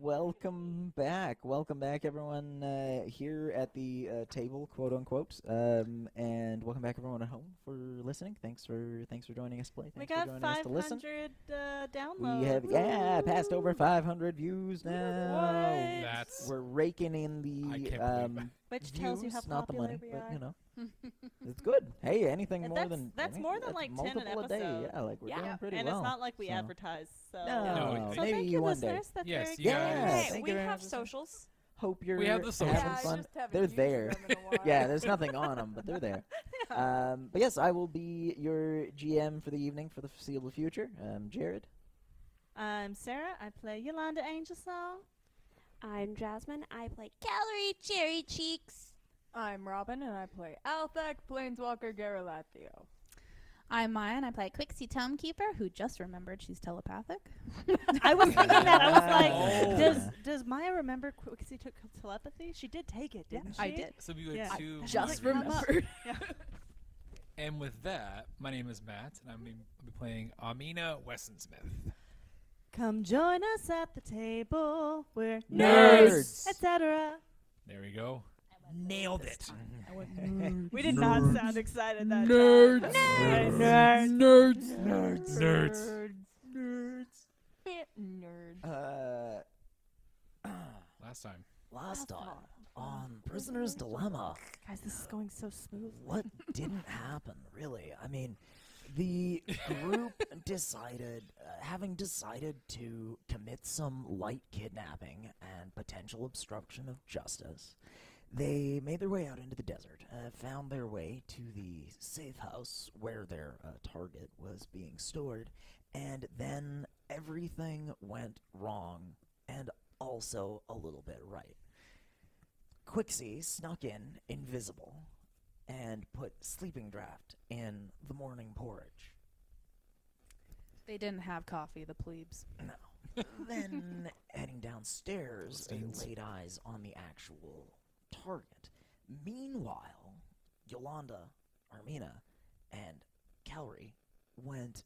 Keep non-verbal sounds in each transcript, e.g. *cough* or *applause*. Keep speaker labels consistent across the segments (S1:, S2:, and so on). S1: Welcome back. Welcome back, everyone, uh, here at the uh, table, quote unquote. Um, and welcome back, everyone at home, for listening. Thanks for thanks for joining us, play. Thanks
S2: we
S1: for
S2: got
S1: joining us to listen.
S2: 500 uh, downloads.
S1: We have yeah passed over
S2: Woo!
S1: 500 views
S2: What?
S1: now.
S3: That's
S1: We're raking in
S3: I
S1: the
S3: can't believe
S1: um,
S2: Which
S1: views,
S2: tells you how
S1: not the
S2: popular
S1: money,
S2: we
S1: but
S2: are.
S1: you know,
S4: *laughs*
S1: it's good. Hey, anything
S2: And
S1: more
S2: that's-
S1: than
S2: that's
S1: any-
S2: more than
S1: that's
S2: like 10 an
S1: multiple a day.
S2: episode.
S1: Yeah, like we're
S2: yeah,
S1: doing pretty
S2: and
S1: well.
S2: it's not like we
S1: so.
S2: advertise. So
S1: No,
S3: No,
S2: so
S1: maybe
S2: thank you,
S1: one day.
S2: listeners. That's
S3: Yes,
S2: very
S3: you
S2: kind.
S3: guys-
S1: Yeah,
S4: Hey,
S1: thank
S4: we
S1: you very
S4: have
S1: much.
S4: socials.
S1: Hope you're
S3: have the socials.
S1: having
S4: yeah, I
S1: fun.
S4: just haven't
S1: They're
S4: used
S1: there.
S4: them
S1: *laughs*
S4: in a while.
S1: yeah, there's nothing on them, but
S4: *laughs*
S1: they're there. Um, but yes, I will be your GM for the evening for the foreseeable future. Um, Jared,
S2: I'm Um, Sarah. I play Yolanda Angel Song.
S5: I'm Jasmine. I play Calorie Cherry Cheeks.
S4: I'm Robin, and I play Althek Planeswalker Garalathio.
S6: I'm Maya, and I play Quixie Tomekeeper, who just remembered
S4: *laughs*
S6: she's telepathic.
S2: I was thinking that. I was like,
S3: Oh.
S2: does does Maya remember Quixie took telepathy? She did take it, didn't she?
S6: I did.
S3: So we went
S2: Yeah. I
S3: to
S2: just
S3: Mike.
S2: remember-
S3: *laughs*
S1: *laughs*
S3: And with that, my name is Matt, and I'm gonna be playing Amina Wessensmith.
S2: *laughs* Come join us at the table. We're
S3: Nerds.
S2: etc.
S3: There we go. Nailed it.
S2: We did not sound excited that time.
S3: Nerds.
S7: *laughs*
S3: Nerds. Nerds. Nerds.
S4: Nerds. Nerds.
S1: uh, *clears throat*
S3: Last time.
S1: last time on Prisoner's Dilemma,
S2: Guys, this is going so smooth.
S1: what didn't happen really? I mean, the group decided, uh, having decided to commit some light kidnapping and potential obstruction of justice, they made their way out into the desert, uh, found their way to the safe house where their uh, target was being stored, and then everything went wrong and also a little bit right. Quixie snuck in invisible and put sleeping draft in the morning porridge.
S6: They didn't have coffee, the plebes. *laughs*
S1: No. then heading downstairs, they
S3: Philistines.
S1: laid eyes on the actual target. Meanwhile, Yolanda, Armina, and Calorie went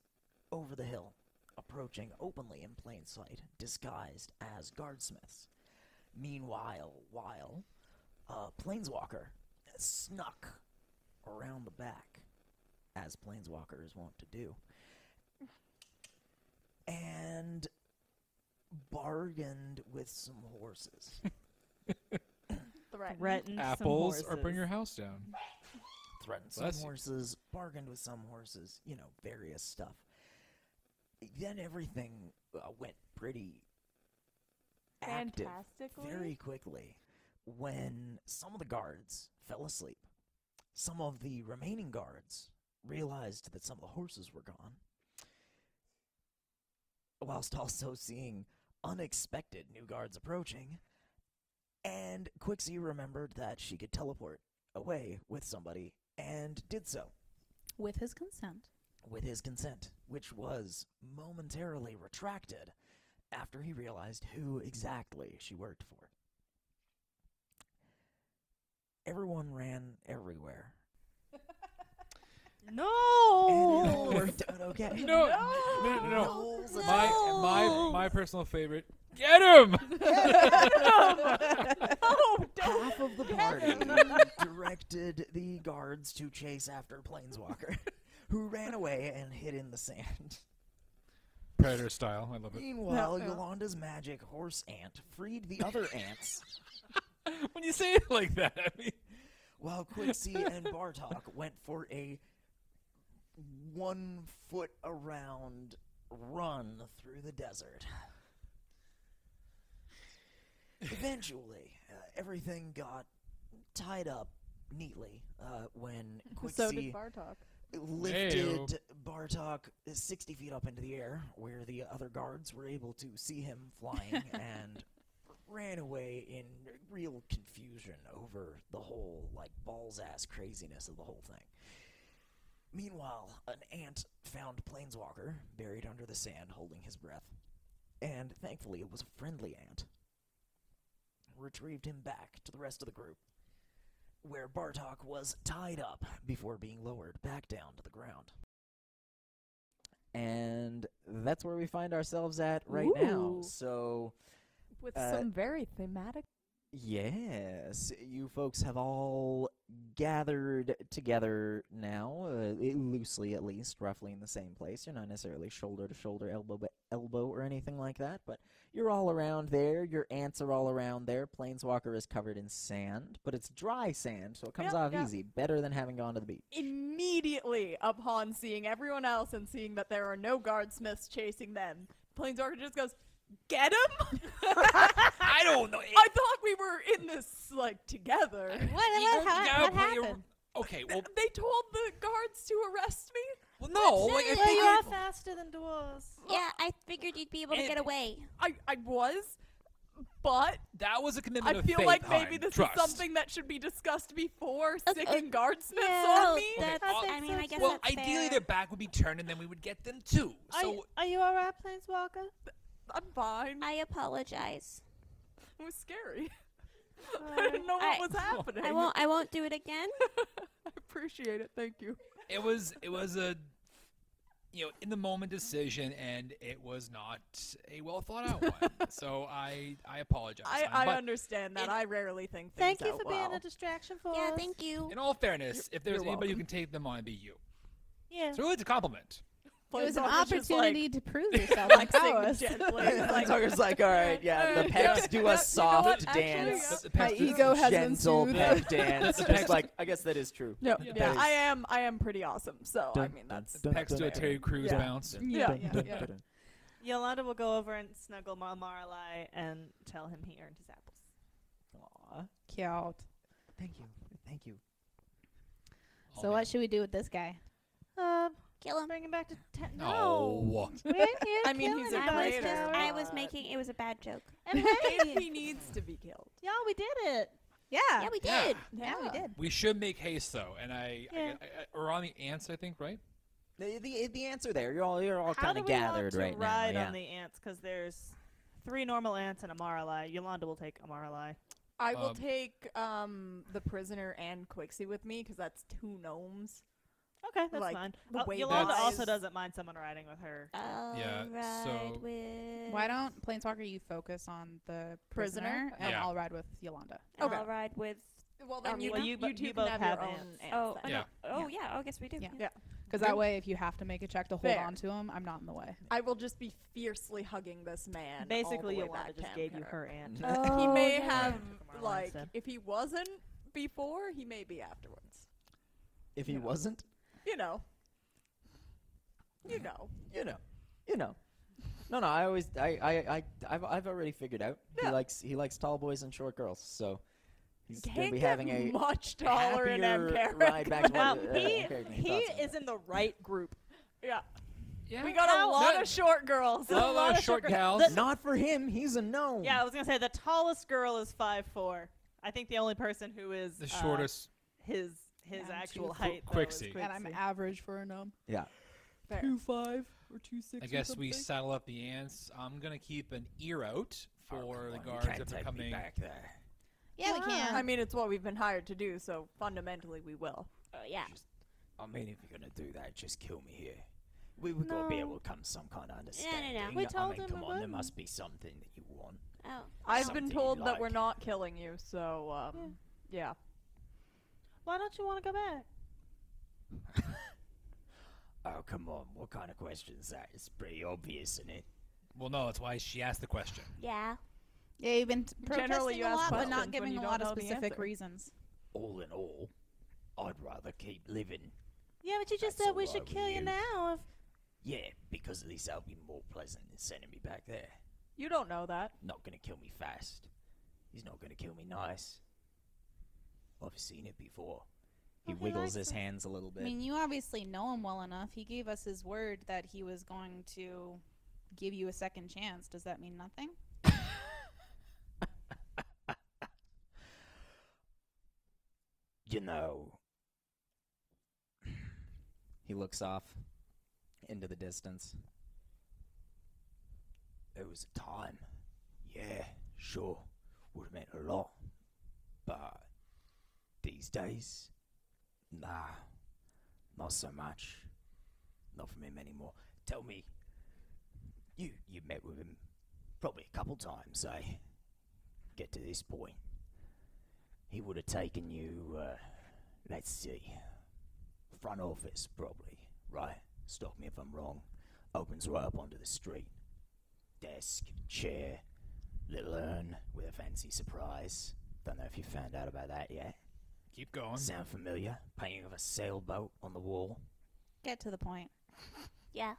S1: over the hill, approaching openly in plain sight, disguised as guardsmiths. Meanwhile, while a planeswalker snuck around the back, as planeswalkers want to do, and bargained with some horses. *laughs*
S4: Threatened.
S2: Threatened some
S3: Apples or burn
S2: horses.
S3: your house down.
S1: Threatened some
S3: Bless you.
S1: horses, bargained with some horses, you know, various stuff. Then everything uh, went pretty active
S4: Fantastically.
S1: very quickly when some of the guards fell asleep. Some of the remaining guards realized that some of the horses were gone, whilst also seeing unexpected new guards approaching. And Quixie remembered that she could teleport away with somebody and did so
S6: With his consent.
S1: with his consent, which was momentarily retracted after he realized who exactly she worked for. Everyone ran everywhere. And it all
S2: No.
S1: worked out okay.
S3: *laughs* No. No. No. no.
S1: Rolls of
S3: My my my personal favorite. Get
S1: *laughs*
S3: him.
S1: half of the party directed the guards to chase after Planeswalker, *laughs* who ran away and hid in the sand.
S3: Predator style. I love it.
S1: Meanwhile, Yolanda's magic horse ant freed the
S4: *laughs*
S1: other ants
S3: *laughs* When you say it like that, I mean,
S1: while Quixie and Bartok *laughs* went for a one foot around run through the
S3: *sighs*
S1: desert. Eventually, uh, everything got tied up neatly uh, when Quixie
S4: So did Bartok.
S1: lifted Bartok 60 feet up into the air, where the other guards were able to see him flying and ran away in real confusion over the whole, like, balls ass craziness of the whole thing. Meanwhile, an ant found Planeswalker buried under the sand holding his breath, and thankfully it was a friendly ant. Retrieved him back to the rest of the group where Bartok was tied up before being lowered back down to the ground. And that's where we find ourselves at right now.
S6: Ooh.
S1: So
S4: with
S8: Uh,
S4: some very thematic.
S8: Yes, you folks have all gathered together now, uh, i- loosely at least, roughly in the same place. You're not necessarily shoulder to shoulder, elbow to elbow, or anything like that, but you're all around there. Your ants are all around there. Planeswalker is covered in sand, but it's dry sand, so it comes
S4: Yeah,
S8: off
S4: yeah.
S8: easy. Better than having gone to the beach.
S4: Immediately upon seeing everyone else and seeing that there are no guardsmiths chasing them, Planeswalker just goes, "Get him!"
S3: *laughs* I don't know.
S4: *laughs* I thought we were in this like together.
S6: What, what, how-
S3: Yeah,
S6: what
S3: but you're-
S6: happened?
S3: Okay, well,
S4: *laughs* They told the guards to arrest me.
S3: well no. Like, I
S5: Well,
S3: think
S5: you-
S2: you are faster than dwarves.
S5: Yeah, I figured you'd be able to
S3: It-
S5: get away.
S4: I I was, but
S3: that was a commitment
S4: I
S3: of
S4: feel
S3: faith,
S4: like maybe
S3: hon.
S4: this
S3: Trust.
S4: is something that should be discussed before
S5: Okay,
S4: sick
S5: uh,
S4: and guardsmiths
S5: yeah,
S4: on me.
S3: Okay,
S5: That's-
S3: I'll-
S5: I mean, I guess
S3: Well,
S5: that's
S3: ideally
S5: fair.
S3: their back would be turned, and then we would get them too.
S2: Are,
S3: So
S2: you, are you alright, Planeswalker?
S4: I'm fine.
S5: I apologize.
S4: It was scary. *laughs* I didn't know what
S5: I-
S4: was happening.
S5: I won't. I won't do it
S4: *laughs*
S5: again.
S4: I appreciate it. Thank you.
S3: it was it was a you know in the moment decision, and it was not a well thought out
S4: *laughs*
S3: one. So I I apologize.
S4: I,
S3: hon,
S4: I
S3: but
S4: understand that.
S3: in-
S4: I rarely think things
S2: Thank you
S4: out
S2: for
S4: well.
S2: being a distraction for us.
S5: Yeah, thank you.
S3: in all fairness, if there's
S4: you're
S3: anybody who
S4: welcome.
S3: can take them on, it'd be you.
S2: Yeah.
S3: So really, it's a compliment.
S6: It was an
S4: Planeswalker's just
S6: opportunity
S4: Like,
S6: to prove yourself
S4: like
S6: like
S4: sing
S6: ours. *laughs*
S4: gently.
S8: Like,
S4: *laughs* like,
S8: Tucker's like, all right, yeah,
S4: *laughs*
S8: the
S4: alright, yeah,
S8: pecs do
S4: yeah, you know
S8: a soft
S4: what, actually,
S3: The-
S4: yeah.
S8: dance.
S3: the
S6: My
S3: past-
S6: ego has been
S8: gentle
S4: *laughs*
S6: soothed.
S8: pep dance. Just
S3: Pecs-
S8: like, I guess that is true.
S4: no,
S3: Yeah.
S4: yeah,
S8: That
S4: I
S8: is-
S4: am. I am pretty awesome. So I mean, that's
S3: Next to a Terry Crews
S4: Yeah.
S3: bounce.
S4: yeah,
S8: Dun,
S4: yeah,
S8: dun,
S4: yeah.
S8: dun, dun.
S2: Yolanda will go over and snuggle Mar- Marlai and tell him he earned his apples.
S8: Aw,
S6: Cute.
S8: Thank you. Thank you.
S3: Oh,
S6: So
S3: man.
S6: what should we do with this guy?
S2: Um,
S5: Kill him.
S2: bring him back to ten. No.
S3: No.
S2: We ain't here
S4: *laughs* I mean,
S2: killing
S4: he's
S5: *laughs*
S4: a
S5: I was
S2: anybody.
S4: great
S5: just. I was
S4: but-
S5: making. It was a bad joke.
S2: *laughs* And
S4: If
S2: hey,
S4: he needs to be killed.
S2: y'all, we did it.
S6: Yeah.
S5: Yeah, we
S3: Yeah.
S5: did.
S6: Yeah, we did.
S3: We should make haste though, and I, I,
S2: Yeah.
S3: I, I we're on the ants, I think, right?
S8: The, the, the answer there. You're all you're all
S2: How
S8: kind
S2: do
S8: of
S2: we want
S8: gathered
S2: to
S8: right
S2: ride
S8: now.
S2: on the ants? Because there's three normal ants and a Marlai. Yolanda will take a Marlai.
S4: I will
S3: Um,
S4: take um, the prisoner and Quixie with me because that's two gnomes.
S2: Okay, that's
S4: Like,
S2: fine.
S4: the
S2: Oh,
S4: way
S2: Yolanda
S3: that
S2: also
S4: is-
S2: doesn't mind someone riding with her.
S5: I'll
S3: Yeah,
S5: ride
S3: so-
S4: Eh.
S5: with.
S6: Why don't Planeswalker you focus on the prisoner,
S4: Prisoner?
S6: and
S3: Yeah.
S6: I'll ride with Yolanda.
S4: Okay.
S5: I'll ride with.
S4: Well,
S5: then you-
S2: um, you- you two both have ants.
S5: Oh, I
S3: Yeah.
S5: know- oh yeah. Oh, I guess we do.
S6: Yeah.
S5: yeah.
S4: Yeah.
S6: Because that way, if you have to make a check to hold
S4: Fair.
S6: on to him, I'm not in the way.
S4: I will just be fiercely hugging this man. all
S2: Basically,
S4: the way
S2: Yolanda
S4: back
S2: just
S4: down
S2: gave you
S4: here.
S2: her ant.
S8: Yeah.
S4: he
S5: Oh,
S4: may
S5: yeah.
S4: have
S2: Tomorrow,
S4: like
S2: instead.
S4: if he wasn't before, he may be afterwards.
S8: If he wasn't,
S4: You know. You know.
S8: you know, you know. No, no. I always, I, I, I I've, I've already figured out. He
S4: Yeah.
S8: likes, he likes tall boys and short girls. So he's gonna
S4: Can't
S8: be
S4: get
S8: having a
S4: much taller in M
S8: happier
S4: character.
S8: ride
S4: *laughs*
S8: back to
S2: Now,
S8: what, uh,
S2: he
S8: okay, my
S2: he
S8: thoughts on
S2: is
S8: that.
S2: in the right group.
S4: Yeah.
S3: Yeah.
S4: We got a
S2: How-
S4: lot
S3: No.
S4: of short girls.
S3: a lot,
S2: lot
S3: of
S2: of
S3: short
S2: sugar-
S3: gals.
S2: the-
S8: Not for him. He's a
S3: *laughs*
S8: gnome.
S2: Yeah, *laughs* I was gonna say the tallest girl is five four. I think the only person who is
S3: the
S2: uh,
S3: shortest.
S2: his his
S6: I'm
S2: actual
S6: too-
S2: height.
S3: Qu-
S2: though, is
S3: Quixie.
S6: And I'm
S2: Quixie.
S6: average for a gnome.
S8: Yeah.
S4: Fair.
S6: Two five or two six.
S3: I guess we saddle up the ants. I'm gonna keep an ear out
S8: Oh,
S3: for the guards if they're coming.
S8: there.
S6: Yeah, we can.
S4: I mean, it's what we've been hired to do, so fundamentally we will.
S5: Oh, yeah.
S8: I mean, if you're gonna do that, just kill me here. We would gotta be
S2: No.
S8: able to come to some kind of understanding.
S5: We
S8: I
S2: told
S8: mean,
S2: him
S8: come
S2: we
S8: on, there
S2: wouldn't.
S8: must be something that you want.
S5: Oh.
S4: I've
S8: Something
S4: been
S8: you
S4: told that we're
S8: like.
S4: not killing you, so um, yeah.
S2: Why don't you want to go back?
S8: Oh, come on. What kind of question is that? It's pretty obvious, isn't it?
S3: Well, no, that's why she asked the question.
S5: Yeah.
S6: yeah, you've been t-
S4: Generally,
S6: protesting
S4: you
S6: a
S4: ask
S6: lot, but
S4: questions
S6: not
S4: when
S6: giving
S4: you
S6: a
S4: don't
S6: lot of
S4: know the
S6: specific
S4: answer.
S6: reasons.
S8: All in all, I'd rather keep living.
S2: Yeah, but you just
S8: That's
S2: said we
S8: all right with
S2: should kill you,
S8: you.
S2: now. If
S8: Yeah, because at least that'll be more pleasant than sending me back there.
S4: You don't know that.
S8: Not gonna kill me fast. He's not gonna kill me nice. I've seen it before. He
S2: Well, he
S8: wiggles
S2: likes
S8: his
S2: it.
S8: hands a little
S6: I
S8: bit.
S6: mean, you obviously know him well enough. He gave us his word that he was going to give you a second chance. Does that mean nothing?
S8: you know. he looks off into the distance. There was a time. Yeah, sure. Would have meant a lot. But these days, nah. Not so much. Not from him anymore. Tell me, you you met with him probably a couple times, eh? get to this point, he would have taken you, uh, let's see, front office probably, right? Stop me if I'm wrong. Opens right up onto the street. Desk, chair, little urn with a fancy surprise. Don't know if you found out about that yet.
S3: Keep going.
S8: Sound familiar? Painting of a sailboat on the wall.
S6: Get to the point.
S5: Yeah.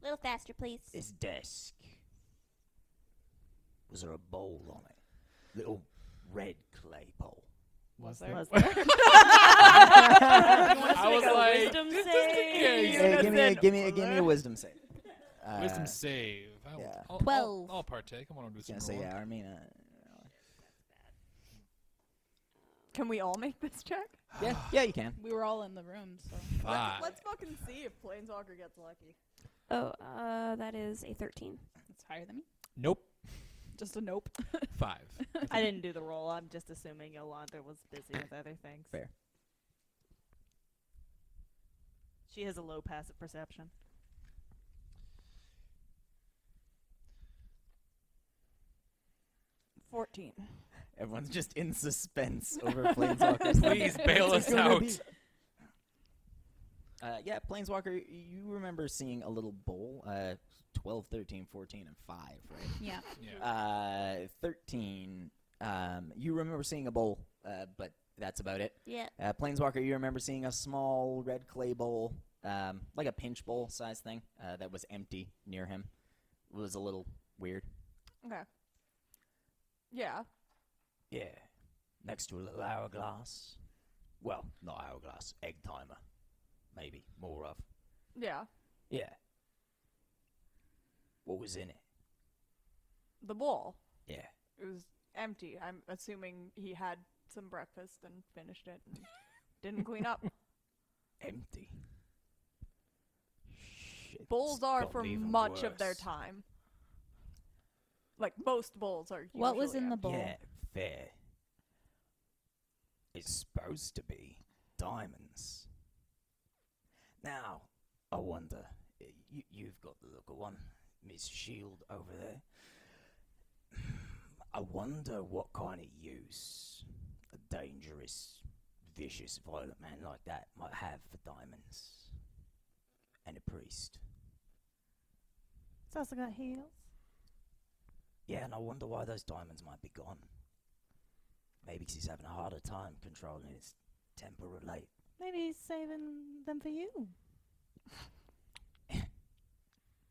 S5: A little faster, please.
S8: This desk. Was there a bowl on it? Little red clay bowl.
S6: Was
S3: *laughs*
S2: there? Was
S3: I was like,
S2: Wisdom
S3: case.
S2: save.
S3: Hey,
S8: give me a give me a, give me
S2: *laughs*
S8: a wisdom save. Uh,
S3: wisdom save. I'll,
S8: yeah.
S3: I'll, I'll-
S6: Twelve.
S3: I'll, partake. I want to do some
S8: Gonna say
S3: rolling.
S8: yeah, uh, Armina.
S4: Can we all make this check?
S3: *sighs*
S8: Yeah, yeah, you can.
S6: We were all in the room, so
S3: Five.
S4: Let's, let's fucking see if Planeswalker gets lucky.
S5: Oh, uh, that is a 13.
S6: it's higher than me.
S3: Nope.
S6: Just a nope. *laughs*
S3: Five.
S2: I didn't do the roll. I'm just assuming Yolanda was busy with other things.
S8: Fair.
S2: She has a low passive perception.
S4: Fourteen.
S8: *laughs* Everyone's just in suspense over
S3: *laughs*
S8: Planeswalker.
S3: Please bail us out.
S8: Uh, yeah, Planeswalker, you remember seeing a little bowl, uh, 12, 13, 14, and 5, right?
S6: Yeah.
S3: Yeah.
S8: Uh, 13. Um, you remember seeing a bowl, uh, but that's about it.
S5: Yeah.
S8: Uh, Planeswalker, you remember seeing a small red clay bowl, um, like a pinch bowl size thing, uh, that was empty near him. It was a little weird.
S4: Okay. Yeah.
S8: Yeah. Next to a little hourglass. Well, not hourglass, egg timer. Maybe. More of.
S4: Yeah.
S8: Yeah. What was in it?
S4: The bowl.
S8: Yeah.
S4: It was empty. I'm assuming he had some breakfast and finished it.
S8: *laughs*
S4: And didn't clean up.
S8: Empty. Shit,
S4: Bowls
S8: this
S4: are
S8: got
S4: for
S8: even
S4: much of their
S8: worse.
S4: time. Like most bowls are.
S6: What was
S4: usually
S6: in the
S4: empty.
S6: bowl?
S8: Yeah, fair. It's supposed to be diamonds. Now, I wonder, y- you, you've got the look of one, Miss Shield over there. *sighs* I wonder what kind of use a dangerous, vicious, violent man like that might have for diamonds. And a priest.
S2: It's also got heels.
S8: Yeah, and I wonder why those diamonds might be gone. Maybe 'cause he's having a harder time controlling his temper or late.
S2: Maybe he's saving them for you.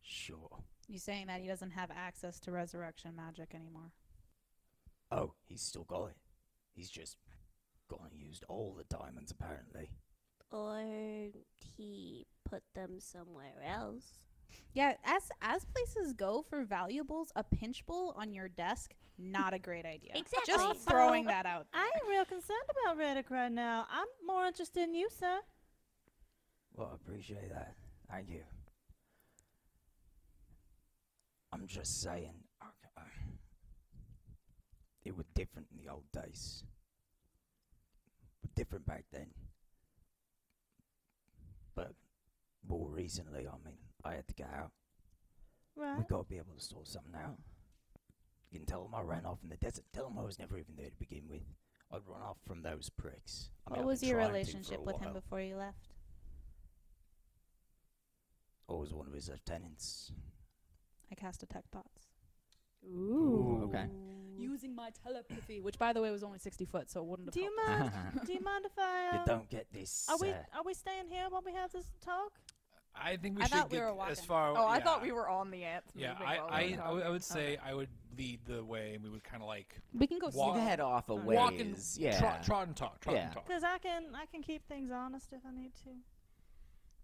S8: Sure.
S6: You saying that he doesn't have access to resurrection magic anymore?
S8: Oh, he's still got it. He's just gone and used all the diamonds, apparently.
S5: Or he put them somewhere else.
S6: Yeah, as as places go for valuables, a pinch bowl on your desk, not a great idea.
S5: Exactly.
S6: Just
S5: Also-
S6: throwing that out.
S2: I am real concerned about Reddick right now. I'm more interested in you, sir.
S8: Well, I appreciate that. Thank you. I'm just saying, I c- uh, it was different in the old days. Different back then. But more recently, I mean, I had to get out. We
S2: Right?
S8: gotta be able to sort something out. You can tell 'em I ran off in the desert. Tell 'em I was never even there to begin with. I'd run off from those pricks. I mean,
S6: What
S8: I've
S6: was
S8: been
S6: your
S8: trying to for
S6: relationship
S8: a
S6: with him
S8: while.
S6: before you left?
S8: I was one of his lieutenants.
S6: I cast detect thoughts.
S8: Ooh, okay.
S6: Using my telepathy, which by the way was only sixty foot, so it
S2: *laughs*
S6: wouldn't have
S2: Do you mind? do you mind if I?
S8: *laughs* you
S2: Uh,
S8: don't get this.
S2: are we
S8: uh,
S2: are we staying here while we have this talk?
S3: *laughs* I think we
S6: I
S3: should
S6: thought we
S3: get
S6: were
S3: as
S6: walking.
S3: far.
S4: Oh, I
S3: yeah.
S4: thought we were on the ants.
S3: Yeah,
S4: moving
S3: I,
S4: while
S3: I,
S4: we were
S3: I, would- I
S4: talking.
S3: would say
S4: Okay.
S3: I would lead the way, and we would kind of like
S6: We can go
S3: Walk-
S6: see that.
S8: head off a ways.
S3: walk and
S8: yeah.
S3: trot, trot and talk, trot
S8: Yeah.
S3: and talk.
S2: Because I can I can keep things honest if I need to.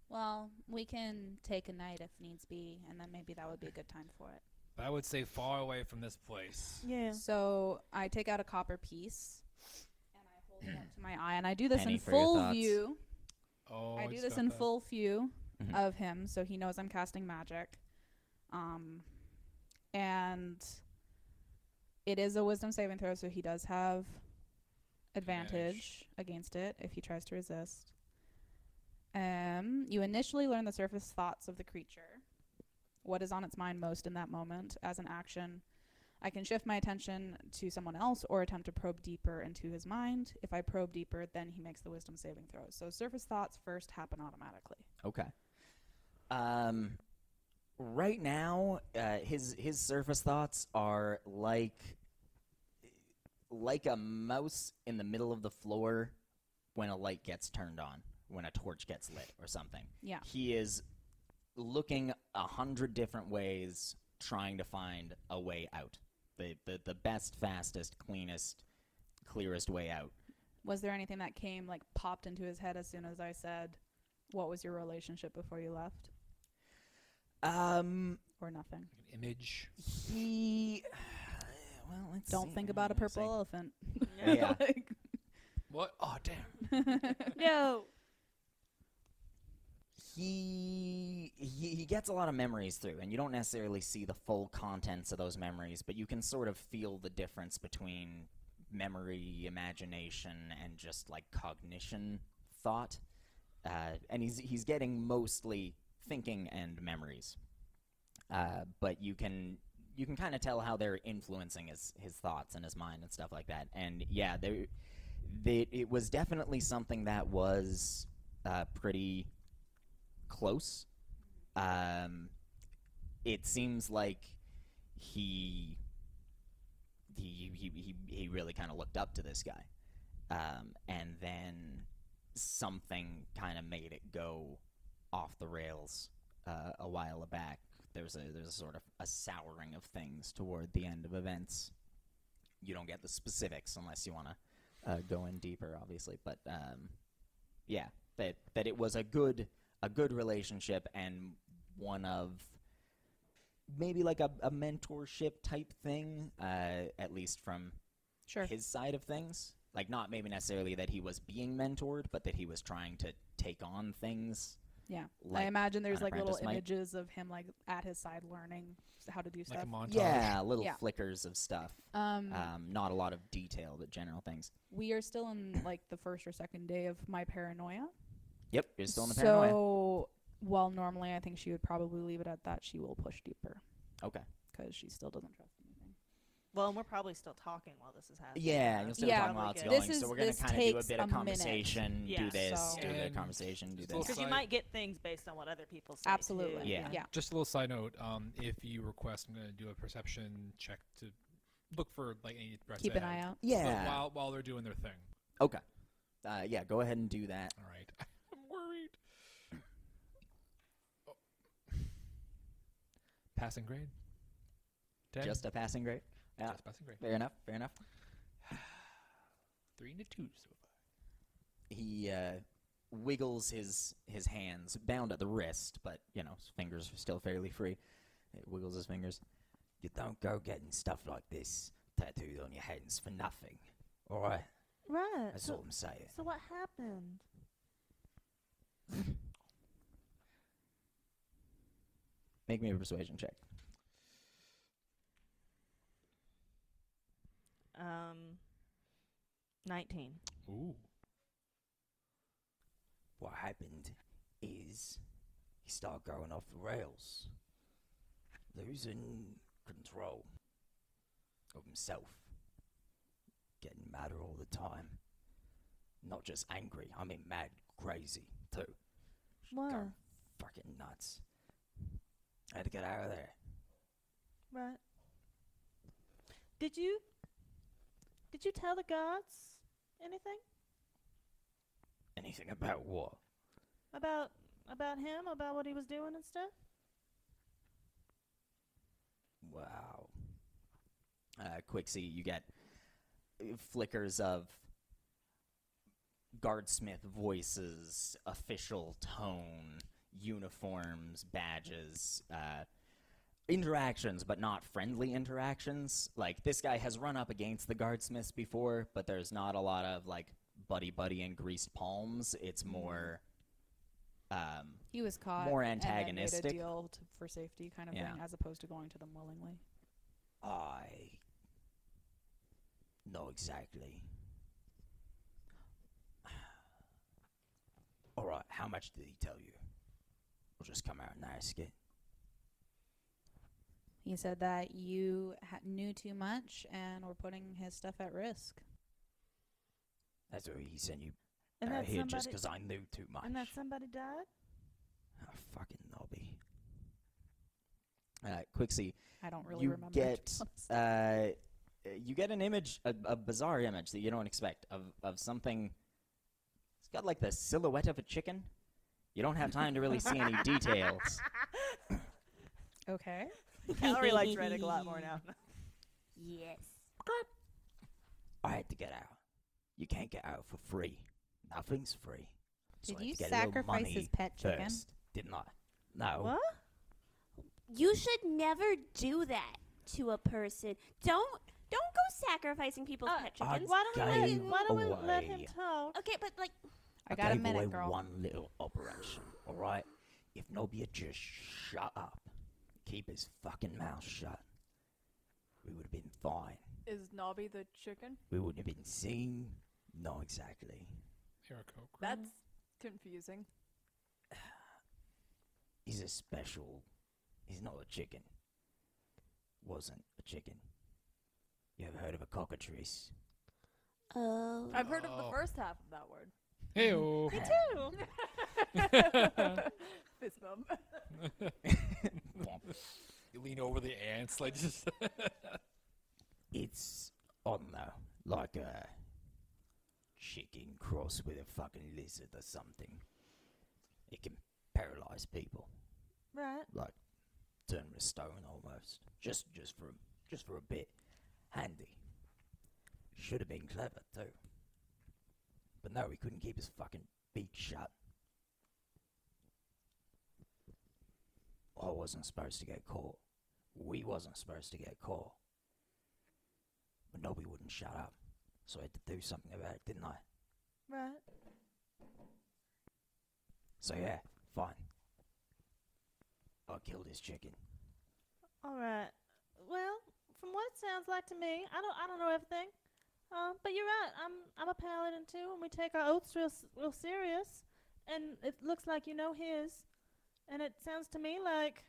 S6: Well, we can take a night if needs be, and then maybe that would be a good time for it.
S3: But I would say far away from this place.
S2: Yeah.
S6: So I take out a copper piece and I hold it
S8: *clears throat*
S6: up to my eye, and I do this
S8: Penny
S6: in
S8: for your
S6: full
S8: thoughts.
S6: view.
S3: Oh,
S6: I
S3: he's
S6: do this
S3: got
S6: in
S3: that.
S6: full view
S8: Mhm.
S6: of him, so he knows I'm casting magic. Um, and it is a wisdom saving throw, so he does have advantage against it if he tries to resist. Um, you initially learn the surface thoughts of the creature, what is on its mind most in that moment as an action. I can shift my attention to someone else or attempt to probe deeper into his mind. If I probe deeper, then he makes the wisdom saving throws. So surface thoughts first happen automatically.
S9: Okay. Um, right now, uh, his his surface thoughts are like like a mouse in the middle of the floor when a light gets turned on, when a torch gets lit, or something.
S6: Yeah.
S9: He is looking a hundred different ways, trying to find a way out. The, the the best, fastest, cleanest, clearest way out.
S6: Was there anything that came like popped into his head as soon as I said, "What was your relationship before you left?"
S9: Um,
S6: Or nothing.
S3: An image.
S9: He. *sighs* Well, let's
S6: Don't
S9: see.
S6: think
S9: I
S6: about a
S9: don't know,
S6: purple elephant.
S9: Yeah.
S6: *laughs* Like-
S3: What? Oh, damn. *laughs*
S10: No.
S9: it's like He, he he gets a lot of memories through, and you don't necessarily see the full contents of those memories, but you can sort of feel the difference between memory, imagination, and just like cognition, thought. Uh, and he's he's getting mostly thinking and memories, uh, but you can you can kind of tell how they're influencing his his thoughts and his mind and stuff like that. And yeah, there they, it was definitely something that was uh, pretty close. Um, it seems like he he he he, he really kind of looked up to this guy, um, and then something kind of made it go off the rails uh, a while back. There's a there's a sort of a souring of things toward the end of events. You don't get the specifics unless you want to uh, go in deeper, obviously. But um, yeah, that that it was a good a good relationship and one of maybe like a, a mentorship type thing, uh, at least from
S6: sure.
S9: his side of things. Like not maybe necessarily that he was being mentored, but that he was trying to take on things.
S6: Yeah. I
S9: Like
S6: imagine there's
S9: an
S6: like little
S9: apprentice might-
S6: images of him like at his side learning s- how to do
S3: Like
S6: stuff.
S3: a montage.
S9: yeah, little
S6: Yeah.
S9: flickers of stuff.
S6: um,
S9: Um, not a lot of detail, but general things.
S6: we are still in like the first or second day of my paranoia.
S9: Yep, you're still in the
S6: so,
S9: paranoia.
S6: while normally I think she would probably leave it at that, she will push deeper
S9: Okay.
S6: because she still doesn't trust anything.
S2: Well, and we're probably still talking while this is happening.
S9: Yeah, you'll still
S6: Yeah.
S9: talk while it's
S2: Probably
S9: going.
S6: good. This
S9: so
S6: is-
S9: we're gonna
S6: this
S9: kind of do a
S6: takes
S9: bit
S6: a
S9: of
S6: minute.
S9: conversation, do
S2: Yeah.
S9: this,
S6: So-
S9: do a bit of
S3: And
S9: conversation, do
S3: just
S9: this.
S3: little
S2: Because you
S3: Side-
S2: might get things based on what other people say.
S6: Absolutely.
S2: too.
S9: Yeah.
S6: Yeah.
S3: Just a little side note. Um, if you request, I'm going to do a perception check to look for like any threats.
S6: Keep an
S3: ahead,
S6: eye out.
S3: but
S9: Yeah.
S3: While while they're doing their thing.
S9: Okay. Uh, yeah, go ahead and do that.
S3: All right. I'm worried. Oh. Passing grade. Ten.
S9: Just a passing grade. Yeah.
S3: Just passing grade.
S9: Fair enough. Fair enough.
S3: Three and a two so far.
S9: He uh, wiggles his his hands, bound at the wrist, but you know his fingers are still fairly free. It wiggles his fingers. You don't go getting stuff like this tattooed on your hands for nothing. All right,
S2: Right.
S9: that's all
S2: So,
S9: I'm saying.
S2: so what happened?
S9: Make me a persuasion check.
S2: Um, nineteen.
S3: Ooh.
S9: what happened is he started going off the rails, losing control of himself, getting madder all the time. Not just angry, I mean mad, crazy too. Just going
S2: Wow.
S9: Fucking nuts. I had to get out of there.
S2: Right. Did you? Did you tell the guards anything
S9: Anything about what?
S2: about about him, about what he was doing and stuff?
S9: Wow. Uh, Quixie, you get uh, flickers of guardsmith voices, official tone, uniforms, badges, uh, interactions, but not friendly interactions. Like, this guy has run up against the guardsmiths before, but there's not a lot of, like, buddy buddy and greased palms. It's more. Um,
S6: Mm-hmm. He was caught.
S9: More
S6: and then made a
S9: antagonistic.
S6: deal to, for safety kind of
S9: Yeah.
S6: thing, as opposed to going to them willingly.
S9: I. Not
S8: *sighs*
S9: exactly. Alright, how much did he tell you? We'll just come out and ask it.
S6: He said that you ha- knew too much and were putting his stuff at risk.
S8: That's why he sent you
S2: And
S8: out
S2: that
S8: here just
S2: somebody.
S8: 'cause I knew too much.
S2: and that somebody died.
S8: Ah, fucking knobby. Uh, Quixie,
S6: I don't really
S8: You
S6: remember. to be
S8: get,
S6: honest.
S8: uh, you get an image, a, a bizarre image that you don't expect of, of something. It's got like the silhouette of a chicken. You don't have time to really see any details.
S5: *laughs*
S6: okay.
S2: Calorie likes Reddick a lot more now.
S5: Yes.
S8: I had to get out. You can't get out for free. Nothing's free. So I
S6: Did
S8: had
S6: you
S8: to get a little
S6: sacrifice his
S8: money
S6: pet chicken?
S8: First, didn't I? No.
S2: What?
S5: You should never do that to a person. Don't don't go sacrificing people's
S2: Uh,
S5: pet
S8: I
S5: chickens.
S2: Why don't we let
S8: gave
S2: him? Why don't we let him
S8: away-
S2: talk?
S5: Okay, but like
S6: I got a
S8: gave away
S6: minute, girl.
S8: one little operation, all right? If nobody had just shut up, keep his fucking mouth shut, we would have been fine.
S4: Is Nobby the chicken?
S8: We wouldn't have been seen. No, exactly.
S3: Here, a Coke.
S4: That's confusing.
S8: He's a special. He's not a chicken. Wasn't a chicken. You ever heard of a cockatrice?
S5: oh
S4: I've heard of the
S3: Oh.
S4: first half of that word.
S3: Hey-o.
S8: *laughs*
S4: *laughs* Fist
S8: *laughs*
S4: bump. *laughs*
S3: You lean over the ants, like just.
S8: *laughs* It's on though, like a chicken cross with a fucking lizard or something. It can paralyze people,
S2: Right.
S8: like turn 'em to stone almost. Just, just for, just for a bit. Handy. Should have been clever too. But no, he couldn't keep his fucking beak shut. I wasn't supposed to get caught. We wasn't supposed to get caught but nobody wouldn't shut up. So I had to do something about it, didn't I?
S2: Right.
S8: So yeah, fine. I killed his chicken.
S2: All right. Well, from what it sounds like to me, I don't, I don't know everything. Um, but you're right. I'm, I'm a paladin too, and we take our oaths real, s- real serious. And it looks like you know his. And it sounds to me like,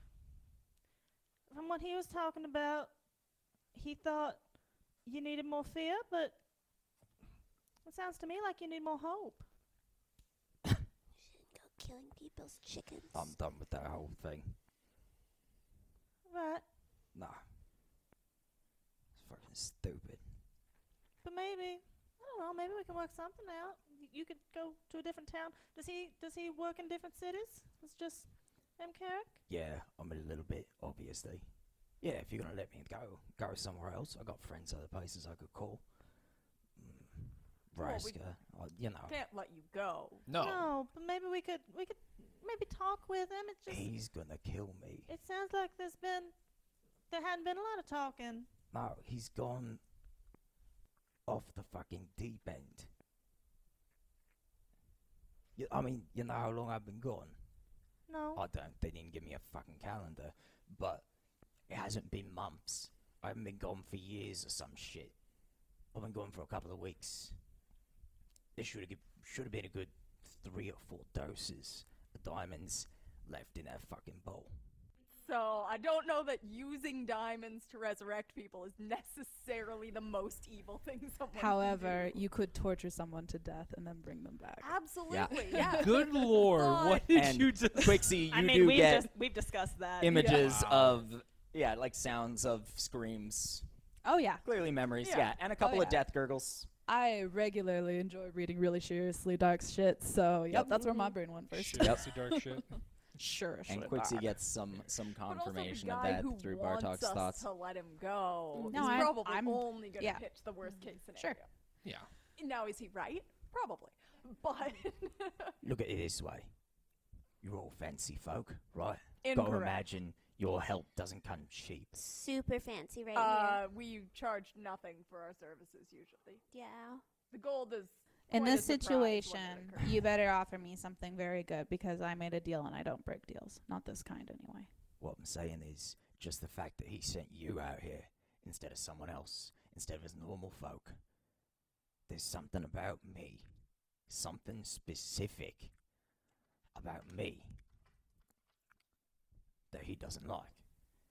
S2: from what he was talking about, he thought you needed more fear, but it sounds to me like you need more hope.
S5: go killing people's chickens.
S8: I'm done with that whole thing.
S2: Right.
S8: Nah. It's fucking stupid.
S2: But maybe I don't know. Maybe we can work something out. Y- You could go to a different town. Does he? Does he work in different cities? It's just M. Carrick.
S8: Yeah, I'm a little bit obviously. Yeah, if you're gonna let me go, go somewhere else. I got friends other places I could call. Mm,
S4: Well, we-
S8: Vraska, uh, you know.
S4: Can't let you go.
S3: No.
S2: but maybe we could. We could maybe talk with him. It's just.
S8: He's gonna kill me.
S2: It sounds like there's been. There hadn't been a lot of talking.
S8: No, he's gone off the fucking deep end. Y I I mean, you know how long I've been gone?
S2: No.
S8: I don't. They didn't give me a fucking calendar, but it hasn't been months. I haven't been gone for years or some shit. I've been gone for a couple of weeks. There should have should have been a good three or four doses of diamonds left in that fucking bowl.
S4: So I don't know that using diamonds to resurrect people is necessarily the most evil thing someone can
S6: However,
S4: do.
S6: you could torture someone to death and then bring them back.
S4: absolutely, yeah.
S9: *laughs*
S3: Good lord, what did
S8: And
S3: you
S8: *laughs*
S3: just?
S8: Quixie,
S7: *laughs*
S8: you
S2: I mean,
S8: do
S2: we've
S8: get
S2: just we've discussed
S7: uh,
S2: that.
S8: images
S3: Wow.
S8: of yeah, like sounds of screams,
S6: Oh yeah,
S8: clearly memories. Yeah,
S4: Yeah.
S8: and a couple of
S6: yeah.
S8: death gurgles.
S6: I regularly enjoy reading really seriously dark shit. So yep, that's where my brain went first.
S3: Shit, that's
S6: *laughs*
S3: the dark shit.
S6: Sure,
S8: And
S6: sure,
S8: Quixie
S6: dark.
S8: gets some some
S4: But also the
S8: confirmation of
S4: guy
S8: that
S4: who
S8: through
S4: wants
S8: Bartok's
S4: us
S8: thoughts.
S4: to let him go
S6: No,
S4: is
S6: I'm-
S4: probably
S6: I'm-
S4: only going to
S6: yeah.
S4: pitch the worst case scenario.
S6: Sure.
S3: Yeah.
S4: Now is he right? Probably, but
S8: Look at it this way: you're all fancy folk, right? Go
S4: incorrect.
S8: imagine your help doesn't come cheap.
S5: *laughs* Super fancy right
S4: Uh, we charge nothing for our services usually.
S5: here. Yeah.
S4: The gold is
S6: In
S4: quite a
S6: this
S4: surprise when it
S6: situation,
S4: occurs.
S6: you better offer me something very good because I made a deal and I don't break deals. Not this kind, anyway.
S8: What I'm saying is just the fact that he sent you out here instead of someone else, instead of his normal folk. There's something about me, something specific about me that he doesn't like.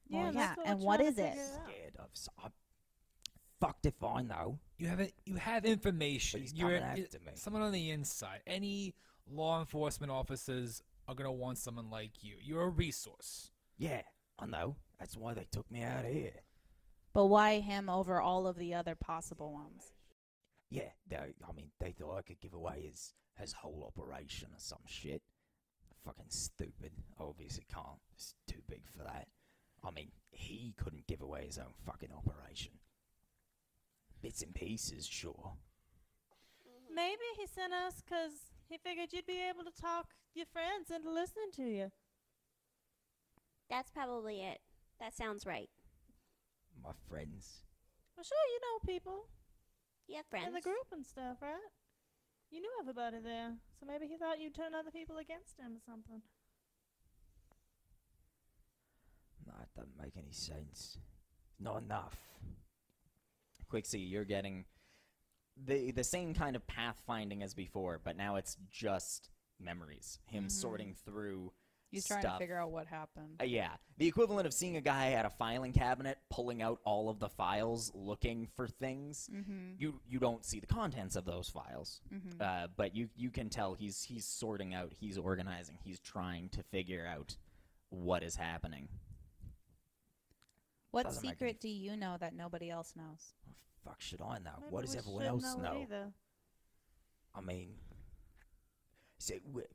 S6: Well,
S2: that's
S6: yeah,
S2: what we're
S6: and what
S2: trying
S6: is
S2: to
S6: it?
S2: figure out.
S9: Scared of. s- I'm fucked if I know.
S3: You have it. You have information.
S9: Please
S3: You're
S9: coming
S3: you-
S9: after me.
S3: someone on the inside. Any law enforcement officers are gonna want someone like you. You're a resource.
S9: Yeah, I know. That's why they took me out of here.
S6: But why him over all of the other possible ones?
S9: Yeah, they, I mean, they thought I could give away his his whole operation or some shit. Fucking stupid. Obviously can't. It's too big for that. I mean, he couldn't give away his own fucking operation. Bits and pieces, sure.
S2: Maybe he sent us 'cause he figured you'd be able to talk your friends into listening to you.
S5: That's probably it. That sounds right.
S9: My friends.
S2: Well, sure, you know people
S5: Yeah, friends.
S2: in the group and stuff, right? You knew everybody there, so maybe he thought you'd turn other people against him or something.
S9: No, it doesn't make any sense. Not enough. Quixie, you're getting the the same kind of pathfinding as before, but now it's just memories. Him
S6: Mhm.
S9: sorting through
S6: He's trying to
S9: Stuff.
S6: figure out what happened.
S9: Uh, yeah, the equivalent of seeing a guy at a filing cabinet pulling out all of the files looking for things.
S6: mm-hmm.
S9: You you don't see the contents of those files,
S6: Mm-hmm.
S9: uh, but you you can tell he's he's sorting out, he's organizing, he's trying to figure out what is happening.
S6: what
S9: doesn't make any-
S6: secret do you know that nobody else knows?
S9: Oh, fuck should I know?
S2: Maybe
S9: what does
S2: we
S9: everyone
S2: should
S9: else
S2: know? it
S9: know?
S2: Either.
S9: I mean, so w-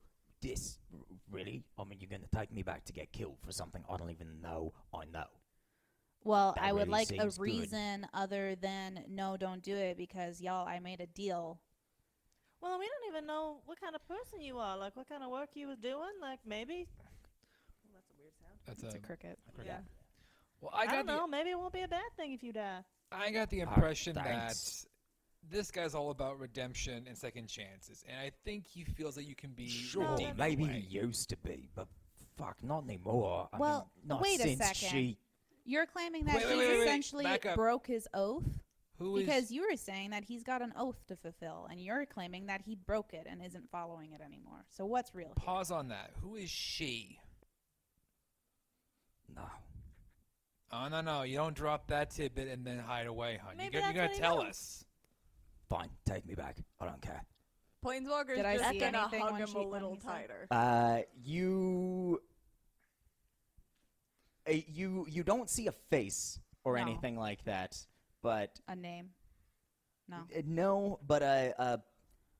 S9: this r- really? I mean, you're gonna take me back to get killed for something I don't even know I know.
S6: Well,
S9: That
S6: I would
S9: really
S6: like a
S9: seems good.
S6: reason other than no, don't do it because y'all, I made a deal.
S2: Well, we don't even know what kind of person you are, like what kind of work you was doing. Like maybe. Well, that's a weird sound.
S3: That's
S6: It's
S3: a,
S6: a cricket.
S2: Yeah.
S3: well. I
S2: I,
S3: got
S2: don't
S3: the
S2: know. Maybe it won't be a bad thing if you die.
S3: I got the
S9: Ah,
S3: impression
S9: thanks.
S3: that this guy's all about redemption and second chances, and I think he feels that you can be
S9: Sure,
S3: redeemed in a
S9: maybe
S3: way.
S9: he used to be, but fuck, not anymore. I
S6: Well,
S9: mean, not
S6: wait a
S9: since
S6: second.
S9: she.
S6: You're claiming that
S3: Wait,
S6: he
S3: wait, wait, wait,
S6: essentially
S3: back up.
S6: broke his oath
S3: Who is
S6: because you were saying that he's got an oath to fulfill, and you're claiming that he broke it and isn't following it anymore. So what's real? here?
S3: pause on that? Who is she?
S9: No,
S3: Oh no no! You don't drop that tidbit and then hide away, hon.
S2: Maybe
S3: you got, you
S2: that's
S3: gotta
S2: what he
S3: tell
S2: knows.
S3: us.
S9: fine, take me back. I don't care.
S4: Planeswalker's
S6: Did I
S4: just
S6: see
S4: gonna
S6: anything
S4: hug
S6: when
S4: him a
S6: she- when
S4: little
S6: he said-
S4: tighter.
S9: Uh, you. uh, You you don't see a face or
S6: No.
S9: anything like that, but
S6: A name? No.
S9: Uh, no, but a, a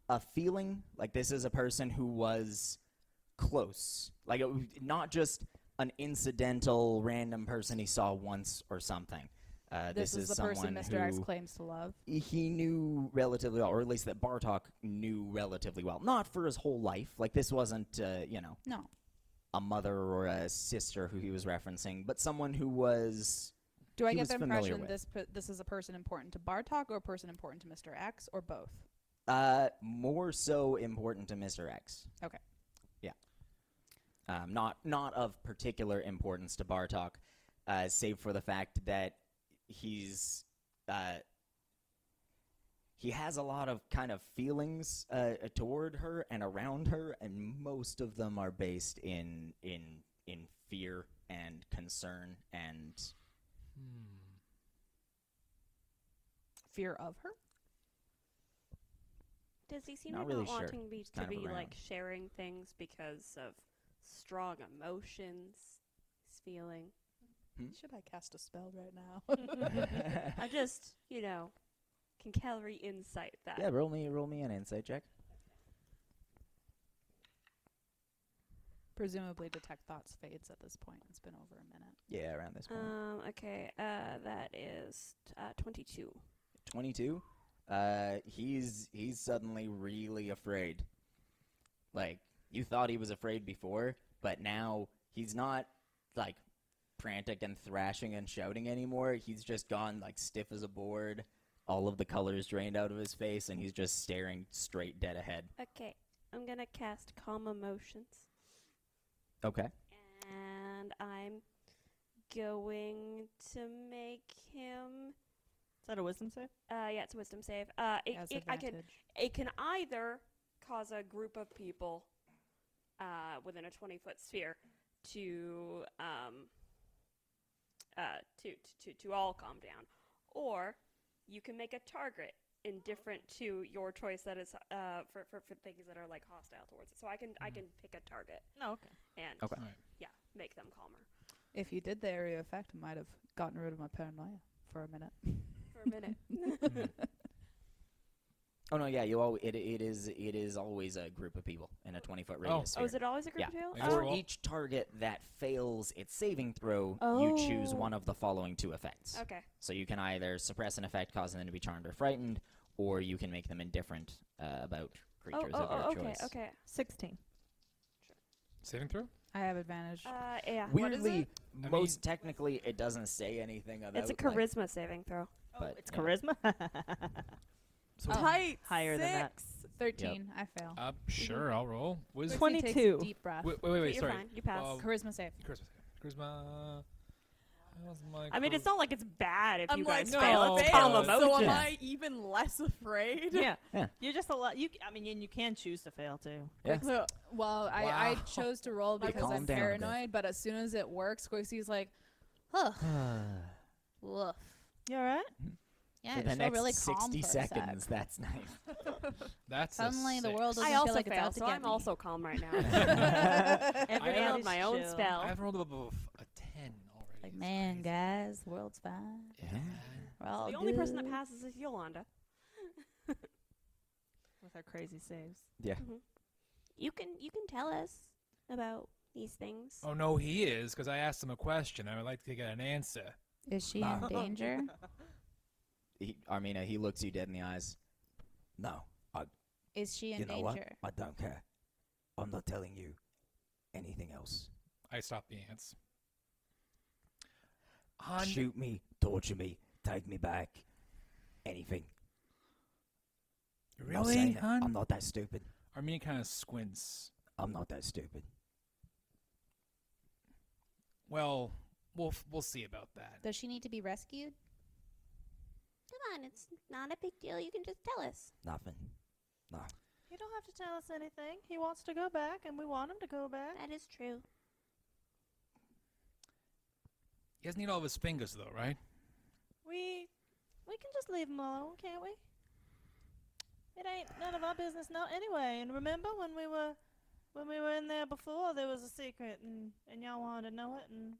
S9: a feeling like this is a person who was close, like it, w- not just an incidental random person he saw once or something. Uh, this,
S6: this, is, the person
S9: someone
S6: Mr. X
S9: who
S6: claims to love.
S9: he knew relatively well, or at least that Bartok knew relatively well. Not for his whole life. Like this wasn't, uh, you know,
S6: No.
S9: a mother or a sister who he was referencing, but someone who was
S6: Do I
S9: he
S6: get
S9: was
S6: the
S9: familiar
S6: impression
S9: with.
S6: this per- this is a person important to Bartok or a person important to Mr. X or both?
S9: uh, more so important to Mister X.
S6: Okay.
S9: Yeah. Um, not not of particular importance to Bartok, uh, save for the fact that he's uh, he has a lot of kind of feelings uh, toward her and around her, and most of them are based in in in fear and concern and Hmm.
S6: Fear of her?
S11: Does he seem
S9: Not
S11: like
S9: really
S11: not
S9: sure.
S11: wanting be, to
S9: kind of
S11: be
S9: around.
S11: like sharing things because of strong emotions he's feeling?
S9: Hmm?
S4: Should I cast a spell right now?
S11: *laughs*
S6: *laughs*
S11: I just, you know, can calorie insight that.
S9: yeah. Roll me roll me an insight check.
S6: Presumably, detect thoughts fades at this point. It's been over a minute.
S9: Yeah, around this point.
S11: Um, okay, uh, that is t- uh, 22.
S9: 22 uh he's he's suddenly really afraid like you thought he was afraid before but now he's not like frantic and thrashing and shouting anymore he's just gone like stiff as a board all of the colors drained out of his face and he's just staring straight dead ahead
S11: Okay, I'm gonna cast Calm Emotions.
S9: okay
S11: And I'm going to make him.
S2: Is that a wisdom save?
S11: Uh, yeah, it's a wisdom save. Uh, it,
S6: As
S11: it, I can
S6: advantage.
S11: It can either cause a group of people uh, within a 20 foot sphere to um, uh, to, to, to all calm down. Or you can make a target indifferent to your choice that is uh, for, for, for things that are like hostile towards it. So I can
S6: Mm-hmm.
S11: I can pick a target
S6: Oh,
S2: No, okay.
S11: and
S9: Okay.
S3: Alright.
S11: yeah, make them calmer
S6: If you did the area effect, I might have gotten rid of my paranoia for a minute.
S11: for a
S6: *laughs*
S11: minute.
S9: Hmm. Oh no, yeah, you all it, it is it is always a group of people in a twenty foot radius.
S11: oh, is
S9: sphere.
S11: it always a group
S9: Yeah.
S11: deal?
S3: Thanks,
S9: For
S3: Roll.
S9: each target that fails its saving throw, you choose
S5: Oh.
S9: one of the following two effects.
S11: Okay.
S9: So you can either suppress an effect causing them to be charmed or frightened, or you can make them indifferent uh, about
S11: Oh,
S9: creatures
S11: oh,
S9: of your
S11: oh, okay,
S9: choice.
S11: okay.
S2: 16.
S3: Saving throw?
S6: I have advantage.
S11: Uh, yeah.
S9: Weirdly,
S3: I
S9: most
S3: mean-
S9: technically, it doesn't say anything about.
S11: It's a
S9: like-
S11: charisma saving throw.
S6: Oh,
S9: but,
S2: it's
S9: you know.
S2: charisma.
S6: *laughs*
S3: So
S4: Tight.
S2: higher than that.
S4: six.
S6: Thirteen. I fail.
S3: uh,
S6: Mm-hmm.
S3: sure, I'll roll. What is
S6: Chrissy takes a
S2: 22.
S6: Deep breath.
S3: Wait, wait, wait,
S11: You're
S3: sorry.
S11: fine. You pass.
S3: Um,
S6: Charisma save.
S3: Charisma. Charisma. How's my
S11: I mean, it's
S3: charisma?
S11: not like it's bad if
S4: I'm
S11: you
S4: like,
S11: guys
S3: no,
S11: fail. It's
S3: fail,
S11: calm
S3: so
S4: so am
S11: emotion.
S9: Yeah.
S4: I even less afraid?
S2: yeah.
S9: *laughs* Yeah.
S2: You're just a lot. You, c- I mean, and you can choose to fail too.
S9: Yeah.
S6: So, well, I, I
S3: Wow.
S6: chose to roll because
S9: calm
S6: I'm
S9: down a bit.
S6: paranoid, but as soon as it works, Quixie's like,
S9: *sighs*
S6: ugh, woof.
S2: You all right?
S6: Yeah,
S9: Mm-hmm. For
S6: I
S9: the
S6: just feel
S9: next
S6: really calm
S9: sixty
S6: for a sec. *laughs*
S9: seconds, that's nice.
S3: *laughs* That's a
S6: Suddenly the
S3: six.
S6: world doesn't
S11: I
S6: feel
S11: also
S6: like
S11: failed,
S6: it's
S11: so
S6: out to
S11: I'm
S6: get me.
S11: also calm right *laughs*
S9: *laughs*
S11: now. I failed
S2: Everybody's
S11: my own
S2: chill.
S11: spell.
S3: I haven't rolled above a ten already.
S6: Like,
S3: It's
S6: man,
S3: crazy.
S6: guys, the world's fine.
S3: Yeah.
S6: We're all
S11: The only person that
S6: good."
S11: passes is
S9: *laughs*
S11: Yolanda.
S2: With our crazy saves.
S5: Mm-hmm. You can you can tell us about these things.
S3: Oh no, he is because I asked him a question. I would like to get an answer.
S6: Is she
S9: Nah.
S6: in danger?
S5: *laughs*
S9: He, Armina, he looks you dead in the eyes. No, I
S6: Is she in
S8: You know what?
S6: danger?
S8: I don't care. I'm not telling you anything else.
S3: I stopped the ants. Han,
S8: Shoot me, torture me, take me back, anything. I'm not saying
S3: really,
S8: that.
S3: Han?
S8: I'm not that stupid.
S3: Armenia kind of squints.
S8: I'm not that stupid.
S3: Well, we'll f- we'll see about that.
S6: Does she need to be rescued?
S5: Come on, it's not a big deal. You can just tell us.
S8: Nothing. No.
S2: You don't have to tell us anything. He wants to go back, and we want him to go back.
S5: That is true.
S3: He doesn't need all of his fingers though, right?
S2: We we can just leave him alone, can't we? It ain't none of our business now anyway. And remember when we were when we were in there before there was a secret and, and y'all wanted to know it and,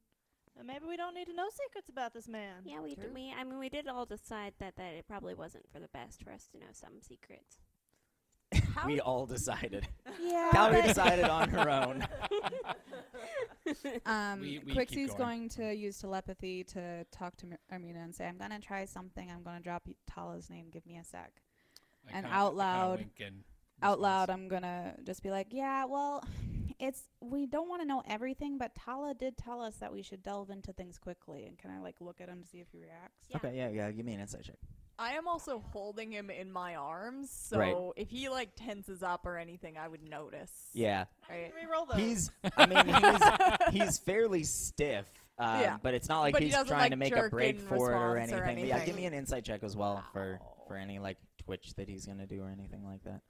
S2: and maybe we don't need to know secrets about this man.
S5: Yeah, we d- we I mean we did all decide that that it probably wasn't for the best for us to know some secrets.
S9: we all decided.
S5: Yeah.
S9: Callie decided
S6: *laughs*
S9: on her own.
S6: Um,
S3: We- we keep
S6: Quixie's
S3: going.
S6: going. to use telepathy to talk to Mir- Armina and say, I'm going to try something. I'm going to drop y- Tala's name. Give me a sec.
S3: I
S6: And
S3: kinda-
S6: out
S3: I kinda
S6: loud-
S3: wink and
S6: Out loud,
S3: response.
S6: I'm going to just be like, yeah, well, it's we don't want to know everything, but Tala did tell us that we should delve into things quickly. And can I, like, look at him to see if he reacts?
S5: Yeah.
S9: Okay, yeah, yeah. Give me an insight check.
S4: I am also holding him in my arms, so
S9: Right.
S4: if he like tenses up or anything, I would notice.
S9: Yeah,
S4: Right.
S2: Reroll those.
S3: *laughs*
S9: he's. I mean,
S4: *laughs*
S9: he's he's fairly stiff. Um,
S4: Yeah.
S9: but it's not like
S4: But he
S9: he's
S4: doesn't,
S9: trying
S4: like,
S9: to make a
S4: jerk
S9: break
S4: in
S9: for it or
S4: response
S9: anything.
S4: or
S9: But Yeah, give
S4: anything.
S9: me an insight check as well for for any like twitch that he's gonna do or anything like that.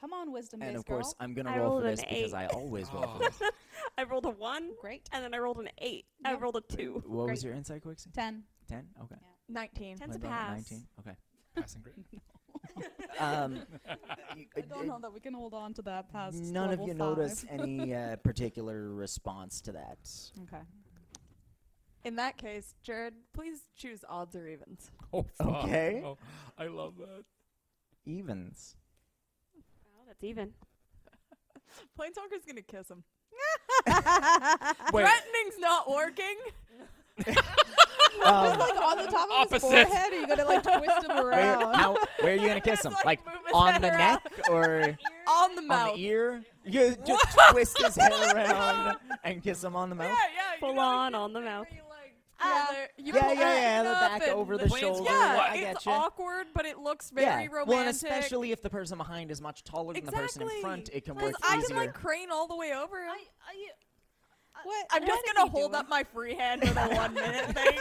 S6: Come on, wisdom
S9: and
S6: based
S9: of course,
S6: girl.
S9: I'm gonna
S11: I
S9: roll
S11: rolled
S9: for
S11: an
S9: this because
S11: eight.
S9: I always
S3: *laughs*
S11: *sighs*
S9: roll.
S3: Oh.
S9: For this.
S11: *laughs* I rolled a one,
S6: Great.
S11: and then I rolled an eight. I
S6: Yeah.
S11: rolled a two.
S9: What was
S6: Great.
S9: your insight, Quixie?
S6: 10.
S9: Ten. Okay.
S4: Nineteen.
S11: Ten's a
S9: My brother,
S11: pass.
S9: Nineteen. Okay.
S3: Passing grade.
S9: *laughs* Um, uh,
S6: I don't know that we can hold on to that past.
S9: None of
S6: level
S9: you
S6: five.
S9: notice any
S4: *laughs*
S9: uh, particular response to that.
S6: Okay.
S4: In that case, Jared, please choose odds or evens.
S3: Oh, fuck.
S9: Okay.
S3: Oh, I love that.
S4: *laughs*
S9: Evens.
S11: Wow, that's even.
S4: Planeswalker's gonna kiss
S9: *laughs*
S4: him.
S3: Wait.
S4: Threatening's not working.
S9: *laughs* Um,
S6: like on the top of his
S3: Opposite.
S6: forehead, or you gotta like twist him
S9: where,
S6: around.
S9: now, where are you gonna kiss him?
S4: Just,
S9: Like
S4: like, move his
S9: on
S4: head
S9: the
S4: around.
S9: neck
S4: *laughs*
S9: or
S4: On the mouth.
S9: on the ear?
S4: *laughs*
S9: You just twist his head around and kiss him on the
S4: Yeah,
S9: mouth.
S4: yeah. you
S11: Full
S4: know,
S11: on
S4: you-
S11: on the mouth.
S4: where you, like,
S6: Ah.
S4: pull their- you
S9: Yeah,
S4: pull
S9: yeah,
S4: their
S9: yeah.
S4: hand
S9: The
S4: up
S9: back
S4: and
S9: over the
S3: Planes-
S9: shoulder.
S4: Yeah,
S9: I
S4: it's
S9: getcha.
S4: awkward, but it looks very
S9: yeah.
S4: romantic.
S9: Well, and especially if the person behind is much taller than the person in
S4: Exactly.
S9: front, it can
S4: because
S9: work
S4: I can
S9: easier.
S4: like crane all the way over.
S2: I, I, you-
S4: what? I'm just gonna hold up my free hand for the one
S9: *laughs*
S4: minute thing.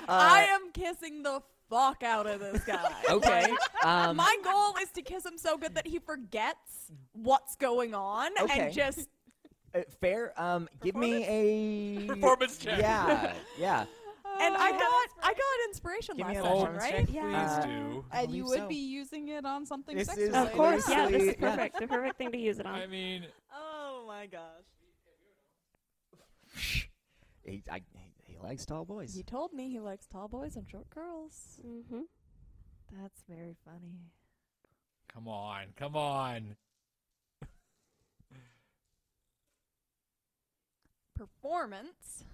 S9: Uh,
S4: I am kissing the fuck out of this guy.
S9: *laughs* okay. Um,
S4: My *laughs* goal is to kiss him so good that he forgets what's going on
S9: Okay.
S4: and just
S9: Uh, fair. Um, give me
S4: *laughs*
S9: a
S12: Performance check.
S9: Yeah,
S3: *laughs*
S9: yeah.
S4: and I got I got inspiration
S9: Give
S4: last
S9: me an
S3: Oh,
S4: session,
S9: inspiration
S4: right?
S3: please
S9: Uh,
S3: do.
S9: I
S6: And you
S9: believe
S6: would
S9: so.
S6: be using it on something
S9: This
S6: sex
S9: is
S6: related.
S11: Of course, yeah, this is
S9: Seriously, yeah.
S11: perfect. the perfect thing to use it on.
S3: I mean,
S4: Oh my gosh.
S9: *laughs* He, I, he- he likes tall boys.
S4: You told me he likes tall boys and short girls.
S11: mm-hmm.
S2: That's very funny.
S3: come on, come on.
S4: Performance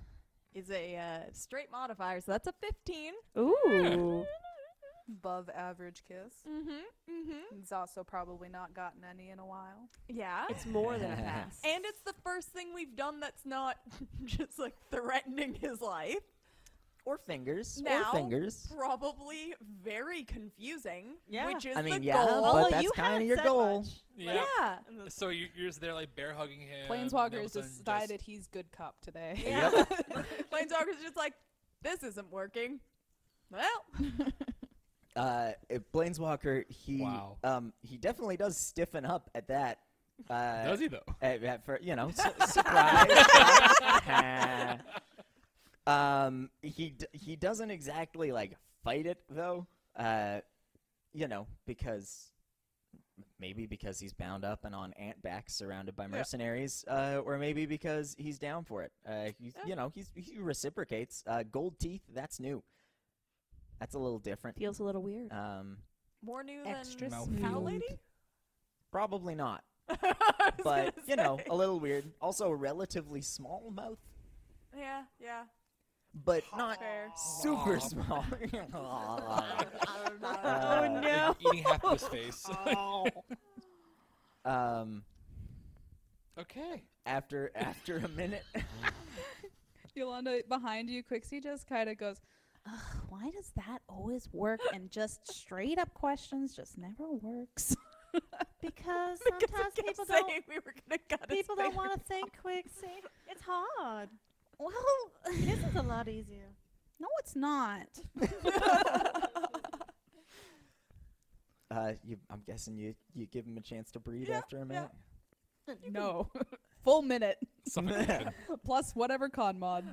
S4: is a uh, straight modifier, so that's a 15.
S2: Ooh.
S6: Above average kiss.
S4: Mm-hmm. Mm-hmm.
S6: He's also probably not gotten any in a while.
S4: Yeah.
S11: It's more
S9: *laughs*
S11: than a pass.
S4: And it's the first thing we've done that's not *laughs* just like threatening his life.
S9: Or fingers.
S4: Now-
S9: or fingers.
S4: Probably very confusing.
S2: Yeah.
S4: Which is
S9: I
S4: the
S9: mean, yeah,
S4: goal.
S9: but
S2: Although
S9: that's
S2: you
S9: kinda
S2: haven't
S9: your
S2: said
S9: goal.
S2: much.
S4: yeah.
S3: So you're, you're just there like bear hugging him. all of a
S6: Planeswalker's
S3: sudden just-
S6: decided he's good cop today.
S4: Yeah. *laughs* Planeswalker's just like, this isn't working. Well,
S9: Uh, uh, Planeswalker. He
S3: Wow.
S9: um he definitely does stiffen up at that. Uh,
S3: Does he though?
S9: At, at fir-
S3: *laughs*
S9: you know, su- surprise. *laughs* um, he d- he doesn't exactly like fight it though. Uh, you know, because maybe because he's bound up and on ant backs, surrounded by mercenaries, uh, or maybe because he's down for it. Uh, he's, you know, he's he reciprocates. Uh, gold teeth. That's new. That's a little different.
S11: Feels a little weird.
S9: Um,
S4: more new
S6: Extra
S4: than Cow
S6: smooth.
S4: Lady?
S9: probably not,
S4: *laughs* I was
S9: but
S4: gonna
S9: you know,
S4: say.
S9: a little weird. Also, a relatively small mouth.
S4: Yeah,
S9: *sighs*
S4: yeah.
S9: but not
S4: Fair.
S9: super
S3: Aw.
S8: *laughs*
S2: *laughs*
S9: *laughs* small.
S4: oh
S9: Uh,
S4: no. Oh.
S3: Like, eating half of his
S4: *laughs*
S9: *laughs*
S3: face.
S2: *laughs* Oh.
S9: um,
S3: okay.
S9: after after a minute,
S6: *laughs*
S9: *laughs*
S6: Yolanda behind you, Quixie just kind of goes, Ugh, why does that always work and *laughs* just straight up questions just never works?
S2: Because
S4: *laughs* Because it
S2: sometimes
S4: kept
S2: people
S4: saying
S2: don't
S4: we were gonna cut his
S2: people don't
S4: finger.
S2: want to think
S4: *laughs*
S2: quick. See, it's hard.
S6: well,
S2: This is a
S4: *laughs*
S2: lot easier.
S6: no, it's not.
S9: uh, you, I'm guessing you you give him a chance to breathe
S4: Yeah,
S9: after a
S4: yeah.
S9: minute.
S6: *laughs* no. Full minute.
S3: Suffocation.
S6: *laughs* Plus whatever con mod.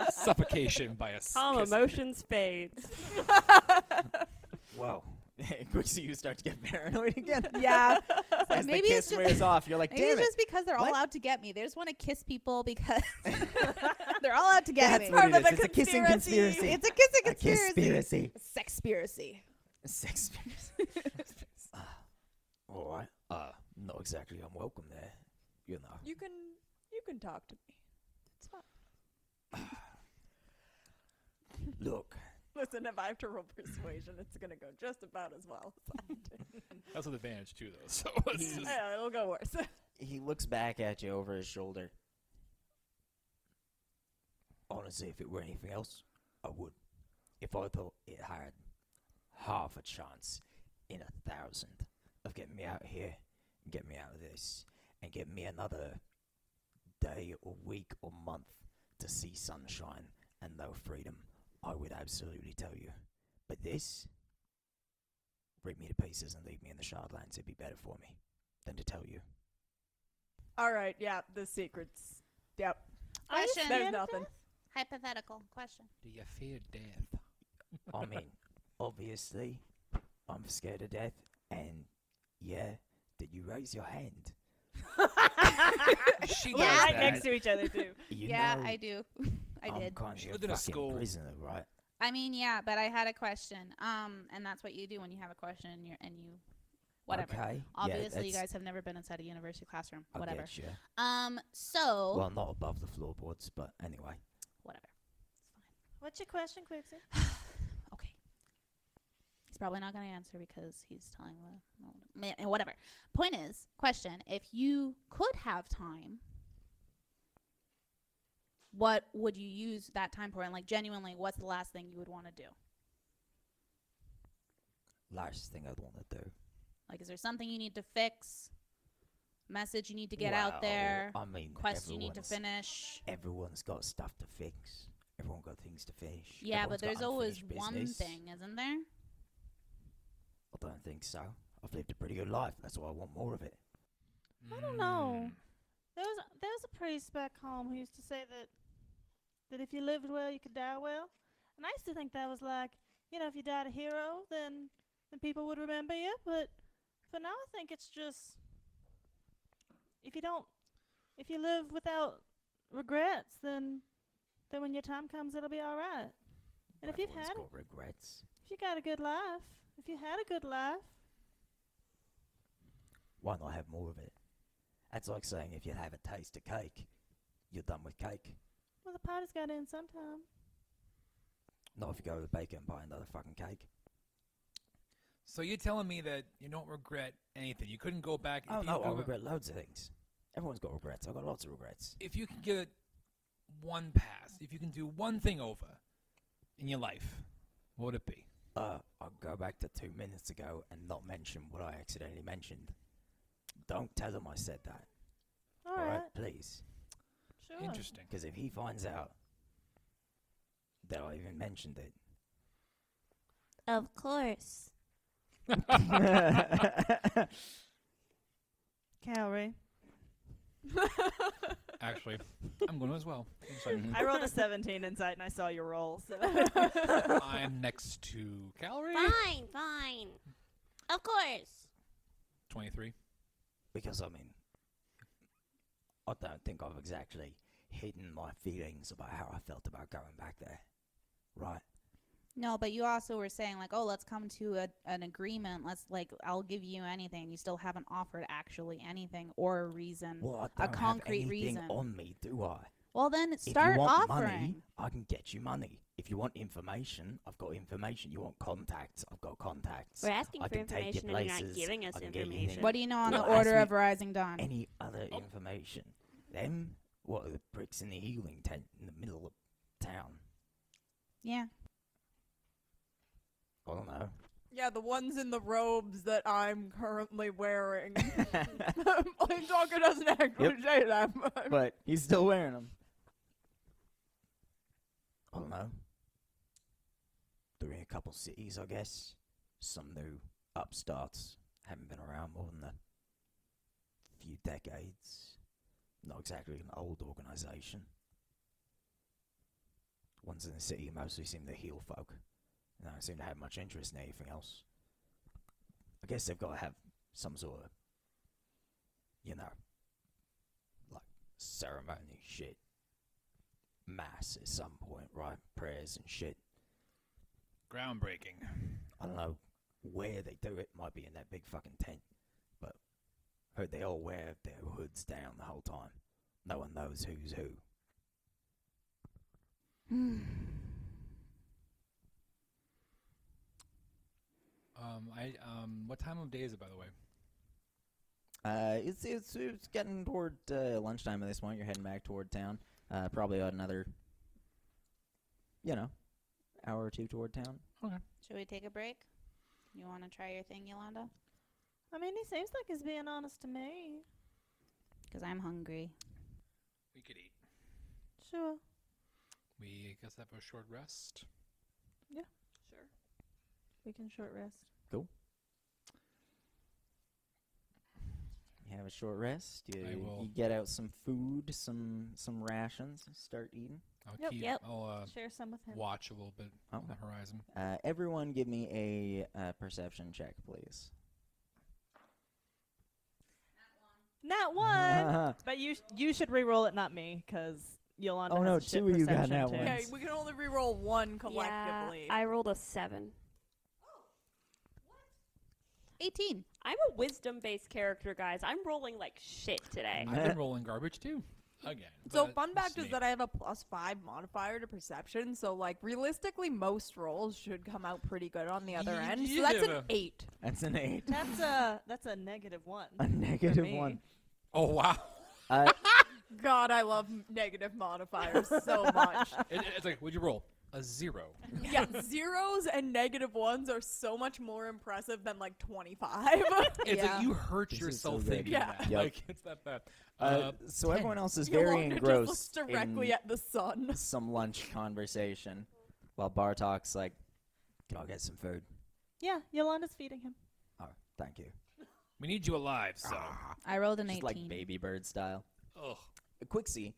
S3: *laughs* Suffocation by a s-
S11: Calm
S3: kiss.
S11: emotions fades.
S6: *laughs*
S9: *laughs* Whoa. Quixie, you start to get *laughs* paranoid
S4: *laughs*
S9: again.
S6: yeah.
S9: As
S6: maybe
S9: the
S6: it's
S9: kiss
S6: just-
S9: wears off, you're
S6: *laughs*
S9: like,
S6: Maybe it's
S9: damn it.
S6: just because they're all
S9: What?
S6: out to get me. They just want to kiss people
S9: *laughs*
S6: because *laughs* they're all out to get
S9: That's
S6: me.
S9: what it
S4: Part of
S9: is.
S4: the
S9: It's a kissing
S4: conspiracy.
S9: conspiracy.
S6: It's a kissing
S9: a
S6: conspiracy.
S9: *laughs* conspiracy.
S6: Sexpiracy.
S8: *laughs*
S9: Sex
S8: All right. Uh, not exactly unwelcome there, you know.
S4: You can you can talk to me. It's fine.
S8: Look,
S4: *laughs* Listen, if I have to roll persuasion, it's gonna go just about as well. as I did.
S3: That's with advantage too, though. *laughs* So it's just,
S4: *laughs* yeah, it'll go worse.
S9: He looks back at you over his shoulder.
S8: honestly, if it were anything else, I would. If I thought it had half a chance in a thousand of getting me out of here, and getting me out of this, and getting me another day or week or month to see sunshine and no freedom, I would absolutely tell you. But this, rip me to pieces and leave me in the Shardlands, it'd be better for me than to tell you.
S4: All right, yeah, the secrets. Yep.
S2: Are you
S13: Question.
S4: There's
S2: scared of
S4: nothing.
S2: death?
S13: Hypothetical question.
S9: *laughs*
S3: do you fear death?
S8: I mean, obviously, I'm scared of death, and yeah, did you raise your hand?
S3: She
S13: Yeah.
S3: knows
S13: Right
S3: that.
S2: next to each other
S9: *laughs*
S2: too.
S8: You
S6: yeah,
S8: know,
S6: I do. *laughs* I
S8: am
S6: did.
S8: kind
S3: She
S8: of
S3: lived
S8: a
S3: in a
S8: fucking
S3: school.
S8: prisoner, right?
S6: I mean, yeah, but I had a question. Um, and that's what you do when you have a question and, you're, and you, whatever.
S8: Okay.
S6: Obviously,
S8: yeah,
S6: you
S8: that's-
S6: guys have never been inside a university classroom.
S8: I
S6: Whatever.
S8: Get you.
S13: Um, so
S6: Oh.
S8: Well, not above the floorboards, but anyway.
S6: Whatever. It's fine.
S2: What's your question,
S4: *sighs*
S2: Quixie? *laughs*
S6: okay. He's probably not going to answer because he's telling the man and whatever. Point is, question: If you could have time, what would you use that time for? And like, genuinely, what's the last thing you would want to do?
S8: Last thing I'd want to do.
S6: Like, is there something you need to fix? Message you need to get out
S8: Well,
S6: there?
S8: I mean,
S6: Quest you need to
S8: everyone's-
S6: finish?
S8: Everyone's got stuff to fix. Everyone got things to finish.
S6: Yeah,
S8: Everyone's
S6: but
S8: got
S6: there's always
S8: unfinished
S6: one
S8: business.
S6: thing, isn't there?
S8: I don't think so. I've lived a pretty good life. That's why I want more of it.
S2: I don't know. There was there was a priest back home who used to say that that if you lived well, you could die well, and I used to think that was like, you know, if you died a hero, then then people would remember you. But for now, I think it's just if you don't if you live without regrets, then then when your time comes, it'll be all right. And if you've
S8: Everyone's
S2: had
S8: got regrets.
S2: if you got a good life, if you had a good life,
S8: Why not have more of it? That's like saying if you have a taste of cake, you're done with cake.
S2: well, the party's got to end sometime.
S8: Not if you go to the baker and buy another fucking cake.
S3: So you're telling me that you don't regret anything? You couldn't go back. if
S8: Oh
S3: you
S8: no,
S3: go
S8: I
S3: back-
S8: regret loads of things. Everyone's got regrets. I've got lots of regrets.
S3: If you can get one pass, if you can do one thing over in your life, what would it be?
S8: Uh, I'll go back to two minutes ago and not mention what I accidentally mentioned. Don't tell him I said that.
S2: all right.
S8: please.
S2: sure.
S3: Interesting.
S8: Because if he finds out that I even mentioned it,
S5: *laughs* Of course.
S2: Calorie.
S3: Actually, I'm going to as well. I'm sorry.
S9: mm-hmm.
S4: I rolled a 17 insight and I saw your roll. *laughs* So.
S3: I'm next to Calorie.
S5: Fine, fine. Of course.
S3: 23.
S8: because I mean, I don't think I've exactly hidden my feelings about how I felt about going back there, right?
S6: No, but you also were saying like, oh, let's come to a, an agreement. Let's like, I'll give you anything. You still haven't offered actually anything or Mm. a reason.
S8: Well, I don't have
S6: concrete
S8: anything
S6: reason.
S8: on me, do I?
S6: Well, then start
S8: if you want
S6: offering.
S8: money, I can get you money. If you want information, I've got information. You want contacts, I've got contacts.
S5: We're asking
S8: I
S5: for
S8: can take you
S5: information and you're not
S8: places,
S5: giving us
S8: I can get you things.
S5: information.
S6: What do you know on
S8: No,
S6: the
S8: ask
S6: Order
S8: me
S6: of Rising Dawn?
S8: any other information. Them, what are the bricks in the healing tent in the middle of town?
S6: yeah.
S8: I don't know.
S4: yeah, the ones in the robes that I'm currently wearing. *laughs* Plain Talker doesn't actually say that much.
S8: But he's still wearing them. I don't know. They're in a couple cities, I guess. Some new upstarts. Haven't been around more than a few decades. Not exactly an old organization. Ones in the city mostly seem to heal folk. They don't seem to have much interest in anything else. I guess they've got to have some sort of, you know, ceremony shit. Mass at some point, right? Prayers and shit.
S3: Groundbreaking.
S8: I don't know where they do it. Might be in that big fucking tent. But heard they all wear their hoods down the whole time. No one knows who's who.
S3: Um, I um, what time of day is it, by the way?
S9: Uh, it's it's it's getting toward uh, lunchtime at this point. You're heading back toward town. Uh, probably about another, you know, hour or two toward town.
S6: Should we take a break? You want to try your thing, Yolanda?
S2: I mean, he seems like he's being honest to me.
S6: Because I'm hungry.
S3: We could eat.
S2: Sure.
S3: We I guess have a short rest.
S11: Sure.
S2: We can short rest.
S9: You have a short rest. You,
S3: I will.
S9: you get out some food, some some rations, and start eating.
S3: I'll
S2: Yep.
S3: keep.
S5: Yep.
S3: I'll uh,
S2: Share some with him.
S3: watch a little bit on
S9: Okay.
S3: the horizon.
S9: Uh, everyone, give me a uh, perception check, please.
S4: Not one.
S9: *laughs*
S4: but you you should re-roll it, not me, because Yolanda.
S9: Oh,
S4: has
S9: no,
S4: a shit
S9: two of you got
S4: perception,
S9: that
S4: too.
S9: one.
S4: Okay, we can only re-roll one collectively.
S11: I rolled a seven.
S6: 18.
S11: I'm a wisdom-based character, guys. I'm rolling like shit today.
S3: I've
S9: *laughs*
S3: been rolling garbage too. Again.
S4: So
S3: but
S4: fun
S3: that's
S4: fact is
S3: me.
S4: that I have a plus five modifier to perception, so like realistically, most rolls should come out pretty good on the other
S3: Y-
S4: end.
S3: you
S4: So that's
S3: never-
S4: an eight.
S9: That's an eight,
S8: *laughs*
S2: That's a that's a negative one.
S9: a negative
S2: me.
S9: one.
S3: *laughs* Oh wow!
S9: Uh,
S4: God, I love m- negative modifiers so
S3: *laughs*
S4: much.
S3: It, it's like, would you roll a zero?
S4: yeah, *laughs* zeros and negative ones are so much more impressive than like twenty-five. *laughs*
S3: It's
S6: Yeah.
S3: like you hurt
S9: This is
S3: yourself
S9: so good.
S3: thinking
S4: Yeah.
S3: that.
S9: Yep.
S3: Like it's that bad. Uh,
S9: uh, so everyone else is very
S4: Yolanda just looks
S9: engrossed
S4: directly
S9: in
S4: at the sun.
S9: some lunch conversation, while Bartok's like,
S8: Can I get some food?
S2: Yeah, Yolanda's feeding him.
S9: "Oh, thank you."
S3: we need you alive. So
S6: Ah. I rolled an 18.
S9: Just like baby bird style.
S3: Ugh.
S9: Quixie,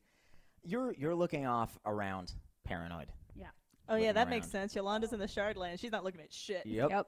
S9: you're you're looking off around, paranoid.
S2: Oh yeah,
S9: Looking
S2: that makes
S9: around.
S2: sense. Yolanda's in the Shardland. She's not looking at shit.
S6: Uh, Yep.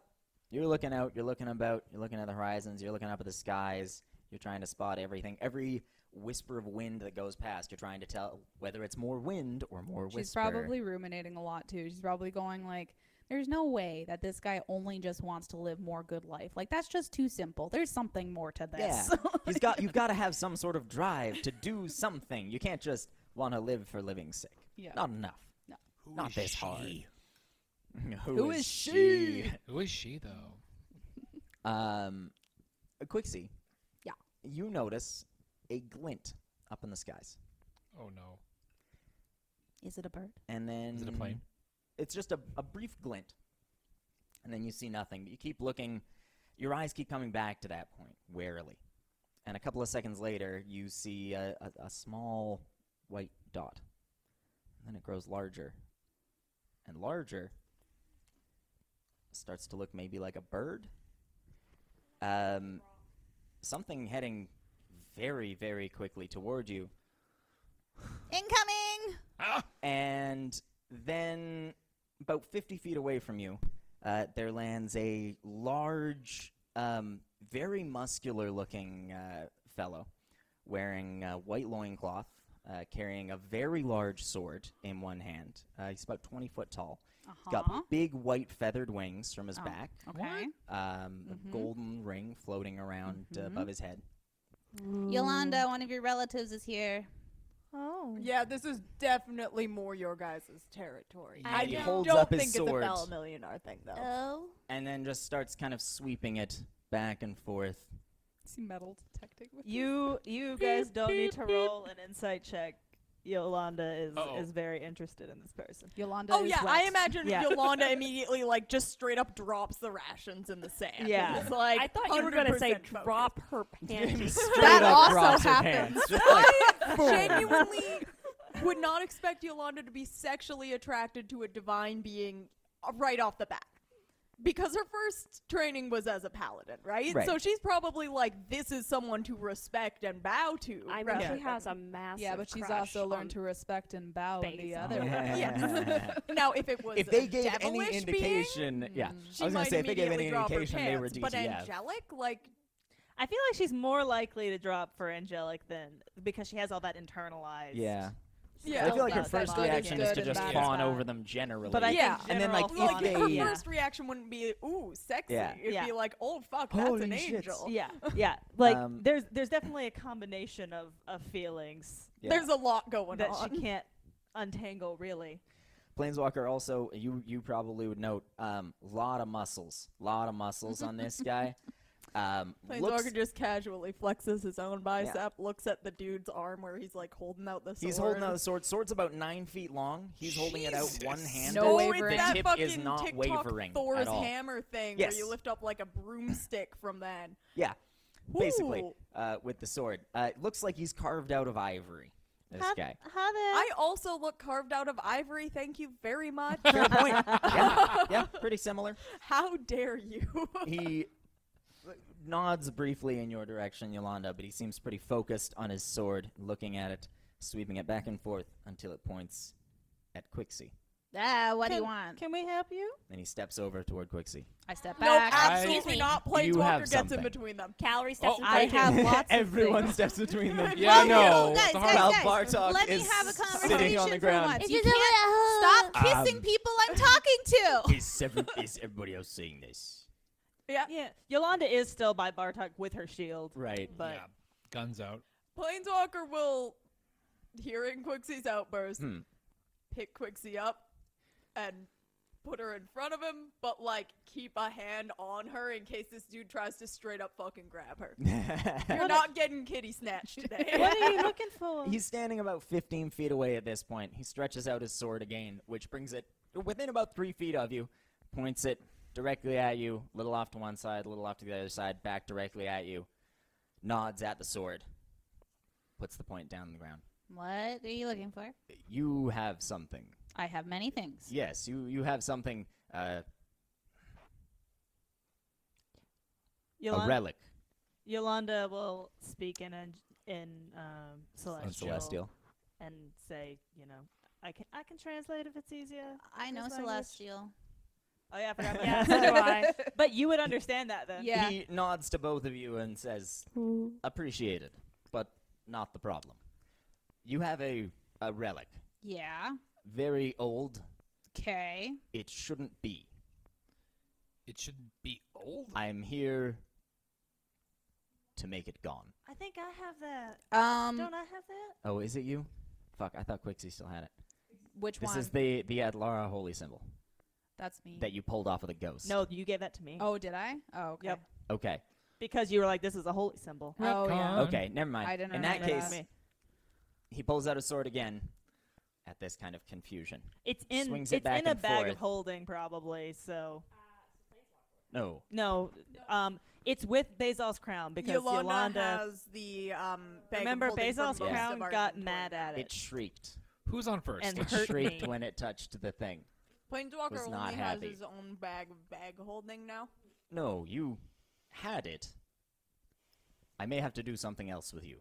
S9: You're looking out, you're looking about, you're looking at the horizons, you're looking up at the skies, you're trying to spot everything. Every whisper of wind that goes past, you're trying to tell whether it's more wind or more whisper.
S6: She's probably ruminating a lot too. She's probably going like, "There's no way that this guy only just wants to live more good life. Like that's just too simple. There's something more to
S9: Yeah.
S6: this." *laughs*
S9: He's got you've got to have some sort of drive to do something. You can't just want to live for living's sake.
S6: Yeah.
S9: Not enough.
S3: Who
S9: Not
S3: is
S9: this
S3: she?
S9: hard. *laughs*
S6: Who is she?
S3: Who is she though?
S9: Um, Quixie.
S6: Yeah.
S9: You notice a glint up in the skies,
S3: Oh no.
S6: Is it a bird?
S9: and then
S3: Is it a plane?
S9: It's just a, a brief glint, and then you see nothing. But you keep looking. Your eyes keep coming back to that point warily, and a couple of seconds later, you see a, a, a small white dot, and then it grows larger and larger. Starts to look maybe like a bird. Um, something heading very, very quickly toward you.
S4: Incoming!
S3: Ah!
S9: And then, about 50 feet away from you, uh, there lands a large, um, very muscular looking uh, fellow wearing uh, white loincloth, uh, carrying a very large sword in one hand. Uh, he's about 20 foot tall. He's
S6: Uh-huh.
S9: got big white feathered wings from his
S6: Oh,
S9: back,
S6: Okay.
S9: um,
S6: Mhm.
S9: a golden ring floating around uh,
S6: Mhm.
S9: above his head.
S6: Yolanda, one of your relatives is here.
S2: Oh.
S4: Yeah, this is definitely more your guys' territory.
S3: I
S4: I
S3: know.
S9: Holds
S4: don't
S9: up his
S4: think it's
S9: sword.
S4: a Bella Millionaire thing, though.
S5: Oh,
S9: And then just starts kind of sweeping it back and forth.
S6: Is he metal detecting?
S2: You you guys don't need to roll an insight check. Yolanda is
S3: Uh-oh.
S2: is very interested in this person.
S6: Yolanda.
S4: Oh
S6: is
S4: yeah, I
S6: waxed.
S4: imagine
S2: Yeah.
S7: *laughs*
S9: *laughs*
S4: Yolanda immediately like just straight up drops the rations in the sand.
S2: Yeah.
S4: It's *laughs* like
S11: I thought you were gonna say
S4: 100% focused.
S11: drop her *laughs* panties.
S9: Straight up
S6: also
S9: drops her
S6: happens.
S4: *laughs*
S9: *laughs* pants, just like-
S4: genuinely would not expect Yolanda to be sexually attracted to a divine being uh, right off the bat. Because her first training was as a paladin, right?
S9: Right.
S4: So she's probably like, this is someone to respect and bow to.
S11: I mean,
S4: rather
S11: she has a massive.
S6: Yeah, but she's
S11: crush
S6: also
S11: on-
S6: learned to respect and bow in the uh,
S11: Basil.
S6: other.
S4: than-
S9: Yeah.
S6: *laughs*
S4: Yes. now, if it was
S9: if they
S4: a
S9: gave any
S4: devilish being, Mm.
S9: indication, yeah,
S4: she
S9: I was gonna
S4: might
S9: say if they gave
S4: immediately
S9: any
S4: drop her
S9: indication, they were
S4: pants, But
S9: DTF.
S4: angelic, like,
S2: I feel like she's more likely to drop for angelic than because she has all that internalized.
S9: Yeah,
S4: yeah,
S9: I feel like her
S6: that's-
S9: first
S6: that's
S9: reaction is
S6: good
S9: to
S6: and
S9: just
S6: bad.
S9: fawn
S6: Yeah.
S9: over them generally.
S2: But I
S4: Yeah.
S2: think
S9: And then, like,
S2: general
S4: like
S9: if
S2: fawn is-
S4: her
S9: they- uh, Yeah.
S4: first reaction wouldn't be "ooh, sexy."
S9: Yeah.
S4: It'd
S2: Yeah.
S4: be like, "oh fuck,
S9: Holy
S4: that's an
S9: shit.
S4: angel."
S2: yeah,
S4: *laughs*
S2: yeah. Like
S9: Um,
S2: there's there's definitely a combination of of feelings
S9: Yeah.
S4: There's a lot going
S2: that
S4: on.
S2: she can't untangle really.
S9: Planeswalker also, you you probably would note, um, lot of muscles, lot of muscles on this
S4: *laughs*
S9: guy. Um, looks,
S4: Planeswalker just casually flexes his own bicep,
S9: Yeah.
S4: looks at the dude's arm where he's like holding out the sword.
S9: he's holding out a sword. Sword's about nine feet long. He's holding it out one
S3: Jesus.
S9: hand.
S6: No
S4: oh,
S6: wavering.
S4: It's that
S9: The tip
S4: fucking
S9: is not
S4: TikTok
S9: wavering
S4: Thor's
S9: at all.
S4: hammer thing
S9: Yes.
S4: where you lift up like a broomstick from that.
S9: Yeah, basically,
S4: Ooh.
S9: uh, with the sword. Uh, it looks like he's carved out of ivory. This
S4: *laughs*
S2: How-
S9: guy.
S2: Hi there.
S4: I also look carved out of ivory. Thank you very much.
S9: Fair
S4: *laughs*
S9: point. Yeah, yeah, pretty similar.
S4: How dare you? *laughs*
S9: he nods briefly in your direction, Yolanda, but he seems pretty focused on his sword, looking at it, sweeping it back and forth until it points at Quixie.
S6: Ah, what do you
S2: Can-
S6: want?
S2: Can we help you?
S9: Then he steps over toward Quixie.
S6: I step
S4: nope,
S6: back.
S4: absolutely
S11: Excuse me.
S4: not.
S9: You
S4: Planeswalker
S9: have
S4: gets
S9: something.
S4: in between them.
S11: calorie steps.
S3: Oh,
S11: and
S6: I
S11: bacon.
S6: have
S5: *laughs*
S6: lots.
S9: Everyone
S6: Of
S9: steps between them.
S3: Yeah, I
S6: Guys,
S3: know.
S6: guys,
S3: It's a
S6: guys,
S3: hard-
S9: While
S6: guys,
S9: Bartok
S6: let me
S9: is
S6: have a
S9: sitting on the
S6: conversation for
S9: ground.
S6: once.
S5: it's
S6: You
S5: just over
S6: can't
S5: the
S6: Stop
S9: Um,
S6: kissing people I'm talking to.
S9: Is, seven, is everybody else seeing this?
S4: Yeah.
S2: Yeah, Yolanda is still by Bartok with her shield,
S9: Right.
S2: but
S3: yeah. Guns out.
S4: Planeswalker will, hearing Quixie's outburst,
S9: Hmm.
S4: pick Quixie up and put her in front of him, but like keep a hand on her in case this dude tries to straight up fucking grab
S9: *laughs*
S4: her. You're not getting kitty snatched today.
S2: *laughs* what are you looking for?
S9: He's standing about 15 feet away at this point. He stretches out his sword again, which brings it within about three feet of you, points it directly at you, little off to one side, a little off to the other side, back directly at you, nods at the sword, puts the point down on the ground.
S6: *laughs* What are you looking for?
S9: You have something.
S6: I have many things.
S9: Yes, you, you have something, uh, a
S2: Yolanda,
S9: relic.
S2: Yolanda will speak in an in um,
S9: On
S2: celestial,
S9: Celestial.
S2: and say, you know, I can I can translate if it's easier.
S6: I know
S2: His language.
S6: Celestial.
S2: Oh yeah, I forgot. about
S11: Yeah,
S2: that.
S11: so do
S2: *laughs*
S11: I.
S2: But you would understand that then.
S6: Yeah.
S9: He nods to both of you and says, "Appreciated, but not the problem. You have a a relic,
S6: Yeah.
S9: very old.
S6: Okay.
S9: It shouldn't be.
S3: It shouldn't be old.
S9: I'm here to make it gone."
S2: I think I have that.
S6: Um,
S2: Don't I have that?
S9: Oh, is it you? Fuck, I thought Quixie still had it.
S6: which
S9: This
S6: one?
S9: is the the Adlara holy symbol
S6: That's me.
S9: that you pulled off of the ghost.
S2: No, you gave that to me.
S6: oh, did I? Oh, okay.
S2: Yep.
S9: Okay.
S2: Because you were like, this is a holy symbol.
S6: Oh, yeah.
S3: Retcon.
S9: Okay. Never mind.
S6: I didn't
S9: In that
S6: remember
S9: case,
S6: that.
S9: he pulls out a sword again. At this kind of confusion.
S2: It's in
S9: Swings it
S2: it's
S9: back
S2: in a
S9: and
S2: bag
S9: forth.
S2: of holding probably. So
S9: No.
S2: no, um, it's with Basil's crown because
S4: Yolanda,
S2: Yolanda.
S4: has the um. Bag
S2: remember,
S4: of holding for
S2: Basil's
S4: most of
S2: crown
S4: our
S2: got
S4: inventory.
S2: mad at
S9: It
S2: it.
S9: shrieked.
S3: Who's on first?
S2: And
S9: It
S2: hurt
S9: shrieked
S2: me.
S9: when it touched the thing.
S4: Planeswalker
S9: was
S4: only
S9: not
S4: has
S9: happy.
S4: his own bag of bag holding now.
S9: No, you had it. I may have to do something else with you.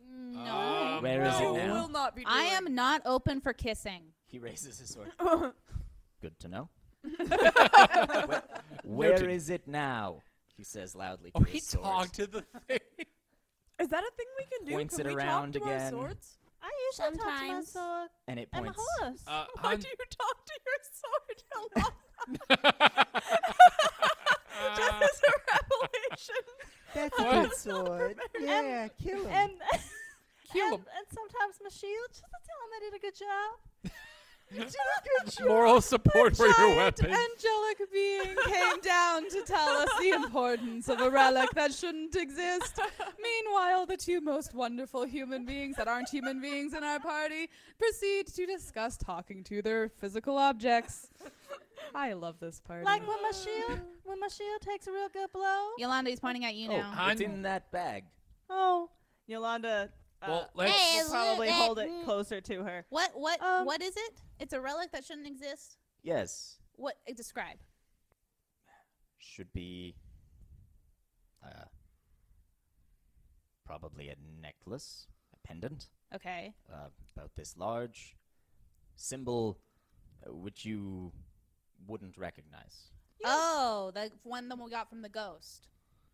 S6: Mm,
S9: Uh,
S6: No.
S3: Um,
S9: Where is it
S4: You
S3: no.
S9: now?
S4: will not be. Doing.
S6: I am not open for kissing.
S9: He raises his
S3: *laughs*
S9: sword. Good to know. Where is
S3: Noted.
S9: it now? He says loudly. To
S3: Oh,
S9: his
S3: he
S9: sword.
S3: talked to the *laughs* thing.
S4: Is that a thing we can do?
S9: Points
S4: can
S9: it
S4: we
S9: around
S4: talk
S9: again.
S4: To our swords?
S2: I usually talk to my
S5: Sometimes.
S2: sword
S9: and it
S2: and my
S9: points.
S2: horse.
S4: *laughs*
S3: Uh,
S4: Why
S3: Han-
S4: do you talk to your
S3: *laughs*
S4: sword, Yolanda? Just as a
S14: *laughs*
S4: revelation.
S14: That's a
S3: What?
S14: good sword. Yeah, kill him.
S2: and, *laughs*
S3: Kill
S2: and,
S3: him.
S2: and sometimes my shield. Just to tell him I did a good job.
S3: *laughs* Moral support for your weapon.
S6: angelic being came down to tell us *laughs* the importance of a relic that shouldn't exist. Meanwhile, the two most wonderful human beings that aren't human beings in our party proceed to discuss talking to their physical objects. I love this party.
S2: Like when my shield, when my shield takes a real good blow.
S6: Yolanda, he's pointing at you
S9: Oh,
S6: now.
S9: it's
S3: Han-
S9: in that bag.
S2: Oh, Yolanda. Uh,
S3: Well, let's.
S2: will
S5: Hey, look
S2: probably
S5: at
S2: hold it
S5: me.
S2: closer to her.
S6: What? What?
S2: Um,
S6: what is it? It's a relic that shouldn't exist.
S9: Yes,
S6: What? uh, Describe.
S9: should be. Uh, probably a necklace, a pendant.
S6: Okay.
S9: uh, about this large symbol uh, which you wouldn't recognize.
S6: Oh, the one that we got from the ghost.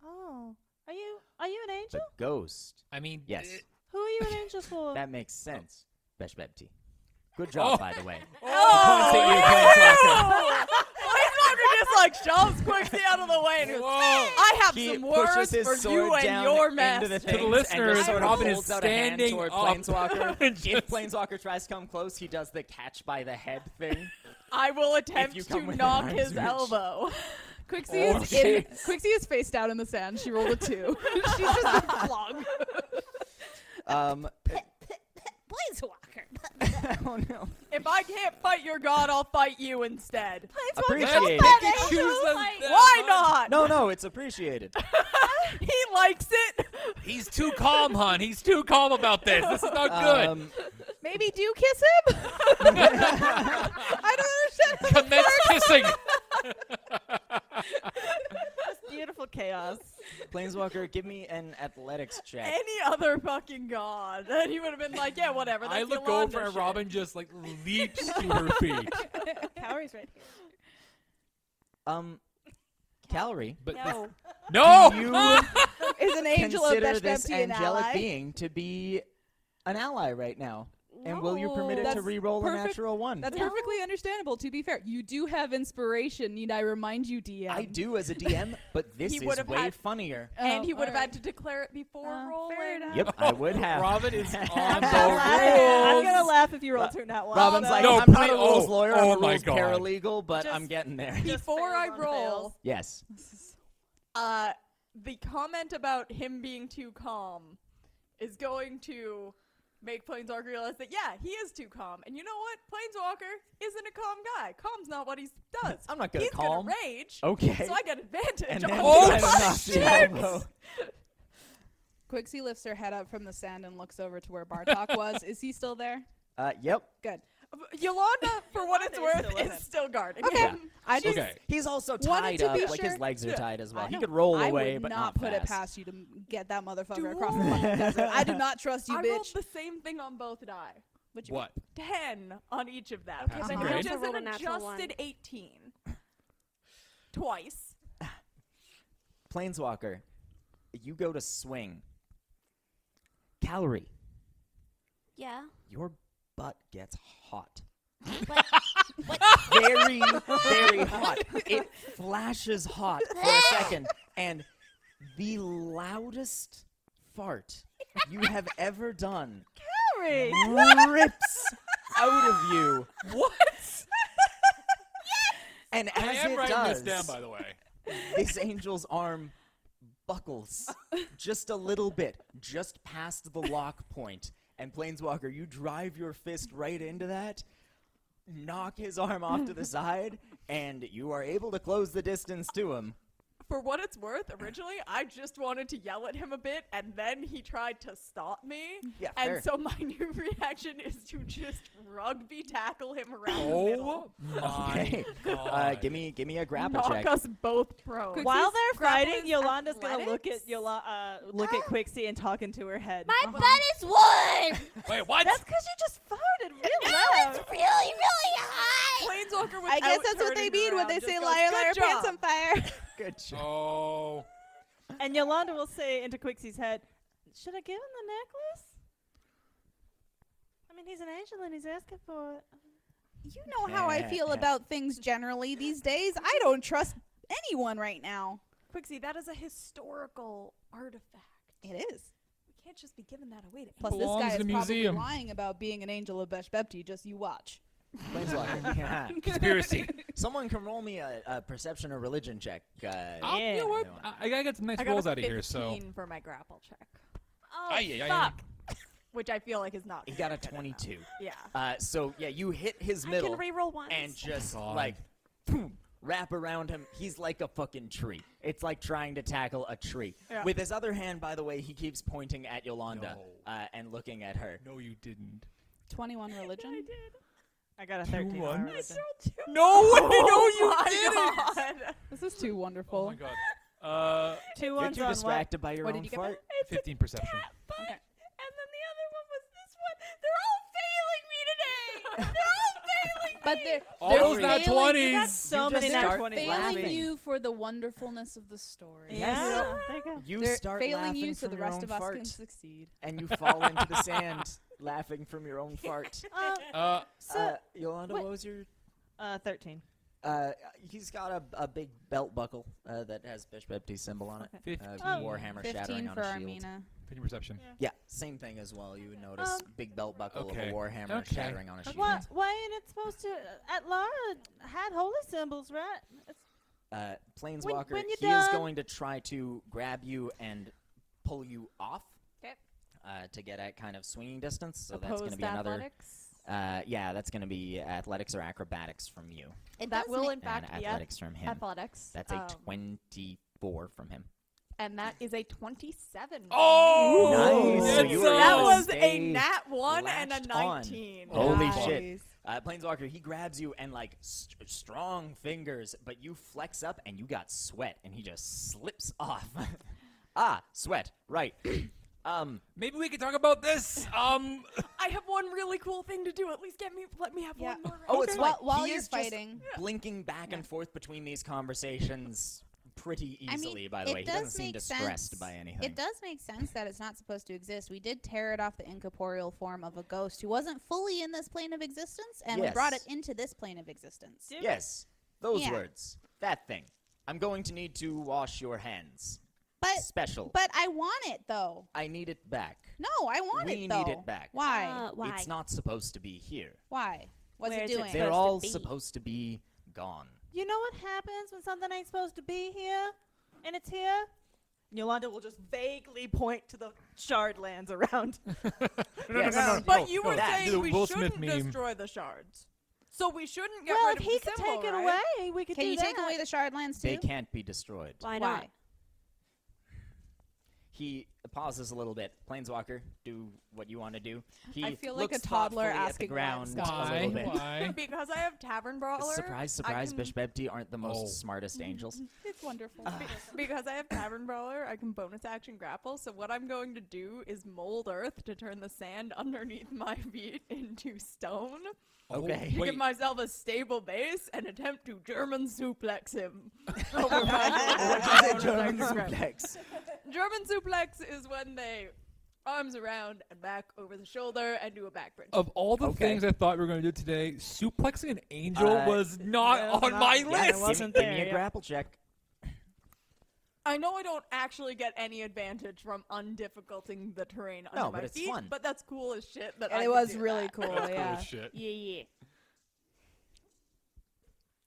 S2: Oh, are
S9: *laughs*
S2: you are you an
S9: The
S2: angel?
S9: ghost.
S3: I mean,
S9: Yes,
S3: it-
S2: Who are you an angel
S6: *laughs*
S2: for?
S9: that makes sense. Besh Bebti. Good job,
S3: Oh.
S9: by the way.
S3: *laughs* Oh,
S9: Points at you, Planeswalker.
S4: Planeswalker just like shoves Quixie out of the way and goes,
S3: Whoa.
S4: I have
S9: He
S4: some
S9: pushes
S4: words
S9: his
S4: for
S9: sword
S4: you and
S9: down
S4: your
S9: into
S4: master.
S9: the
S3: to
S9: thing
S3: the
S9: and
S3: listeners,
S9: just sort of
S3: Robin is
S9: holds out a hand
S3: standing
S9: toward
S3: up. *laughs*
S9: *laughs* Planeswalker. if
S3: Just-
S9: Planeswalker tries to come close, he does the catch by the head
S4: *laughs*
S9: thing.
S4: I will attempt
S9: If you come
S4: to
S9: with
S4: knock
S9: an
S4: his
S9: arm's reach.
S6: *laughs*
S4: elbow.
S6: Quixie
S3: Oh,
S6: is in,
S3: jeez.
S6: Quixie is face down in the sand. She rolled
S4: *laughs*
S6: a two. *laughs* She's just a flog.
S9: *laughs* Um,
S6: *laughs*
S5: Planeswalker.
S9: *laughs* oh no.
S4: If I can't fight your god, I'll fight you instead.
S3: He
S9: Appreciated.
S3: chooses them.
S4: Why not?
S9: No, no,
S4: *laughs*
S9: it's appreciated.
S4: He likes
S6: *laughs*
S4: it.
S3: He's too calm, hon. He's too calm about this. This is not good.
S9: Um,
S6: Maybe do kiss him. *laughs* I don't understand.
S3: *laughs* Commence kissing. *laughs*
S2: Beautiful chaos.
S9: Planeswalker, give me an athletics check.
S4: Any other fucking god. *laughs* Then he would have been like, yeah, whatever. That's
S3: I look
S4: Yolanda
S3: over and
S4: shit.
S3: Robin just like leaps to
S9: *laughs*
S3: her feet.
S2: Cowrie's right here.
S9: Um, Calorie,
S3: But
S2: No.
S3: *laughs* no,
S9: you
S6: Is an angel of
S9: consider this
S6: Beshbepti an
S9: angelic
S6: ally?
S9: being to be an ally right now? And will you permit it to
S6: That's
S9: re-roll a
S6: perfect-
S9: natural one?
S6: That's perfectly understandable. To be fair, you do have inspiration. Need I remind you, DM?
S9: I do as a DM, but this
S4: He
S9: is
S4: would've
S9: way
S4: had-
S6: *laughs*
S9: funnier.
S4: and
S6: Oh,
S4: he would have
S6: alright.
S4: had to declare it before
S6: Uh, fair
S4: rolling.
S6: enough.
S9: Yep, I would have.
S3: Robin is on
S9: *laughs* I'm
S2: I'm,
S3: the
S2: laughing. I'm
S3: rules.
S2: gonna laugh if you roll
S9: Ro-
S2: through that one.
S9: Robin's
S4: Oh,
S9: like,
S3: no.
S9: I'm not a
S3: No,
S9: rules
S3: please-
S9: lawyer.
S3: oh
S9: I'm a
S3: my
S9: rules
S3: God.
S9: paralegal, but I'm
S2: Just-
S9: getting there.
S2: Just
S4: Before I
S2: fails on
S4: roll,
S2: fails.
S9: yes.
S4: uh, the comment about him being too calm is going to make Planeswalker realize that yeah, he is too calm. And you know what? Planeswalker isn't a calm guy. Calm's not what he does.
S9: I'm not good
S4: He's
S9: at calm.
S4: gonna rage.
S9: Um, Okay.
S4: So I get advantage.
S9: and
S4: on *laughs*
S9: then
S3: Oh,
S9: I
S4: my
S9: knocked the
S4: shit.
S9: elbow.
S6: Quixie lifts her head up from the sand and looks over to where
S4: *laughs*
S6: Bartok was. Is he still there?
S9: Uh, yep.
S6: Good.
S4: Yolanda, for what it's
S2: Yolanda is
S4: worth,
S2: still with
S4: is
S2: him.
S4: still guarding.
S6: Okay. Um,
S4: him.
S6: I just
S3: Okay.
S9: He's also
S6: Wanted
S9: tied
S6: to
S9: up,
S6: be
S9: like
S6: sure.
S9: his legs are
S4: Yeah.
S9: tied as well.
S6: I
S9: He
S6: know.
S9: could roll
S6: I
S9: away,
S6: would
S9: but
S6: not put it
S9: fast.
S6: past you to m- get that motherfucker across the fucking desert. I do not trust you,
S4: I rolled
S6: bitch.
S4: the same thing on both die.
S6: What you-
S3: What?
S4: Ten on each of
S9: Ah.
S4: them.
S11: Okay,
S6: but
S4: Which
S6: I
S4: is
S11: also rolled a
S4: an
S11: natural
S4: adjusted
S11: one.
S4: 18. Twice.
S9: Planeswalker, you go to swing. Calorie,
S6: *laughs*
S5: Yeah.
S9: your butt gets hot.
S5: But
S3: *laughs*
S9: Very, *laughs* very hot. *laughs* It flashes hot for a second, and the loudest fart you have ever done
S2: *laughs*
S4: Sorry.
S9: rips out of you.
S3: What?
S9: And
S3: I
S9: as
S3: am
S9: it
S3: writing
S9: does,
S3: this down, by the way.
S9: this angel's arm buckles just a little bit, just past the lock point. And Planeswalker, you drive your fist right into that, knock his arm off
S3: *laughs*
S9: to the side, and you are able to close the distance to him.
S4: For what it's worth, originally I just wanted to yell at him a bit, and then he tried to stop me.
S9: Yeah,
S4: and
S9: fair.
S4: so *laughs* my new reaction is to just rugby tackle him around the middle.
S3: Oh my
S9: Okay.
S3: god.
S9: Uh, give me, give me a grapple
S4: Knock
S9: check.
S4: us both prone.
S2: While they're fighting,
S4: grappling
S2: Yolanda's gonna look at
S4: athletics?
S2: Yola, uh,
S4: *gasps*
S2: look at Quixie and talk into her head.
S5: my
S2: Uh-huh.
S7: Uh-huh.
S5: butt is warm.
S3: *laughs* Wait, what?
S2: That's because you just farted real
S5: Now
S2: loud.
S5: it's really, really hot.
S4: Planeswalker
S6: I guess that's what they mean when they say liar, liar, pants on fire.
S9: Good job.
S3: Oh.
S2: And Yolanda will say into Quixie's head, "Should I give him the necklace? I mean, he's an angel and he's asking for it.
S6: You know how I feel about things generally these days. I don't trust anyone right now.
S4: Quixie, that is a historical artifact.
S6: It is.
S4: We can't just be giving that away to
S6: Plus, this
S3: Belongs
S6: guy
S3: in
S6: is
S3: a
S6: probably
S3: museum.
S6: lying about being an angel of Beshbepti. Just you watch.
S9: *laughs*
S11: *laughs*
S9: Planeswalker. yeah.
S3: Conspiracy.
S9: Someone can roll me a, a perception or religion check. Uh,
S3: I'll- Oh, You
S2: Yeah.
S3: know what?
S9: No.
S3: I, I gotta get some nice
S4: I got
S3: rolls
S4: a
S3: out of here, so.
S4: 15 for my grapple check.
S11: Oh,
S3: Ay, ay, ay.
S11: fuck.
S4: Which I feel like is not.
S9: he got a
S4: fair.
S9: 22.
S11: *laughs*
S4: Yeah.
S9: Uh, so yeah, you hit his middle.
S11: I can reroll once.
S9: and just
S3: Oh God.
S9: like boom, wrap around him. He's like a fucking tree. It's like trying to tackle a tree.
S4: Yeah.
S9: With his other hand, by the way, he keeps pointing at Yolanda
S3: No.
S9: uh, and looking at her.
S3: No, you didn't.
S2: *laughs*
S6: Twenty-one religion.
S2: I got a thirteen. on
S3: won?
S2: religion.
S6: *laughs*
S3: No!
S4: Oh my God.
S6: This is too wonderful.
S3: Oh my god. *laughs* Uh,
S2: Two
S9: You're
S2: ones
S9: too
S2: on
S9: distracted by your
S6: What did
S9: own
S6: you get
S9: fart.
S3: 15 perception.
S6: Okay.
S11: And then the other one was this one. They're all
S3: All
S11: failing me today. They're all failing me.
S6: But they're they're
S3: those nat
S6: failing-
S3: 20s.
S2: so
S9: You just
S2: many nat
S9: start
S6: They're
S2: 20s.
S6: failing
S9: laughing.
S6: you for the wonderfulness of the story.
S2: Yeah, there you go.
S9: You
S6: They're
S9: start
S6: failing
S9: laughing
S6: you so
S9: from
S6: the
S9: your
S6: rest
S9: own
S6: of us
S9: fart,
S6: can succeed.
S9: and you fall into the sand, *laughs* laughing from your own *laughs* fart.
S6: *laughs*
S2: Uh,
S3: Uh,
S2: so,
S9: uh, Yolanda,
S2: what-
S9: what was your?
S2: uh, thirteen.
S9: Uh, he's got a, a big belt buckle uh, that has Bishbepti's symbol on it. Uh,
S3: 15,
S2: Oh.
S9: Warhammer shattering
S6: Fifteen
S9: on
S6: for
S9: a shield.
S6: Armina.
S3: 15 perception.
S9: Yeah, same thing as well. You would notice
S2: Um,
S9: big belt buckle
S3: Okay.
S9: of a warhammer
S3: Okay.
S9: shattering on a shield.
S2: Why, why ain't it supposed to? At Lara had holy symbols, right? It's,
S9: Uh, Planeswalker,
S2: when you're
S9: he is
S2: done-
S9: going to try to grab you and pull you off.
S4: 'Kay.
S9: Uh, to get at kind of swinging distance, so that's going to be another. Uh, yeah, that's going to be athletics or acrobatics from you,
S5: It
S4: That
S5: does
S4: will
S5: make-
S4: in fact
S9: and
S4: be
S9: athletics from him.
S4: athletics.
S9: That's a
S4: um,
S9: twenty-four from him.
S4: and that is a 27.
S3: Oh!
S9: Nice.
S3: yes,
S9: So you were
S3: sir.
S4: that
S9: able to
S4: was a
S9: stay
S4: nat one and a
S9: latched on.
S4: 19.
S9: Holy
S6: Nice.
S9: shit! Uh, Planeswalker, he grabs you and like st- strong fingers, but you flex up and you got sweat, and he just slips *laughs* off. ah, sweat, right? *clears throat* um,
S3: Maybe we could talk about this. Um,
S4: I have one really cool thing to do. At least get me, let me have
S6: Yeah.
S4: one more.
S9: Oh, it's
S6: While-
S9: like
S6: while
S9: he
S6: you're
S9: is just
S6: fighting.
S9: blinking back and forth between these conversations pretty
S6: I mean,
S9: easily. by the
S6: it
S9: way, he
S6: does
S9: doesn't seem
S6: make
S9: distressed
S6: sense.
S9: by anything.
S6: It does make sense that it's not supposed to exist. We did tear it off the incorporeal form of a ghost who wasn't fully in this plane of existence, and we brought it
S9: Yes.
S6: into this plane of existence.
S2: Did-
S9: Yes, those
S6: Yeah.
S9: words. That thing. I'm going to need to wash your hands.
S6: But
S9: Special.
S6: but I want it though.
S9: I need it back.
S6: No, I want
S9: We
S6: it
S9: need
S6: though.
S9: it back.
S6: Why?
S5: Uh, why?
S9: It's not supposed to be here.
S6: Why? What's
S2: Where
S6: it
S2: is it
S6: doing?
S2: supposed
S9: They're
S2: to
S9: all
S2: be.
S9: supposed to be gone.
S2: You know what happens when something ain't supposed to be here, *laughs* and it's here? Yolanda will just vaguely point to the shard lands around.
S3: *laughs* no,
S9: Yes.
S3: no, no, no,
S4: But
S3: no,
S4: you
S3: no.
S4: were
S9: That
S4: saying
S3: the
S4: we
S3: Will
S4: shouldn't
S3: Smith meme.
S4: destroy the shards. So we shouldn't get
S2: well,
S4: rid
S2: if
S4: of
S2: he
S4: the
S2: could
S4: symbol,
S2: take it
S4: right?
S2: away, we could
S6: Can
S2: do
S6: you take
S2: that.
S6: away the shard lands too?
S9: They can't be destroyed.
S11: Why
S6: Why?
S11: not?
S9: He pauses a little bit. Planeswalker, do what you want to do. He
S6: I feel like
S9: looks
S6: a toddler
S9: thoughtfully at the
S6: asking
S9: ground
S6: Ryan Scott.
S9: a little
S6: *laughs*
S9: bit.
S3: Why?
S4: because I have Tavern Brawler.
S9: Surprise, surprise,
S4: I can,
S9: Bish Bebty aren't the most
S3: Oh.
S4: *laughs*
S9: smartest angels.
S6: It's wonderful.
S4: Because I have Tavern Brawler, I can bonus action grapple. So what I'm going to do is mold Earth to turn the sand underneath my *laughs* feet into stone.
S9: Okay.
S3: Oh,
S4: Give
S3: wait.
S4: myself a stable base and attempt to German suplex
S9: *laughs*
S4: him.
S6: Uh,
S4: *laughs* Bonus action
S9: German
S4: grapple. *laughs*
S9: suplex.
S4: German suplex is when they arms around and back over the shoulder and do a back bridge.
S3: Of all the
S9: Okay.
S3: things I thought we were going to do today, suplexing an angel
S9: Uh,
S3: was not
S6: no,
S3: on
S6: not-
S3: my
S6: yeah,
S3: list.
S6: it wasn't
S9: give, me-
S6: there,
S9: give me a
S6: yeah.
S9: grapple check.
S4: I know I don't actually get any advantage from undifficulting the terrain under
S9: No,
S4: my
S9: but it's
S4: feet,
S9: fun.
S4: but that's cool as shit. That I
S6: it
S4: can
S6: was
S4: do
S6: really
S4: that.
S6: cool.
S3: That's cool
S6: yeah.
S3: as shit.
S5: Yeah, yeah.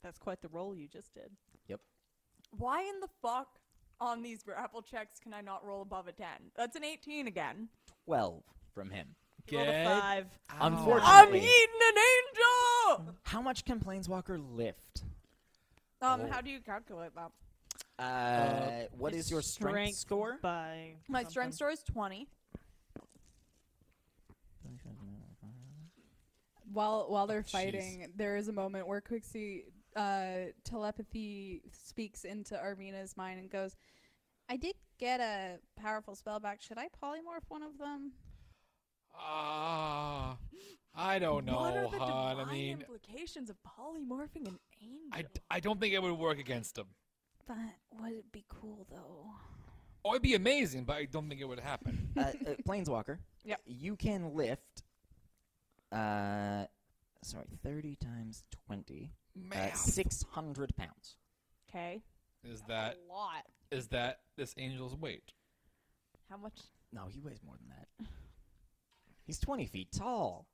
S6: That's quite the role you just did.
S4: Why in the fuck on these grapple checks can I not roll above a ten? That's an eighteen again.
S9: 12 from him.
S3: Get
S6: five.
S3: out.
S4: I'm
S9: Unfortunately.
S4: eating an angel.
S9: How much can Planeswalker lift?
S4: Um,
S3: Oh.
S4: how do you calculate that?
S9: Uh, what is your strength, score?
S6: By
S4: My strength score is twenty.
S6: While while they're
S3: jeez.
S6: fighting, there is a moment where Quixie uh, telepathy speaks into Armina's mind and goes, "I did get a powerful spell back. Should I polymorph one of them?"
S3: Ah, I don't know,
S4: what are the
S3: hon.
S4: divine
S3: I mean,
S4: implications of polymorphing an angel?
S3: I, d- I don't think it would work against him.
S6: That would be cool
S3: *laughs*
S6: though.
S3: Oh, it'd be amazing, but I don't think it would happen.
S9: uh, uh, Planeswalker.
S4: Yep.
S9: You can lift. Uh, sorry, 30 times 20. Uh,
S3: Man,
S9: 600 pounds.
S4: okay.
S3: is that
S4: a lot?
S3: is that this angel's weight?
S4: How much?
S9: No, he weighs more than
S6: *sighs*
S9: that. He's 20 feet tall.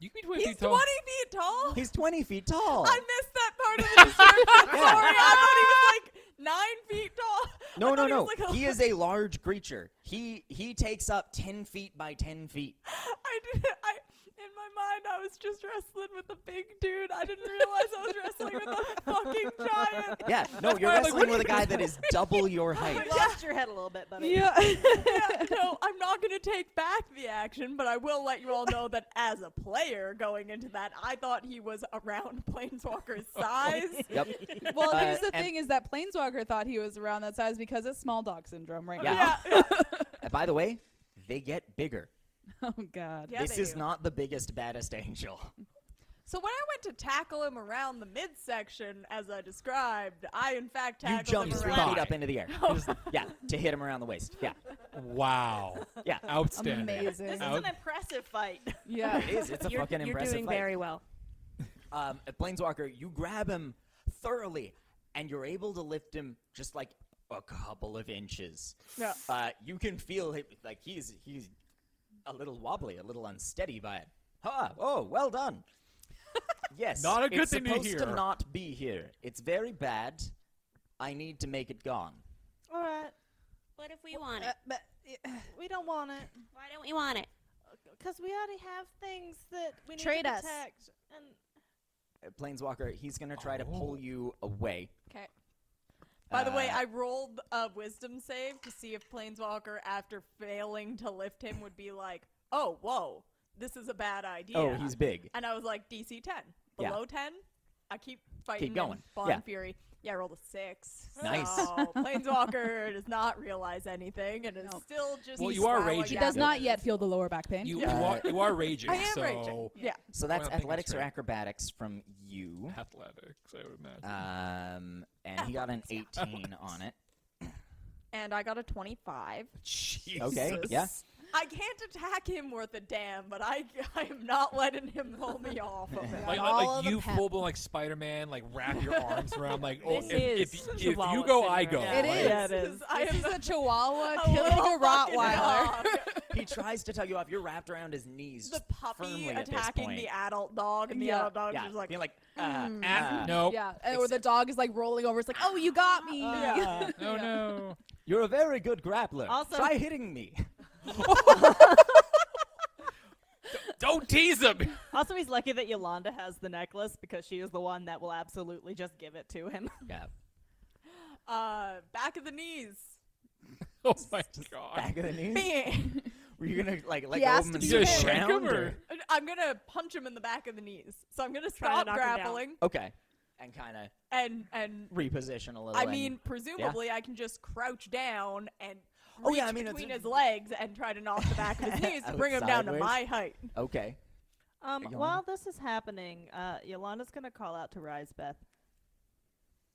S3: You can be twenty
S4: He's
S3: feet tall.
S4: twenty feet tall.
S9: He's 20 feet tall.
S4: I missed that part of the description.
S9: *laughs* Yeah.
S4: Sorry, I thought he was like nine feet tall.
S9: no,
S4: I
S9: no,
S4: thought
S9: no.
S4: He, was like a-
S9: he is a large creature. He he takes up 10 feet by 10 feet.
S4: I did. I in my mind, I was just wrestling with the big dude. I didn't realize I was wrestling with a fucking giant.
S9: Yeah, no, you're
S4: why I'm *laughs* like,
S9: wrestling with a guy that is
S4: *laughs*
S9: double your height.
S7: lost your head a little bit, buddy. *laughs*
S4: yeah, no, I'm not going to take back the action, but I will let you all know that as a player going into that, I thought he was around *laughs*
S9: *laughs*
S4: Planeswalker's size.
S9: Oh, Yep.
S6: Well,
S9: Uh,
S6: here's the
S9: and-
S6: thing: is that Planeswalker thought he was around that size because it's small dog syndrome right
S9: Yeah.
S4: yeah.
S3: *laughs*
S4: yeah.
S9: Uh, By the way, they get bigger.
S4: *laughs*
S6: now. Oh God.
S4: Yeah,
S9: this
S4: they
S9: is
S4: do.
S9: not the biggest, baddest angel.
S4: So when I went to tackle him around the midsection, as I described, I in fact
S9: You
S4: tackled
S9: jump
S4: him
S9: three
S4: around. Oh.
S9: feet up into the air. yeah, to hit him around the waist. Yeah,
S3: Wow.
S9: *laughs* yeah.
S3: Outstanding.
S6: Amazing.
S7: This is
S3: Out-
S7: an impressive fight.
S6: Yeah.
S9: It is. It's a
S11: you're,
S9: fucking
S11: you're
S9: impressive
S11: doing
S9: fight.
S11: very well.
S9: um, at Planeswalker, you grab him thoroughly, and you're able to lift him just like a couple of inches.
S4: Yeah.
S9: Uh, you can feel him like he's he's a little wobbly, a little unsteady by it. Ha! Oh, well done. yes.
S3: Not a good
S9: it's
S3: thing to
S9: supposed to
S3: hear.
S9: not be here. It's very bad. I need to make it gone.
S2: All right.
S5: What if we want
S2: Uh,
S5: it?
S2: but uh, we don't want it
S5: Why don't we want it?
S2: because we already have things that we need
S7: Trade
S2: to
S7: us.
S2: protect. And
S9: Uh, Planeswalker, he's gonna try to
S3: Oh.
S9: pull you away.
S4: Okay. By the way,
S9: Uh,
S4: I rolled a wisdom save to see if Planeswalker, after failing to lift him, would be like, "Oh, whoa, this is a bad idea."
S9: Oh, he's big.
S4: And I was like, "DC ten,
S9: Yeah.
S4: below ten, I keep fighting." in
S9: going.
S4: Fawn
S9: Yeah.
S4: Fury. Yeah, I rolled a six.
S9: Nice.
S4: So Planeswalker *laughs* does not realize anything and is
S6: Nope.
S4: still just.
S3: Well, you are
S4: swallowing
S3: raging.
S6: He
S3: Yeah.
S6: does
S4: at
S6: not
S4: it.
S6: yet feel the lower back pain.
S3: You,
S9: Yeah.
S3: you are you are raging.
S4: *laughs* I am
S3: so
S4: raging. Yeah.
S9: So
S3: Well, I don't
S9: that's
S3: think it's
S9: athletics or
S3: right.
S9: acrobatics from you.
S3: athletics, I would imagine.
S9: Um, and he got an 18 on it.
S4: And I got a twenty-five.
S3: Jesus.
S9: Okay, yeah.
S4: I can't attack him worth a damn, but I, *laughs* I am not letting him pull me off of it.
S3: Like, like,
S7: All
S3: like
S7: the
S3: you
S7: pep.
S3: full blown like Spider Man, like wrap your arms around like oh,
S11: This
S3: if, if,
S11: is
S3: if you
S11: Chihuahua
S3: go, I go.
S11: syndrome.
S3: Like,
S6: It
S3: *laughs*
S6: is.
S7: Yeah, it
S4: This
S7: is.
S4: I
S6: This
S4: am *laughs*
S6: is a Chihuahua
S4: a
S6: killing
S4: little
S6: a
S4: fucking
S6: Rottweiler.
S4: dog.
S9: He tries to tell you off. You're wrapped around his knees.
S4: the puppy
S9: firmly at this
S4: attacking
S9: point.
S4: the adult dog, and the
S6: Yeah.
S4: adult dog
S9: yeah.
S4: is like, mm.
S9: being like, uh,
S3: Ah,
S9: uh,
S3: no.
S6: Yeah, and- or the dog is like rolling over. It's like, oh, you got me.
S3: Ah, no, no.
S9: You're a very good grappler.
S7: Also-
S9: Try hitting me.
S3: Don't tease him.
S7: *laughs* Also, he's lucky that Yolanda has the necklace because she is the one that will *laughs* absolutely just give it to him.
S9: yeah.
S4: uh, back of the knees.
S3: *laughs* Oh my god.
S1: Back of the knees.
S9: *laughs*
S4: Man.
S1: Were you gonna like let
S4: He
S1: go
S4: has
S1: of him
S4: to
S1: and
S4: be
S1: sit
S4: hit.
S1: down,
S3: Shake him
S1: or-
S3: or-
S4: I'm gonna punch him in the back of the knees. So I'm gonna
S11: Try to
S4: stop
S11: knock him down.
S4: grappling
S1: Okay. And kind of
S4: and and
S1: reposition a little.
S4: I
S1: and-
S4: mean, presumably I can just crouch down and
S1: Oh,
S4: reach
S1: yeah, I mean, it's-
S4: between his legs and try to knock the
S1: *laughs*
S4: back of his knees
S9: *laughs*
S4: to
S1: Out
S4: bring him down to
S1: Oh, sideways.
S4: my height.
S1: okay.
S2: Um,
S1: Yolanda?
S2: while this is happening, uh, Yolanda's gonna call out to Risebeth.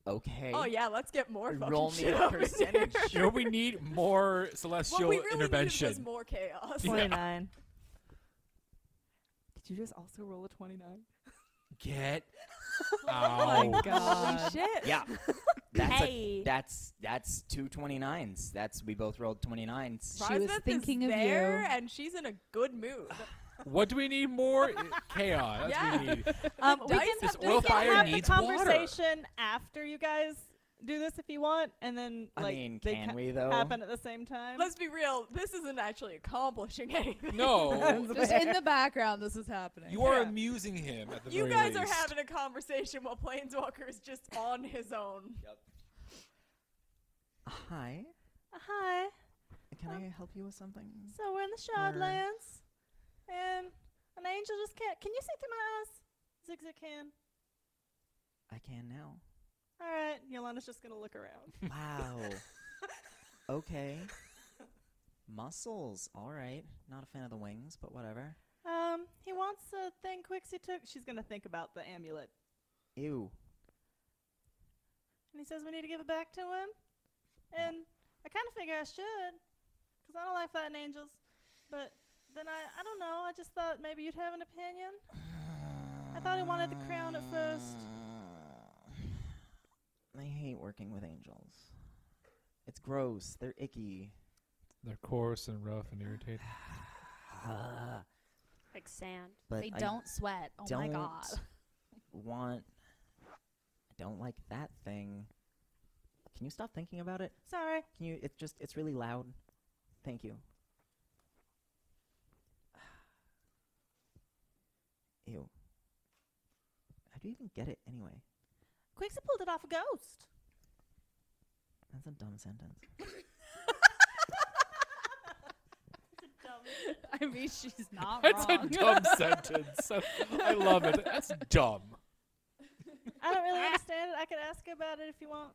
S1: Okay.
S4: Oh yeah, let's get more fucking
S1: Roll me
S4: shit
S1: a
S4: up in
S1: percentage.
S3: You
S4: here.
S3: know, we need more
S4: What
S3: celestial
S4: we really
S3: intervention.
S4: needed was more chaos.
S3: Yeah.
S4: *laughs*
S2: Twenty-nine.
S7: *laughs* Did you just also roll a 29?
S3: Get
S6: Oh
S2: *laughs*
S6: my
S3: out.
S6: god.
S7: Shit.
S1: *laughs* Yeah. That's a,
S9: hey.
S1: that's that's two 29s. That's we both rolled 29s.
S6: She was
S4: Rosbeth
S6: thinking
S4: is
S6: of
S4: there,
S6: you.
S4: and she's in a good mood.
S3: What do we need
S4: *laughs*
S3: more? Chaos. That's what we
S4: Yeah.
S7: *laughs*
S4: *laughs*
S3: need.
S2: Um, we
S4: dice
S2: can,
S3: This
S2: we
S3: oil
S2: can
S3: fire
S2: have the
S3: needs water.
S2: conversation after you guys do this if you want, and then
S1: I
S2: like
S1: mean,
S2: they
S1: can
S2: ca-
S1: we though?
S2: happen at the same time.
S4: Let's be real. This isn't actually accomplishing *laughs* anything.
S6: *laughs*
S3: No.
S6: Just in the background, this is happening.
S3: You are
S4: Yeah.
S3: amusing him at the
S4: You
S3: very
S4: guys are
S3: least.
S4: having a conversation while Planeswalker is just on his own.
S1: Hi.
S2: Uh, Hi.
S1: Can
S2: Um,
S1: I help you with something?
S2: So we're in the Shardlands, and an angel just can't. Can you see through my eyes? Zigzag can.
S1: I
S3: *laughs*
S1: can now.
S2: All right, Yolanda's just gonna look around. *laughs*
S1: Wow. okay. Muscles. All right. Not a fan of the wings, but whatever.
S2: Um, he wants a thing Quixie took. She's gonna think about the amulet,
S1: Ew.
S2: and he says we need to give it back to him. And I kind of figure I should, 'cause I don't like fighting angels. But then I, I don't know. I just thought maybe you'd have an opinion. I thought he wanted the crown at first.
S1: I hate working with angels. It's gross. They're
S6: *sighs*
S1: icky.
S3: They're coarse and rough and irritating.
S11: Like sand.
S1: But
S6: They
S1: I
S6: don't sweat. Oh my
S1: don't
S6: god. *laughs*
S1: Want. I don't like that thing. Can you stop thinking about it?
S2: Sorry.
S1: Can you? It's just. It's really loud. Thank you. *sighs* Ew. How do you even get it anyway?
S2: Quixie pulled it off a ghost.
S1: That's a dumb sentence.
S6: I mean, she's not
S3: *laughs* That's a
S6: wrong.
S3: dumb
S6: *laughs*
S3: sentence. I love it. That's dumb.
S2: I don't really understand it. I could ask you about it if you want.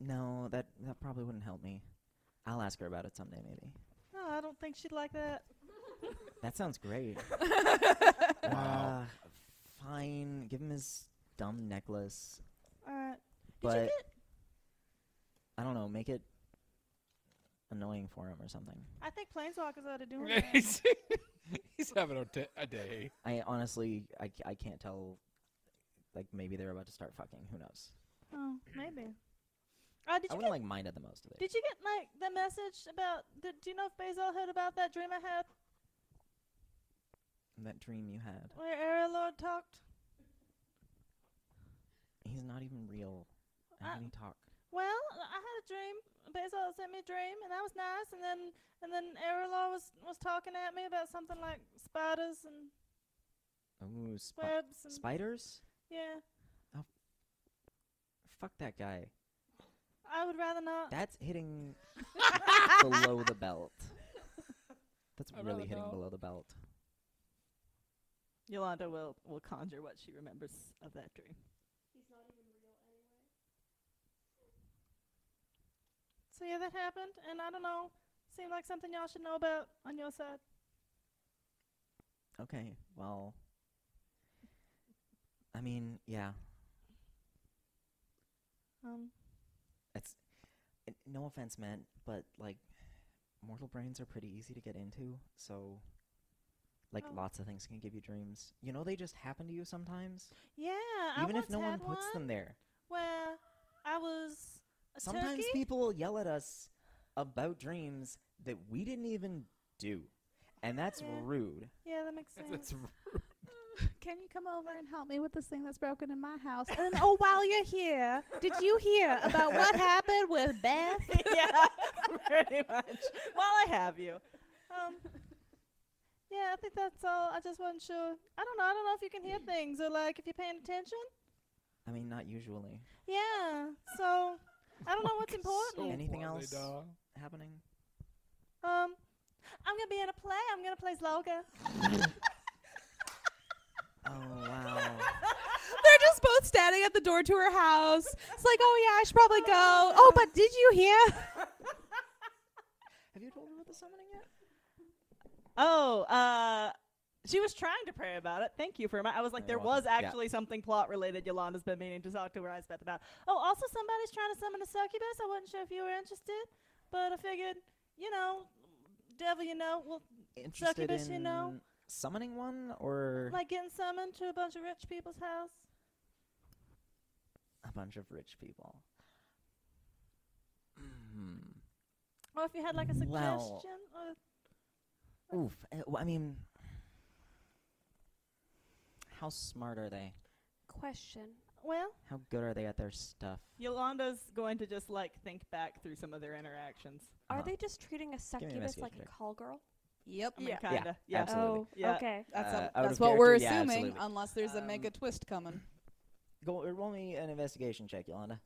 S1: No, that that probably wouldn't help me. I'll ask her about it someday, maybe.
S2: No, I don't think she'd
S3: *laughs*
S2: like that.
S1: That sounds
S2: *laughs*
S1: great.
S3: Wow.
S1: Uh, fine. Give him his dumb necklace.
S2: All right. Did
S1: But-
S2: you get?
S1: I don't know. Make it annoying for him or something.
S2: I think planeswalkers ought
S3: *laughs*
S2: to do it.
S3: he's, *sighs* he's having a, t- a day.
S1: I honestly, I, c- I can't tell. Like maybe they're about to start fucking. Who knows?
S2: oh, maybe. Uh, did
S1: I
S2: you
S1: wouldn't
S2: get?
S1: like mind at the most of it.
S2: Did you get like the message about? Did, do you know if Basil heard about that dream I had
S1: that dream you had.
S2: where Aerolord talked?
S1: He's not even real.
S2: Uh,
S1: How can he talk?
S2: Well, I had a dream. Basil sent me a dream, and that was nice. And then, and then Aerolord was was talking at me about something like spiders and
S1: Ooh, spi-
S2: webs and
S1: spiders.
S2: yeah.
S1: Fuck that guy.
S2: I would rather not. *laughs*
S1: That's hitting below the belt. That's
S2: Oh,
S3: I'd rather
S1: really hitting
S3: know.
S1: below the belt.
S2: Yolanda will will conjure what she remembers of that dream. *laughs* So yeah, that happened, and I don't know. Seemed like something y'all should know about on your side.
S1: Okay. Well. I mean, yeah.
S2: Um,
S1: It's uh, no offense meant, but like mortal brains are pretty easy to get into, so like
S2: Oh.
S1: lots of things can give you dreams. You know they just happen to you sometimes,
S2: yeah,
S1: even
S2: Uh, I
S1: if no
S2: once
S1: one
S2: had
S1: puts
S2: one
S1: them there.
S2: Where I was a
S1: Sometimes
S2: turkey. *laughs*
S1: people will yell at us about dreams that we didn't even do. And that's
S2: Yeah.
S1: rude.
S2: yeah, that makes sense.
S3: That's
S6: Can you come over and help me with this thing that's broken in my house?
S2: and oh, while you're here, did you hear about what happened with Beth?
S7: yeah, pretty much. While I have you.
S2: Um, yeah, I think that's all. I just wasn't sure. I don't know. I don't know if you can hear things or like if you're paying attention.
S1: I mean, not usually. *laughs*
S2: Yeah. So I don't know what's important.
S1: Anything else?
S8: happening?
S2: Um, I'm gonna be in a play. I'm gonna play Sloga.
S8: Oh wow.
S6: *laughs* They're just both standing at the door to her house. It's like, oh yeah, I should probably go. Oh, but did you hear?
S8: Have you told him about the summoning yet?
S7: Oh, uh, she was trying to pray about it. Thank you for remi- I was like, there
S9: You're
S7: was
S9: welcome. Yeah.
S7: actually something plot related Yolanda's been meaning to talk to her eyes about.
S2: Oh, also somebody's trying to summon a succubus. I wasn't sure if you were interested, but I figured, you know, devil, you know, well,
S8: Interested
S2: Succubus,
S8: in
S2: you know?
S8: summoning one or
S2: like getting summoned to a bunch of rich people's house.
S8: a bunch of rich people? Hmm.
S2: Or if you had like a
S8: Well,
S2: suggestion. or
S8: Oof. uh,
S1: Eh,
S8: w- I mean, how smart are they?
S11: Question.
S2: well,
S8: How good are they at their stuff?
S7: Yolanda's going to just like think back through some of their interactions.
S8: Uh-huh.
S11: Are they just treating a
S8: me an
S11: succubus like
S8: investigation
S11: a
S8: check.
S11: call girl?
S6: Yep.
S7: I mean,
S8: Yeah,
S7: kinda. Yeah.
S8: absolutely.
S11: Oh,
S7: Yeah.
S11: okay.
S6: That's,
S9: Uh,
S6: up-
S9: out
S6: that's
S9: of
S6: what we're
S9: character, yeah,
S6: assuming,
S9: absolutely.
S6: unless there's a
S9: Um,
S6: mega twist coming.
S8: Go uh, roll me an investigation check, Yolanda.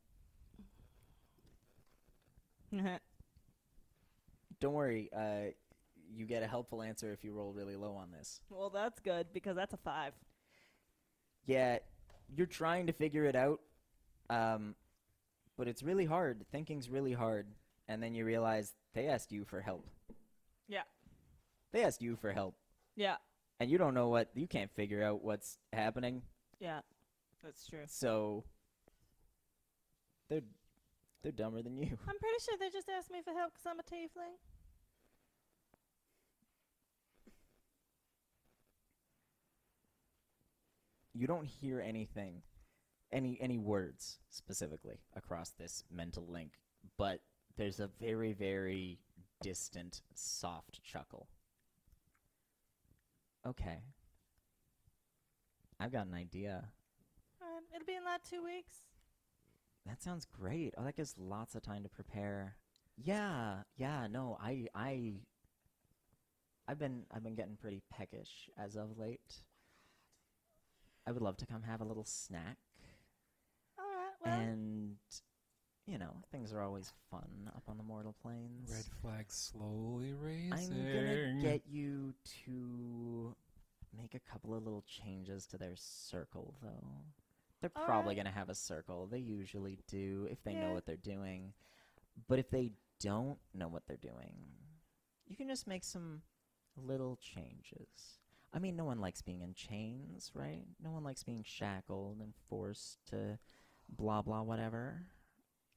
S7: Mhm.
S9: Don't worry, uh, you get a helpful answer if you roll really low on this.
S7: well, that's good because that's a five.
S9: Yeah, you're trying to figure it out, um, but it's really hard. Thinking's really hard, and then you realize they asked you for help.
S7: Yeah.
S9: They asked you for help,
S7: Yeah.
S9: and you don't know what you can't figure out what's happening.
S7: Yeah. That's true.
S9: So they're they're dumber than you.
S2: I'm pretty sure they just asked me for help 'cause I'm a tiefling.
S9: You don't hear anything, any any words specifically across this mental link, but there's a very very distant soft chuckle. Okay. I've got an idea.
S2: Alright, Um, it'll be in like two weeks.
S9: That sounds great. Oh, that gives lots of time to prepare. Yeah, yeah, no, I I I've been I've been getting pretty peckish as of late. I would love to come have a little snack
S2: Alright, well,
S9: and you know, things are always fun up on the mortal planes.
S3: Red flag slowly raising.
S9: I'm gonna get you to make a couple of little changes to their circle, though. They're
S2: All
S9: probably
S2: right.
S9: gonna have a circle. They usually do if they
S2: Yeah.
S9: know what they're doing. But if they don't know what they're doing, you can just make some little changes. I mean, no one likes being in chains, right? No one likes being shackled and forced to blah blah whatever.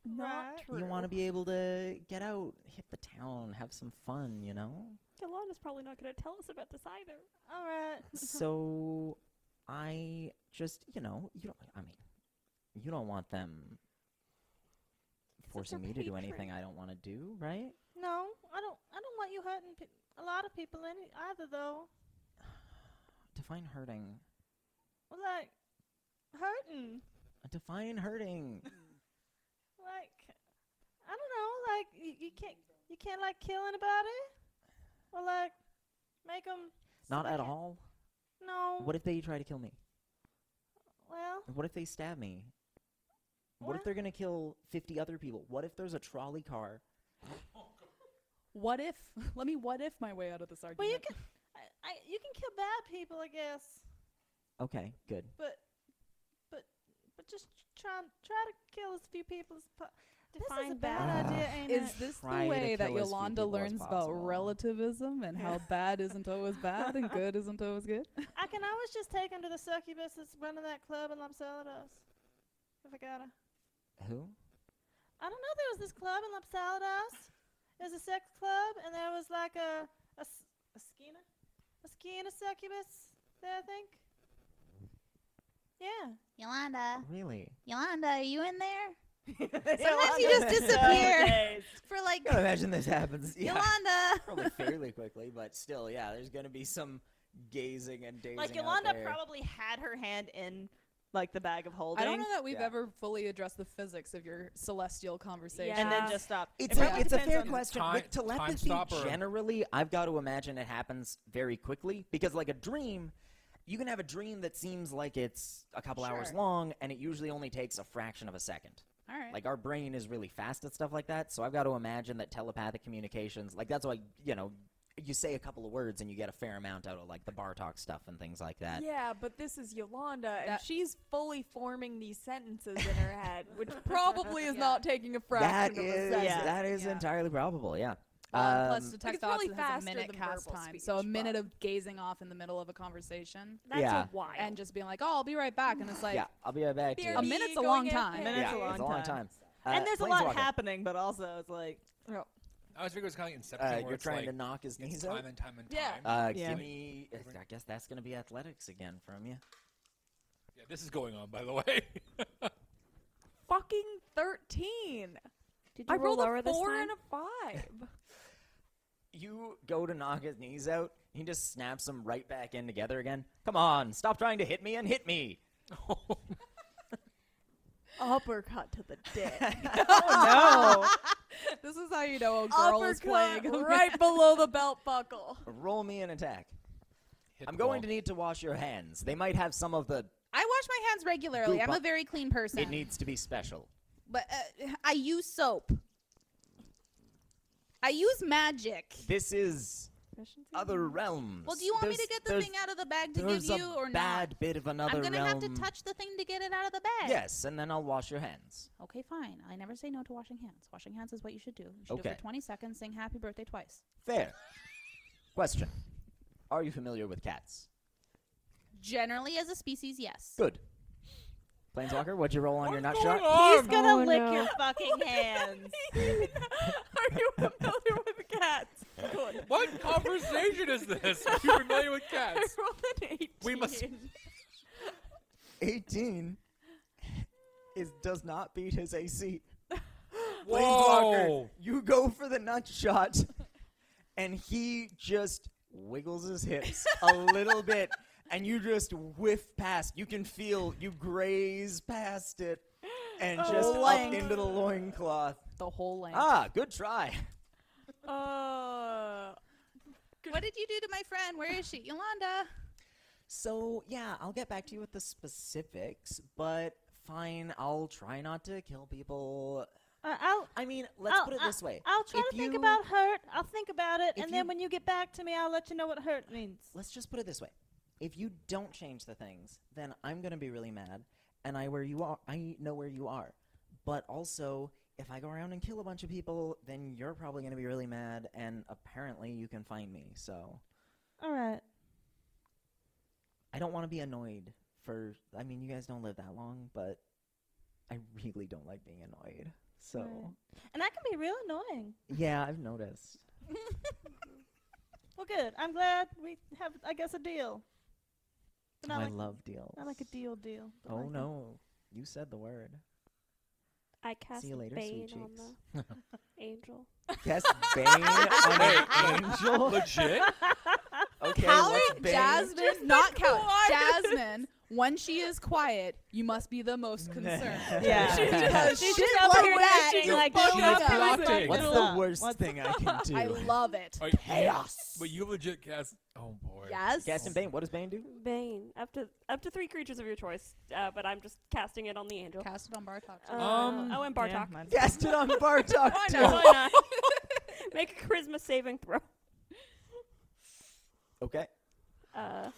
S2: not
S9: You want to be able to get out, hit the town, have some fun, you know?
S11: Yolanda's probably not going to tell us about this either.
S2: Alright.
S9: so I just, you know, you don't. I mean, you don't want them
S11: It's like
S9: forcing
S11: their
S9: me to do
S11: patron.
S9: anything I don't want to do, right?
S2: No, I don't. I don't want you hurting pe- a lot of people any either, though.
S9: Define hurting.
S2: Like hurting,
S9: Define hurting.
S2: like I don't know. Like you, you can't, you can't like kill anybody, or like make them.
S9: Not at all.
S2: No.
S9: What if they try to kill me?
S2: Well,
S9: What if they stab me? What if
S2: Well-
S9: they're gonna kill fifty other people? What if there's a trolley car?
S6: What if? *laughs* Let me what if my way out of this argument.
S2: well, you can, I, I, you can kill bad people, I guess,
S9: Okay, good.
S2: but, but, but just try, and- try to kill as few people as possible. This is a
S11: Define
S2: bad idea,
S6: *sighs*
S2: ain't
S6: Is
S2: it?
S6: this the
S9: Ah. Try to
S6: way that
S9: kill as few
S6: Yolanda
S9: people as
S6: learns about
S9: possible.
S6: relativism and how bad isn't always bad and good isn't always good?
S2: I can always just take him to the succubus that's running that club in Lapsalados, if I gotta.
S9: Who?
S2: I don't know. There was this club in Lapsalados. It was a sex club, and there was like a a, s- a skeena, a skeena succubus there, I think. Yeah.
S5: Yolanda,
S9: Really?
S5: Yolanda, are you in
S9: *laughs*
S5: there?
S7: Sometimes
S5: you just disappear. *laughs* For like,
S9: Gotta imagine this happens. *laughs* Yeah.
S5: Yolanda.
S9: probably fairly quickly, but still, yeah, there's going to be some gazing and dazing.
S7: Like
S9: out
S7: Yolanda
S9: there.
S7: probably had her hand in like the bag of holding.
S6: I don't know that we've
S9: Yeah.
S6: ever fully addressed the physics of your celestial conversation.
S7: and then
S11: Yeah.
S7: just stopped.
S9: It's
S7: It
S9: a,
S7: probably
S9: it's a
S7: depends
S9: fair
S7: on-
S9: question.
S3: Time-
S9: With
S3: time
S9: telepathy,
S3: stopper.
S9: generally, I've got to imagine it happens very quickly because, like a dream, you can have a dream that seems like it's a couple hours
S6: Sure.
S9: long, and it usually only takes a fraction of a second.
S6: All right.
S9: Like our brain is really fast at stuff like that, so I've got to imagine that telepathic communications, like that's why you know, you say a couple of words and you get a fair amount out of like the Bartok stuff and things like that.
S4: Yeah, but this is Yolanda, and
S6: That-
S4: she's fully forming these sentences in her head, which *laughs* probably is not taking a fraction
S9: that
S4: of a
S9: is
S4: second.
S7: Yeah.
S9: that is
S6: Yeah.
S9: entirely probable. Yeah.
S6: Uh, plus,
S9: Um,
S6: the text
S4: it's really
S6: option has
S4: faster
S6: a minute
S4: than
S6: cast
S4: verbal
S6: time, so a
S4: speech,
S6: minute
S4: but-
S6: of gazing off in the middle of a conversation
S11: That's
S9: Yeah.
S11: a wild.
S6: and just being like, "Oh, I'll be right back," and it's like, *laughs*
S9: yeah, I'll be right back. To you.
S6: a minute's a
S4: going
S6: long
S4: in
S6: time.
S4: pairs.
S9: yeah,
S7: Minute's a long
S9: it's a long
S7: time.
S9: time. Uh,
S7: and there's a lot
S9: Planeswalker,
S7: happening, but also it's like
S3: I was figuring it was kind of like Inception.
S9: Uh,
S3: where
S9: you're
S3: it's
S9: trying
S3: like,
S9: to knock his
S3: it's
S9: knees
S3: time
S9: out.
S3: and time and
S4: Yeah.
S3: time.
S9: Uh,
S7: Yeah.
S9: give me. I guess that's gonna be athletics again from you.
S3: Yeah, this is going on, by the way. *laughs*
S4: Fucking thirteen.
S11: Did
S4: I rolled
S11: lower
S4: a
S11: this
S4: four
S11: time?
S4: and a five.
S9: You go to knock his knees out. He just snaps them right back in together again. Come on, stop trying to hit me and hit me.
S4: Uppercut to the *laughs* dick. *laughs*
S7: oh
S6: "This is how you know a girl is playing."
S4: Uppercut
S9: *laughs*
S4: right below the belt buckle.
S9: Roll me an attack.
S3: Hit
S9: I'm
S3: the
S9: going
S3: wall.
S9: to need to wash your hands. They might have some of the.
S6: *laughs* I wash my hands regularly.
S9: Goop
S6: I'm a
S9: up.
S6: very clean person,
S9: It needs to be special.
S6: but uh, I use soap. I use magic.
S9: This is other realms.
S6: Well, do you want me
S9: There's-
S6: to get the
S9: there's-
S6: thing out of the bag to give
S9: there's
S6: you
S9: a
S6: or
S9: bad bit of
S6: not?
S9: another
S6: I'm gonna
S9: realm.
S6: have to touch the thing to get it out of the bag.
S9: Yes, and then I'll wash your hands.
S6: Okay, fine. I never say no to washing hands. Washing hands is what you should do. You should do it
S9: Okay.
S6: for 20 seconds, sing happy birthday twice.
S9: Fair. Question: Are you familiar with cats?
S6: Generally, as a species, yes.
S9: Good. Planeswalker, what'd you roll on your nut shot?
S7: no! He's gonna
S2: Oh,
S6: Oh,
S7: lick your fucking
S2: *laughs*
S7: hands.
S4: Are you familiar with cats?
S9: *laughs*
S4: Good.
S3: *laughs* What conversation is this? You're familiar with
S4: I
S3: cats.
S4: rolled an eighteen.
S3: We must-
S9: 18 is does not beat his AC.
S3: Whoa.
S9: you go for the nut shot, and he just wiggles his hips a little bit, and you just whiff past. You can feel you graze past it, and just up into the loincloth.
S6: The whole length.
S9: Ah, good try.
S4: Uh,
S6: What did you do to my friend? Where is she? Yolanda.
S9: So yeah, I'll get back to you with the specifics, but fine, I'll try not to kill people.
S2: Uh, I'll
S9: I mean, let's
S2: I'll-
S9: put it
S2: I-
S9: this way.
S2: I'll try
S9: If
S2: to think
S9: you-
S2: about hurt. I'll think about it,
S9: if
S2: and then
S9: you-
S2: when you get back to me, I'll let you know what hurt means.
S9: let's just put it this way. If you don't change the things, then I'm gonna be really mad, and I where you are, I know where you are. But also, if I go around and kill a bunch of people, then you're probably gonna be really mad, and apparently you can find me. So
S2: All right.
S9: I don't want to be annoyed. For I mean, you guys don't live that long, but I really don't like being annoyed. So
S2: Right. And I can be real annoying.
S9: yeah, I've noticed.
S2: Well, good. I'm glad we have, I guess, a deal. But not
S9: I
S2: like,
S9: love deals.
S2: not like a deal deal. but
S9: Oh
S2: like a-
S9: no, you said the word.
S11: I cast
S9: you later,
S11: Bane
S9: sweet
S11: on
S9: cheeks. *laughs*
S11: the angel.
S9: Yes, Bane on an angel.
S3: Legit?
S9: Okay,
S6: How
S9: what's
S6: did
S9: Bane?
S6: Jasmine, not
S2: *laughs*
S6: Coward, Jasmine, when she is quiet, you must be the
S9: *laughs*
S6: most concerned.
S7: Yeah. She's
S6: Because
S2: She's
S6: shit
S2: just up
S6: like
S2: here
S6: that
S2: acting
S6: is
S2: like
S6: fucked
S3: she's
S6: up.
S3: not- What's
S9: What's
S3: Middle
S9: the worst thing I can do?
S6: I love it.
S3: Wait,
S9: chaos.
S3: But you legit cast. Oh boy.
S6: Yes.
S9: Gaston Bane. What does Bane do?
S11: Bane. Up to up to three creatures of your choice, uh, but I'm just casting it on the angel.
S6: Cast it on Bartok.
S11: Uh,
S3: Um,
S11: oh, and
S7: Yeah,
S11: Bartok.
S7: mine's-
S9: Gaston
S11: *laughs*
S9: on Bartok.
S11: Why
S9: too.
S11: not? Why not? Make a charisma saving throw.
S9: Okay.
S11: Uh,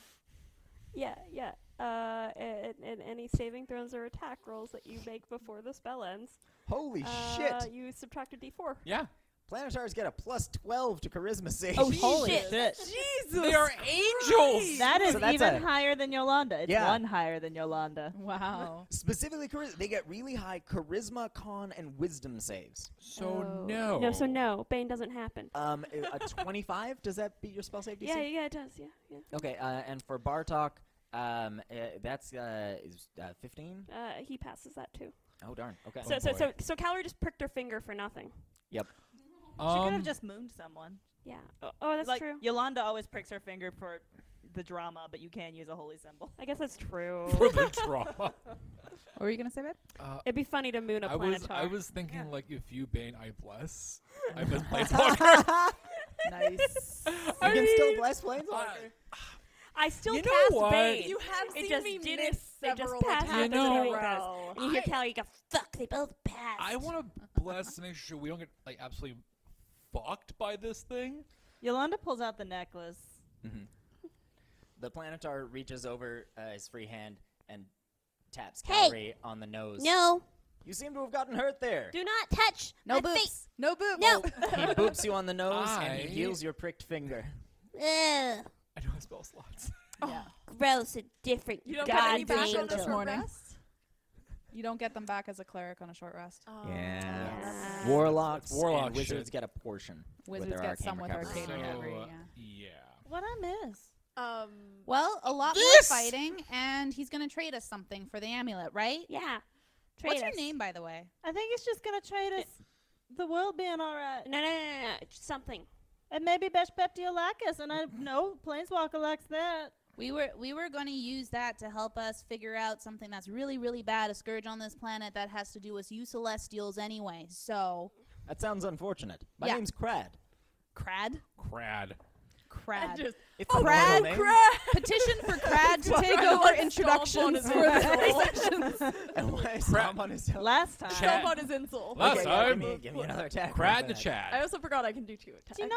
S11: yeah, yeah. Uh, and, and any saving throws or attack rolls that you make before the spell ends,
S9: Holy
S11: uh,
S9: shit!
S11: you subtract a d4.
S3: Yeah.
S9: Planetars get a plus twelve to charisma save.
S7: Oh, holy shit.
S4: Jesus.
S3: They are angels.
S7: That is
S9: So that's
S7: even
S9: a-
S7: higher than Yolanda. It's
S9: Yeah.
S11: *laughs*
S7: one higher than Yolanda.
S6: Wow.
S9: Specifically, charisma. They get really high charisma, con, and wisdom saves.
S3: So
S11: Oh.
S3: no.
S11: No, so no. Bane doesn't happen.
S9: Um,
S11: *laughs*
S9: a twenty-five. Does that beat your spell save DC?
S11: Yeah, yeah, it does. Yeah, yeah.
S9: Okay. Uh, and for Bartok, um, uh, that's uh, is uh, fifteen.
S11: Uh, he passes that too.
S9: Oh darn. Okay.
S11: So, so,
S3: boy.
S11: so, so, Callie just pricked her finger for nothing.
S7: She could
S3: Um,
S7: have just mooned someone.
S11: Yeah. Oh, oh that's
S7: like
S11: true.
S7: Yolanda always pricks her finger for the drama, but you can use a holy symbol.
S11: I guess that's
S9: *laughs*
S11: true.
S3: for
S11: *laughs*
S3: the drama.
S6: *laughs* What were you going to say, babe?
S3: Uh,
S11: It'd be funny to moon a
S3: I was I
S11: planetar.
S3: was thinking like if you bane, I bless.
S9: *laughs*
S3: I
S11: *laughs*
S3: bless planeswalker.
S6: Nice.
S9: you can still bless planeswalker.
S3: Uh,
S11: I still
S3: You know
S11: cast
S3: what?
S11: Bane.
S4: You have
S11: it
S4: seen
S11: just
S4: me
S11: didn't.
S4: miss
S11: it just
S4: several
S11: passed
S3: attacks
S11: the
S3: in a
S11: second test.
S4: row.
S5: And you hear Talia go, fuck, they both passed.
S3: I want to bless to make sure we don't get like
S11: *laughs*
S3: absolutely fucked by this thing.
S7: Yolanda pulls out the necklace.
S9: The planetar reaches over uh, his free hand and taps
S5: Hey!
S9: Calry on the nose.
S5: No,
S9: You seem to have gotten hurt there.
S5: do not touch.
S6: No
S5: my face.
S6: boops. No boops. *laughs*
S5: No.
S9: *laughs* He boops you on the nose and
S3: I-
S9: he heals your pricked finger.
S5: Ugh,
S3: I don't have spell slots.
S5: Oh, gross. A different
S4: You don't get any
S5: god
S4: back on
S5: angel.
S4: this
S6: one.
S4: morning.
S6: You don't get them back as a cleric on a short rest.
S9: Oh, Yeah.
S5: Yes.
S9: Warlocks
S3: Warlock
S9: and wizards
S3: shit.
S9: get a portion. with
S6: Wizards get
S9: their arcane
S6: some with
S9: recovery.
S6: arcane
S3: So,
S6: recovery.
S3: uh,
S6: Yeah.
S3: yeah.
S7: What I miss?
S4: Um,
S6: Well, a lot
S5: Yes!
S6: more fighting, and he's gonna trade us something for the amulet, right?
S5: Yeah. Trade
S6: What's your
S5: us.
S6: name, by the way?
S7: I think it's just gonna trade us the world being all right,
S5: No, no, no, no, no. it's Something.
S7: and maybe Beshbeptia like us, and
S9: *laughs*
S7: I know Planeswalker likes that.
S6: We were we were going to use that to help us figure out something that's really really bad a scourge on this planet that has to do with you celestials anyway. So
S9: That sounds unfortunate. My
S6: Yeah.
S9: name's Crad.
S6: crad,
S3: Crad.
S6: *laughs* crad,
S9: It's a
S6: Crad,
S9: normal name.
S6: petition *laughs* for crad to take
S4: Crad
S6: over
S4: wants
S6: introductions
S4: Stompon
S6: for
S4: as
S6: the
S9: *laughs* And why is Crad on his own?
S7: Last time.
S3: Chat.
S4: Stop on his insult.
S3: Last
S9: Okay, yeah,
S3: time.
S9: give me, give me another attack.
S3: Crad the
S4: I
S3: Chad.
S4: also forgot I can do two attacks.
S7: Do you know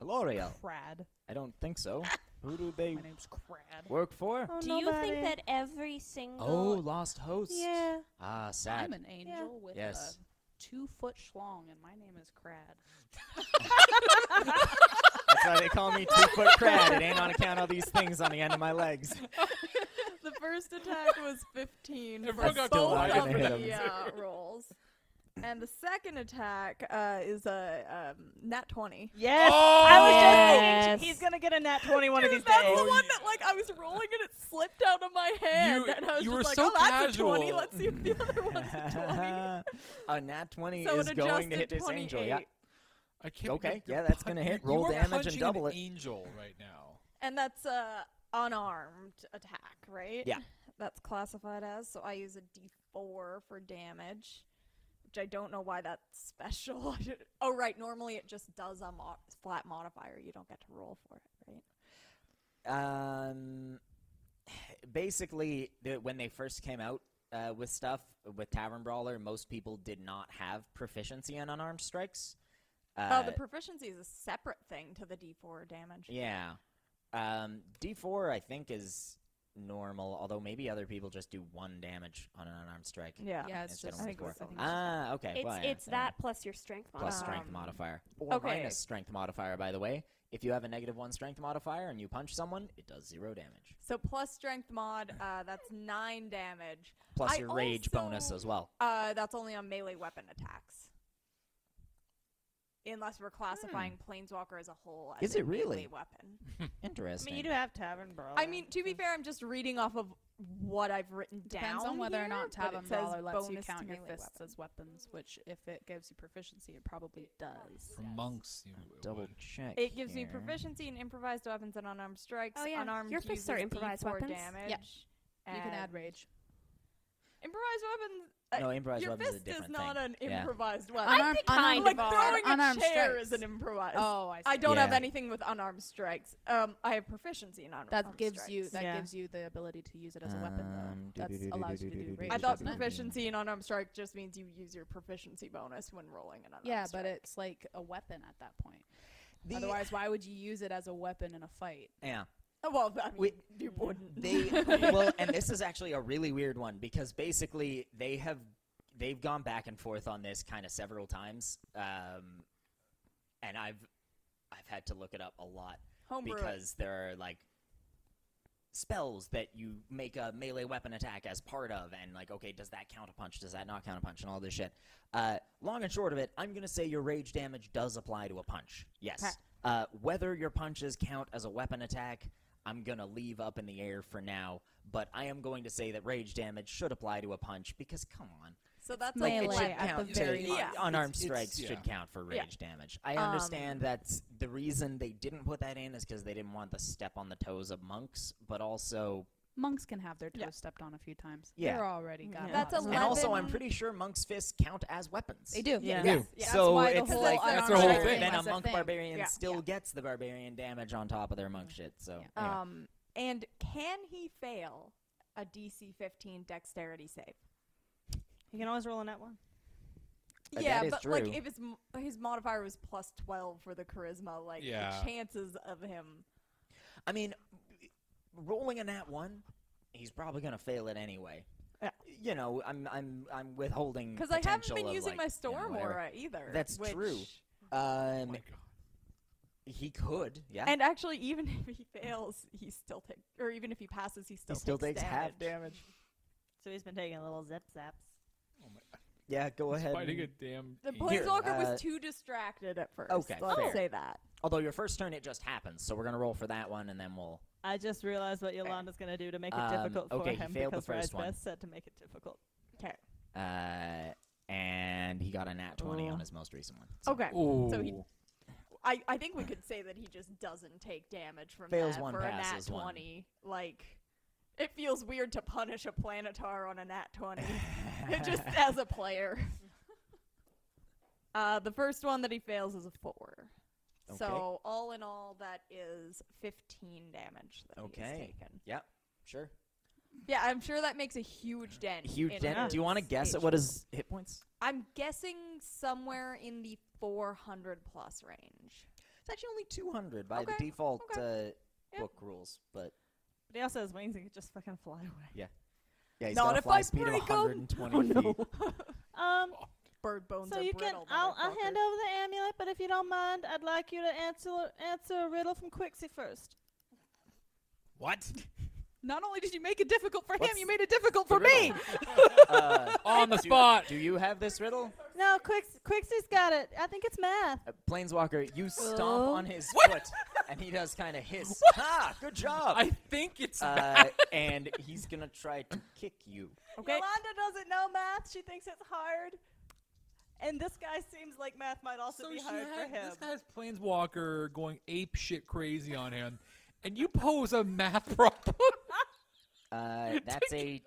S7: L'Oreal?
S9: L'Oreal.
S6: crad.
S9: I don't think
S6: *laughs*
S9: so. Who do they
S6: My name's crad.
S9: work for?
S7: Oh,
S5: Do
S7: nobody.
S5: you think that every single
S9: Oh, lost host.
S7: Yeah.
S9: Ah, sad.
S6: I'm an angel with
S9: Yes.
S6: a two foot schlong, and my name is crad.
S9: That's why they call me two foot crab. It ain't on account of these things on the end of my legs.
S4: the first attack was 15 for
S3: Everyone got
S4: both
S9: glad
S4: of
S9: when they hit
S4: the uh, rolls. And the second attack uh, is a um, nat 20.
S7: Yes.
S3: Oh,
S7: I was just
S3: yes.
S7: thinking he's gonna get a
S4: *laughs*
S7: nat twenty *laughs* one
S4: Dude,
S7: of these
S4: that's
S7: days.
S4: the one that like I was rolling and it slipped out of my hand,
S3: Oh, You-
S4: and I was
S3: you
S4: just
S3: were
S4: like,
S3: so
S4: "Oh, that's a 20.
S3: casual."
S4: Let's see if the other
S9: *laughs*
S4: one's a 20."
S9: a Uh, nat 20
S4: So
S9: is
S4: it
S9: going to
S4: adjusted
S9: hit this angel. Yeah.
S4: 28.
S3: I can't.
S9: Okay,
S3: you're-
S9: yeah,
S3: you're
S9: that's
S3: pun-
S9: gonna hit.
S3: you-
S9: Roll
S3: you are
S9: damage and
S3: punching
S9: double
S3: an
S9: it.
S3: Angel right now.
S4: And that's a unarmed attack, right?
S9: Yeah.
S4: That's classified as. So I use a D4 for damage, which I don't know why that's *laughs* special. I should- oh, right. Normally it just does a mo- flat modifier. You don't get to roll for it, right?
S9: Um, basically, the, when they first came out uh, with stuff with Tavern Brawler, most people did not have proficiency in unarmed strikes. Uh,
S4: oh, the proficiency is a separate thing to the D4 damage.
S9: yeah. Um, D4, I think, is normal, although maybe other people just do one damage on an unarmed strike.
S4: Yeah.
S6: Yeah, it's
S9: Instead
S6: just
S9: of
S4: I think
S6: I
S9: one
S4: it's
S9: D4.
S4: something
S9: Ah, okay.
S11: It's
S9: well, yeah,
S11: it's
S9: never mind.
S11: that plus your strength
S9: plus
S11: modifier.
S9: strength
S4: Um,
S9: modifier or
S4: okay.
S9: minus strength modifier by the way if you have a negative one strength modifier and you punch someone it does zero damage
S4: So plus strength mod, uh, that's nine damage.
S9: plus
S4: I
S9: your rage bonus
S4: also- *laughs*
S9: as well
S4: Uh, that's only on melee weapon attacks. Unless we're classifying Planeswalker as a whole as
S9: Hmm. Is it
S4: a melee
S9: really?
S4: weapon.
S3: *laughs*
S7: I
S9: interesting
S7: mean, you do have Tavern Brawl.
S4: I mean, to be fair, I'm just reading off of what I've written
S6: Depends
S4: down
S6: on whether
S4: here,
S6: or not
S4: but
S6: Tavern
S4: it says
S6: Brawler lets you
S4: bonus to
S6: count your
S4: melee
S6: fists
S4: weapon.
S6: as weapons, which if it gives you proficiency, it probably does.
S3: For monks, you it
S9: double
S3: would.
S9: check
S4: It gives me
S9: here.
S4: proficiency in improvised weapons and unarmed strikes.
S11: Oh, yeah.
S4: Unarmed
S11: Your fists
S4: uses
S11: are improvised
S4: D4
S11: weapons.
S4: Damage,
S6: Yep. You can add
S4: and-
S6: rage.
S4: Improvised weapons. uh,
S9: no improvised
S4: your
S9: weapons
S4: fist
S9: is a different
S4: not
S9: thing
S4: an
S9: Yeah.
S4: improvised weapon.
S6: Unarmed,
S11: kind
S4: like
S11: of are.
S4: throwing
S6: unarmed
S4: a chair
S6: strikes.
S4: is an improvised.
S6: Oh, I. See.
S4: I don't have
S9: Yeah.
S4: anything with unarmed strikes. Um, I have proficiency in unarmed.
S6: That gives you
S4: strikes.
S6: that
S7: Yeah.
S6: gives you the ability to use it as a weapon,
S9: Um,
S6: though. That allows you to *laughs* do rage.
S4: I thought
S6: doesn't it?
S4: proficiency in unarmed strike just means you use your proficiency bonus when rolling an unarmed
S6: Yeah,
S4: strike.
S6: but it's like a weapon at that point.
S9: The-
S6: Otherwise, why would you use it as a weapon in a fight? *laughs*
S9: yeah
S4: Oh, well, I mean,
S9: We-
S4: you wouldn't.
S9: *laughs* they well and this is actually a really weird one because basically they have they've gone back and forth on this kind of several times um, and i've i've had to look it up a lot
S4: Homebrew. it.
S9: because there are like spells that you make a melee weapon attack as part of and like okay does that count a punch does that not count a punch and all this shit uh, long and short of it i'm going to say your rage damage does apply to a punch yes uh, whether your punches count as a weapon attack i'm going to leave up in the air for now but i am going to say that rage damage should apply to a punch because come on
S4: So that's
S9: like
S4: like
S9: it
S6: Melee
S9: should
S4: weapon.
S6: at
S9: count
S6: the
S9: to-
S6: very
S9: un-
S4: least.
S9: unarmed
S3: It's- it's-
S9: strikes should
S3: yeah.
S9: count for
S4: Yeah.
S9: rage damage. I
S4: Um,
S9: understand that's the reason they didn't put that in is because they didn't want the step on the toes of monks, but also
S6: *laughs* Monks can have their toes
S7: Yeah.
S6: stepped on a few times.
S9: Yeah.
S6: They're already got.
S7: Yeah.
S4: That's
S6: knots.
S9: And also, I'm
S4: 11
S9: pretty sure monks' fists count as weapons.
S6: They do.
S7: Yeah.
S6: Yes.
S9: Yeah.
S6: That's
S9: so
S6: why the
S9: it's
S6: whole
S9: like
S6: unarmed
S9: that's
S3: the whole
S6: barbarian
S3: thing.
S9: Then a
S6: was
S9: monk
S6: thing.
S9: barbarian
S4: Yeah.
S9: still gets the barbarian damage on top of their monk shit. So
S6: *laughs* Yeah.
S9: anyway.
S4: Um, and can he fail a DC 15 dexterity save?
S7: You can always roll a net one.
S9: Uh,
S4: yeah,
S9: that is
S4: but like
S9: true.
S4: if his m- his modifier was plus 12 for the charisma, like
S3: Yeah.
S4: the chances of him.
S9: I mean, rolling a nat one, he's probably gonna fail it anyway.
S7: Yeah.
S9: You know, I'm I'm I'm withholding
S4: Because I haven't
S9: potential
S4: been
S9: of,
S4: using
S9: like,
S4: my
S9: you know,
S4: storm
S9: whatever.
S4: aura either.
S9: That's
S4: which-
S9: true.
S3: Oh
S9: Um,
S3: my God.
S9: he could, yeah.
S4: And actually, even *laughs* if he fails, he still takes, or even if he passes, he still
S9: he still
S4: takes,
S9: takes
S4: damage.
S9: half damage.
S7: So he's been taking little zip zaps.
S3: Oh my God.
S9: Yeah, go
S3: He's
S9: ahead.
S3: Fighting a
S9: and-
S3: damn.
S4: The
S3: angel.
S9: Here,
S4: planeswalker
S9: uh,
S4: was too distracted at first.
S9: okay,
S4: let's
S9: fair.
S4: say that.
S9: Although your first turn, it just happens, so we're gonna roll for that one, and then we'll.
S7: I just realized what Yolanda's going to do to make it
S9: Um,
S7: difficult for
S9: okay, he
S7: him
S9: failed the
S7: because Raj
S9: first one.
S7: Beth said to make it difficult.
S4: Okay,
S9: Uh, and he got a nat twenty
S7: Oh.
S9: on his most recent one. So
S4: okay.
S3: Ooh.
S4: So he, I, I think we could say that he just doesn't take damage from
S9: Fails
S4: that
S9: one,
S4: for a nat
S9: passes one.
S4: twenty. Like, it feels weird to punish a planetar on a nat twenty. *laughs* It just as a
S9: *laughs*
S4: player. Uh, the first one that he fails is a four. So all in all, that is fifteen damage that he has
S9: Okay.
S4: taken.
S9: Yep. Sure.
S4: Yeah, I'm sure that makes a huge dent.
S9: Huge
S4: in
S9: dent. Do you want to
S4: his
S9: guess at
S4: HP.
S9: what his hit points?
S4: I'm guessing somewhere in the 400 plus range.
S9: It's actually only two hundred by the
S4: Okay,
S9: default uh,
S4: Yeah.
S9: book rules, but
S7: But he also has wings and can just fucking fly away.
S9: yeah, he's
S4: Not
S9: got a
S4: if
S9: fly
S4: I
S9: speed of
S4: break 'em.
S3: Oh,
S9: 120 feet.
S3: *laughs*
S7: Um,
S4: Oh, Bird bones
S2: So
S4: are
S2: you can.
S4: brittle.
S2: I'll, I'll
S4: motherfucker.
S2: hand over the amulet, but if you don't mind, I'd like you to answer answer a riddle from Quixie first.
S3: What? *laughs*
S6: Not only did you make it difficult for him,
S9: What's
S6: you made it difficult for
S9: the
S6: me.
S9: riddle? uh,
S3: On the spot.
S9: do you have this riddle?
S2: No, Quix Quixie's got it. I think it's math.
S9: Uh, Planeswalker, you stomp
S4: Uh.
S5: Oh.
S9: on
S3: *laughs*
S9: his foot, and he does kind of hiss. Ha! Good job.
S3: I think it's.
S9: uh, and he's gonna try to kick you.
S7: Okay.
S2: Yolanda doesn't know math. She thinks it's hard. And this guy seems like math might also
S3: so
S2: be
S3: she
S2: hard
S3: had,
S2: for him.
S3: this guy's planeswalker going ape shit crazy on him, and you pose a math *laughs* problem. *laughs*
S9: Uh, that's a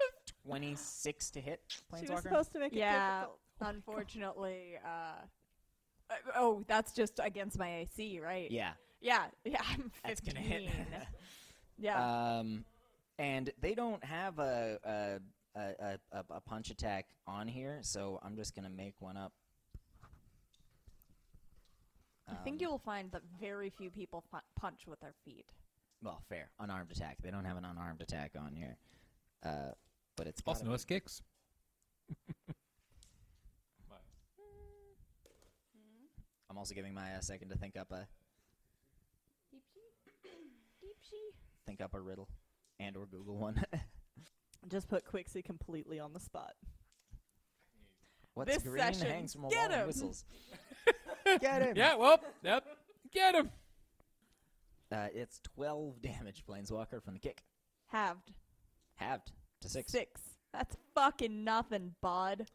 S9: 26 to hit.
S2: she was
S9: Planeswalker.
S2: supposed to make
S4: Yeah,
S2: it difficult.
S4: *laughs* unfortunately. Uh, uh, oh, that's just against my AC, right?
S9: Yeah.
S4: Yeah, yeah, I'm 15.
S9: That's gonna hit. *laughs*
S4: yeah.
S9: um, and they don't have a a, a, a a a punch attack on here, so I'm just gonna make one up.
S4: I think
S9: Um,
S4: you'll find that very few people pu- punch with their feet.
S9: Well, fair. Unarmed attack. They don't have an unarmed attack on here. Uh, but it's
S3: also
S9: gotta
S3: known as kicks.
S9: be- I'm also giving my uh, second to think up a think up a riddle, and or Google one. *laughs*
S7: Just put Quixie completely on the spot.
S4: *laughs*
S9: What's
S4: This
S9: green
S4: session.
S9: hangs from a
S4: Get
S9: wall and
S4: him.
S9: whistles.
S4: *laughs*
S9: Get him.
S3: Yeah. Well. Yep. Get him.
S9: Uh, it's 12 *laughs* damage, Planeswalker, from the kick.
S4: Halved.
S9: Halved to six.
S4: Six. That's fucking nothing, bud.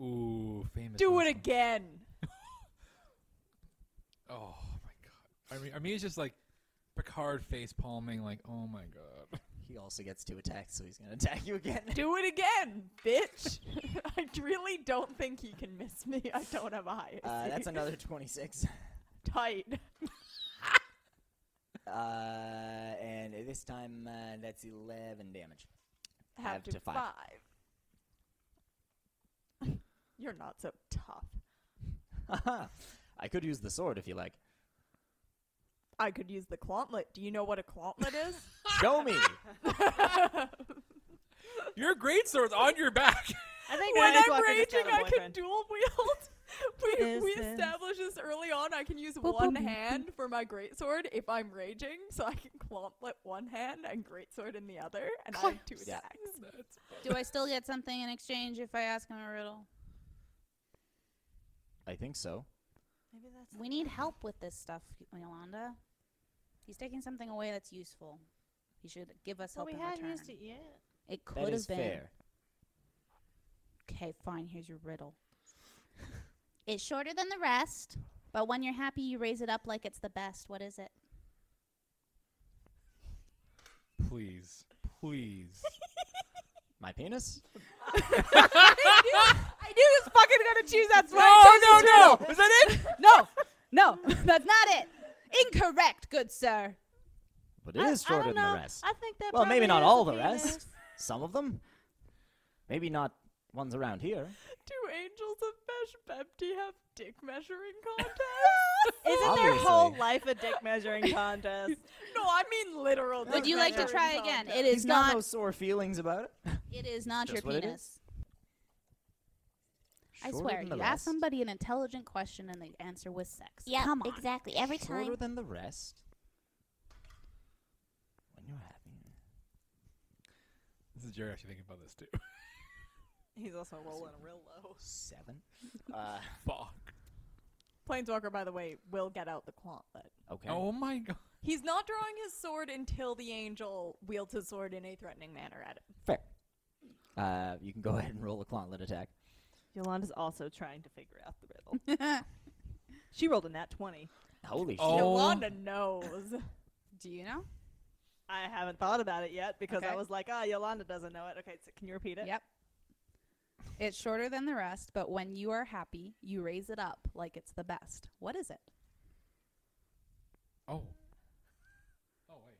S3: Ooh, famous.
S4: Do it
S3: last
S4: again.
S3: one. Oh my god. I mean, I mean, it's just like Picard face palming, like, oh my god. *laughs*
S9: He also gets two attacks, so he's going to attack you again.
S4: Do it again,
S9: *laughs*
S4: bitch. *laughs* I really don't think he can miss me. I don't have a high
S9: Uh,
S4: AC.
S9: that's another *laughs* 26.
S4: tight. *laughs*
S9: Uh, and this time, uh, that's 11 damage. Halved
S4: Have
S9: to
S4: to
S9: five.
S4: five. *laughs* You're not so tough.
S9: Haha. *laughs* I could use the sword if you like.
S4: I could use the clawtlet. Do you know what a clawtlet is? *laughs*
S9: Show me! *laughs*
S3: Your great sword's on your back.
S7: *laughs* I think
S4: when
S7: Raj
S4: I'm
S7: Walker just
S4: raging,
S7: got a
S4: I can
S7: boyfriend.
S4: dual wield. *laughs* we
S7: Is
S4: we
S7: this-
S4: established this early on. I can use one hand for my greatsword if I'm raging, so I can clawtlet one hand and greatsword in the other, and I have two
S9: Yeah.
S4: attacks.
S6: Do I still get something in exchange if I ask him a riddle?
S9: I think so.
S2: Maybe that's
S6: We need help with this stuff, Yolanda. He's taking something away that's useful. He should give us
S2: well,
S6: help
S2: we
S6: in
S2: hadn't
S6: return.
S2: used it yet.
S6: It could
S9: that
S6: have
S9: is
S6: been.
S9: fair.
S6: Okay, fine. Here's your riddle. it's shorter than the rest, but when you're happy, you raise it up like
S9: *laughs*
S6: it's the best. What is it?
S3: Please, please.
S9: My penis?
S2: *laughs*
S6: I knew he was fucking gonna choose that sweater.
S3: no, no, no! Is that it?
S6: *laughs* no, no, that's not it. Incorrect, good sir.
S9: But it is shorter
S2: I don't
S9: than the
S2: know.
S9: rest.
S2: I think that.
S9: well, maybe
S2: probably
S9: not
S2: is
S9: all
S2: a
S9: the
S2: penis.
S9: rest. Some of them. Maybe not ones around here.
S4: Do angels of Mesh Bempty have dick
S6: *laughs*
S4: measuring contests?
S7: Isn't their
S9: Obviously.
S7: whole life a dick
S4: *laughs*
S7: measuring contest?
S4: no, I mean literal.
S6: Would
S4: dick
S6: you like to
S4: measuring
S6: try again?
S4: contests.
S6: It is
S9: He's got
S6: not.
S9: no sore feelings about it.
S6: It is not your
S9: Just what it
S6: penis. I
S9: Shorter
S6: swear,
S9: than
S6: you
S9: the
S6: ask
S9: rest.
S6: somebody an intelligent question and the answer was sex.
S9: *laughs*
S5: Yeah,
S6: Come on.
S5: exactly. Every time.
S9: Shorter than the rest. When you're happy.
S3: This is Jerry actually thinking about this too. *laughs*
S7: He's also rolling real low.
S3: *laughs*
S9: Seven. Uh,
S3: Fuck.
S4: Planeswalker, by the way, will get out the gauntlet.
S9: okay.
S3: Oh my god.
S4: He's not drawing his sword until the angel wields his sword in a threatening manner at him.
S9: Fair. Uh, you can go *laughs* ahead and roll a gauntlet attack.
S7: Yolanda's also trying to figure out the riddle. she rolled a nat 20.
S9: Holy
S3: Oh.
S9: shit.
S4: Yolanda knows.
S6: Do you know?
S7: I haven't thought about it yet because I
S6: Okay.
S7: was like, ah, Yolanda doesn't know it. Okay, so can you repeat it?
S6: Yep. It's shorter than the rest, but when you are happy, you raise it up like it's the best. What is it?
S3: Oh. Oh wait.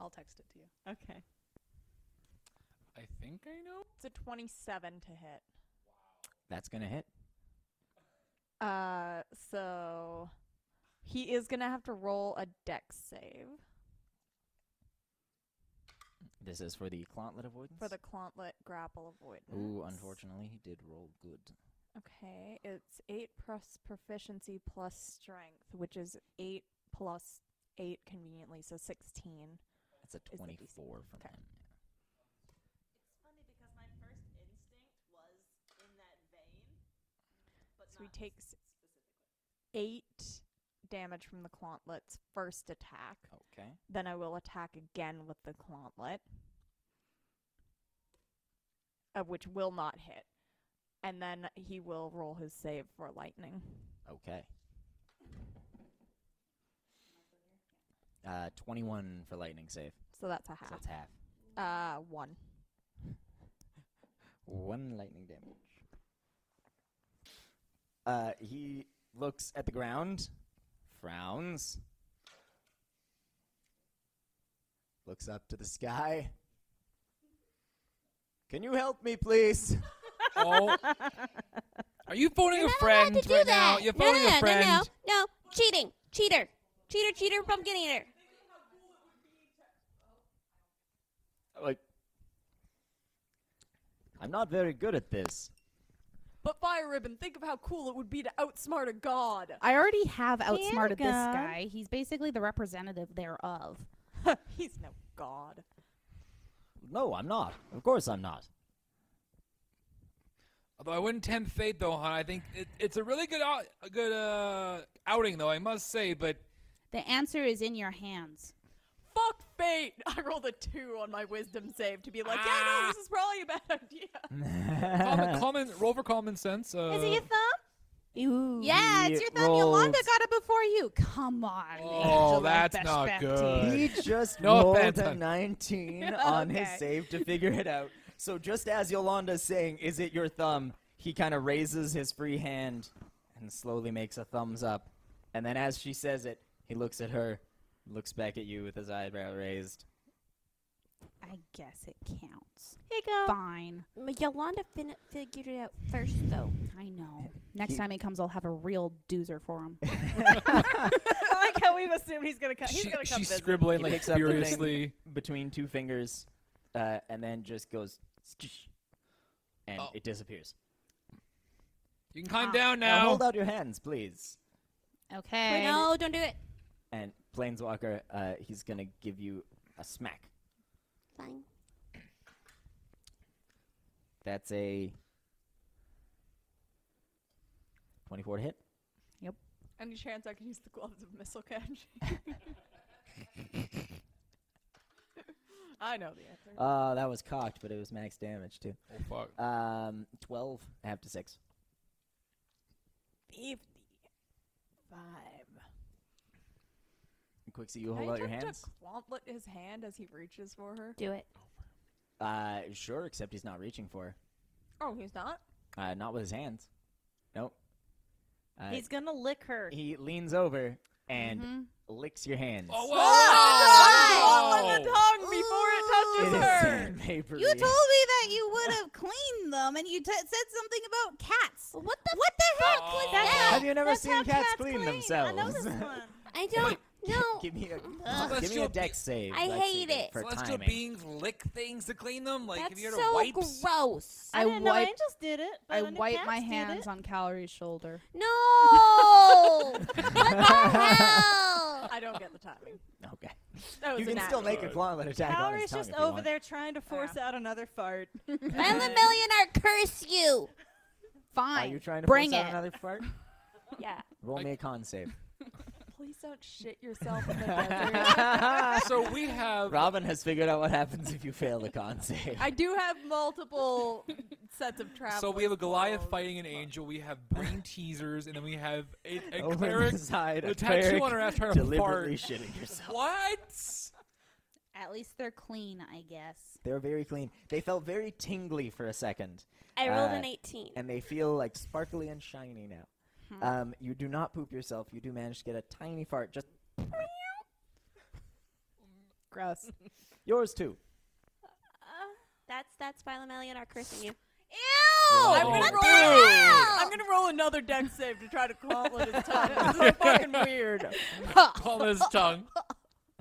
S6: I'll text it to you.
S7: Okay.
S3: I think I know.
S4: It's a 27 to hit.
S9: That's going to hit.
S4: Uh, so he is gonna have to roll a dex save
S9: This is for the gauntlet avoidance.
S4: for the Clantlet grapple avoidance.
S9: Ooh, unfortunately, he did roll good.
S4: Okay, it's eight plus proficiency plus strength, which is eight plus eight conveniently, so 16.
S9: That's
S4: Is
S9: a
S4: the
S9: 24
S4: DC.
S9: from
S4: Okay.
S9: him.
S7: funny because my first instinct was in that vein. But
S4: So he takes eight damage from the Clantlet's first attack.
S9: Okay.
S4: Then I will attack again with the Clantlet, uh, which will not hit. And then he will roll his save for lightning.
S9: Okay. Uh, 21 for lightning save.
S4: So that's a
S9: So
S4: half.
S9: that's half.
S4: Uh, one.
S9: One lightning damage. Uh, he looks at the ground, frowns, looks up to the sky. Can you help me, please? *laughs*
S3: Oh. Are you phoning a
S5: You're not
S3: friend
S5: allowed to do
S3: right
S5: that.
S3: now? You're
S5: no,
S3: phoning
S5: no,
S3: a
S5: no, no,
S3: friend.
S5: no, no. Cheating, cheater, cheater, cheater, pumpkin eater.
S9: like, I'm not very good at this.
S4: But Fire Ribbon, think of how cool it would be to outsmart a god.
S6: I already have outsmarted this
S2: God.
S6: guy. He's basically the representative thereof.
S4: He's no god.
S9: No, I'm not. Of course I'm not.
S3: Although I wouldn't tempt fate though, hon. I think it, it's a really good out, a good uh, outing though, I must say. But
S6: The answer is in your hands.
S4: Fuck fate! *laughs* I rolled a two on my wisdom save to be like, yeah, no, this is probably a bad idea.
S5: *laughs*
S3: common, common roll for common sense. Uh,
S2: Is it your thumb?
S6: Ah. Ooh. Yeah, it's
S9: He
S6: your thumb.
S9: rolled-
S6: Yolanda got it before you. Come on.
S3: Oh,
S6: Angela
S3: that's
S6: Best
S3: not
S6: Bechtel.
S3: good.
S9: He just
S3: No
S9: rolled
S3: offense,
S9: a
S3: hon.
S9: 19 *laughs*
S6: Yeah,
S9: on his
S6: okay.
S9: save to figure it out. So just as Yolanda's saying, "Is it your thumb?" He kind of raises his free hand and slowly makes a thumbs up, and then as she says it, he looks at her, looks back at you with his eyebrow raised.
S6: I guess it counts.
S2: Here you go.
S6: Fine.
S5: Mm, Yolanda fin- figured it out first, though.
S6: I know. Next
S9: He-
S6: time he comes, I'll have a real doozer for him.
S7: *laughs* I like how we've assumed he's going to come. He's
S3: she,
S7: going to come
S3: she's
S7: visit.
S3: scribbling
S9: He
S3: like
S9: picks up the thing.
S3: furiously.
S9: between two fingers, uh, and then just goes, "Skish," and
S3: Oh.
S9: it disappears.
S3: You can calm
S6: Ah.
S3: down
S9: Now
S3: now.
S9: hold out your hands, please.
S6: Okay.
S5: No, don't do it.
S9: And Planeswalker, uh, he's gonna give you a smack.
S5: Fine.
S9: That's a 24 to hit.
S4: Any chance I can use the gloves of missile
S9: *laughs*
S4: catch? I know the answer.
S9: Oh, that was cocked, but it was max damage too.
S3: Oh fuck.
S9: Um, 12 half to 6.
S4: 55.
S9: Quixie, you
S4: Can
S9: hold
S4: I
S9: out your
S4: attempt
S9: hands.
S4: To quantlet his hand as he reaches for her.
S5: Do it.
S9: Uh, sure, except he's not reaching for
S4: Oh, he's not.
S9: her. Uh, not with his hands. Nope. Uh,
S2: He's gonna lick her. *laughs*
S9: he *laughs* leans over and licks your hands.
S3: Oh, whoa,
S4: Ah,
S3: whoa,
S4: Gauntlet the
S3: whoa.
S4: tongue before it
S9: It
S4: touches
S9: is *laughs*
S4: her.
S9: sandpapery.
S15: You told me that you would have cleaned them, and you t- said something about cats.
S5: What the?
S15: What the heck?
S3: Oh.
S9: Have you never
S2: That's
S9: seen
S2: how
S9: cats, clean,
S2: I
S9: themselves?
S2: know
S9: *laughs*
S2: this one.
S5: I don't know.
S9: give me a
S3: Ugh.
S9: give me a dex save.
S5: I
S9: Let's see
S5: hate
S9: the-
S5: it.
S9: for
S3: Celestial
S9: timing.
S3: beings lick things to clean them. Like have
S5: That's
S3: you heard
S5: so
S3: of wipes?
S5: gross.
S2: I,
S6: I
S2: didn't know
S6: wipe-
S2: angels did it. But
S6: I
S2: knew
S6: wipe my
S2: cats did
S6: hands
S2: it.
S6: on Calories' shoulder. *laughs*
S5: No. what the hell?
S4: I don't get the timing.
S9: Okay.
S4: That was
S9: You
S4: a
S9: can still
S4: natural.
S9: make a gauntlet attack on
S2: Calories
S9: his tongue
S2: just
S9: if you
S2: over
S9: want.
S2: there trying to force out another
S9: *laughs*
S2: fart. *laughs*
S5: Violent millionaire, curse you.
S6: Fine.
S9: Are you trying to
S6: Bring
S9: force
S6: it.
S9: out another fart?
S11: Yeah.
S9: Roll
S3: I-
S9: me a con save.
S4: Please don't shit yourself in the desert.
S3: so we have
S9: Robin has figured out what happens if you fail the con save.
S4: I do have multiple sets of travel.
S3: so we have a Goliath fighting an angel. We have brain teasers, and then we have a, a
S9: *laughs* Over
S3: cleric.
S9: the side,
S3: The
S9: a
S3: tattoo
S9: cleric
S3: on her ass trying to fart.
S9: deliberately shitting yourself.
S3: What?
S6: At least they're clean, I guess.
S9: They were very clean. They felt very tingly for a second,
S11: I rolled
S9: Uh,
S11: an 18.
S9: and they feel like sparkly and shiny now. Um, you do not poop yourself. You do manage to get a tiny fart. Just
S6: Gross.
S9: yours too.
S11: That's that's Phylum Elliot are cursing you.
S9: Oh,
S4: I'm gonna,
S9: what
S4: roll,
S9: the
S4: I'm gonna roll another dex save to try to gauntlet his
S9: *laughs*
S4: tongue. It's so fucking weird.
S3: Call his tongue.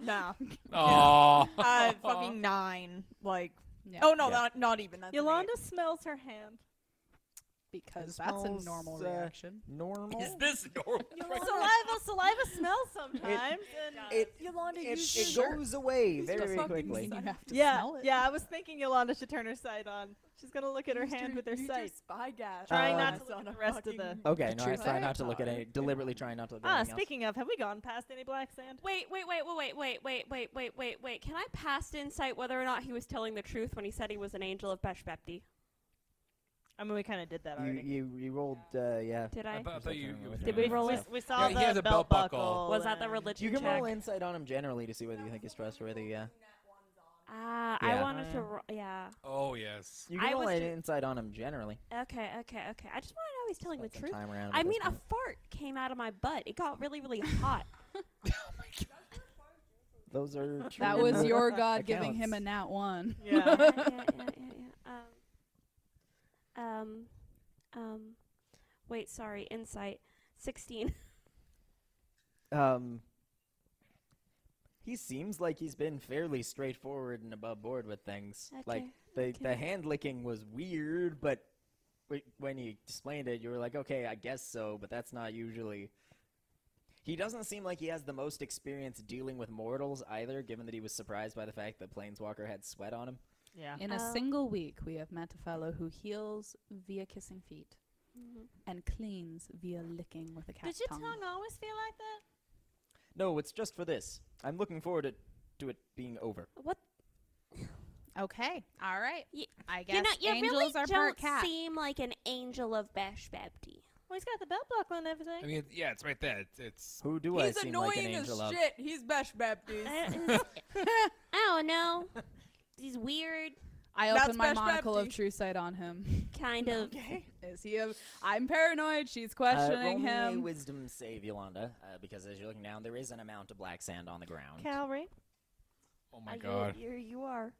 S4: Nah.
S3: Oh.
S4: Uh, fucking nine. Like,
S6: Yeah.
S4: oh no,
S9: Yeah.
S4: not, *laughs* not even. That's an eight.
S2: Yolanda smells her hand.
S6: because
S9: It
S6: that's a
S9: smells,
S6: normal
S9: uh,
S6: reaction.
S9: Normal.
S3: Is this normal?
S2: saliva, saliva smells sometimes. and
S9: it
S2: Yolanda
S9: it, it
S2: uses
S9: goes away
S4: just
S9: very
S4: fucking
S9: quickly.
S4: sucks.
S6: You have to
S2: Yeah,
S6: smell it.
S2: yeah. I was thinking Yolanda should turn her sight on. She's gonna look at her
S4: Used
S2: hand
S4: her-
S2: with her
S4: used
S2: sight.
S4: spy gas.
S2: Trying
S9: not
S2: to
S4: Us
S2: look
S4: on
S2: at
S4: a
S2: the rest of the-
S4: fucking-
S9: Okay, no, I
S6: truth
S9: try
S6: is-
S9: not to look at any. Deliberately trying not to look at
S2: Ah,
S9: anything else.
S2: speaking of, have we gone past any black sand?
S11: Wait, wait, wait, wait, wait, wait, wait, wait, wait, wait, wait. Can I pass insight whether or not he was telling the truth when he said he was an angel of Beshbepti?
S2: I mean, we kind of did that
S9: You,
S2: already.
S9: you you rolled uh, yeah.
S11: Did
S3: I
S11: I?
S3: thought, I thought you, you were
S11: Did
S9: Did
S3: doing
S11: we
S3: it.
S11: roll
S2: we,
S11: it?
S2: we saw
S3: he
S2: the
S3: has a
S2: belt
S3: belt buckle.
S2: buckle.
S11: Was that the
S2: and-
S11: religion
S9: You can
S11: check?
S9: roll insight on him generally to see whether you think he's trustworthy. Yeah.
S11: Ah,
S9: Yeah.
S11: I wanted to
S2: Uh.
S9: Yeah.
S11: roll. Yeah.
S3: Oh yes.
S9: You can
S11: I
S9: roll
S11: was
S9: an
S11: ju-
S9: insight on him generally.
S11: Okay, okay, okay. I just want to know he's telling
S9: Spend
S11: the
S9: some
S11: truth.
S9: Time around
S11: I
S9: at this
S11: mean, a
S9: point.
S11: fart came out of my butt. It got really, really
S9: *laughs*
S11: hot.
S9: those are true.
S6: That was your god giving him a
S9: Accounts.
S6: nat one.
S2: Yeah.
S11: yeah, yeah, yeah, yeah, yeah. Um, um, um, wait, sorry, insight. 16.
S9: Um, he seems like he's been fairly straightforward and above board with things. Like
S11: Okay,
S9: the the
S11: okay.
S9: hand licking was weird, but wh- when he explained it, you were like, okay, I guess so, but that's not usually. He doesn't seem like he has the most experience dealing with mortals either, given that he was surprised by the fact that Planeswalker had sweat on him.
S2: Yeah.
S6: In a
S11: Oh.
S6: single week, we have met a fellow who heals via kissing feet
S11: Mhm.
S6: and cleans via licking with a cat
S2: Did your
S6: tongue.
S2: tongue always feel like that?
S9: No, it's just for this. I'm looking forward to, to it being over.
S11: What? *sighs*
S6: Okay, all right.
S11: Ye-
S6: I guess
S11: You know, you
S6: angels
S11: really
S6: are part
S11: don't
S6: cat.
S11: seem like an angel of Beshbepti.
S2: Well, he's got the belt buckle and
S3: I
S2: everything.
S3: mean, yeah, it's right there. It's, it's
S9: Who do
S4: He's
S9: I seem
S4: annoying
S9: like an angel
S4: as
S9: of?
S4: shit. He's Besh Baptist.
S11: I don't
S5: Uh, *laughs*
S11: I don't know. He's weird,
S6: I
S4: That's
S6: open my
S4: Bash
S6: monocle of
S4: Bapti.
S6: true sight on
S11: *laughs*
S6: him.
S11: kind of.
S6: Is he? A, I'm paranoid. She's
S9: Uh, roll
S6: questioning
S9: me a
S6: him.
S9: wisdom save, Yolanda, uh, because as you're looking down, there is an amount of black sand on the ground.
S2: Calorie,
S3: oh my
S11: Are you-
S3: god.
S11: You're, you are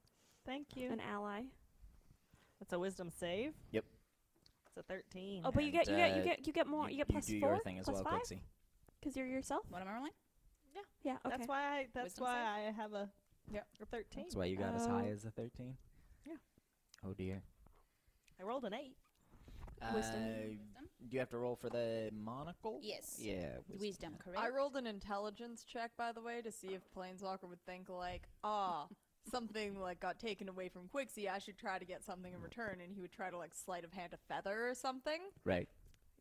S2: thank you.
S11: an ally.
S2: That's a wisdom save.
S9: Yep.
S2: It's a 13.
S11: Oh, but you
S9: And,
S11: get you get
S9: uh,
S11: you get you get more. You, get
S9: you
S11: plus
S9: do
S11: four,
S9: your thing as
S11: plus
S9: well,
S11: five,
S9: Quixie.
S11: because you're yourself.
S6: What am I rolling?
S11: Yeah. Okay.
S2: That's why I. That's
S6: Wisdom
S2: why I have a.
S6: Yep.
S2: A 13.
S9: That's why you got as high
S6: um,
S11: Oh.
S9: as a 13?
S2: Yeah.
S9: Oh, dear.
S2: I rolled an eight.
S9: Uh, do you have to roll for the monocle?
S6: Yes.
S9: Yeah.
S6: Wisdom,
S4: I
S6: correct?
S4: rolled an intelligence check, by the way, to see if Planeswalker would think like, ah, *laughs* something like got taken away from Quixie. I should try to get something in return, and he would try to like sleight of hand a feather or something.
S9: Right.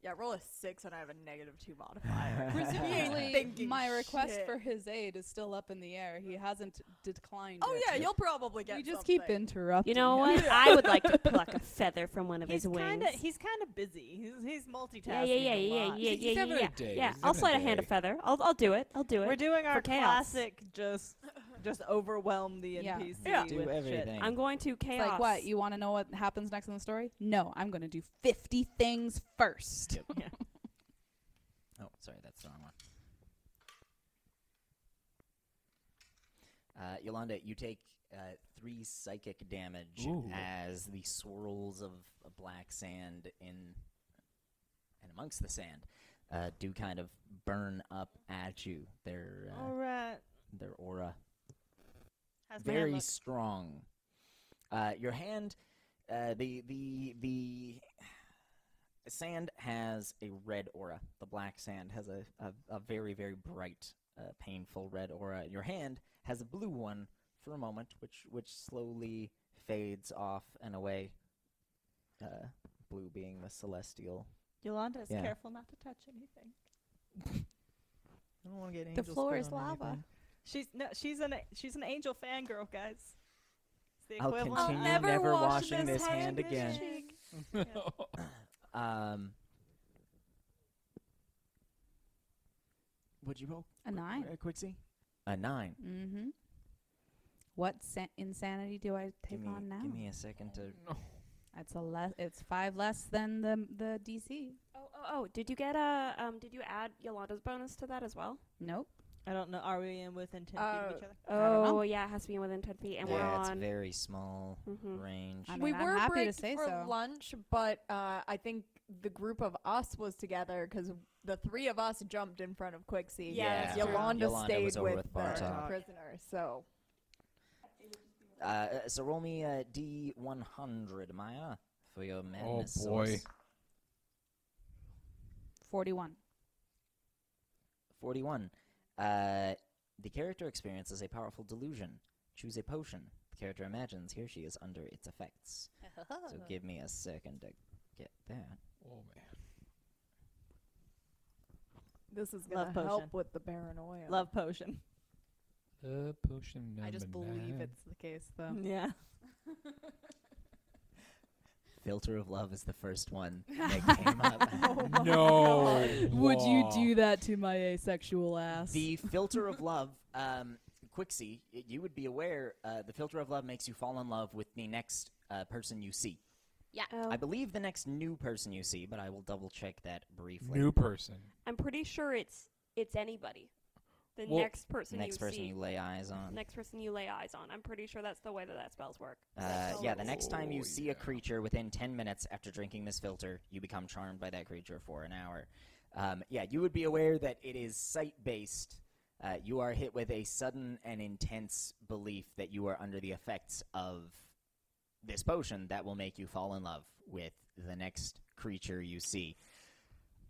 S4: Yeah, roll a six and I have a negative two modifier.
S6: *laughs* Presumably,
S4: Thinking
S6: my request
S4: shit.
S6: for his aid is still up in the air. He hasn't declined.
S4: Oh
S6: it.
S4: yeah, you'll probably get.
S6: We just keep
S4: something.
S6: interrupting.
S11: You know
S6: him.
S11: what?
S6: *laughs*
S11: I would like to pluck a feather from one of
S2: He's
S11: his wings.
S2: kind of he's kind of busy. He's he's multitasking.
S11: yeah, yeah, yeah,
S2: a
S11: yeah,
S2: lot.
S11: yeah, yeah, yeah, yeah.
S3: day.
S11: yeah.
S3: He's
S11: I'll
S3: having a
S11: slide a hand a
S3: day.
S11: feather. I'll, I'll do it. I'll do it.
S2: We're doing our
S11: for chaos.
S2: classic just just overwhelm the
S6: Yeah.
S2: NPC
S11: Yeah.
S2: with
S9: Do everything.
S11: I'm going to
S6: It's
S11: chaos.
S6: Like what? You want to know what happens next in the story? No, I'm going to do 50 things first. *laughs*
S9: Oh, sorry, that's the wrong one. Uh, Yolanda, you take uh, three psychic damage
S8: Ooh.
S9: as the swirls of uh, black sand in and amongst the sand uh, do kind of burn up at you. Their
S2: shit.
S9: uh,
S2: All right.
S9: their aura
S2: How's my hand
S9: very
S2: look?
S9: strong. Uh, your hand, uh, the the the sand has a red aura. The black sand has a a, a very very bright, uh, painful red aura. Your hand has a blue one for a moment, which which slowly fades off and away. Uh, blue being the celestial.
S2: Yolanda is
S9: Yeah.
S2: careful not to touch anything.
S9: I don't want to get
S5: The floor is lava.
S2: She's no, she's an she's an angel fangirl, guys. It's the
S9: I'll
S2: equivalent.
S9: continue
S2: of-
S9: never, washing this, hand
S2: this
S9: again.
S2: cheek.
S9: *laughs*
S2: *laughs*
S9: *coughs* Um, would you roll
S6: A nine.
S9: uh, Quixie? A nine.
S6: Mm-hmm. What sa- insanity do I take
S9: Give me,
S6: on now?
S9: give me a second to.
S6: It's a less. It's five less than the the DC.
S11: Oh, oh, oh! Did you get a? Um, did you add Yolanda's bonus to that as well?
S6: Nope.
S2: I don't know. Are we in within ten feet of each other?
S6: don't know.
S11: Oh, yeah, it has to be within ten feet, and we're
S9: yeah, it's
S11: on.
S9: very small
S11: Mhm.
S9: range.
S6: I
S4: we
S6: mean, I'm
S4: were
S6: happy to
S4: break
S6: say
S4: for
S6: so.
S4: lunch, but uh, I think the group of us was together because the three of us jumped in front of Quixie.
S11: Yeah, that's
S4: and
S11: true.
S4: Yolanda,
S9: Yolanda
S4: stayed
S9: was over with
S4: the
S9: Bartok.
S4: prisoner. So
S9: Uh, uh, so roll me uh, D100, Maya, for your madness.
S3: boy.
S9: sauce.
S6: Forty-one.
S9: 41. Uh, the character experiences a powerful delusion. Choose a potion. The character imagines here she is under its effects. So give me a second to get that.
S3: Oh man.
S4: this is
S2: Love
S4: gonna help *laughs*
S2: potion.
S4: with the paranoia.
S2: Love potion.
S3: The potion.
S4: I just
S3: number
S4: believe
S3: nine.
S4: it's the case, though.
S2: Yeah.
S9: Filter of Love is the first one that came up.
S4: Oh
S3: No. law.
S6: that to my asexual ass?
S9: The filter of love, um, Quixie, y- you would be aware. Uh, the filter of love makes you fall in love with the next uh, person you see.
S11: Oh,
S9: I believe the next new person you see, but I will double check that briefly.
S3: new person?
S11: I'm pretty sure it's it's anybody. The
S3: Well,
S11: next person
S9: next
S11: you
S9: person
S11: see,
S9: you lay eyes on.
S11: next person you lay eyes on. I'm pretty sure that's the way that that spells work.
S9: Uh, yeah, the next time
S3: Oh,
S9: you see
S3: yeah.
S9: a creature within 10 minutes after drinking this filter, you become charmed by that creature for an hour. Um, yeah, you would be aware that it is sight based. Uh, you are hit with a sudden and intense belief that you are under the effects of this potion that will make you fall in love with the next creature you see.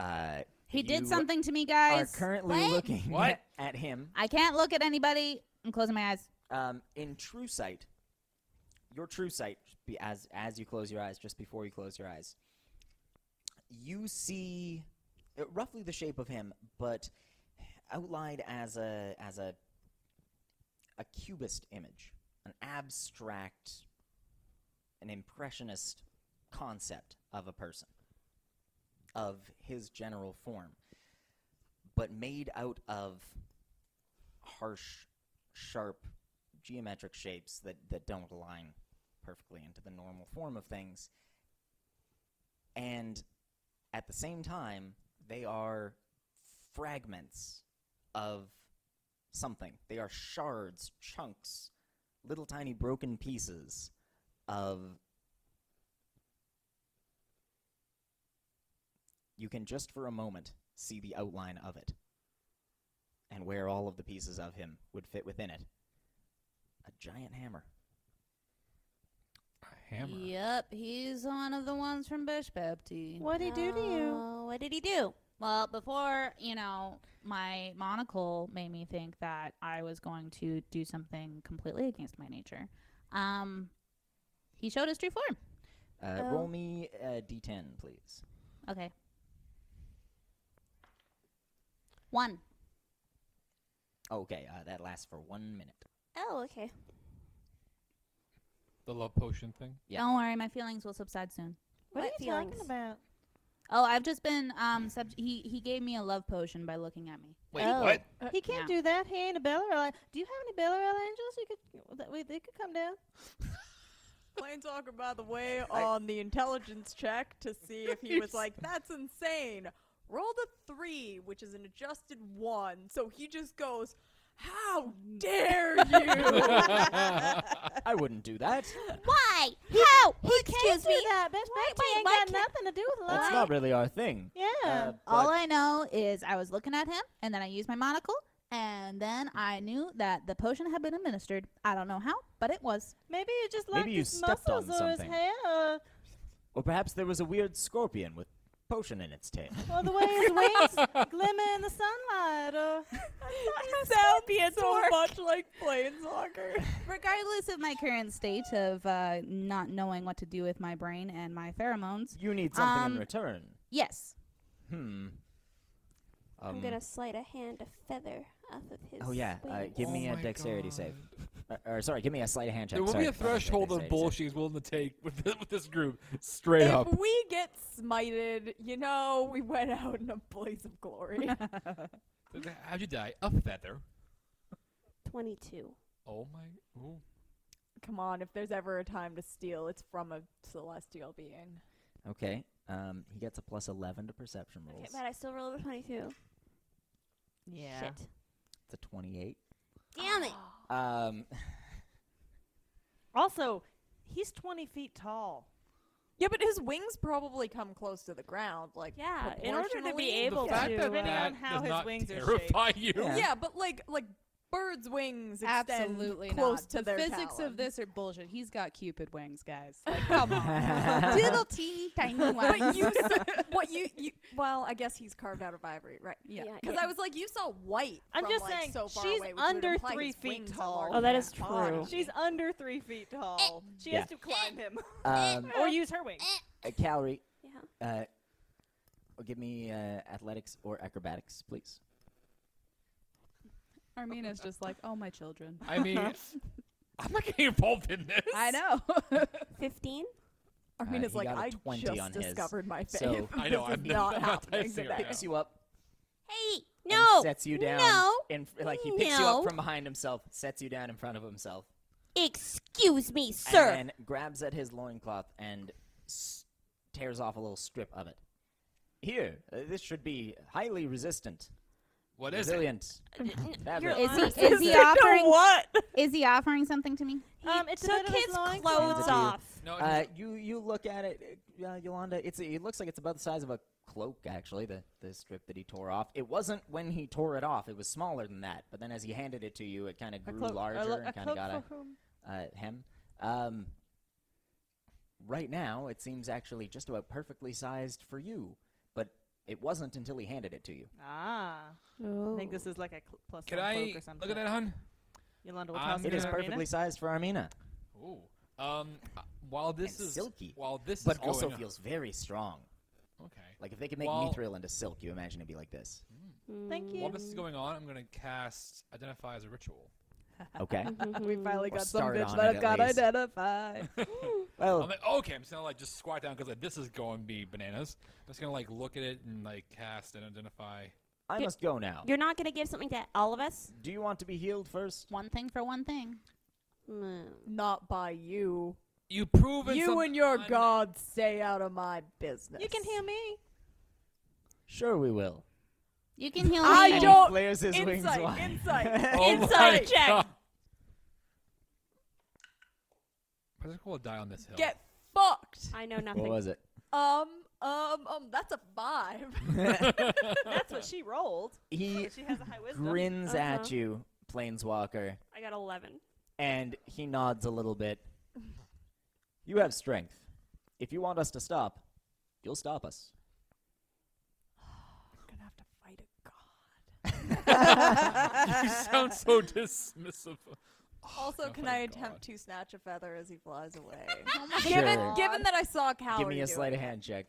S9: Uh,
S6: He did
S9: you
S6: something to me,
S9: Are
S6: guys.
S9: currently
S6: What?
S9: looking
S3: What?
S9: *laughs* at him.
S6: I can't look at anybody. I'm closing my eyes.
S9: Um, in true sight, your true sight, be- as as you close your eyes, just before you close your eyes, you see uh, roughly the shape of him, but outlined as a as a a cubist image, an abstract, an impressionist concept of a person, of his general form, but made out of harsh, sharp geometric shapes that, that don't align perfectly into the normal form of things. And at the same time, they are fragments of something. They are shards, chunks, little tiny broken pieces of. You can just for a moment see the outline of it and where all of the pieces of him would fit within it a giant hammer.
S3: A hammer.
S15: Yep, he's one of the ones from Bish Pepti.
S2: What'd he do to you?
S5: Oh, what did he do?
S6: Well, before, you know, my monocle made me think that I was going to do something completely against my nature. Um, he showed his true form. Oh.
S9: Uh, Roll me a d10, please.
S6: Okay. One.
S9: Okay, uh, that lasts for one minute.
S5: Oh, okay.
S3: The love potion thing.
S6: Don't worry, my feelings will subside soon.
S2: What, are you
S6: feelings?
S2: talking about?
S6: Oh, I've just been um. Sub- he he gave me a love potion by looking at me.
S2: Wait, Oh.
S3: what?
S2: He can't do that. He ain't a Bellarel. Do you have any Bellarel angels? You could that we they could come down.
S4: Planeswalker, by the way, on the intelligence check to see if
S6: *laughs*
S4: he was like, that's insane. Roll the three, which is an adjusted one. So he just goes, How
S6: *laughs*
S4: dare you?
S9: *laughs* I wouldn't do that.
S5: Why? How? Excuse
S2: do
S5: me.
S2: that, bitch.
S5: Why
S2: Baby
S5: can't-
S2: ain't
S5: why
S2: got
S5: can't-
S2: nothing to do with
S9: That's
S2: love.
S9: not really Uh, our thing.
S2: yeah.
S6: All I know is I was looking at him, and then I used my monocle, and then I knew that the potion had been administered. I don't know how, but it was.
S2: Maybe you just
S9: Maybe
S2: like
S9: you
S2: his
S9: stepped
S2: muscles
S9: on
S2: or his
S9: something.
S2: hair or,
S9: Or perhaps there was a weird scorpion with potion in its tail.
S2: or the way his wings glimmer in the sunlight or
S4: Sounds so much like Planeswalker.
S6: Regardless of my current state of uh, not knowing what to do with my brain and my pheromones,
S9: you need something
S6: Um,
S9: in return.
S6: yes.
S9: Hmm.
S5: I'm
S9: Um,
S5: gonna slide a hand, a feather off of his.
S9: Oh yeah, uh,
S5: wings.
S9: give me
S3: Oh
S9: a
S3: my
S9: dexterity save, Uh, or sorry, give me a sleight of hand check.
S3: There will
S9: sorry.
S3: be a
S9: Not dexterity,
S3: threshold of
S9: dexterity save.
S3: bullshit he's willing to take with this, with this group, straight up.
S4: If we get smited, you know, we went out in a blaze of
S6: *laughs*
S4: glory.
S3: How'd you die? A feather.
S5: Twenty-two.
S3: Oh my. Ooh.
S4: Come on, if there's ever a time to steal, it's from a celestial being.
S9: Okay. Um, he gets a plus eleven to perception rolls.
S5: Okay, but I still rolled a twenty-two.
S6: Yeah.
S5: Shit.
S9: It's a twenty-eight.
S5: Damn it.
S9: *gasps* Um,
S2: Also, he's twenty feet tall.
S4: Yeah, but his wings probably come close to the ground. Like,
S5: Yeah. In order to be
S4: proportionally.
S5: able
S3: The fact
S5: to.
S3: that
S11: uh,
S2: Depending
S3: that
S2: on how
S3: does
S2: his
S3: not
S2: wings are
S3: terrify
S2: *laughs*
S3: you.
S9: Yeah.
S4: Yeah. but like like
S5: *laughs*
S4: birds' wings extend
S6: Absolutely
S4: close
S6: not.
S4: to
S6: the
S4: their
S6: physics
S4: talon.
S6: of this are bullshit. He's got cupid
S4: *laughs*
S6: wings, guys. Like, come *laughs* on,
S15: Little teeny tiny one.
S4: But you,
S5: *laughs*
S4: s- what you, you, well, I guess he's carved out of ivory, right?
S6: Yeah.
S5: Yeah,
S4: Because
S5: yeah.
S4: I was like, you saw white.
S2: I'm
S4: from,
S2: just
S4: like,
S2: saying,
S4: so far
S2: she's
S4: away, which would
S2: under
S4: imply
S2: three
S4: his
S2: feet
S4: wings are
S2: tall.
S4: larger
S5: Oh, that
S4: than
S5: is
S4: his body. Eh,
S5: true.
S2: She's under three feet tall. She
S9: Yeah.
S2: has to climb him
S9: *laughs* um,
S2: *laughs* or use her wings.
S9: uh, Calorie,
S5: Yeah.
S9: uh, give me uh, athletics or acrobatics, please.
S6: *laughs* Armina's just like, oh my children.
S3: I
S6: *laughs*
S3: mean, I'm not getting involved in this.
S6: I know. *laughs*
S5: Fifteen.
S4: Armina's
S9: Uh, he
S4: like,
S9: got a
S4: I
S9: 20
S4: just
S9: on his.
S4: discovered my faith.
S9: So-
S4: *laughs*
S3: I know,
S4: This
S3: I'm
S4: is
S3: not- *laughs*
S4: not
S3: I'm not
S4: happening
S3: texting her
S4: today.
S3: now.
S9: Picks you up.
S5: Hey.
S9: and
S5: No.
S9: sets you down.
S5: No.
S9: And like he picks you up
S5: No.
S9: from behind himself, sets you down in front of himself,
S5: Excuse me, sir.
S9: and then grabs at his loincloth and s- tears off a little strip of it. Here, uh, this should be highly resistant,
S3: What is it?
S9: resilient.
S5: Uh,
S9: fabric.
S6: is he *laughs* is he offering
S4: What?
S6: is he offering something to me?
S2: Um, it's a
S5: Took
S2: bit of his
S5: his
S2: loin
S9: clothes
S5: clothes
S9: off.
S5: off.
S3: No,
S9: Uh,
S3: he's-
S9: you you look at it, uh, Yolanda. It's it looks like it's about the size of a cloak. Actually, the the strip that he tore off. It wasn't when he tore it off. It was smaller than that. But then as he handed it to you, it kind of
S2: A
S9: grew
S2: cloak- a
S9: larger
S2: lo- a
S9: and kind of
S2: cloak
S9: got a
S2: for whom?
S9: uh, hem. Um, right now, it seems actually just about perfectly sized for you. But it wasn't until he handed it to you.
S2: Ah,
S9: Oh.
S2: I think this is like a cl- plus
S3: Could
S2: one
S3: I
S2: cloak or something.
S3: look at that,
S4: *laughs*
S3: hun?
S2: Yolanda will
S3: I'm
S2: toss
S9: It is
S2: to Armina.
S9: perfectly sized for Armina,
S3: Ooh. Um, uh, while this
S9: And
S3: is
S9: silky,
S3: while this
S9: but
S3: is
S9: also
S3: going on-
S9: feels very strong.
S3: okay.
S9: Like if they could make
S3: Well-
S9: Mithril into silk, you imagine it'd be like this.
S2: Thank you.
S3: While this is going on, I'm gonna cast identify as a ritual.
S9: Okay.
S4: We finally
S9: Or
S4: got some
S9: start
S4: bitch
S9: on
S4: that
S9: it, at
S4: I've got
S3: *laughs*
S9: least.
S4: identified.
S3: I'm
S9: *gasps* well,
S3: like, okay, I'm just gonna like just squat down because like, this is going to be bananas. I'm just gonna like look at it and like cast and identify.
S9: I must go now.
S5: You're not gonna give something to all of us.
S9: Do you want to be healed first?
S6: One thing for one thing.
S5: Mm.
S4: Not by you.
S3: You proven
S4: You
S3: some-
S4: and your
S3: I'm-
S4: gods stay out of my business.
S2: You can heal me.
S9: Sure, we will.
S6: You can heal
S4: I
S6: me.
S9: And
S4: don't-
S9: he flares his wings
S4: Insight,
S9: wide. *laughs*
S4: insight.
S3: Oh my
S4: Insight check.
S3: God. I'm just gonna die on this hill.
S4: Get fucked.
S11: I know nothing.
S9: What was it?
S4: Um, um, um. That's a
S9: *laughs*
S4: five.
S11: *laughs*
S2: That's what she rolled.
S9: He
S4: Oh,
S2: But she has a high wisdom.
S9: grins at
S11: Uh-huh.
S9: you, Planeswalker,
S11: I got
S2: *laughs*
S11: 11.
S9: and he nods a little bit. You have strength. If you want us to stop, you'll stop us.
S4: I'm gonna have to fight a
S3: *laughs* *laughs*
S4: god.
S3: you sound
S4: *laughs*
S3: so dismissive.
S4: Also,
S3: no,
S4: can I
S3: thank
S4: attempt
S3: God.
S4: to snatch a feather as he flies away?
S9: Sure.
S4: Given that I saw Calorie
S9: Give me a sleight of hand check.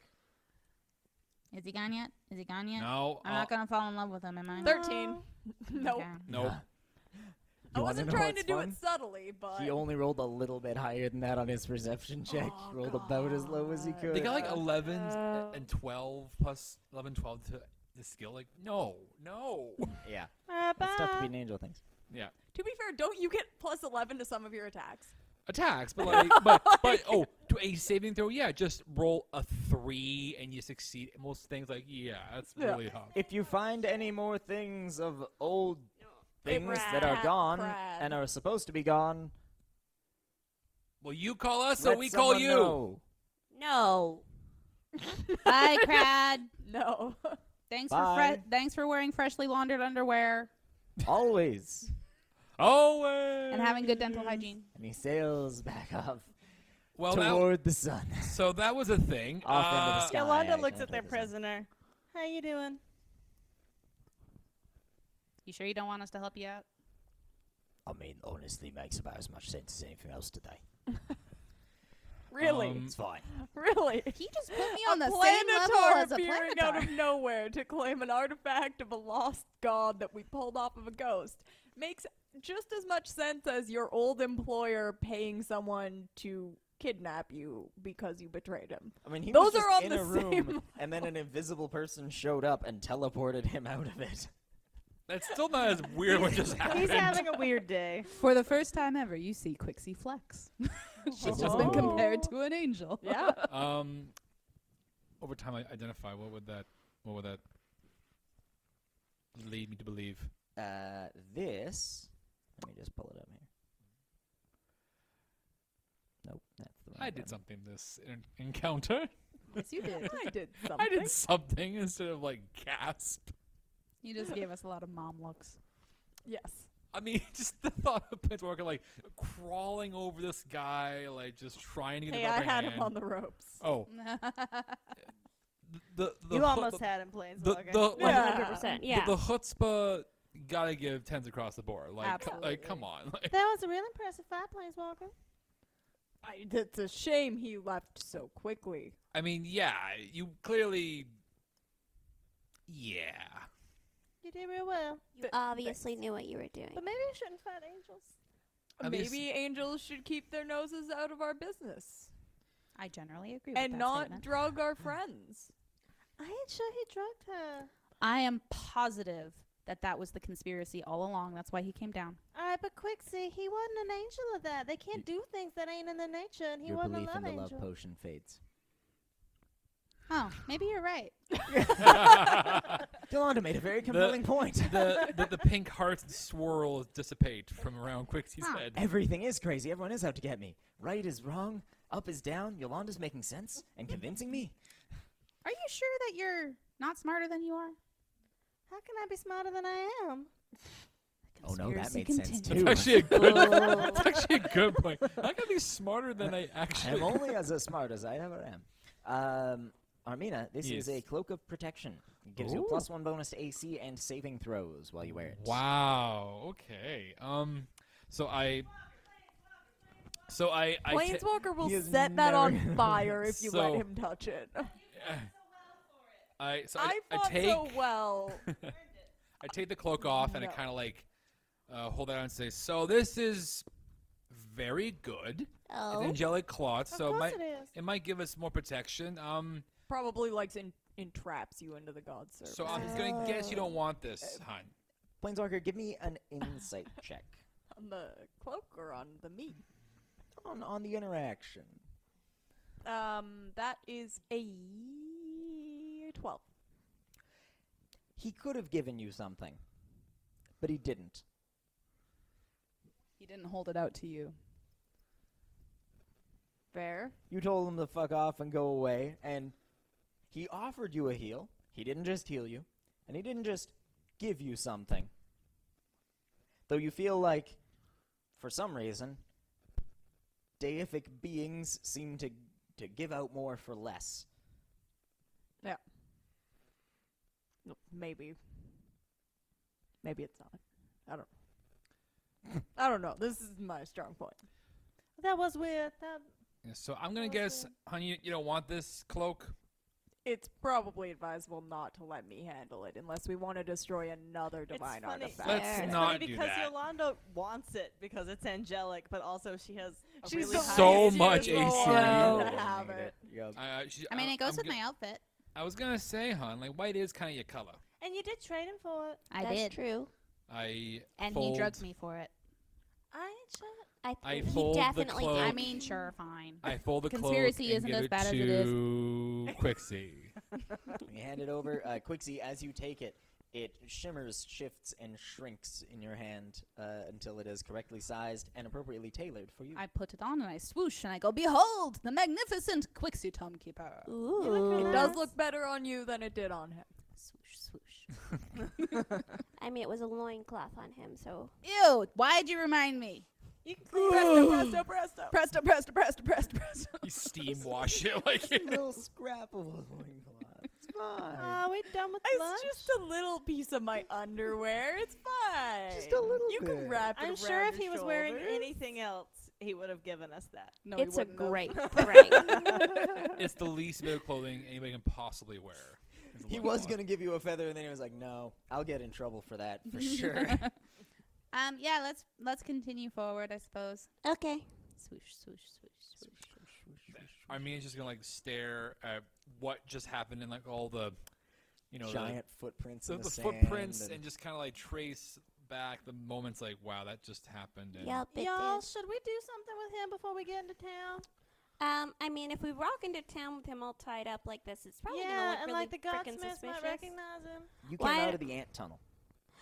S6: Is he gone yet? Is he gone yet?
S3: No, uh,
S6: I'm
S3: I'll-
S6: not gonna fall in love with him, am I?
S4: 13. Nope.
S6: Okay.
S3: Nope.
S4: I wasn't trying to do it
S8: fun?
S4: subtly, but Oh,
S8: He only rolled a little bit higher than that on his perception check. he rolled about as low as he could.
S3: They got like 11
S4: Uh.
S3: and 12 plus 11, 12 to the skill. Like, no, no.
S9: Yeah.
S4: *laughs*
S2: Alright,
S8: That's tough to
S4: bye.
S8: be an angel, thanks.
S3: Yeah.
S4: To be fair, don't you get plus 11 to some of your attacks?
S3: Attacks, but like,
S4: *laughs*
S3: but, but oh, to a saving throw, yeah, just roll a three and you succeed. Most things, like, yeah, that's
S9: Yeah.
S3: really hard.
S9: If you find any more things of old
S3: Hey,
S9: things that are
S3: Brad,
S9: gone
S3: Brad.
S9: and are supposed to be gone,
S3: Well, you call us, so
S9: let
S3: we call
S9: someone
S3: you.
S9: know.
S5: No.
S6: Bye, Crad.
S4: *laughs* no.
S6: Thanks for
S9: Bye.
S6: fre- thanks for wearing freshly laundered underwear
S8: Always.
S3: Always.
S6: and having good dental hygiene.
S8: And he sails back off
S3: Well, that-
S8: toward the sun.
S3: So that was a thing.
S8: *laughs* Off into the
S3: Uh,
S8: sky.
S2: Yolanda
S8: I
S2: looks
S8: can't
S2: at their
S8: focus on it.
S3: *laughs*
S2: prisoner. How you doing?
S6: You sure you don't want us to help you out?
S8: I mean, honestly, makes about as much sense as anything else today.
S4: Really?
S3: Um,
S8: It's fine.
S4: *laughs* really?
S6: He just put me
S4: A
S6: on the same level
S4: planetar
S6: as a
S4: appearing out of
S6: planetar.
S4: nowhere to claim an artifact of a lost god that we pulled off of a ghost makes just as much sense as your old employer paying someone to kidnap you because you betrayed him.
S9: I mean, he
S4: Those
S9: was just
S4: are on
S9: in
S4: the
S9: a
S4: same *laughs*
S9: room, and then an invisible person showed up and teleported him out of it.
S3: That's still not as weird what
S7: *laughs*
S3: just happened.
S2: He's having a weird
S3: *laughs*
S2: day.
S6: For the first time ever, you see Quixie flex. *laughs* She's just
S8: Oh.
S6: been compared to an angel.
S4: Yeah.
S3: um, over time, I identify what would that, what would that lead me to believe?
S9: Uh, this. Let me just pull it up here. Nope, that's the wrong
S3: I did something this en- encounter.
S6: yes, you did.
S4: I did something.
S3: *laughs* I did something instead of like gasp.
S6: *laughs* You just gave us a lot of mom looks.
S4: Yes.
S3: I mean, *laughs* just the thought of Pitchfork like crawling over this guy, like just trying to get
S4: Hey,
S3: the upper
S4: I had
S3: hand.
S4: him on the ropes.
S8: *laughs*
S3: Oh, the, the
S2: you
S3: hu-
S2: almost
S3: the,
S2: had him playing
S3: the,
S2: Zorga.
S3: the,
S4: Yeah.
S3: like,
S11: 100%.
S3: the-
S11: Yeah.
S3: the chutzpah gotta give tens across the board. Like, co- like
S6: Absolutely.
S3: come on, *laughs* like,
S2: That was a real impressive five planes, Walker.
S4: I, it's a shame he left so quickly.
S3: I mean, yeah, you clearly, yeah.
S2: You did real well.
S5: You obviously knew what you were doing.
S2: But maybe you shouldn't fight angels.
S3: I mean, it's-
S4: Maybe angels should keep their noses out of our business
S6: I generally agree with
S4: and
S6: that
S4: not
S6: statement.
S4: drug
S6: *sighs*
S4: our friends.
S2: I ain't sure he drugged her.
S6: I am positive that that was the conspiracy all along. That's why he came down.
S2: Alright, but Quixie, he wasn't an angel of that. They can't do things that ain't in their nature, and he
S9: Your
S2: wasn't a
S9: belief in
S2: love
S9: the
S2: angel.
S9: love potion fades.
S6: Oh, maybe you're right.
S8: *laughs* *laughs* Yolanda made a very compelling point.
S3: the, the
S8: *laughs*
S3: the pink hearts swirl dissipate from around Quixie's
S9: Ah,
S6: Huh.
S3: head.
S8: Everything is crazy. Everyone is out to get me. Right is wrong. Up is down. Yolanda's making sense and convincing me.
S6: Are you sure that you're not smarter than you are?
S2: How can I be smarter than I am?
S8: Oh no, that
S6: Conspiracy
S8: made sense
S6: continues.
S3: That's actually
S8: too.
S3: a good.
S9: *laughs*
S6: Oh.
S3: That's actually a good point. I gotta be smarter than I
S9: I
S3: actually. *laughs*
S9: am only as smart as I ever am. Um, Armina, this
S3: Yes.
S9: is a cloak of protection. It gives you a plus one bonus to AC and saving throws while you wear it.
S3: Wow. Okay. Um. So I. So I. I ta-
S4: Planeswalker will
S8: He is
S4: set that on
S3: *laughs*
S8: never-
S4: fire if you let
S3: So-
S4: him touch it.
S3: I.
S4: *laughs*
S3: So I,
S4: I
S3: I
S4: fought
S3: take.
S4: so
S3: *laughs*
S4: well.
S3: I take the cloak off and I
S4: No.
S3: kind of like uh, hold that on and say, "So this is very good.
S5: Oh.
S3: It's angelic cloth,
S2: Of
S3: so it
S2: course
S3: might
S2: it is.
S3: it might give us more protection. Um,
S4: Probably likes in, entraps you into the god service.
S3: so I'm gonna guess you don't want this, hun.
S9: Planeswalker, give me an insight check
S4: on the cloak or on the me.
S9: *laughs* on, on the
S3: *laughs*
S9: interaction.
S4: Um, that is a twelve.
S9: He could have given you something, but he didn't.
S6: He didn't hold it out to you.
S4: Fair.
S9: You told him to fuck off and go away, and he offered you a heal. He didn't just heal you, and he didn't just give you something. Though you feel like, for some reason, deific beings seem to to give out more for less.
S4: Maybe. Maybe it's not. I don't.
S3: *laughs*
S4: I don't know. This is my strong point.
S2: That was um, weird. That
S3: So I'm gonna guess, honey, you, you don't want this cloak.
S4: it's probably advisable not to let me handle it unless we want to destroy another divine
S7: funny.
S4: artifact.
S3: Let's
S7: It's
S3: not
S7: funny
S3: do
S7: because
S3: that.
S7: Yolanda wants it because it's angelic, but also she has a
S3: She's
S7: really
S3: got
S7: high
S3: so
S7: AC
S3: much
S7: as well.
S3: AC.
S7: Yeah.
S3: Yeah.
S2: *laughs*
S7: Have
S3: Need
S7: it.
S3: Uh, she-
S15: I mean, it goes
S3: I'm
S15: with
S3: go-
S15: my outfit.
S3: I was gonna say, hon, like white is kind of your color.
S2: And you did trade him for it.
S15: I That's did.
S5: true.
S3: I
S15: And
S3: fold,
S15: he drugged me for it.
S2: I
S5: I
S3: I
S5: think he
S3: fold the
S5: definitely
S3: cloak.
S6: I
S5: did.
S6: mean, sure, fine.
S3: I fold the
S6: Conspiracy
S3: cloak
S6: isn't
S3: and give
S6: as bad
S3: it
S6: as
S3: to
S6: it is.
S3: Quixie.
S9: You hand it over. Uh, Quixie, as you take it, it shimmers, shifts, and shrinks in your hand uh, until it is correctly sized and appropriately tailored for you.
S6: I put it on and I swoosh and I go, Behold, the magnificent Quixie Tomb Keeper.
S5: Ooh.
S4: It does look better on you than it did on him.
S6: Swoosh, swoosh.
S3: *laughs*
S2: *laughs*
S5: I mean, it was a loincloth on him, so
S6: Ew, why'd you remind me?
S5: *laughs*
S7: You can
S4: Presto, presto, presto.
S6: Presto, presto, presto, presto, presto.
S3: You steam wash it
S7: *laughs*
S3: like
S9: little scrap of a loincloth. It's
S4: *laughs*
S9: fine.
S2: Are we done with
S4: It's
S2: lunch?
S4: just a little piece of my underwear. It's fine.
S9: Just a little
S4: You
S9: bit.
S4: can wrap it
S7: I'm
S4: around
S7: sure if
S4: your
S7: he was wearing
S4: shoulders.
S7: anything else, he would have given us that.
S6: No,
S5: it's a great
S6: *laughs* Have.
S5: prank.
S3: it's
S7: *laughs*
S3: the least bit of clothing anybody can possibly wear. It's a
S9: He
S3: loincloth.
S9: was going to give you a feather, and then he was like, no, I'll get in trouble for that
S6: *laughs*
S9: for sure.
S6: Um, yeah, let's let's continue forward, I suppose.
S5: okay.
S6: Swoosh, swoosh, swoosh, swoosh.
S3: Armenia's just gonna like stare at what just happened and like all the, you know, the-
S9: Giant footprints
S3: the,
S9: in the,
S3: the
S9: sand
S3: footprints
S9: and-
S3: and just kind of like trace back the moments like, wow, that just happened. And
S5: Yep. It
S2: Y'all,
S5: did.
S2: should we do something with him before we get into town?
S5: Um, I mean, if we walk into town with him all tied up like this, it's probably
S2: yeah,
S5: gonna
S2: and
S5: look
S2: like the
S5: really freaking
S2: gunsmiths might
S5: suspicious.
S2: recognize him.
S9: you came
S5: Why-
S9: out of the ant tunnel.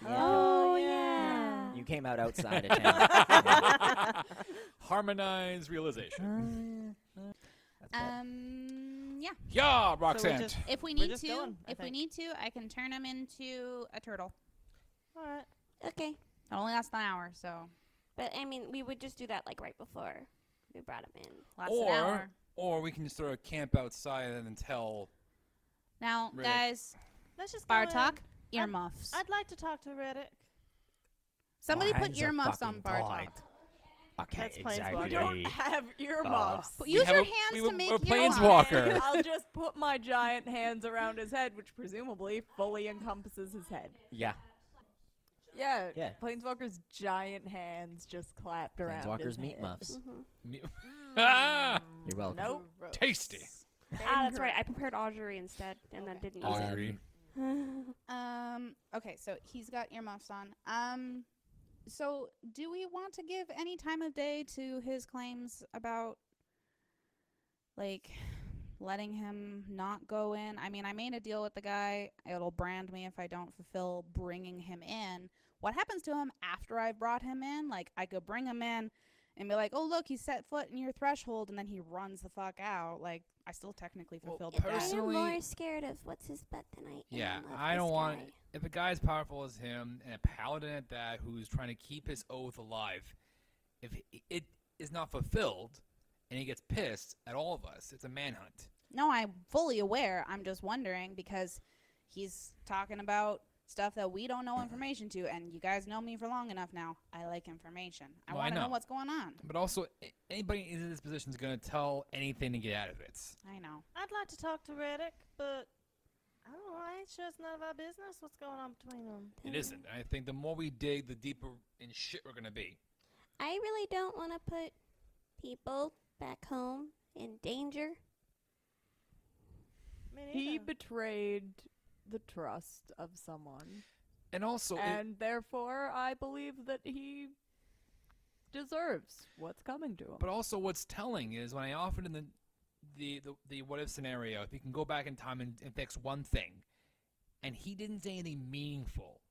S9: The ant tunnel.
S5: Oh
S2: yeah.
S5: yeah.
S9: You came out outside
S3: *laughs*
S9: of town.
S3: harmonized realization.
S9: That's bad.
S6: Um, yeah.
S3: yeah, Roxanne.
S7: just-
S6: If we
S7: We're
S6: need
S7: just
S6: to,
S7: going, I
S6: if we
S7: think.
S6: need to, I can turn him into a turtle.
S2: All right.
S5: Okay,
S6: It only lasts an hour, so
S5: but I mean, we would just do that like right before we brought him in.
S6: lasts
S3: or
S6: an hour.
S3: or we can just throw a camp outside and then tell.
S6: Now,
S3: Really?
S6: guys,
S2: Let's just go
S6: bar
S2: in.
S6: talk, earmuffs.
S2: I'd like to talk to Reddick.
S6: Somebody
S14: My
S6: put
S14: hands are
S6: earmuffs
S14: fucking
S6: on bar
S14: tied.
S6: talk.
S14: Okay,
S7: That's
S14: exactly.
S7: Planeswalker.
S4: You don't have earmuffs.
S6: But
S3: Ah. We
S6: use
S3: have
S6: your
S3: a-
S6: hands
S3: we
S6: to
S3: were-
S6: make
S3: we're
S6: earmuffs.
S3: planeswalker.
S4: *laughs* I'll just put my giant hands around his head, which presumably fully encompasses his head.
S9: yeah.
S4: Yeah,
S9: Yeah.
S4: Planeswalker's giant hands just clapped around. his
S9: Planeswalker's meat
S4: head. Mm-hmm.
S9: muffs.
S3: ah, *laughs*
S9: You're welcome.
S4: Nope.
S3: tasty.
S11: Ah, that's right. I prepared augury instead, and then didn't use it.
S3: Augury.
S6: *laughs* Um. Okay, so he's got earmuffs on. Um. So, do we want to give any time of day to his claims about, like, letting him not go in? I mean, I made a deal with the guy. It'll brand me if I don't fulfill bringing him in. What happens to him after I've brought him in? Like, I could bring him in and be like, "Oh, look, he set foot in your threshold," and then he runs the fuck out. Like, I still technically
S3: Well,
S6: fulfilled
S5: I
S6: that.
S5: am
S3: Personally-
S5: more scared of what's his butt than I am.
S3: Yeah,
S5: of
S3: I
S5: this
S3: don't want.
S5: guy.
S3: If a guy as powerful as him and a paladin at that, who's trying to keep his oath alive, if i- it is not fulfilled, and he gets pissed at all of us, it's a manhunt.
S6: No, I'm fully aware. I'm just wondering because he's talking about stuff that we don't know information to, and you guys know me for long enough now. I like information. I
S3: Well, I
S6: want to know.
S3: know.
S6: what's going on.
S3: But also, a- anybody in this position is going to tell anything to get out of it.
S6: I know.
S2: I'd like to talk to Reddick, but I don't know. I ain't sure it's none of our business what's going on between them.
S3: It isn't. I think the more we dig, the deeper in shit we're going to be.
S5: I really don't want to put people back home in danger.
S2: Me
S4: He
S2: neither.
S4: betrayed the trust of someone,
S3: And also, it-
S4: and therefore I believe that he deserves what's coming to him.
S3: But also, what's telling is when I offered in the the, the, the what if scenario, if he can go back in time and, and fix one thing, and he didn't say anything meaningful.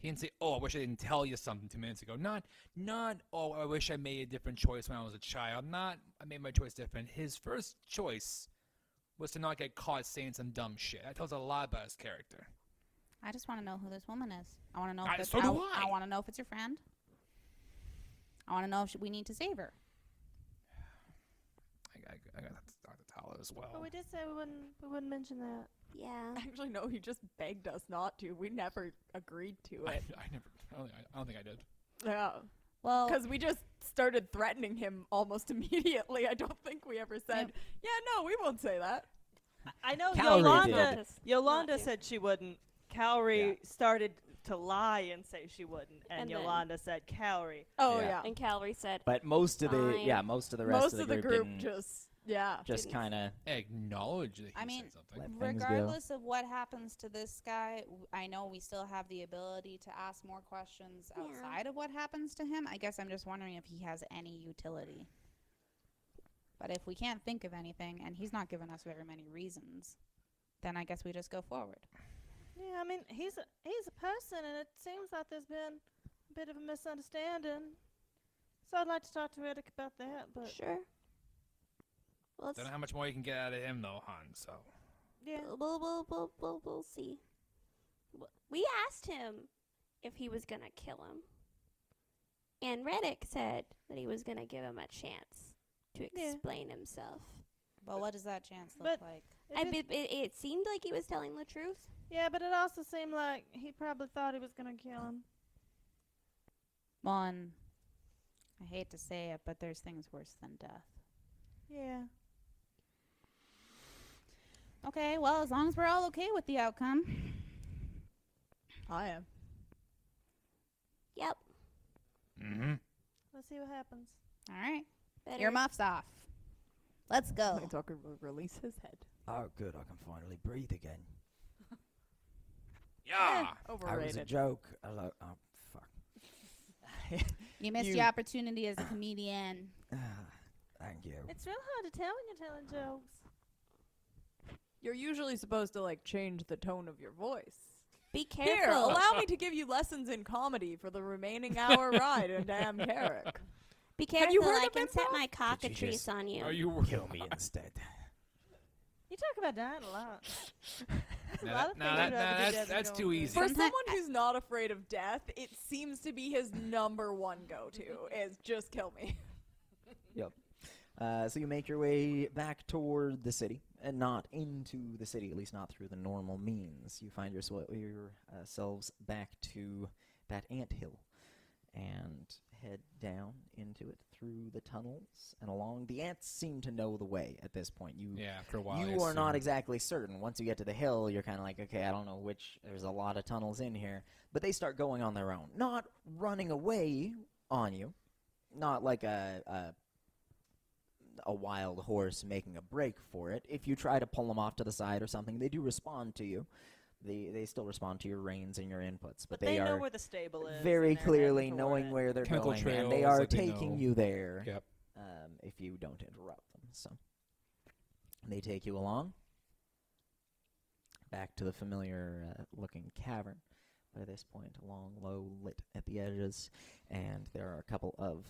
S3: He didn't say, "Oh, I wish I didn't tell you something two minutes ago." Not, not. Oh, I wish I made a different choice when I was a child. Not, I made my choice different. His first choice was to not get caught saying some dumb shit. That tells a lot about his character.
S6: I just want to know who this woman is. I want to know.
S3: I-
S6: if it's,
S3: so do
S6: I,
S3: I.
S6: want to know if it's your friend. I want to know if sh- we need to save her.
S3: I, I, I got to talk to Tala as
S2: But
S4: Oh,
S3: well.
S2: we did say we wouldn't. We wouldn't mention that.
S5: Yeah.
S4: Actually, no, he just begged us not to. We never agreed to
S3: I,
S4: it.
S3: I never. I don't, think I, I don't think I did.
S4: Yeah.
S6: Well,
S4: Because we just started *laughs* threatening him almost immediately. I don't think we ever said, yeah, no, we won't say that.
S2: I know
S8: Cowrie did.
S2: Yolanda.
S8: Not
S2: Yolanda said she wouldn't. Cowrie started to lie and say she wouldn't, and,
S11: And then-
S2: Yolanda said Cowrie.
S4: Oh, Yeah. yeah.
S11: And Calorie said,
S9: But most of the
S11: Fine.
S9: yeah, most of the rest
S4: Most
S9: of the group, didn't-
S4: just yeah.
S9: just kind of
S3: acknowledge that he
S6: I mean,
S3: said something.
S9: things go.
S6: regardless of what happens to this guy, w- I know we still have the ability to ask more questions
S5: Yeah.
S6: outside of what happens to him. I guess I'm just wondering if he has any utility. But if we can't think of anything and he's not giving us very many reasons, then I guess we just go forward.
S2: Yeah, I mean he's a he's a person, and it seems like there's been a bit of a misunderstanding. So I'd like to talk to Riddick about that. But
S5: Sure. Well,
S3: Don't
S5: it's-
S3: know how much more you can get out of him though, Han. So
S2: yeah.
S5: We'll, we'll, we'll, we'll, we'll see. W- We asked him if he was going to kill him. And Reddick said that he was going to give him a chance to
S2: Yeah.
S5: explain himself.
S6: But what does that chance look
S2: But-
S6: like?
S2: It
S5: I,
S2: did-
S5: it, it, it seemed like he was telling the truth.
S2: yeah, but it also seemed like he probably thought he was gonna kill him.
S6: Well, and I hate to say it, but there's things worse than death.
S2: Yeah.
S6: Okay, well, as long as we're all okay with the outcome.
S4: I am.
S5: Yep.
S3: mm-hmm.
S2: Let's see what happens.
S6: All right.
S5: Better.
S6: Earmuffs off. Let's go.
S4: My dog will release his head.
S14: *laughs* Oh, good. I can finally breathe again.
S3: yeah.
S14: That was a
S4: Eh, Overrated.
S14: joke. Hello. Oh, fuck.
S6: *laughs*
S14: *laughs*
S6: You missed
S14: You-
S6: your opportunity as a comedian.
S14: Ah, Thank you.
S2: It's real hard to tell when you're telling jokes.
S4: You're usually supposed to like change the tone of your voice.
S5: Be
S4: Here,
S5: careful.
S4: allow me to give you lessons in comedy for the remaining *laughs* hour ride in
S14: *laughs*
S4: Dam Carrick.
S5: Be careful.
S4: you heard
S5: I
S4: of
S5: can
S4: him,
S5: set
S4: Bob?
S5: my
S14: Did you
S5: cockatrice
S14: just-
S5: on you.
S3: Are you
S14: Kill me instead.
S2: You talk about dying a lot. There's a
S3: Now that-
S2: lot of
S3: now that-
S2: things
S3: now
S2: I'd rather be
S3: that's-
S2: dead than
S3: that's
S2: going
S3: too
S2: through.
S3: easy.
S4: For
S6: Someti-
S4: someone who's not afraid of death, it seems to be his number one go-to is just kill
S2: *laughs*
S4: me.
S9: Uh, so you make your way back toward the city, and not into the city, at least not through the normal means. You find yourself, yourselves back to that ant hill, and head down into it through the tunnels and along. The ants seem to know the way at this point. You
S3: Yeah, after a while.
S9: you are not
S3: exactly.
S9: exactly certain. Once you get to the hill, you're kind of like, okay, I don't know which. There's a lot of tunnels in here, but they start going on their own, not running away on you, not like a a, a wild horse making a break for it. If you try to pull them off to the side or something, they do respond to you. They they still respond to your reins and your inputs, but,
S2: But they, know
S9: are
S2: where the stable is.
S9: very
S2: and they're heading
S9: clearly
S2: toward
S9: knowing
S2: it.
S9: where they're
S3: Chemical
S9: going, and they
S3: trails
S9: are
S3: that they
S9: taking
S3: know.
S9: you there
S3: Yep.
S9: um, if you don't interrupt them. So they take you along back to the familiar uh, looking cavern by this point, long, low, lit at the edges, and there are a couple of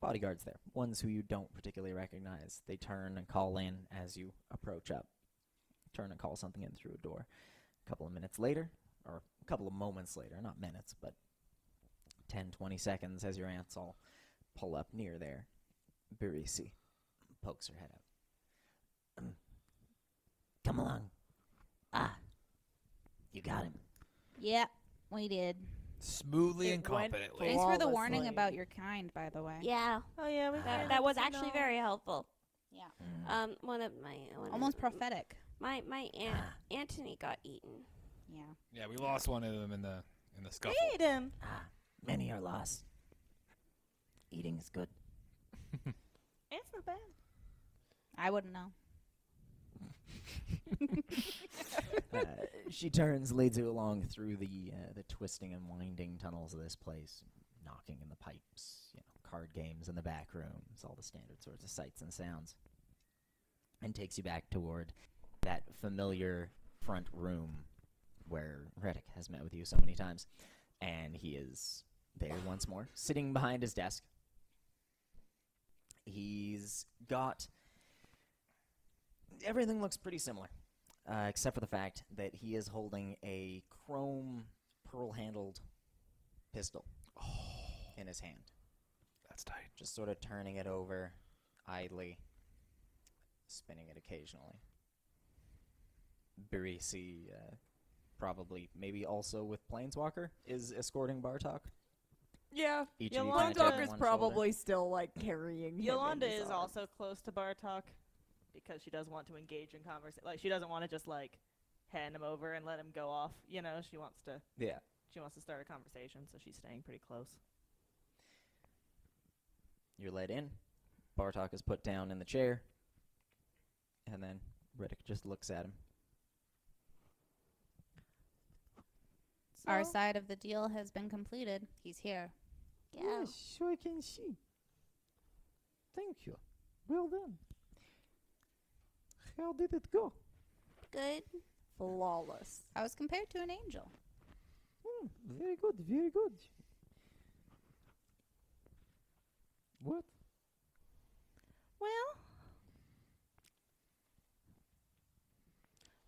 S9: bodyguards there, ones who you don't particularly recognize. They turn and call in as you approach up, turn and call something in through a door. A couple of minutes later, or a couple of moments later, not minutes, but 10, 20 seconds as your ants all pull up near there. Barisi pokes her head out.
S8: Come along. Ah, you got him.
S6: Yep, we did.
S3: Smoothly
S4: It
S3: and
S4: went
S3: competently.
S6: Thanks for the warning
S4: Flawlessly.
S6: about your kind, by the way.
S5: Yeah.
S2: Oh yeah, we
S5: That,
S2: found
S5: that
S2: it
S5: was
S2: too
S5: actually
S2: long.
S5: very helpful.
S6: Yeah.
S5: Um, one of my one of
S6: Almost
S5: m-
S6: prophetic.
S5: My my aunt Antony got eaten.
S6: Yeah.
S3: Yeah, we lost one of them in the in the scuffle.
S2: Feed him.
S8: Ah, many are lost. Eating is good.
S2: It's not bad.
S6: I wouldn't know.
S9: uh, *laughs* she turns, leads you along through the uh, the twisting and winding tunnels of this place, knocking in the pipes, you know, card games in the back rooms, all the standard sorts of sights and sounds, and takes you back toward that familiar front room where Reddick has met with you so many times, and he is there once more, sitting behind his desk. He's got everything looks pretty similar uh, except for the fact that he is holding a chrome pearl handled pistol in his hand,
S3: Oh. That's tight.
S9: just sort of turning it over idly, spinning it occasionally. Barisi, uh, probably, maybe also with Planeswalker, is escorting Bartok.
S4: Yeah,
S9: Each
S2: Yolanda-
S9: of you kind of
S4: Dog is probably still like carrying. him in
S2: Yolanda
S4: his
S2: is
S4: arms.
S2: also close to Bartok.
S7: because she does want to engage in conversation. Like she doesn't want to just like hand him over and let him go off. You know, she wants to.
S9: Yeah.
S7: She wants to start a conversation, so she's staying pretty close.
S4: *laughs*
S9: You're let in. Bartok is put down in the chair. And then Riddick just looks at him.
S6: Our
S16: So-
S6: side of the deal has been completed. He's here.
S5: Yeah.
S14: sure I can see. Thank you. Well done. How did it go?
S5: Good. Flawless.
S6: I was compared to an angel.
S14: Hmm, very good, very good. What?
S2: Well,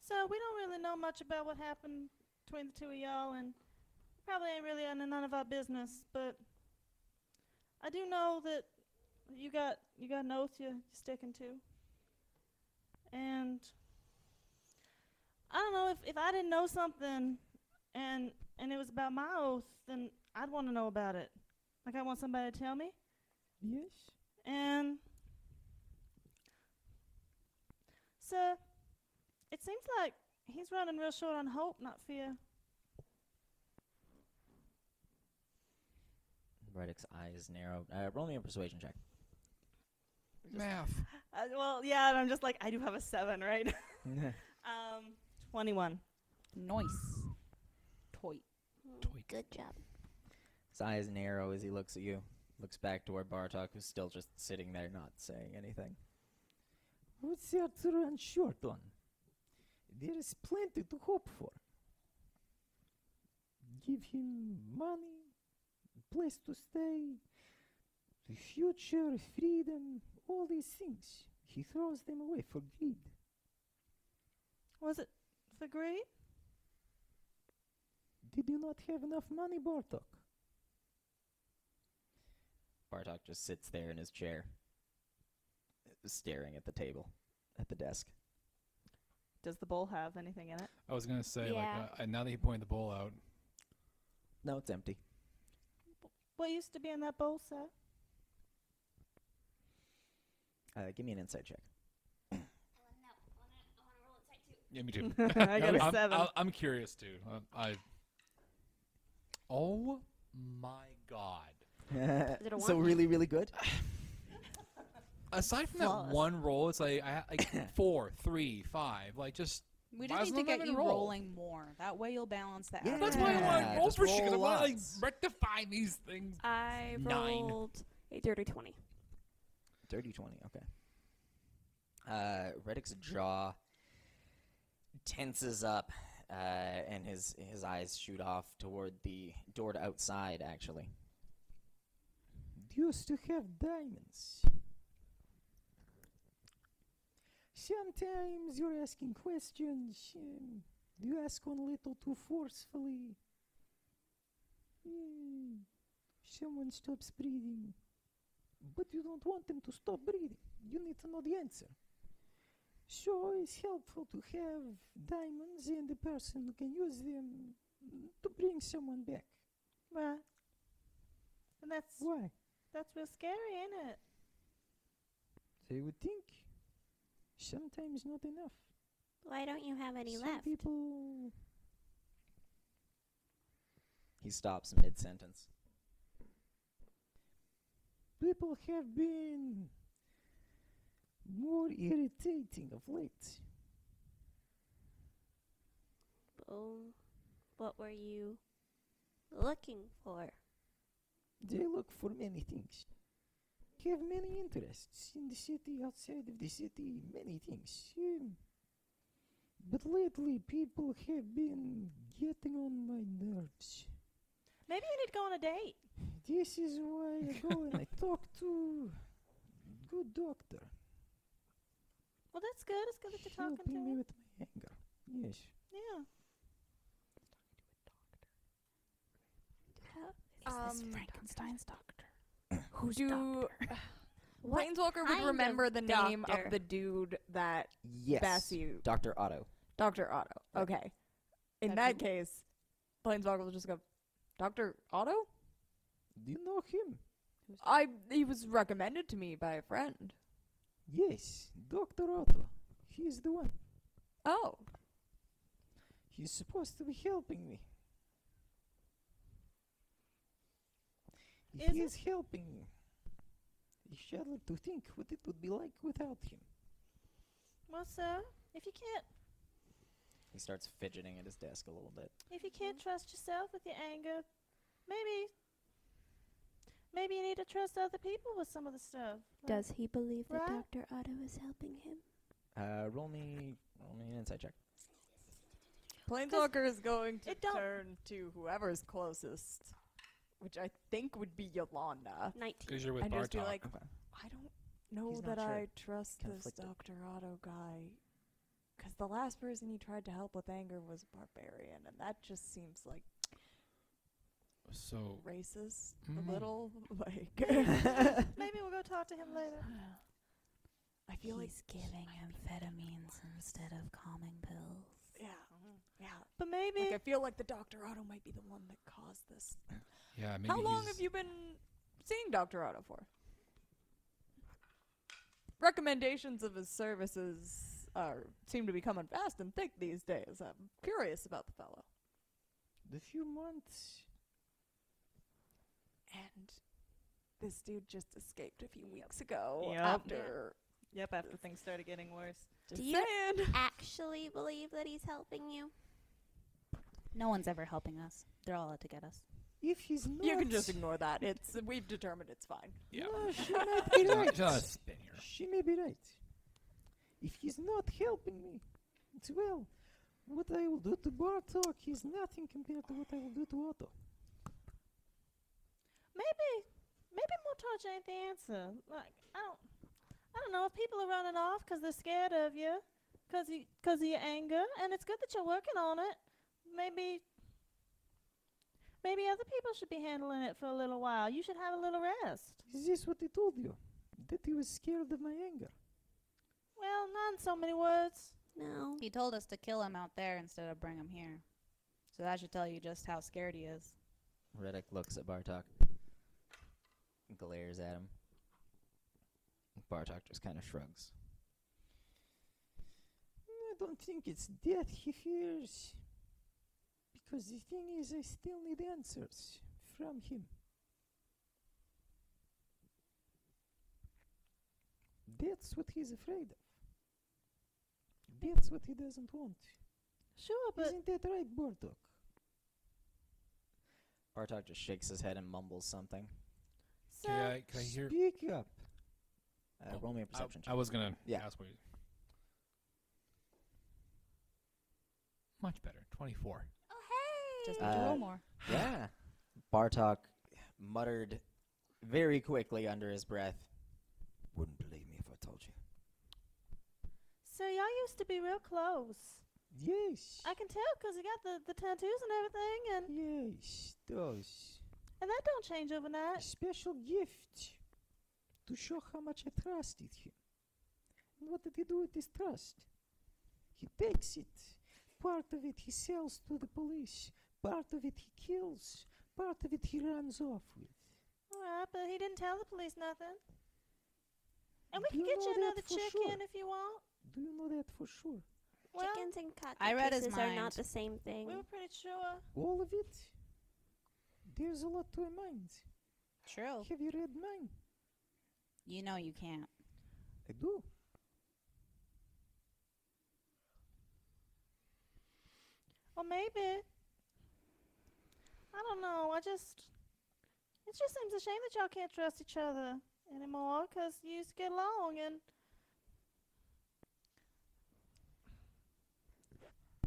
S2: so we don't really know much about what happened between the two of y'all, and probably ain't really under none of our business. But I do know that you got you got an oath you- you're sticking to, and I don't know if if I didn't know something, and and it was about my oath, then I'd want to know about it. Like I want somebody to tell me.
S14: Yes?
S2: And so it seems like he's running real short on hope, not fear.
S9: Reddick's eyes narrow. Uh, roll me a persuasion check. *laughs*
S3: Math.
S7: Uh, well, yeah, and I'm just like I do have a seven, right? *laughs* um, twenty-one.
S6: Nice. Toy.
S3: Tweak.
S5: Good job.
S9: His eyes narrow as he looks at you. Looks back toward Bartok, who's still just sitting there, not saying anything.
S14: What's there to run short on? There is plenty to hope for. Give him money, place to stay, the future, freedom, all these things. He throws them away for greed.
S2: Was it for greed?
S14: Did you not have enough money, Bartok?
S9: Bartok just sits there in his chair, staring at the table, at the desk.
S7: Does the bowl have anything in it?
S3: I was gonna say
S5: Yeah.
S3: like uh, uh, now that he pointed the bowl out,
S9: No, it's empty.
S2: What used to be in that bowl, sir?
S9: Uh, give me an insight check.
S3: yeah, me too.
S7: *laughs*
S3: *laughs*
S7: I got a
S3: I'm,
S7: 7
S3: I'll- I'm curious too. Uh, I, I. Oh my god.
S5: *laughs* Is it a
S9: so
S5: one?
S9: really, really good.
S3: Aside from that one roll, it's like I ha- like four, three, five, like just.
S6: We
S3: Might
S6: just
S3: as
S6: need
S3: well
S6: to get
S3: let it
S6: you
S3: roll.
S6: rolling more. That way you'll balance that out.
S3: That's why I want
S9: Yeah,
S3: to roll
S9: just
S3: for shit. 'cause I
S9: roll
S3: want to like
S9: lots.
S3: rectify these
S7: Mm.
S3: things.
S11: I
S3: Nine.
S11: rolled a dirty 20.
S9: Dirty 20, okay. Uh, Reddick's jaw tenses up, uh, and his, his eyes shoot off toward the door to outside, actually.
S14: Used to have diamonds. Sometimes you're asking questions. Um, you ask one little too forcefully. Mm, Someone stops breathing. But you don't want them to stop breathing. You need to know the answer. So it's helpful to have diamonds and a person who can use them mm, to bring someone back.
S2: Right. And that's
S14: Why?
S2: that's real scary, ain't it?
S14: They would think. Sometimes not enough.
S5: Why don't you have any
S14: Some
S5: left?
S14: people.
S9: He stops mid sentence.
S14: People have been more irritating of late.
S5: Oh, what were you looking for?
S14: They look for many things. Have many interests in the city, outside of the city, many things. Um, but lately, people have been getting on my nerves.
S2: Maybe you need to go on a date.
S14: This is why I go and I talk to good doctor.
S2: Well, that's good. It's good that you're talking to
S14: helping me
S2: him.
S14: with my anger. Yes.
S2: Yeah.
S6: Is this Frankenstein's doctor? Who's
S4: Do *laughs*
S5: What
S4: Planeswalker
S5: kind
S4: would
S5: of
S4: remember the name
S5: doctor?
S4: of the dude that
S9: Yes.
S4: Bassu,
S9: Dr. Otto.
S4: Doctor Otto.
S9: Yeah.
S4: Okay, in
S6: That'd
S4: that case, Planeswalker will just go, Doctor Otto.
S14: Do you know him?
S4: I he was recommended to me by a friend.
S14: Yes, Dr. Otto. He is the one.
S17: Oh.
S14: He's supposed to be helping me. he is helping me. I shudder to think what it would be like without him.
S2: Well, sir, if you can't
S9: He starts fidgeting at his desk a little bit.
S2: if you can't trust yourself with your anger, maybe maybe you need to trust other people with some of the stuff. like-
S5: Does he believe that
S2: Right?
S5: Dr. Otto is helping him?
S9: Uh, roll me, roll me an insight check.
S4: Planeswalker is going to
S2: it don't-
S4: turn to whoever's closest, which I think would be Yolanda.
S5: 19.
S3: 'Cause you're with
S4: and just be
S3: Bartok.
S4: like,
S9: Okay.
S4: I don't know
S9: He's not
S4: that
S9: sure.
S4: I trust this
S9: Conflicted.
S4: Dr. Otto guy. Because the last person he tried to help with anger was a barbarian, and that just seems like
S3: So
S4: racist
S3: Mm.
S4: a little. *laughs*
S3: *laughs*
S4: Like,
S2: Maybe we'll go talk to him later. *sighs*
S4: I feel like
S15: He's giving amphetamines instead of calming pills.
S4: Yeah. mm-hmm, Yeah.
S2: But maybe
S4: Like, I feel like the Dr. Otto might be the one that caused this.
S3: yeah, maybe
S4: How long
S3: he's-
S4: have you been seeing Dr. Otto for? Recommendations of his services are seem to be coming fast and thick these days. I'm curious about the fellow.
S14: The few months.
S4: And this dude just escaped a few weeks ago
S2: Yep.
S4: after
S2: Yep, after things started getting worse.
S4: just
S5: Do you-
S4: saying.
S5: Actually believe that he's helping you?
S6: No one's ever helping us. They're all out to get us.
S14: If he's not.
S4: You can just ignore that. It's we've determined it's fine.
S3: Yeah.
S14: *laughs*
S3: *laughs*
S14: No, she might be
S3: She's not-
S14: right.
S3: she's not a spin here.
S14: She may be right. If he's not helping me, it's well. What I will do to Bartok is nothing compared to what I will do to Otto.
S2: Maybe, maybe Mortage ain't the answer. Like I don't, I don't know if people are running off 'cause they're scared of you, 'cause you, cause of your anger, and it's good that you're working on it. Maybe, maybe other people should be handling it for a little while. You should have a little rest.
S14: Is this what he told you? That he was scared of my anger?
S2: Well, not in so many words.
S5: No.
S6: He told us to kill him out there instead of bring him here. So that should tell you just how scared he is.
S9: Reddick looks at Bartok, glares at him. Bartok just kind of shrugs.
S14: I don't think it's that he fears. Because the thing is, I still need answers from him. That's what he's afraid of. That's what he doesn't want.
S2: Sure, but
S14: Isn't that right, Bartok?
S9: Bartok just shakes his head and mumbles something.
S2: so
S3: Can I, can I hear?
S14: Speak up.
S9: Uh, roll me a
S3: I,
S9: perception
S3: I
S9: check.
S3: was gonna
S9: Yeah.
S3: ask what you. Much better. Twenty four.
S2: Mm,
S1: Oh,
S6: Just need to
S9: Uh,
S6: roll more.
S9: yeah. Bartok muttered very quickly under his breath.
S14: Wouldn't believe me if I told you.
S2: so y'all used to be real close.
S14: Yes.
S2: I can tell 'cause you got the the tattoos and everything, and
S14: yes, does.
S2: and that don't change overnight.
S14: A special gift to show how much I trusted him. And what did he do with this trust? He takes it. Part of it he sells to the police. Part of it he kills. Part of it he runs off with.
S2: All right, but he didn't tell the police nothing. And we can
S14: You
S2: get you
S14: know that
S2: another
S14: for
S2: chicken
S14: sure.
S2: if you want.
S14: Do you know that for sure?
S2: Well,
S5: Chickens and cotton
S6: I read his
S5: kisses are
S6: mind.
S5: not the same thing.
S2: we were pretty sure.
S14: All of it? There's a lot to a mind.
S6: True.
S14: Have you read mine?
S6: You know you can't.
S14: I do.
S2: Or maybe. I don't know. I just. It just seems a shame that y'all can't trust each other anymore because you used to get along and.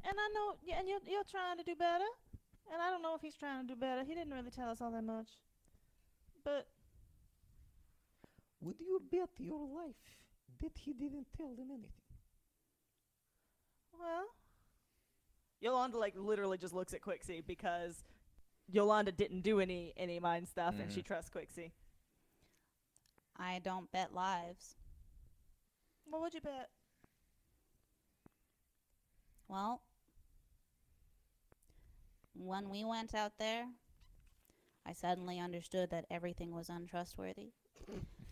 S2: And I know, yeah, and you're, you're trying to do better. And I don't know if he's trying to do better. He didn't really tell us all that much. But
S14: Would you bet your life that he didn't tell them anything?
S2: Well,
S7: Yolanda like literally just looks at Quixie because Yolanda didn't do any any mind stuff and she trusts Quixie.
S6: I don't bet lives.
S2: what would you bet?
S6: Well, when we went out there, I suddenly understood that everything was untrustworthy.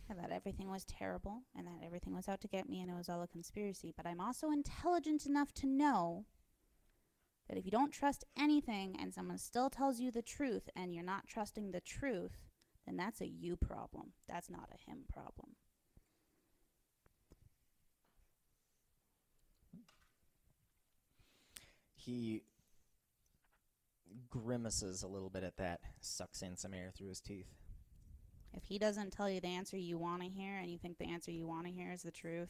S6: and that everything was terrible and that everything was out to get me and it was all a conspiracy. But I'm also intelligent enough to know that if you don't trust anything and someone still tells you the truth and you're not trusting the truth, then that's a you problem. That's not a him problem.
S9: He grimaces a little bit at that, sucks in some air through his teeth.
S6: If he doesn't tell you the answer you want to hear and you think the answer you want to hear is the truth,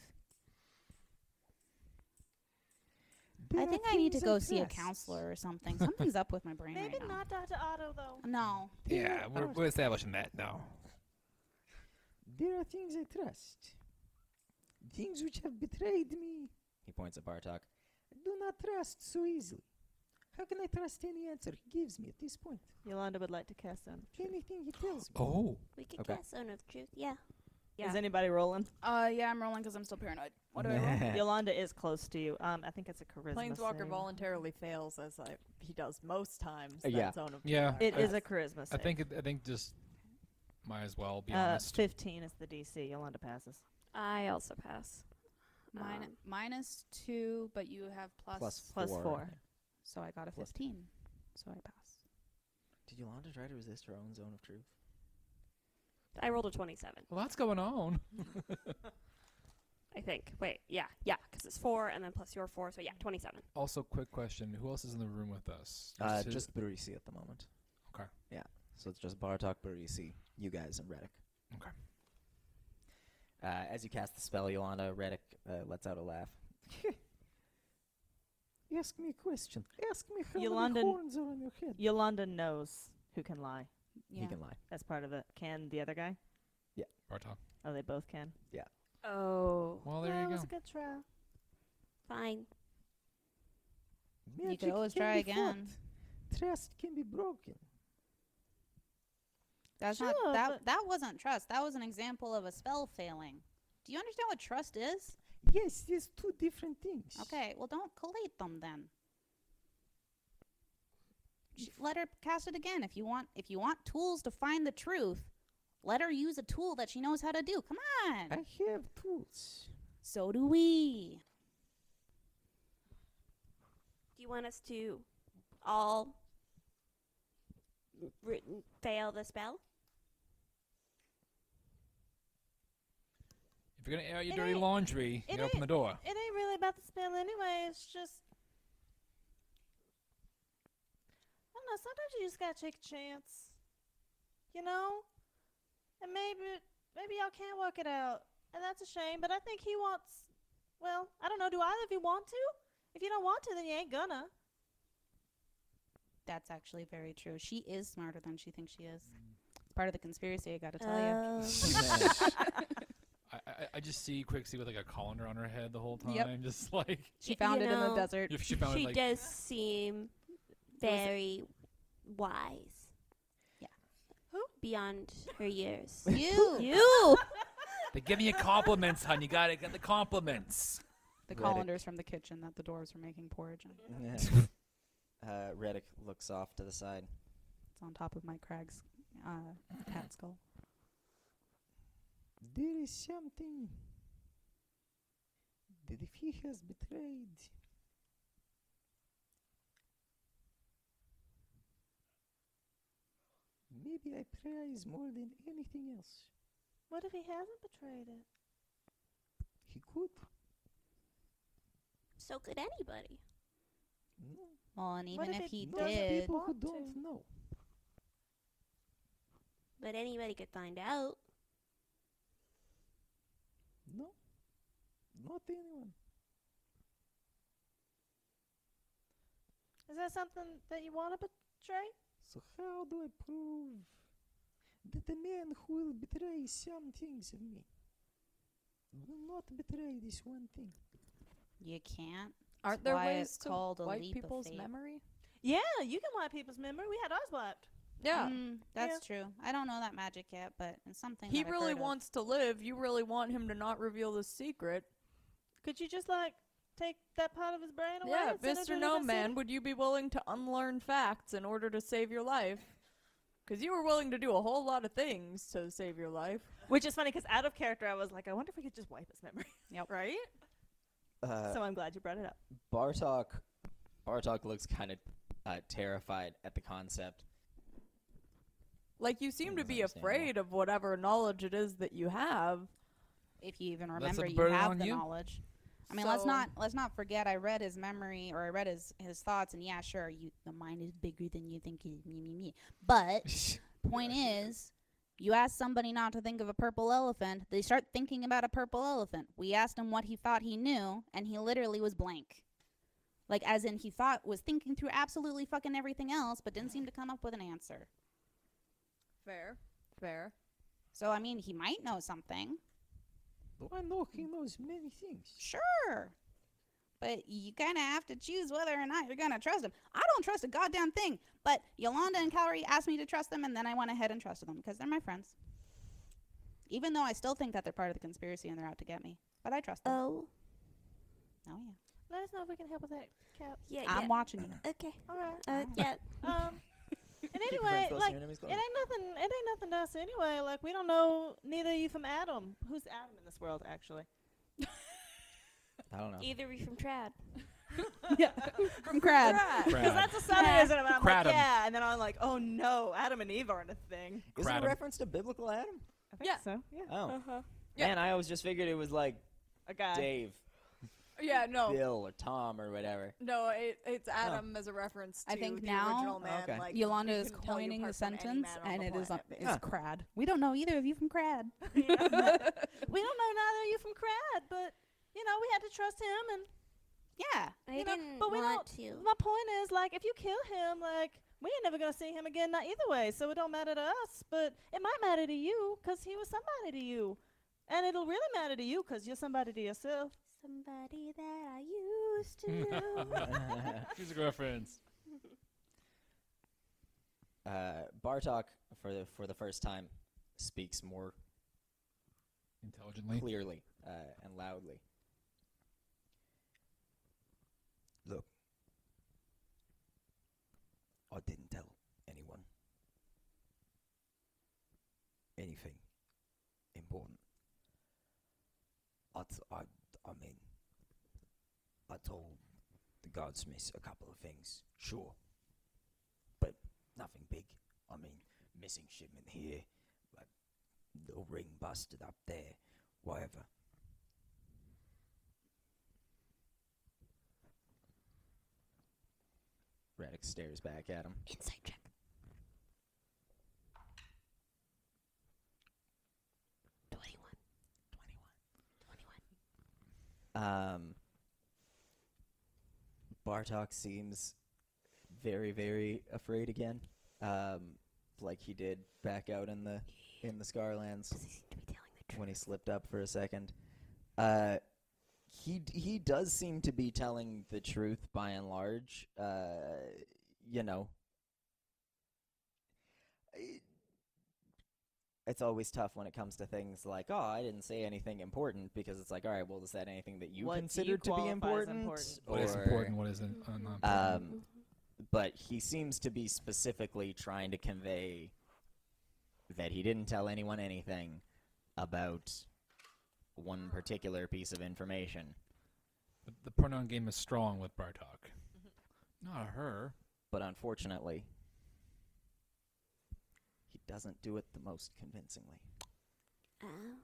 S6: I think I need to go see a counselor or
S9: *laughs*
S6: something. Something's up with my brain.
S2: Maybe
S6: right now.
S2: not Dr. Otto, though.
S6: No.
S3: Yeah, we're, we're establishing that now.
S14: There are things I trust. Things which have betrayed me,
S9: He points at Bartok.
S14: I do not trust so easily. How can I trust any answer he gives me at this point?
S7: Yolanda would like to cast Zone of Truth.
S14: Anything he tells me.
S3: Oh.
S5: We could
S9: Okay.
S5: cast Zone of Truth, yeah.
S7: Is anybody rolling?
S17: Uh, yeah, I'm rolling because I'm still paranoid. What do I roll?
S9: *laughs*
S7: Yolanda is close to you. Um, I think it's a charisma.
S4: Planeswalker
S7: save.
S4: voluntarily fails, as I, he does most times.
S9: Uh,
S4: that
S9: yeah.
S4: zone of
S3: Yeah.
S4: dark.
S7: It
S3: I-
S7: is a charisma.
S3: I
S7: save.
S3: think it- I think just might as well be
S7: uh,
S3: honest.
S7: fifteen is the DC. Yolanda passes.
S11: I also pass.
S6: Mine,
S11: Um,
S6: minus two, but you have plus.
S9: Plus
S7: Plus
S9: four.
S7: four.
S6: So I got a
S9: Plus-
S6: 15. So I pass.
S9: Did Yolanda try to resist her own zone of truth?
S11: I rolled a 27,
S3: Well, that's going on.
S11: *laughs* I think. Wait, yeah, yeah, because it's four and then plus your four, so yeah, 27.
S3: Also, quick question: Who else is in the room with us?
S9: Uh,
S3: two-
S9: just Barisi at the moment.
S3: Okay.
S9: Yeah. So it's just Bartok, Barisi, you guys, and Reddick.
S3: Okay.
S9: Uh, as you cast the spell, Yolanda, Reddick uh, lets out a laugh.
S14: Ask me a question. Ask me how
S7: Yolanda-
S14: many horns are on your head.
S7: Yolanda knows who can lie.
S6: Yeah.
S9: He can lie.
S7: That's part of it. Can the other guy?
S3: Bartok.
S7: Oh, they both can.
S11: Oh.
S3: Well, there
S2: That
S3: you
S2: was
S3: go.
S2: a good try.
S5: Fine.
S6: You could
S14: Magic
S6: always
S14: can
S6: try
S14: be fought.
S6: again.
S14: Trust can be broken.
S6: That's not
S2: Sure,
S6: that.
S2: but-
S6: That wasn't trust. That was an example of a spell failing. Do you understand what trust is?
S14: Yes, there's two different things.
S6: Okay, well, don't collate them then. Sh- Let her cast it again if you want. If you want tools to find the truth, let her use a tool that she knows how to do. Come on.
S14: I have tools.
S6: So do we.
S5: Do you want us to all r- fail the spell?
S3: If you're gonna air your
S2: It
S3: dirty
S2: ain't-
S3: laundry, you
S2: it
S3: gotta open the
S2: *laughs*
S3: door.
S2: It ain't really about the spell anyway. It's just. I don't know. Sometimes you just gotta take a chance. You know? And maybe maybe y'all can't work it out. And that's a shame, but I think he wants. Well, I don't know. Do either of you want to? If you don't want to, then you ain't gonna.
S6: That's actually very true. She is smarter than she thinks she is. It's part of the conspiracy. I gotta tell you. *laughs*
S3: I, I, I just see Quixie with like a colander on her head the whole time,
S6: Yep.
S3: just *laughs* like
S6: She
S5: you
S6: found it in
S5: know,
S6: the desert.
S3: if she found
S5: she
S3: like
S5: does seem very wise.
S6: Yeah.
S5: Who? Beyond her years.
S6: You,
S5: you!
S3: they're giving you compliments, hon. You gotta get the compliments.
S6: the
S9: Reddit.
S6: colanders from the kitchen that the dwarves were making porridge on.
S9: uh, Reddick looks off to the side.
S6: It's on top of my Craig's uh, cat skull.
S14: There is something that if he has betrayed, maybe I prize more than anything else.
S2: What if he hasn't betrayed it?
S14: He could.
S5: *laughs* so could anybody.
S14: No.
S6: Well, and
S2: What
S6: even
S2: if
S6: if
S2: it
S6: he
S14: Those
S6: did,
S14: people who
S2: want to.
S14: don't know.
S5: But anybody could find out.
S14: No. Not anyone.
S2: Is that something that you want to betray?
S14: So how do I prove that the man who will betray some things of me will not betray this one thing?
S6: you can't.
S17: Aren't there
S6: why
S17: ways
S6: it's
S17: to
S6: called a
S17: wipe
S6: leap of
S17: people's
S6: faith.
S17: memory?
S2: Yeah, you can wipe people's memory. We had ours wiped.
S17: Yeah.
S6: Mm, that's true. I don't know that magic yet, but it's something
S4: He
S6: that I've
S4: really
S6: heard of.
S4: wants to live. You really want him to not reveal the secret.
S2: Could you just like take that part of his brain away?
S4: Yeah,
S2: and send it to
S4: Mr.
S2: another
S4: No Man,
S2: city?
S4: would you be willing to unlearn facts in order to save your life? Because you were willing to do a whole lot of things to save your life.
S7: Which is funny because out of character, I was like, I wonder if we could just wipe his memory.
S6: Yep.
S7: *laughs* Right?
S9: Uh,
S7: so I'm glad you brought it up.
S9: Bartok, Bartok looks kind of uh, terrified at the concept.
S4: Like you seem to be
S9: understandable.
S4: afraid of whatever knowledge it is that you have.
S6: If you even
S4: That's a
S6: remember, you
S4: burden
S6: have
S4: on
S6: the
S4: you.
S6: knowledge. I mean, let's
S4: So-
S6: not let's not forget. I read his memory, or I read his his thoughts, and yeah, sure, you the mind is bigger than you think. It is, me, me, me.
S4: *laughs*
S6: But point is, you ask somebody not to think of a purple elephant, they start thinking about a purple elephant. We asked him what he thought he knew, and he literally was blank. Like as in he thought was thinking through absolutely fucking everything else, but didn't seem to come up with an answer.
S4: Fair. Fair.
S6: So I mean, he might know something.
S14: I know he knows many things.
S6: Sure. But you kind of have to choose whether or not you're going to trust him. I don't trust a goddamn thing. But Yolanda and Calorie asked me to trust them, and then I went ahead and trusted them because they're my friends. Even though I still think that they're part of the conspiracy and they're out to get me. But I trust them.
S5: Oh.
S6: Oh, yeah.
S2: Let us know if we can help with that, Cap.
S5: Yeah,
S6: I'm
S5: yeah.
S6: watching
S9: *clears throat*
S6: you.
S5: Okay.
S2: All right.
S5: Uh, yeah.
S2: *laughs* Um. And
S5: Keep *laughs* your friends
S2: anyway,
S5: close and
S2: like
S5: your
S2: it
S5: enemies
S2: ain't
S5: closer.
S2: nothing. It ain't nothing to us anyway. Like we don't know neither you from Adam. Who's Adam in this world, actually?
S9: I don't know.
S5: Either we from *laughs* Trad. *laughs*
S7: yeah.
S6: From Crad.
S7: Because
S9: Crad.
S7: that's a Southern, and I'm like,
S9: Cradam.
S7: yeah. And then I'm like, oh no, Adam and Eve aren't a thing.
S9: Is it a
S7: Cradam.
S9: reference to biblical Adam?
S7: I think
S4: Yeah.
S7: so. Yeah. Uh-huh.
S9: Oh. Man, I always just figured it was like
S7: A guy.
S9: Dave,
S4: Yeah, no.
S9: Bill, or Tom, or whatever.
S4: No, it, it's Adam as a reference to
S6: I think
S4: the
S6: now
S4: original man.
S9: Okay.
S4: Like,
S6: Yolanda
S4: you
S6: is
S4: can tell you
S6: coining the
S4: apart from any
S6: sentence,
S4: man on
S6: and
S4: the
S6: it is,
S4: planet,
S6: up, it's
S4: basically.
S6: Crad. We don't know either of you from Crad.
S2: We don't know neither you from Crad, but you know we had to trust him, and
S6: yeah,
S5: I
S2: you know,
S5: didn't
S2: but we
S5: want
S2: don't.
S5: to.
S2: My point is, like, if you kill him, like, we ain't never gonna see him again, not either way. So it don't matter to us, but it might matter to you, 'cause he was somebody to you, and it'll really matter to you, you you're somebody to yourself.
S5: Somebody that I
S3: *laughs*
S5: used to know.
S3: She's Hmm. a reference.
S9: Uh, Bartok, for the for the first time, speaks more
S3: Intelligently.
S9: clearly uh, and loudly.
S14: Look, I didn't tell anyone anything important. I, t- I, I mean, I told the guardsmiths a couple of things, sure, but nothing big. I mean, missing shipment here, like little ring busted up there, whatever.
S9: Radix stares back at him.
S5: Insight check. Twenty-one. Twenty-one. Twenty-one.
S9: Um, Bartok seems very, very afraid again, um, like he did back out in the in the Scarlands when he slipped up for a second. Uh, he d- he does seem to be telling the truth by and large. Uh, you know, I- it's always tough when it comes to things like, oh, I didn't say anything important because it's like, all right, well, is that anything that you
S7: What do you
S9: considered to be
S7: qualify as
S9: important?
S7: important?
S3: What is
S9: Or-
S3: important? What isn't? Uh, not important.
S9: um, but he seems to be specifically trying to convey that he didn't tell anyone anything about one particular piece of information.
S3: The, the pronoun game is strong with Bartok. Not her.
S9: But unfortunately, he doesn't do it the most convincingly.
S5: Um,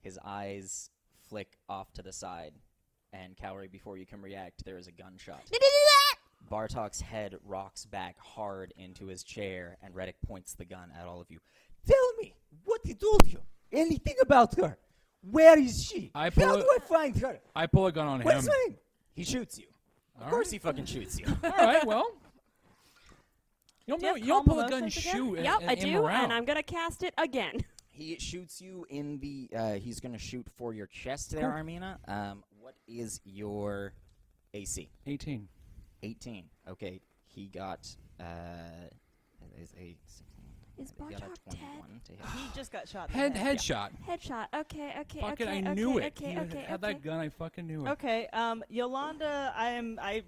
S9: His eyes flick off to the side, and Cowrie, before you can react, there is a gunshot. Bartok's head rocks back hard into his chair, and Reddick points the gun at all of you.
S14: Tell me what he told you. Anything about her? Where is she?
S3: I
S14: How
S3: pull.
S14: do I find her?
S3: I pull a gun on
S14: What's
S3: him.
S14: her name?
S9: He shoots you. Of
S3: All
S9: course,
S3: right.
S9: he fucking shoots you.
S3: All right. Well.
S11: *laughs*
S3: You don't,
S11: Do you
S3: know,
S11: have
S3: you don't
S11: calm
S3: pull a gun, and
S11: emotions again?
S3: shoot. and-
S11: Yep,
S3: and
S11: I
S3: aim
S11: do,
S3: around.
S11: and I'm gonna cast it
S7: *laughs*
S11: again.
S9: he shoots you in the. Uh, he's going to shoot for your chest there, Armina. Um, what is your AC?
S3: 18.
S9: 18. Okay, he got. Uh, that is a 16.
S5: Is
S9: He got
S5: Bartok
S9: a
S5: dead?
S9: 21 to hit.
S7: He just got shot. in the
S3: Head
S7: head.
S3: headshot.
S5: Headshot.
S11: Oh,
S5: Okay. Okay.
S3: Fuck
S5: okay.
S3: it, I
S5: okay,
S3: knew it.
S5: Okay.
S3: You
S5: okay.
S3: had
S5: okay.
S3: that gun, I fucking knew it.
S7: Okay, um, Yolanda, I am I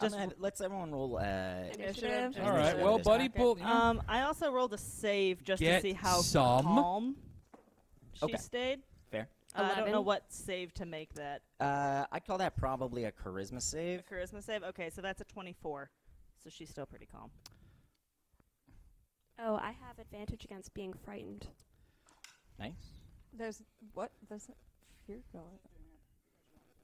S9: Just r- let's everyone roll. Uh,
S5: Initiative.
S9: All
S3: All right, well, buddy, pull. You know,
S7: Um, I also rolled a save just
S3: Get
S7: to see how
S3: some.
S7: calm she
S9: Okay.
S7: stayed.
S9: Fair.
S7: Uh, I don't know
S9: Eleven.
S7: what save to make that.
S9: Uh, I call that probably a charisma save.
S7: A charisma save. Okay, so that's a 24. So she's still pretty calm.
S11: Oh, I have advantage against being frightened.
S9: Nice.
S4: There's what? There's fear going.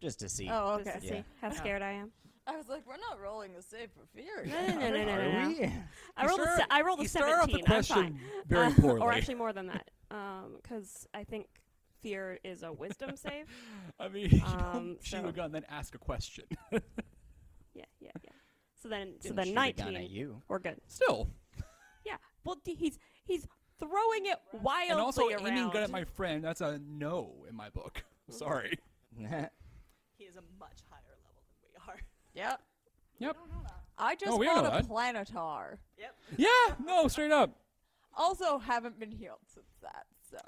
S9: Just to see.
S4: Oh,
S11: Just
S4: okay.
S11: to see how scared I am.
S5: I was like, we're not rolling a save for fear.
S11: No, no, no, no, no,
S5: Are
S11: no.
S5: we?
S11: no. I
S5: You
S11: rolled, a,
S5: start-
S11: se- I rolled a
S5: you start off the
S11: 17. I'm
S5: question
S11: fine.
S5: very
S11: Uh, *laughs* Or
S5: poorly.
S11: actually more than that. Because I think fear is a wisdom save.
S3: I mean, *laughs* you
S11: um,
S3: don't shoot
S11: so-
S3: a gun, then ask a question. *laughs*
S11: Yeah, yeah, yeah. So then, so
S3: Didn't
S11: then
S3: shoot a gun
S11: 19.
S3: at you.
S11: We're good.
S3: Still.
S11: Yeah. Well, d- he's he's throwing it wildly
S3: and also
S11: around.
S3: aiming gun at my friend. That's a no in my book. *laughs*
S5: Mm-hmm.
S3: Sorry.
S7: He is a much higher level than we are. *laughs*
S5: Yep.
S3: Yep.
S5: I just
S3: No, we don't
S5: bought a
S3: know
S5: planetar.
S7: Yep.
S3: yeah. No. Straight up.
S5: Also, haven't been healed since that. So.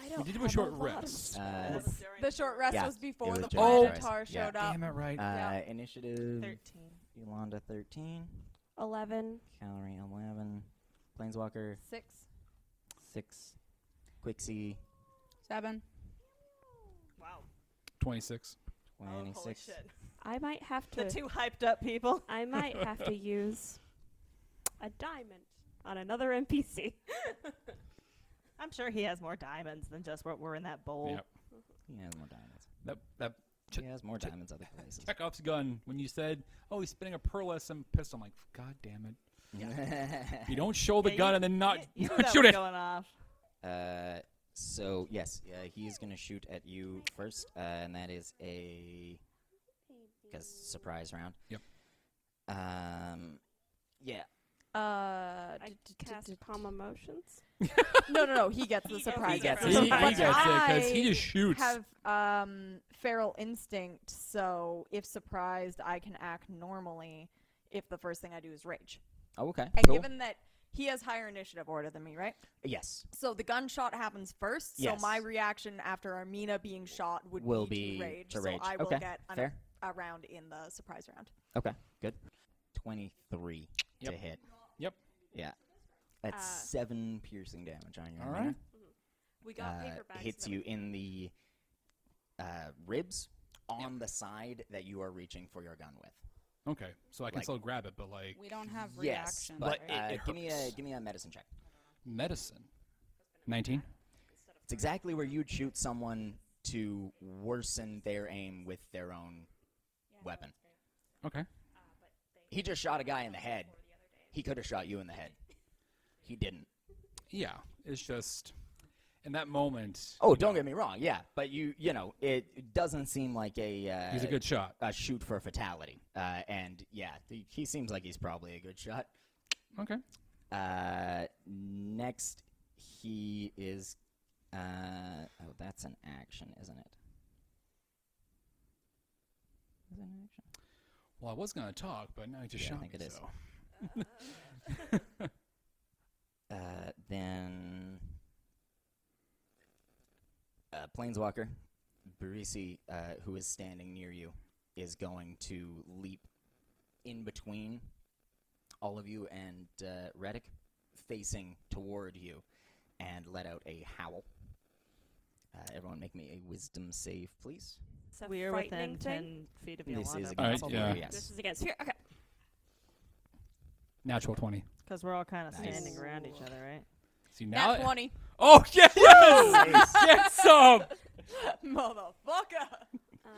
S5: I
S3: We did do a short rest.
S9: Uh,
S5: the short rest
S9: yeah,
S5: was
S9: it
S5: before
S9: was
S5: the
S9: during the
S5: planetar
S9: rest. Yeah.
S5: showed up.
S9: Uh,
S5: Yeah.
S9: Initiative.
S7: 13.
S9: Yolanda, 13.
S11: 11.
S9: Calorie, 11. Planeswalker,
S4: Six.
S9: 6. Quixie,
S6: Seven.
S7: Wow.
S3: 26.
S5: Oh,
S9: 26.
S11: I might have to.
S7: The two hyped up people.
S11: *laughs* I might have to use a diamond on another NPC.
S7: *laughs* I'm sure he has more diamonds than just what were in that bowl. *laughs*
S3: Yep.
S9: He has more diamonds.
S3: That that. Ch-
S9: he has more diamonds other places.
S3: Chekhov's gun. When you said, "Oh, he's spinning a pearl at some pistol," I'm like, "God damn it!" You don't show the
S9: Yeah, you-
S3: gun and then not, *laughs*
S9: you- you
S3: not
S9: knew that
S3: shoot
S9: was
S3: it.
S7: Going off.
S9: Uh, so yes, uh, he's gonna shoot at you first, uh, and that is a cause surprise round.
S3: Yep.
S9: Um, yeah.
S4: Uh,
S11: I cast calm emotions.
S4: no, no, no. He gets the surprise.
S9: He gets
S4: round.
S9: it. He- he
S4: But
S9: gets it
S3: 'cause he
S4: I
S3: just shoots.
S4: Have um feral instinct, so if surprised, I can act normally. If the first thing I do is rage,
S9: Oh, okay.
S4: and
S9: cool.
S4: given that he has higher initiative order than me, right?
S9: yes,
S4: So the gunshot happens first.
S9: Yes.
S4: So my reaction after Armina being shot would
S9: Will
S4: be,
S9: be
S4: to rage.
S9: to rage.
S4: So I will
S9: Okay,
S4: get an,
S9: fair.
S4: a round in the surprise round.
S9: okay, good. Twenty-three
S3: Yep.
S9: to hit.
S3: Yep.
S9: Yeah. That's
S11: Uh,
S9: seven piercing damage on you.
S3: All
S9: Amina.
S3: right.
S11: Mm-hmm. We got
S9: uh,
S11: paper bags.
S9: hits you in the uh, ribs on the side that you are reaching for your gun with.
S3: *laughs* Okay, so I can
S9: Like-
S3: still grab it, but like
S6: We don't have
S9: yes,
S6: reaction.
S9: but
S3: But it-
S9: uh,
S3: it
S9: give me a
S3: hurts.
S9: give me a medicine check.
S3: medicine. Nineteen.
S9: It's exactly where you'd shoot someone to worsen their aim with their own weapon.
S3: Okay.
S9: He just shot a guy in the head. He could have shot you in the head. He didn't.
S3: Yeah, it's just in that moment.
S9: Oh, don't get me wrong. Yeah, but you you know it doesn't seem like a uh,
S3: He's a good shot.
S9: a shoot for fatality. Uh, and yeah, th- he seems like he's probably a good shot.
S3: Okay.
S9: Uh, next, he is. Uh, oh, that's an action, isn't it? Is it an action?
S3: Well, I was gonna talk, but now he just
S9: Yeah, I
S3: shot
S9: think
S3: me.
S9: it is.
S3: so.
S9: Uh, then uh, Planeswalker, Barisi, uh, who is standing near you, is going to leap in between all of you and uh, Reddick, facing toward you, and let out a howl. Uh, everyone, make me a wisdom save, please.
S11: It's a
S7: We are
S11: frightening
S7: within
S11: thing.
S7: 10 feet of
S9: This is
S7: Yolanda.
S9: against
S3: Alright,
S9: you,
S3: yeah.
S11: This
S9: yes.
S11: is against fear. Okay.
S3: *laughs* Natural twenty.
S7: Because we're all kind of
S9: Nice.
S7: standing around each other, right?
S3: See now.
S5: Nat 20.
S3: Oh yeah,
S4: *laughs*
S3: yes, get some.
S5: Motherfucker.
S11: Um,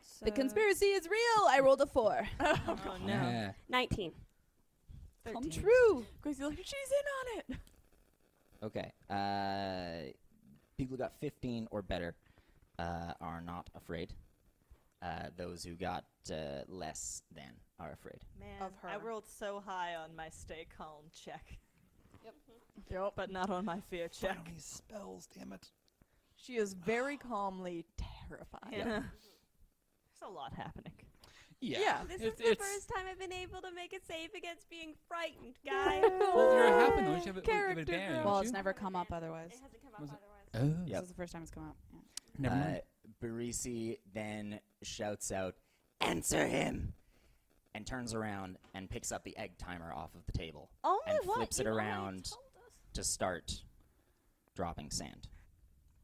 S11: so
S4: The conspiracy is real. I rolled a four.
S7: Oh, no.
S9: Yeah.
S11: 19.
S4: Come true.
S5: Grace, like, she's in on it.
S9: Okay. Uh, people who got 15 or better uh, are not afraid. Uh, those who got uh, less than are afraid.
S7: Man,
S4: Of
S7: I
S4: her.
S7: rolled so high on my stay calm check, *laughs*
S4: Yep.
S7: but not on my fear check.
S3: these spells, damn it.
S4: She
S3: *sighs*
S4: is very calmly terrified.
S7: Yeah. There's a lot happening.
S3: Yeah.
S11: This
S3: it's,
S11: is the
S3: it's-
S11: first time I've been able to make a save against being frightened, guys.
S3: Well, you're happy though. You have, a, you have
S4: Character
S3: advantage.
S6: Well,
S3: you?
S6: it's never come up otherwise.
S11: It hasn't come up
S3: Was it-
S11: otherwise.
S3: Oh,
S9: Yep.
S6: This is the first time it's come up. Yeah.
S3: Never mind.
S9: Uh, Barisi then shouts out, Answer him! and turns around and picks up the egg timer off of the table
S15: Oh my
S9: and
S15: what?
S9: flips it
S15: You already
S9: around to start dropping sand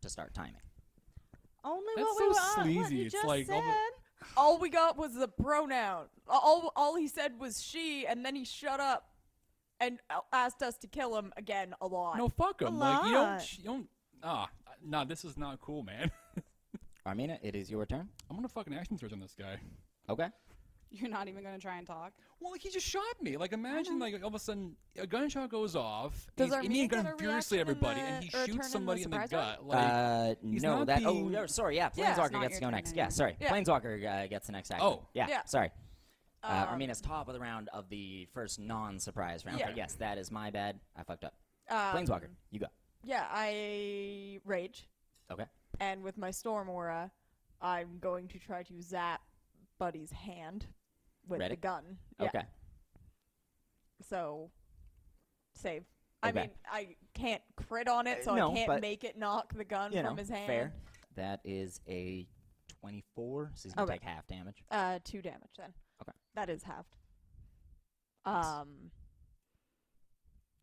S9: to start timing.
S4: Only
S9: That's what we so were on, what sleazy. you It's just like all
S4: all,
S9: the-
S4: we got was the pronoun. All all he said was she, and then he shut up and uh, asked us to kill him again a lot.
S3: No, fuck him. Like you don't, sh- you don't. Ah, nah. This is not cool, man. *laughs*
S9: Armina, it is your turn.
S3: I'm gonna fucking action search on this guy.
S9: Okay.
S6: *laughs* You're not even gonna try and talk.
S3: Well, like he just shot me. Like imagine, like all of a sudden, a gunshot goes off.
S6: Uh-huh. Does
S3: he's aiming a
S6: Armina
S3: gun
S6: get a
S3: furiously at
S6: reaction in
S3: everybody, and
S6: the-
S3: he
S6: or a turn
S3: shoots
S6: in
S3: somebody
S6: the
S3: in the
S6: surprise round?
S3: gut. Like
S9: uh,
S3: he's
S9: no,
S3: not
S9: that. Oh,
S3: being-
S9: no, sorry. Yeah,
S3: Yeah, it's
S9: Planeswalker
S3: not your
S9: gets to go
S3: turn
S9: next. Yeah, sorry.
S3: Yeah.
S9: Planeswalker uh, gets the next action.
S3: Oh.
S9: yeah.
S3: Yeah.
S9: Sorry. Uh,
S4: Um,
S9: Armina's top of the round of the first non-surprise round.
S4: Yeah.
S9: But yes, that is my bad. I fucked up.
S4: Um,
S9: Planeswalker, you go.
S4: Yeah, I rage,
S9: Okay.
S4: and with my storm aura, I'm going to try to zap Buddy's hand with the
S9: Ready?
S4: gun. Yeah.
S9: Okay.
S4: So, save. I
S9: Okay.
S4: mean, I can't crit on it,
S9: Uh,
S4: so
S9: no,
S4: I can't
S9: but-
S4: make it knock the gun
S9: you
S4: from
S9: know,
S4: his hand.
S9: fair. That is a 24, so he's going to
S4: Okay.
S9: take half damage.
S4: Uh, two damage then.
S9: Okay.
S4: That is halved. Um,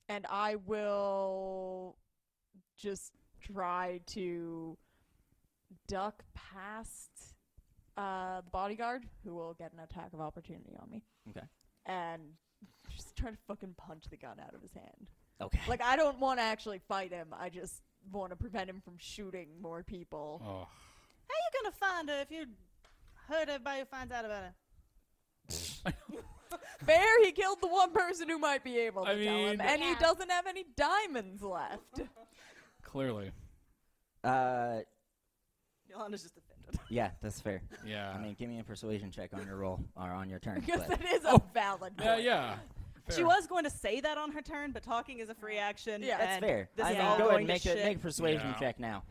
S4: and I will just try to duck past uh the bodyguard, who will get an attack of opportunity on me,
S9: Okay.
S4: and just try to fucking punch the gun out of his hand.
S9: Okay.
S4: Like I don't want to actually fight him. I just want to prevent him from shooting more people.
S3: Oh.
S2: How you gonna find her if you hurt everybody who finds out about her?
S4: Fair, he killed the one person who might be able to
S3: I
S4: tell him,
S3: mean-
S4: and he
S2: Yeah.
S4: doesn't have any diamonds left.
S3: clearly,
S9: Uh,
S7: Yolanda's just offended.
S9: yeah, that's fair.
S3: Yeah.
S9: I mean, give me a persuasion check on your roll or on
S4: *laughs*
S9: your turn.
S4: Because
S9: but-
S4: it is
S3: Oh.
S4: a valid. point.
S7: She was going to say that on her turn, but talking is a free action.
S4: Yeah,
S9: That's
S7: and
S9: fair.
S7: This
S9: I
S7: is
S9: mean,
S7: all
S9: go ahead
S7: going
S9: and
S7: to
S9: make a,
S7: shit.
S9: make a persuasion
S3: Yeah.
S9: check now.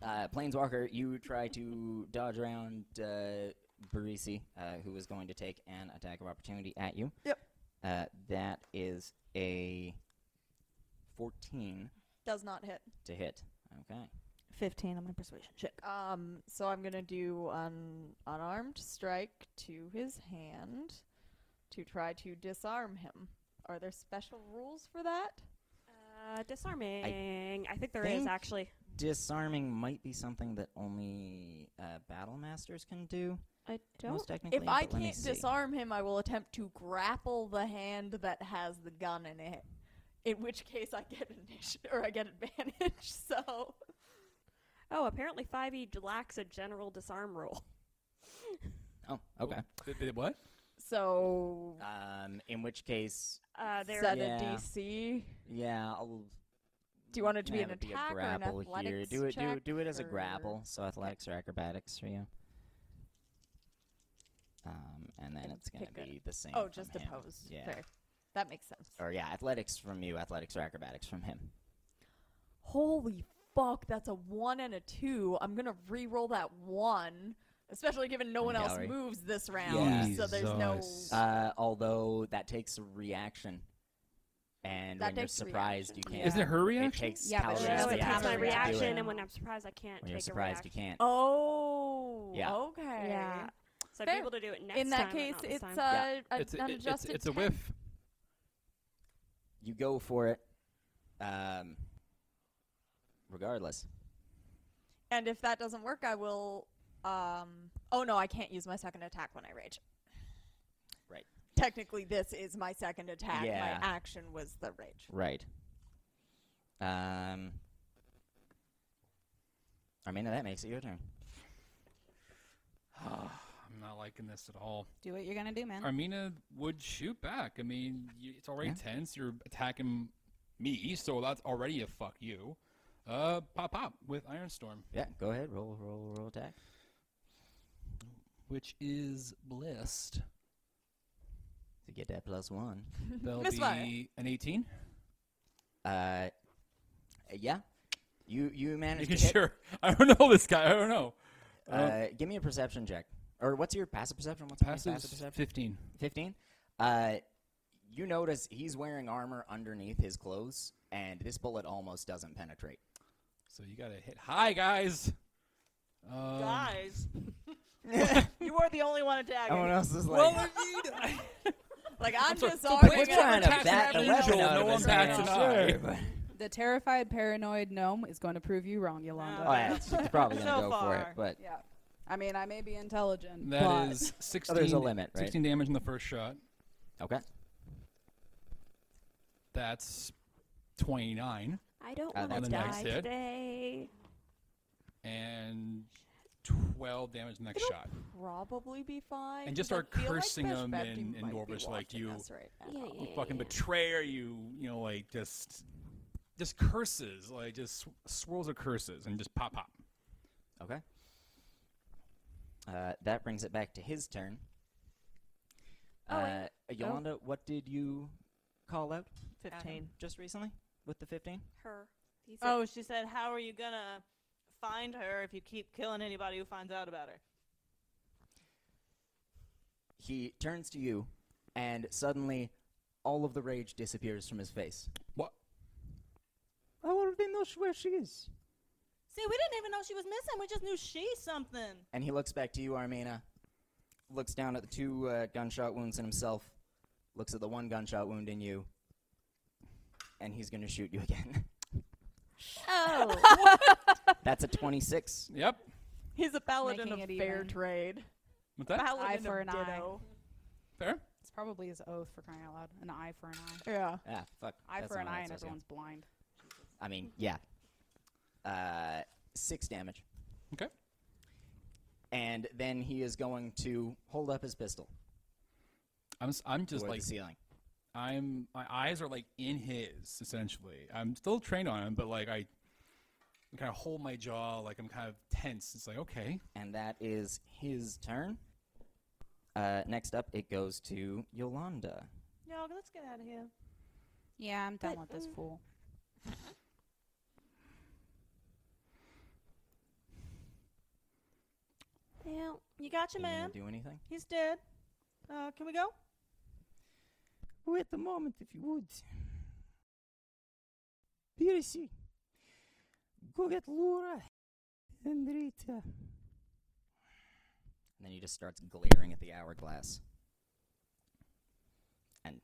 S9: Uh, Planeswalker, you try to dodge around uh, Barisi, uh, who is going to take an attack of opportunity at you.
S4: Yep.
S9: Uh, that is a 14
S4: Does not hit.
S9: to hit. Okay.
S7: 15 on my persuasion check.
S4: Um, so I'm gonna do an unarmed strike to his hand to try to disarm him. Are there special rules for that?
S11: Uh, disarming. I, think there is
S9: think-
S11: actually.
S9: Disarming might be something that only uh, battle masters can do.
S11: I
S9: Most technically,
S4: If I
S9: but let me
S4: can't
S9: see.
S4: disarm him, I will attempt to grapple the hand that has the gun in it. In which case, I get initiative *laughs* or I get advantage. *laughs* So
S11: Oh, apparently 5e d- lacks a general disarm rule.
S9: Oh, okay.
S3: Did, did what?
S4: So.
S9: Um, in which case,
S11: Uh, there.
S4: set
S9: Yeah.
S4: a DC.
S9: yeah, I'll.
S4: Do you want it to
S9: yeah,
S4: be an
S9: it would
S4: attack
S9: a grapple
S4: or an athletics
S9: here. Do it.
S4: check?
S9: Do, do it as a
S4: or-
S9: grapple. So athletics or acrobatics for you. Um, and then
S4: And
S9: it's gonna
S4: pick a-
S9: be the same.
S4: Oh,
S9: from
S4: just
S9: him.
S4: oppose.
S9: Yeah.
S4: Fair. That makes sense.
S9: Or yeah, athletics from you, athletics or acrobatics from him.
S4: Holy fuck, that's a one and a two. I'm gonna re-roll that one, especially given no one else
S9: Gallery.
S4: moves this round. So there's no.
S9: Uh, although that takes a reaction. And
S4: That
S9: when you're
S4: takes a
S9: surprised, you
S4: reaction.
S9: can't.
S3: Isn't it her
S9: It
S3: reaction?
S9: takes
S11: Yeah, but
S9: Taliesin's
S11: you know Oh, it
S9: reaction
S11: takes my
S9: to do it.
S11: reaction, and when I'm surprised, I can't
S9: When
S11: take
S9: you're
S11: a
S9: surprised, you
S11: reaction.
S9: can't.
S4: Oh.
S9: Yeah.
S4: Okay.
S11: Yeah. So I'd
S4: Fair.
S11: be able to do it next
S4: In that
S11: time, but
S4: case,
S11: not this
S4: it's uh,
S11: time.
S3: Yeah.
S4: a,
S3: it's,
S4: an
S3: it- it's,
S4: adjusted.
S3: it's a
S4: 10.
S3: whiff.
S9: you go for it. Um, regardless.
S4: And if that doesn't work, I will. Um, oh no, I can't use my second attack when I rage.
S9: Right.
S4: Technically, this is my second attack.
S9: Yeah.
S4: My action was the rage.
S9: Right. Um, Armina, that makes it your turn. Uh,
S3: *sighs* I'm not liking this at all.
S6: Do what you're gonna do, man.
S3: Armina would shoot back. I mean, you, it's already tense. You're attacking me, so that's already a fuck you. Uh, pop pop with Iron Storm,
S9: Yeah, go ahead. Roll, roll, roll attack.
S3: which is blessed.
S9: To get that plus one.
S3: *laughs* That'll
S4: Misfire.
S3: be an 18.
S9: Uh, yeah. You you managed
S3: Making
S9: to hit.
S3: sure. I don't know this guy. I don't know. Um, I don't-
S9: Uh, give me a perception check. Or what's your passive perception? What's my
S3: Passive's
S9: passive perception?
S3: 15.
S9: 15. Uh, you notice he's wearing armor underneath his clothes, and this bullet almost doesn't penetrate.
S3: So you gotta hit high, guys. Um,
S7: Guys. you are the only one attacking.
S9: Everyone else is
S7: Well,
S9: like,
S7: *laughs*
S4: Like I'm
S7: sorry,
S4: just
S7: so
S4: arguing.
S9: we're trying to bat the weapon out of
S3: no
S9: his
S3: one bats
S9: hand.
S3: an eye.
S9: Sure, but-
S6: *laughs* The terrified paranoid gnome is going to prove you wrong, Yolanda.
S9: Oh, yeah, it's probably gonna So go for it, far. but-
S6: yeah, I mean, I may be intelligent.
S3: That
S6: but
S3: is 16,
S9: Oh, there's a limit, right?
S3: 16 damage in the first shot.
S9: Okay.
S3: That's 29.
S5: I
S9: Uh,
S5: don't
S3: on
S5: want
S3: the
S5: to
S3: next
S5: die
S3: hit.
S5: today.
S3: And 12 damage the next shot.
S4: Probably be fine.
S3: And just
S4: but
S3: start
S4: I feel like
S3: cursing
S4: Besh
S3: him
S4: Bepti
S3: in, in
S4: might be
S3: Dwarvish, like,
S4: watching
S3: you,
S4: us right now.
S5: Yeah,
S3: you
S5: yeah,
S3: fucking
S5: yeah.
S3: betrayer, you, you know, like, just, just curses, like, just sw- swirls of curses and just pop, pop.
S9: Okay. Uh, that brings it back to his turn.
S5: Oh, wait.
S9: uh, Yolanda, what did you call out?
S7: 15.
S9: Just recently? With the 15?
S11: Her. He said,
S7: Oh, she said, "How are you gonna find her if you keep killing anybody who finds out about her?"
S9: He turns to you, and suddenly all of the rage disappears from his face.
S3: What?
S14: I already know where she is.
S7: See, we didn't even know she was missing. We just knew she something.
S9: And he looks back to you, Armina, looks down at the two uh, gunshot wounds in himself, looks at the one gunshot wound in you, and he's going to shoot you *laughs* again.
S5: Oh.
S9: *laughs* That's a 26.
S3: Yep.
S7: He's a paladin
S6: Making
S7: of
S6: it
S7: fair
S6: even.
S7: trade.
S3: What's that?
S7: Paladin
S6: Eye for an
S7: of
S6: eye.
S7: ditto.
S3: Fair?
S6: It's probably his oath for crying out loud. An eye for an eye.
S7: Yeah.
S9: Ah, fuck.
S6: Eye
S9: That's
S6: for an
S9: not what
S6: eye,
S9: it
S6: and
S9: says, yeah.
S6: everyone's blind.
S9: I mean, yeah. Uh, six damage.
S3: Okay.
S9: And then he is going to hold up his pistol
S3: I'm, s- I'm just
S9: toward
S3: like
S9: the ceiling.
S3: I'm my eyes are like in his essentially. I'm still trained on him, but like I kind of hold my jaw, like I'm kind of tense. It's like okay,
S9: And that is his turn. Uh, next up, it goes to Yolanda.
S7: Y'all, let's get out of here.
S6: Yeah, I'm done
S5: But,
S6: with this
S5: mm.
S6: fool.
S5: Well,
S7: You got your
S9: Are you
S7: man.
S9: gonna do anything?
S7: He's dead. Uh, can we go?
S14: Wait a moment, if you would. Piracy. Go get Laura and Rita.
S9: And then he just starts glaring at the hourglass and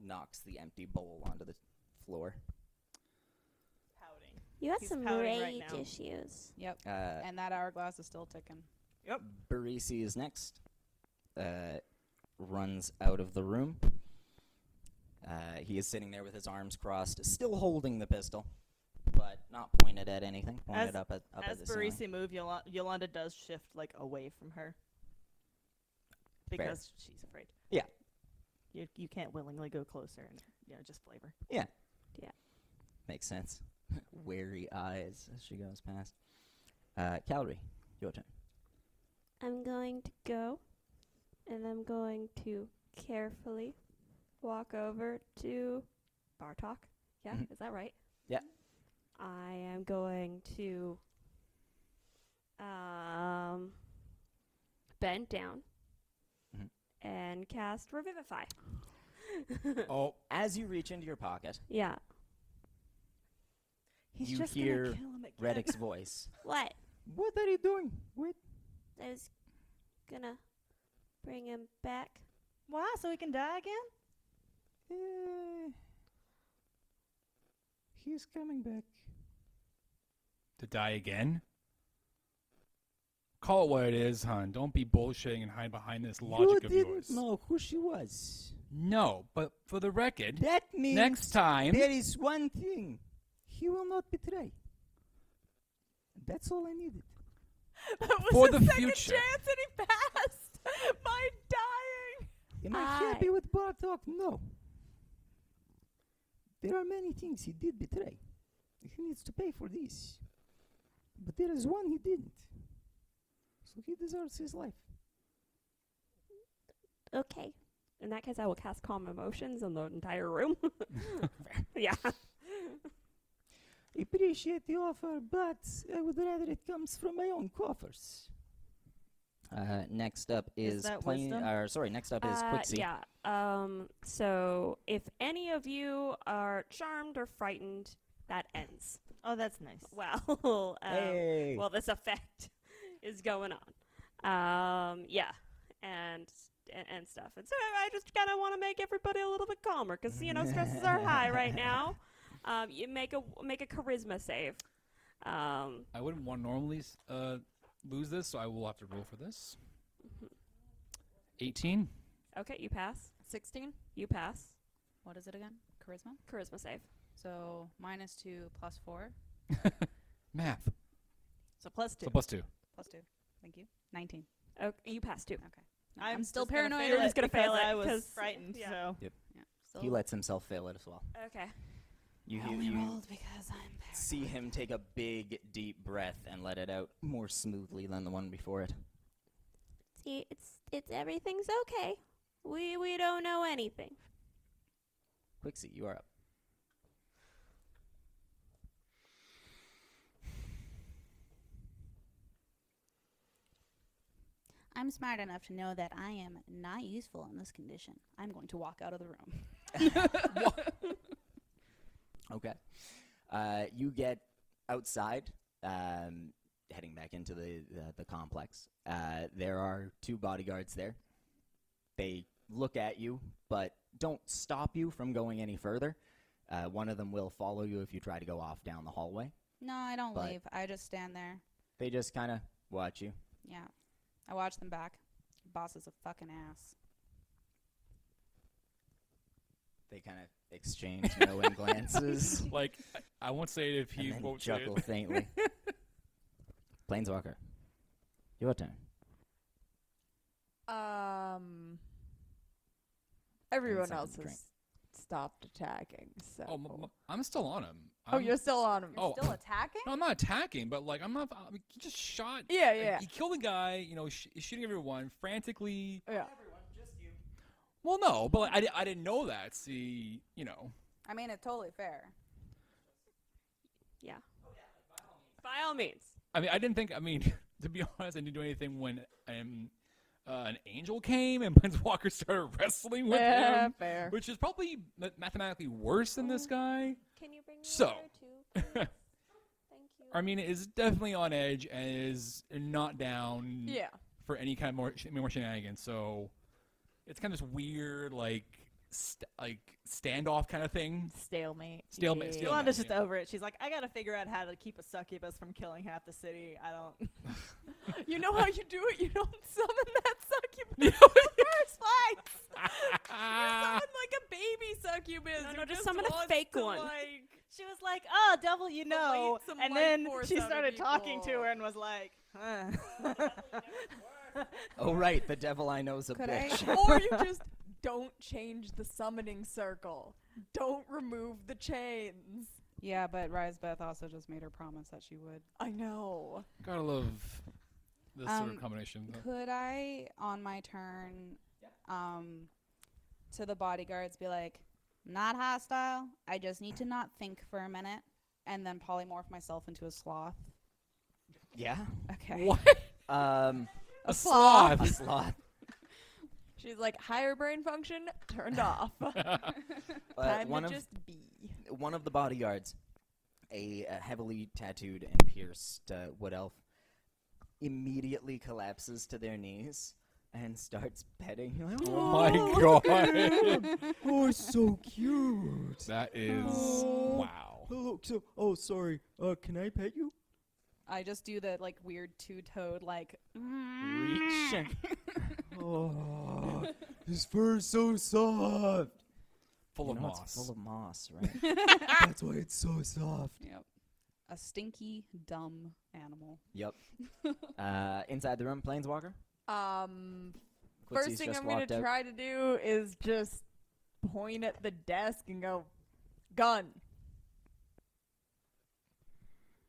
S9: knocks the empty bowl onto the floor.
S7: Pouting.
S5: you had
S7: He's
S5: some
S7: pouting
S5: rage
S7: right now.
S5: issues.
S6: Yep.
S9: Uh,
S6: and that hourglass is still ticking.
S9: Barisi is next. Uh, runs out of the room. Uh, he is sitting there with his arms crossed, still holding the pistol, but not pointed at anything. Pointed
S7: As-
S9: up at up
S7: As
S9: at the ceiling.
S7: Barisi move, Yola- Yolanda does shift like away from her because she's afraid.
S9: Yeah.
S7: You you can't willingly go closer and you know just flavor.
S9: Makes sense. *laughs* Wary eyes as she goes past. Uh, Calgary, your turn.
S5: I'm going to go, and I'm going to carefully walk over to Bartok. Yeah,
S9: Mhm.
S5: is that right?
S9: Yeah.
S5: I am going to um bend down
S9: Mhm.
S5: and cast Revivify.
S3: oh
S9: As you reach into your pocket,
S5: yeah.
S7: He's
S9: You
S7: just
S9: hear
S7: gonna kill him again.
S9: Reddick's
S7: *laughs*
S9: voice.
S5: What?
S14: What are you doing? Wait.
S5: I was gonna bring him back.
S7: Why? So he can die again?
S14: Uh, he's coming back.
S3: to die again. Call it what it is, hon. Don't be bullshitting and hide behind this logic
S14: you
S3: of
S14: didn't
S3: yours.
S14: know who she was.
S3: No, but for the record,
S14: That means
S3: next time
S14: there is one thing he will not betray. That's all I needed.
S4: *laughs* That was
S3: *laughs* For
S4: his
S3: the
S4: second
S3: future.
S4: chance and he passed by dying.
S14: Am I happy with Bartok? No. There are many things he did betray. He needs to pay for this. But there is one he didn't. So he deserves his life.
S5: Okay. In that case, I will cast Calm Emotions on the entire room. *laughs* yeah.
S14: Appreciate the offer, but I would rather it comes from my own
S4: *laughs*
S14: coffers.
S9: Uh, next up is,
S7: that
S9: plain.
S7: wisdom?
S9: Uh, sorry, next up is
S5: Uh,
S9: Quixie.
S5: yeah. Um, so, if any of you are charmed or frightened, that ends.
S11: *laughs*
S7: Oh, that's nice.
S5: Well, um,
S14: hey.
S5: well, this effect is going on.
S11: Um, yeah, and and, and stuff. And so I just kind of want to make everybody a little bit calmer because you know stresses are high right now. Um, you make a make a charisma save. Um,
S3: I wouldn't want normally s- uh, lose this, so I will have to roll for this. 18.
S11: Mm-hmm. okay, you pass.
S17: Sixteen.
S11: You pass.
S6: What is it again? Charisma?
S11: Charisma save.
S6: So minus two plus four.
S3: Math.
S17: So plus
S3: So plus two.
S6: Plus two. Thank you. 19.
S11: Oh, you passed two.
S6: Okay. I'm, still paranoid.
S11: You're just gonna fail it
S7: I was
S11: 'cause-
S7: frightened.
S11: yeah.
S7: Oh. So
S9: Yep.
S6: Yeah.
S9: He
S6: Still-
S9: lets himself fail it as well.
S11: Okay.
S9: You,
S6: I
S9: hear-
S6: only
S9: you
S6: rolled because I'm paranoid.
S9: see him take a big, deep breath and let it out more smoothly than the one before
S7: *laughs*
S9: it.
S5: See, it's it's everything's okay. We we don't know anything.
S9: Quixie, you are up.
S6: I'm smart enough to know that I am not useful in this condition. I'm going to walk out of the room.
S11: *laughs*
S9: Okay. Uh, you get outside, um, heading back into the the, the complex. Uh, there are two bodyguards there. They look at you, but don't stop you from going any further. Uh, one of them will follow you if you try to go off down the hallway.
S6: No, I don't
S9: But-
S6: leave. I just stand there.
S9: They just kind of watch you.
S6: Yeah. I watch them back. Boss is a fucking ass.
S9: They kind of
S3: *laughs*
S9: exchange knowing glances
S3: Like, I, I won't say it if he
S9: and then
S3: won't say
S9: chuckle
S3: it.
S9: faintly. Planeswalker, your turn.
S4: Um, everyone
S9: something
S4: else
S9: to drink.
S4: has stopped attacking. So.
S3: Oh, m- m- *laughs* I'm still on him.
S4: Oh,
S3: I'm-
S4: you're still on him.
S3: *clears throat* Oh.
S17: Still attacking?
S3: No, I'm not attacking, but like I'm not. I mean, he just shot.
S4: Yeah,
S3: like,
S4: yeah.
S3: He killed a guy. You know, sh- he's shooting everyone frantically.
S4: Yeah.
S3: Well, no, but like, I, di- I didn't know that. See, you know,
S6: I mean, it's totally fair.
S11: Yeah. By all means.
S3: I mean, I didn't think. I mean, *laughs* to be honest, I didn't do anything when um, uh, an angel came and *laughs* Planeswalker started wrestling with
S4: Yeah,
S3: him,
S4: fair.
S3: which is probably ma- mathematically worse than this guy.
S5: Mm-hmm. Can you bring me
S3: So.
S5: another
S3: *laughs*
S5: two? please? Thank you.
S3: Armina is definitely on edge and is not down
S4: Yeah.
S3: for any kind of more, sh- more shenanigans. So it's kind of this weird, like, st- like standoff kind of thing.
S17: Stalemate. Yeah.
S3: Stalemate. stalemate
S7: Yolanda's just
S3: yeah.
S7: over it. She's like, I gotta figure out how to keep a succubus from killing half the city.
S4: *laughs*
S7: I don't.
S4: You know how you do it. You
S7: *laughs*
S4: don't summon that
S3: No,
S4: succubus in the first place.
S9: *laughs*
S4: you
S3: Ah,
S4: summon like a baby succubus.
S11: No,
S4: who
S11: no, just summon a
S4: wants
S11: fake
S4: to,
S11: one.
S4: Like,
S7: She was like, Oh, devil, you know.
S4: some
S7: And
S4: life
S7: then
S4: force
S7: she
S4: out of
S7: started talking to
S4: people.
S7: her and was like, huh.
S9: Oh right, the devil I know's a
S6: Could I-
S9: bitch.
S4: *laughs* or you just don't change the summoning circle. Don't remove the chains.
S6: Yeah, but Rise Beth also just made her promise that she would.
S4: I know.
S3: gotta love this sort
S6: Um,
S3: of combination. though.
S6: Could I, on my turn, um, to the bodyguards, be like, not hostile. I just need to not think for a minute, and then polymorph myself into a sloth.
S9: *laughs* yeah.
S6: Okay.
S4: *laughs*
S3: What?
S9: Um,
S3: A sloth.
S9: a sloth.
S4: She's like higher brain function turned
S9: *laughs*
S4: off.
S9: Uh,
S4: *laughs* Time
S9: one
S4: to
S9: of
S4: just be.
S9: one of the bodyguards, a, uh heavily tattooed and pierced uh, wood elf, immediately collapses to their knees and starts petting. you like, *laughs*
S3: Oh my god.
S9: oh, he's so cute.
S3: *laughs* that is
S9: Oh.
S3: wow.
S9: Oh, so, oh, sorry. Uh, can I pet you?
S6: I just do the like weird two-toed like. *laughs*
S9: Reach. *laughs* oh, his fur is so soft.
S3: Full
S9: You
S3: of
S9: know
S3: moss.
S9: it's Full of moss, right? That's why it's so soft.
S6: Yep. A stinky, dumb animal.
S9: Yep.
S4: *laughs*
S9: uh, inside the room, Planeswalker.
S3: *laughs*
S4: Um,
S9: Quincy's
S4: first thing
S9: just
S4: I'm gonna
S9: walked out.
S4: try to do is just point at the desk and go, gun.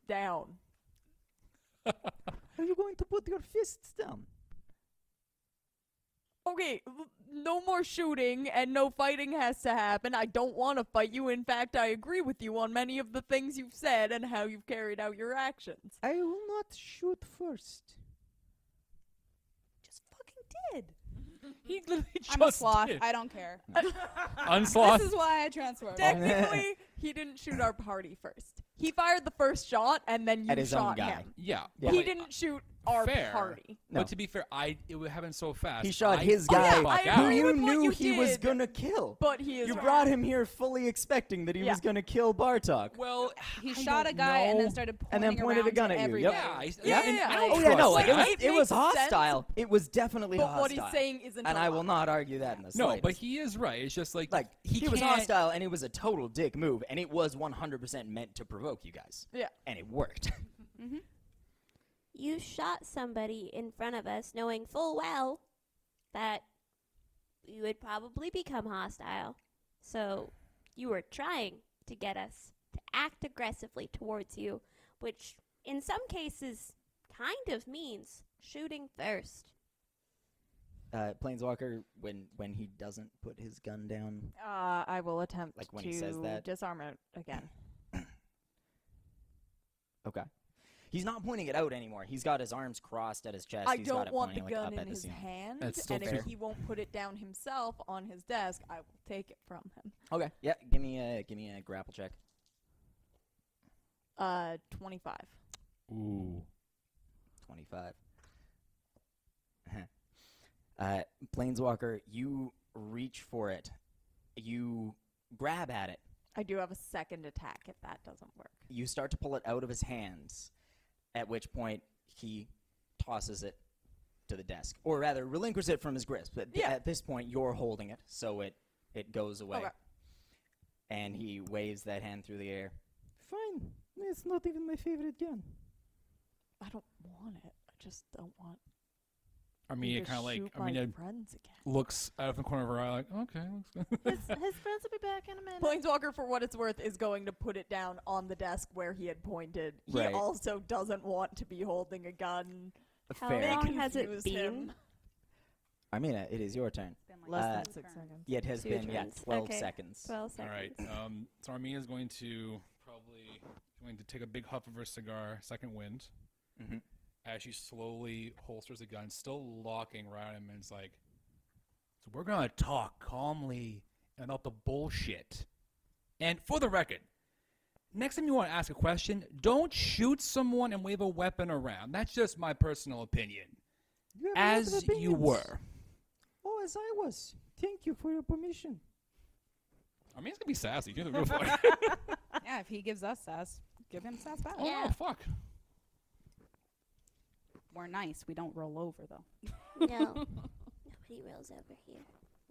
S4: Down.
S9: Are you going to put your fists down?
S4: Okay, l- no more shooting and no fighting has to happen. I don't want to fight you. In fact, I agree with you on many of the things you've said and how you've carried out your actions.
S9: I will not shoot first.
S4: Just fucking did. *laughs*
S3: he literally
S6: I'm a
S3: just
S6: sloth.
S3: did.
S6: I don't care.
S3: Unsloth.
S6: This is why I transform.
S4: Technically, he didn't shoot our party first. He fired the first shot and then Oh, you
S9: At his own
S4: shot
S9: guy.
S4: him.
S3: yeah.
S9: Yeah.
S3: but
S4: He
S3: like,
S4: didn't shoot our
S3: fair,
S4: party.
S9: No.
S3: But to be fair, I it would happen so fast.
S9: He shot
S3: I
S9: his
S3: freaked
S9: guy
S3: the fuck out.
S9: who you knew he was
S4: did,
S9: gonna kill.
S4: but he is
S9: you
S4: right.
S9: brought him here fully expecting that he
S4: Yeah.
S9: was gonna kill Bartok.
S3: Well,
S6: He shot a guy and then started
S9: and then
S6: pointing
S9: pointed a
S6: around
S9: gun
S6: to
S9: at you.
S6: everybody.
S9: Yep.
S4: Yeah, yeah, yeah.
S9: Oh
S4: I
S9: yeah, no,
S4: trust that.
S9: like it was, it was
S4: It makes sense,
S9: hostile. It was definitely
S4: but
S9: hostile.
S4: what he's saying isn't
S9: And I will
S4: allowed.
S9: not argue that in the
S3: No,
S9: slightest.
S3: but he is right. It's just like
S9: like
S3: he,
S9: he, was
S3: can't-
S9: hostile and it was a total dick move and it was 100% meant to provoke you guys.
S4: Yeah.
S9: And it worked. *laughs*
S5: You shot somebody in front of us knowing full well that you would probably become hostile. So you were trying to get us to act aggressively towards you, which in some cases kind of means shooting first.
S9: uh, Planeswalker when when he doesn't put his gun down.
S4: Uh, I will attempt
S9: Like when
S4: to
S9: he says that.
S4: disarm it again.
S9: Okay. He's not pointing it out anymore. He's got his arms crossed at his chest.
S4: I
S9: He's got
S4: don't
S9: it
S4: want the
S9: pointing, like,
S4: gun
S9: up at
S4: in
S9: the
S4: his
S9: ceiling.
S4: hand,
S3: That's still
S4: and
S3: fair.
S4: if he won't put it down himself on his desk, I will take it from him.
S9: Okay. Yeah. Give me a give me a grapple check.
S4: Uh, twenty-five.
S3: Ooh.
S9: 25. *laughs* uh, Planeswalker, you reach for it. You grab at it.
S4: I do have a second attack if that doesn't work.
S9: You start to pull it out of his hands, at which point he tosses it to the desk, or rather, relinquishes it from his grasp. But th-
S4: Yeah.
S9: at this point, you're holding it, so it, it goes away.
S4: Okay.
S9: And he waves that hand through the air. Fine.
S14: It's not even my favorite gun.
S4: I don't want it. I just don't want.
S3: Armenia
S4: to
S3: kind of like
S4: shoot my
S3: Armenia
S4: friends again.
S3: looks out of the corner of her eye like okay. Looks good.
S2: His, his friends will be back in a minute.
S4: Planeswalker, for what it's worth, is going to put it down on the desk where he had pointed. He
S9: Right.
S4: also doesn't want to be holding a gun.
S11: How
S9: Fair.
S11: long has it
S4: confuse
S11: been?
S4: him.
S9: Armina, it is your turn.
S4: Less
S9: Uh,
S4: than six seconds.
S9: Yeah, it has
S11: Two
S9: been yeah,
S11: turns.
S9: 12
S11: Okay.
S9: seconds.
S11: Twelve
S3: All
S11: seconds.
S3: right. Um, so Armenia's going to probably going to take a big huff of her cigar, second wind,
S9: Mhm.
S3: as she slowly holsters the gun, still locking around him, and it's like, "So we're gonna talk calmly and not the bullshit." And for the record, next time you want to ask a question, don't shoot someone and wave a weapon around. That's just my personal opinion.
S14: You have lots of
S3: As you
S14: opinions.
S3: were,
S14: Oh, as I was. Thank you for your permission.
S3: Armenia's gonna be sassy. You
S9: *laughs*
S3: know, go for it.
S6: *laughs*
S3: *laughs*
S6: yeah, if he gives us sass, give him sass back.
S3: Oh no, fuck.
S6: We're nice. We don't roll over though. *laughs*
S5: No. Nobody rolls over here.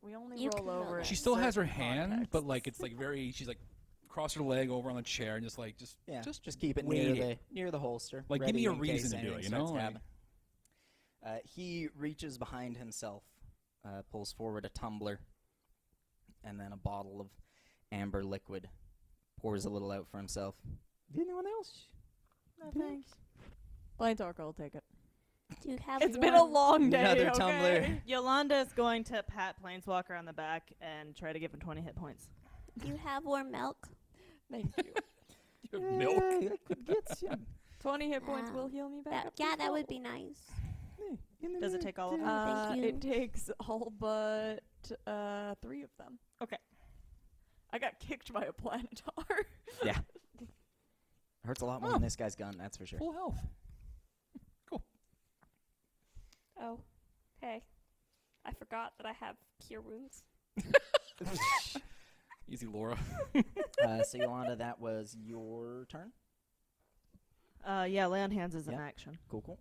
S4: We only
S5: You can
S4: roll
S5: roll
S4: over.
S5: it.
S3: She
S4: in
S3: still has her
S4: certain
S3: hand, but
S4: contexts.
S3: like it's like very. She's like crossed her leg over on the chair and just like just
S9: Yeah,
S3: just
S9: just keep it
S3: wait
S9: near
S3: it.
S9: the near the holster.
S3: Like, give me
S9: ready
S3: a
S9: in case
S3: reason to do
S9: anything
S3: it, you know,
S9: starts to
S3: like-
S9: happen. uh, he reaches behind himself, uh, pulls forward a tumbler, and then a bottle of amber liquid. Pours a little out for himself.
S14: Anyone else?
S7: No, thanks.
S4: Planeswalker will take it.
S5: Do you have
S4: It's been a
S5: one?
S4: long day.
S9: Another
S4: okay?
S9: tumbler.
S7: Yolanda is going to pat Planeswalker on the back and try to give him 20
S4: *laughs*
S7: hit points.
S5: Do you have warm milk?
S4: Thank
S3: *laughs*
S4: you.
S3: Your milk.
S14: Yeah,
S4: *laughs*
S14: I could get some.
S4: 20 hit points
S5: Wow.
S4: will heal me back.
S5: That,
S4: up to
S5: yeah, that would
S4: full.
S5: be nice.
S14: Yeah, in a
S7: Does it
S14: minute,
S7: take all of
S14: uh,
S5: them?
S4: Uh,
S5: Thank
S4: it takes all but uh, three of them.
S7: Okay.
S4: I got kicked by a planetar.
S9: *laughs*
S4: *laughs*
S9: Hurts a lot
S3: Oh.
S9: more than this guy's gun, that's for sure.
S3: Full health.
S11: Oh, hey, I forgot that I have cure wounds.
S3: Easy, Laura.
S9: *laughs* uh, so Yolanda, that was your turn.
S7: Uh, yeah, Land Hands is
S9: Yep.
S7: in action.
S9: Cool, cool.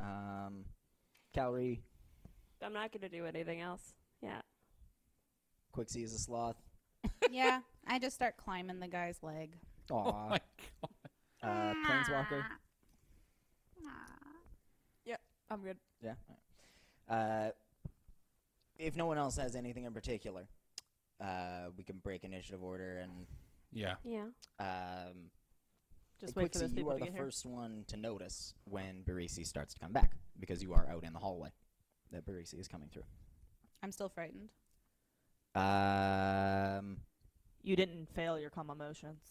S9: Um, Calorie,
S11: I'm not gonna do anything else. Yeah.
S9: Quixie is a sloth.
S6: yeah, I just start climbing the guy's leg.
S3: Oh
S9: Aw.
S3: my god.
S9: uh, Planeswalker.
S4: I'm good.
S9: Yeah. Uh, if no one else has anything in particular, uh, we can break initiative order and.
S3: Yeah.
S11: Yeah.
S9: Um,
S7: Just
S9: Quixie,
S7: wait for those
S9: you
S7: people
S9: are
S7: to
S9: the
S7: get here.
S9: first one to notice when Barisi starts to come back because you are out in the hallway that Barisi is coming through.
S6: I'm still frightened.
S9: Um,
S7: You didn't fail your calm emotions.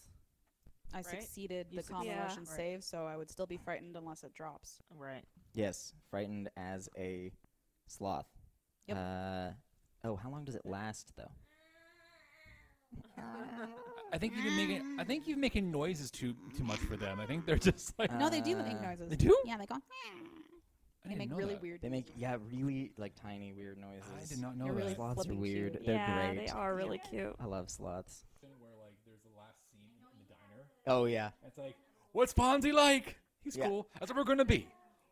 S6: I
S7: Right?
S6: succeeded
S7: You
S6: the calm
S11: succeeded.
S6: emotion
S7: Yeah. Right.
S6: save, so I would still be frightened unless it drops.
S7: Right.
S9: yes, frightened as a sloth.
S6: Yep.
S9: Uh, oh, how long does it last though?
S3: I think you've been making. I think you've been making noises too too much for them. I think they're *laughs* just like.
S6: no, they do make
S9: Uh,
S6: noises.
S3: they do?
S6: Yeah, they go.
S3: I
S6: They
S3: didn't
S6: make
S3: know
S6: really
S3: that.
S6: weird.
S3: *laughs*
S9: They make yeah, really like tiny weird noises.
S3: did not know They're really that.
S9: sloths are
S3: flippin'
S9: weird.
S3: cute.
S9: They're
S11: Yeah,
S9: great.
S11: they are really cute.
S9: I love sloths.
S3: Where like there's the last scene in the diner.
S9: Oh yeah.
S3: It's like, what's Fonzie like? He's
S9: Yeah.
S3: cool. That's what we're gonna be.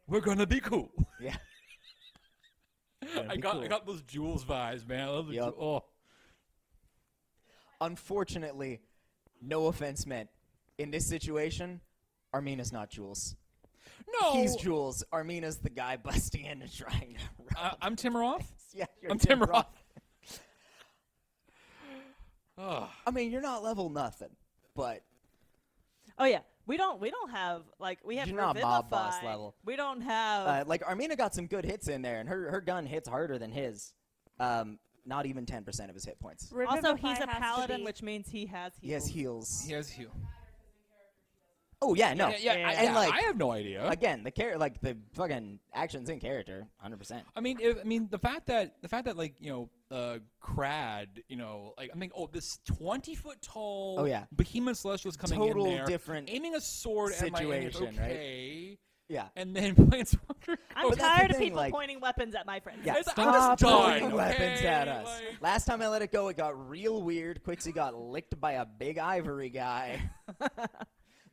S3: We're gonna be cool.
S9: Yeah.
S3: I
S9: be
S3: got I
S9: cool.
S3: got those Jules vibes, man. I love the
S9: Yup.
S3: Ju- oh.
S9: Unfortunately, no offense meant. In this situation, Armina's not Jules.
S3: No.
S9: He's Jules. Armina's the guy busting in and
S3: *laughs*
S9: trying to
S3: I, Uh, I'm Timmeroff.
S9: *laughs* Yeah, you're
S3: I'm
S9: Tim
S3: Timmeroff.
S9: I mean, you're not level nothing, but
S7: Oh yeah, we don't we don't have like we have
S9: You're not mob boss
S7: Revivify.
S9: level.
S7: We don't have
S9: uh, like Armina got some good hits in there, and her her gun hits harder than his. Um, not even ten percent of his hit points.
S7: also he's
S11: Revivify
S7: a
S11: has to
S7: paladin,
S11: be-
S7: which means he has heals.
S9: He has heals.
S3: He has heal.
S9: Oh yeah, no,
S3: Yeah, yeah, I,
S9: and
S3: yeah,
S9: like
S3: I have no idea.
S9: again the char- like the fucking actions in character, hundred percent.
S3: I mean, if, I mean the fact that the fact that like you know, uh, Crad, you know, like I mean, oh, this twenty foot tall,
S9: Oh, yeah.
S3: behemoth celestial is coming
S9: Total
S3: in there,
S9: different
S3: aiming a sword at
S9: situation,
S3: my
S9: right?
S3: enemy, okay,
S9: Yeah.
S3: and then *laughs* Planeswalker.
S7: *laughs* I'm
S3: goes-
S9: that's the
S7: tired of
S9: thing,
S7: people
S9: like-
S7: pointing weapons at my friends.
S9: Yeah,
S3: It's- I'm
S9: stop
S3: just dying,
S9: throwing weapons
S3: okay?
S9: at us.
S3: Like-
S9: Last time I let it go, it got real weird. Quixie got licked by a big ivory guy. *laughs*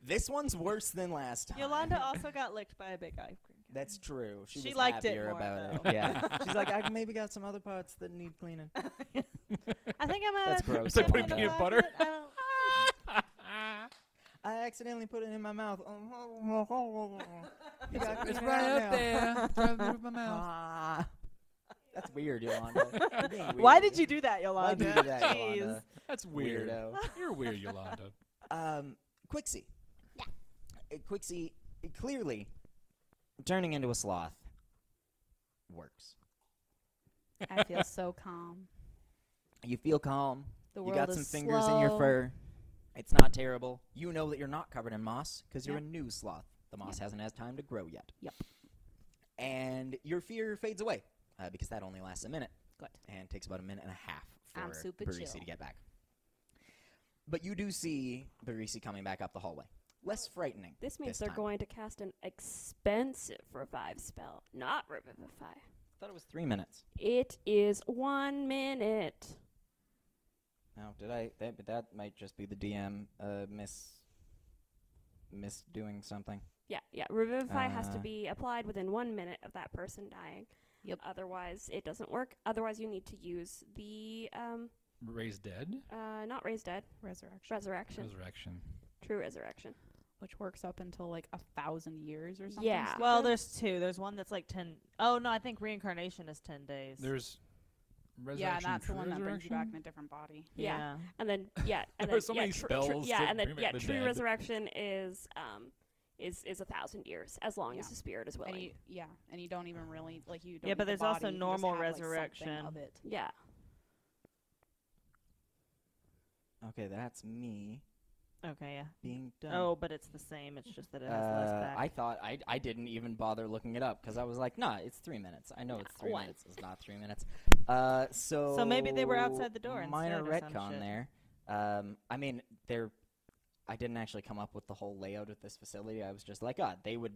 S9: this one's worse than last
S7: *laughs*
S9: time.
S7: Yolanda also got licked by a big eye cream.
S9: That's true. She,
S7: She
S9: was
S7: liked it
S9: happier
S7: more,
S9: about
S7: though. *laughs*
S9: it. Yeah. She's like, I maybe got some other parts that need cleaning.
S7: I think I'm
S9: That's
S7: gonna
S9: gross.
S3: It's like
S7: dip
S3: putting
S7: in the
S3: peanut
S7: bucket.
S3: butter. *laughs*
S7: I don't-
S9: *laughs* I accidentally put it in my mouth. *laughs* You got
S3: It's
S9: cleaning
S3: right
S9: out
S3: out
S7: *laughs*
S9: now.
S3: there, driving through my mouth.
S9: Ah. That's weird, Yolanda.
S7: *laughs*
S9: You're being
S7: Why
S9: weird.
S7: did you do that,
S9: Why
S7: Yolanda?
S9: did you do that,
S7: Jeez.
S9: Yolanda?
S3: That's weird.
S9: Weirdo.
S3: You're weird, Yolanda.
S9: *laughs* Um, Quixie. Yeah. Quixie, clearly, turning into a sloth works.
S6: I feel so calm.
S9: You feel calm.
S6: The
S9: you
S6: world
S9: got
S6: is
S9: some fingers in your
S6: slow.
S9: fur. It's not terrible. You know that you're not covered in moss because you're
S6: Yep.
S9: a new sloth. The moss hasn't had time to grow yet.
S6: Yep.
S9: And your fear fades away uh, because that only lasts a minute.
S6: Good.
S9: And takes about a minute and a half
S6: I'm
S9: for
S6: super
S9: Barisi to
S6: chill.
S9: get back. But you do see Barisi coming back up the hallway. Less frightening.
S11: This means
S9: this
S11: they're
S9: time.
S11: going to cast an expensive revive spell, not revivify.
S9: I thought it was three minutes.
S11: It is one minute.
S9: No, did I? That, but that might just be the DM uh, miss miss doing something.
S11: Yeah, yeah. Revivify has to
S9: Uh.
S11: be applied within one minute of that person dying.
S6: Yep.
S11: Otherwise, it doesn't work. Otherwise, you need to use the um,
S3: Raised dead.
S11: uh, not raise dead
S6: Resurrection,
S11: resurrection,
S3: Resurrection.
S11: true resurrection.
S6: which works up until like a thousand years or something.
S11: Yeah.
S6: stupid.
S7: Well, there's two. There's one that's like ten oh no, I think reincarnation is ten days.
S3: There's. Resurrection.
S6: yeah, and that's the
S3: true
S6: one that brings you back in
S3: resurrection?
S6: a different body.
S11: Yeah.
S7: yeah.
S3: *laughs*
S11: And then yeah, and
S3: There are
S11: then
S3: so
S11: yeah,
S3: many
S11: tru-
S3: spells
S11: yeah,
S3: to
S11: and then
S3: bring back
S11: yeah,
S3: the
S11: true
S3: dead.
S11: resurrection is um is is a thousand years as long as
S6: Yeah.
S11: the spirit is
S6: And
S11: willing.
S6: you, yeah, and you don't even really like you. Don't
S7: Yeah, but
S6: need the
S7: there's also
S6: body, you just
S7: normal
S6: have, like, something
S7: resurrection.
S6: of it.
S11: yeah.
S9: Okay, that's me
S7: Okay, yeah.
S9: being done.
S7: Oh, but it's the same. It's just that it has less
S9: Uh,
S7: back.
S9: I thought I, I didn't even bother looking it up because I was like, nah, it's three minutes. I know it's three
S11: one.
S9: minutes. It's not three minutes. Uh, so
S7: maybe they were outside the door and
S9: Minor
S7: snowed or some
S9: retcon
S7: shit.
S9: there. Um, I mean, they're. I didn't actually come up with the whole layout of this facility. I was just like, God, they would.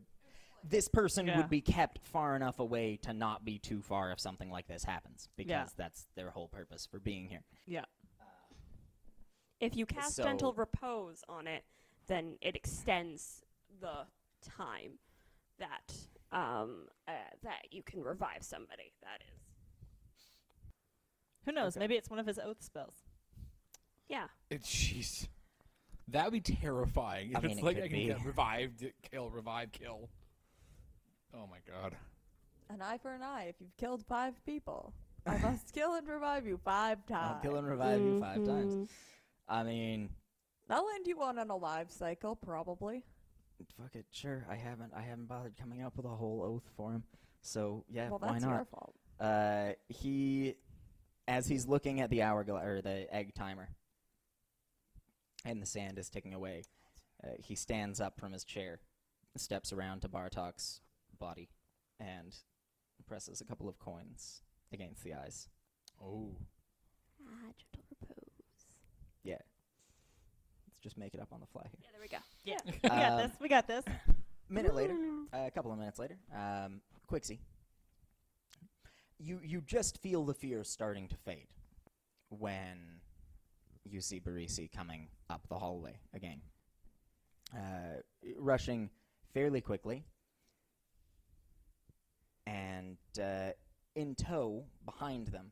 S9: This person
S7: Yeah.
S9: would be kept far enough away to not be too far if something like this happens, because that's their whole purpose for being here.
S11: If you cast gentle
S9: So-
S11: repose on it, then it extends the time that um uh, that you can revive somebody. That is.
S7: Who knows? Maybe it's one of his oath spells.
S11: Yeah.
S3: It's jeez. That would be terrifying. If
S9: I
S3: *laughs*
S9: mean,
S3: it's
S9: it
S3: like
S9: could
S3: I can
S9: be.
S3: get revived, kill, revive, kill. Oh my god.
S4: An eye for an eye. If you've killed five people, I
S9: *laughs*
S4: must kill and revive you five
S9: I'll
S4: times.
S9: kill and revive you five times.
S4: Mm-hmm.
S9: I mean,
S4: That'll end you on an alive cycle, probably.
S9: fuck it, sure. I haven't. I haven't bothered coming up with a whole oath for him. So yeah,
S4: well,
S9: why
S4: that's
S9: not?
S4: your fault.
S9: Uh, he, as he's looking at the hourglass or the egg timer, and the sand is ticking away, uh, he stands up from his chair, steps around to Bartok's body, and presses a couple of coins against the eyes.
S3: Oh.
S5: Ah, gentle repose.
S9: Let's just make it up on the fly here.
S11: Yeah. There we go.
S7: *laughs* We got
S9: Um,
S7: this. We got this.
S9: minute later, a couple of minutes later, um, Quixie, you you just feel the fear starting to fade when you see Barisi coming up the hallway again, uh, rushing fairly quickly, and uh, in tow behind them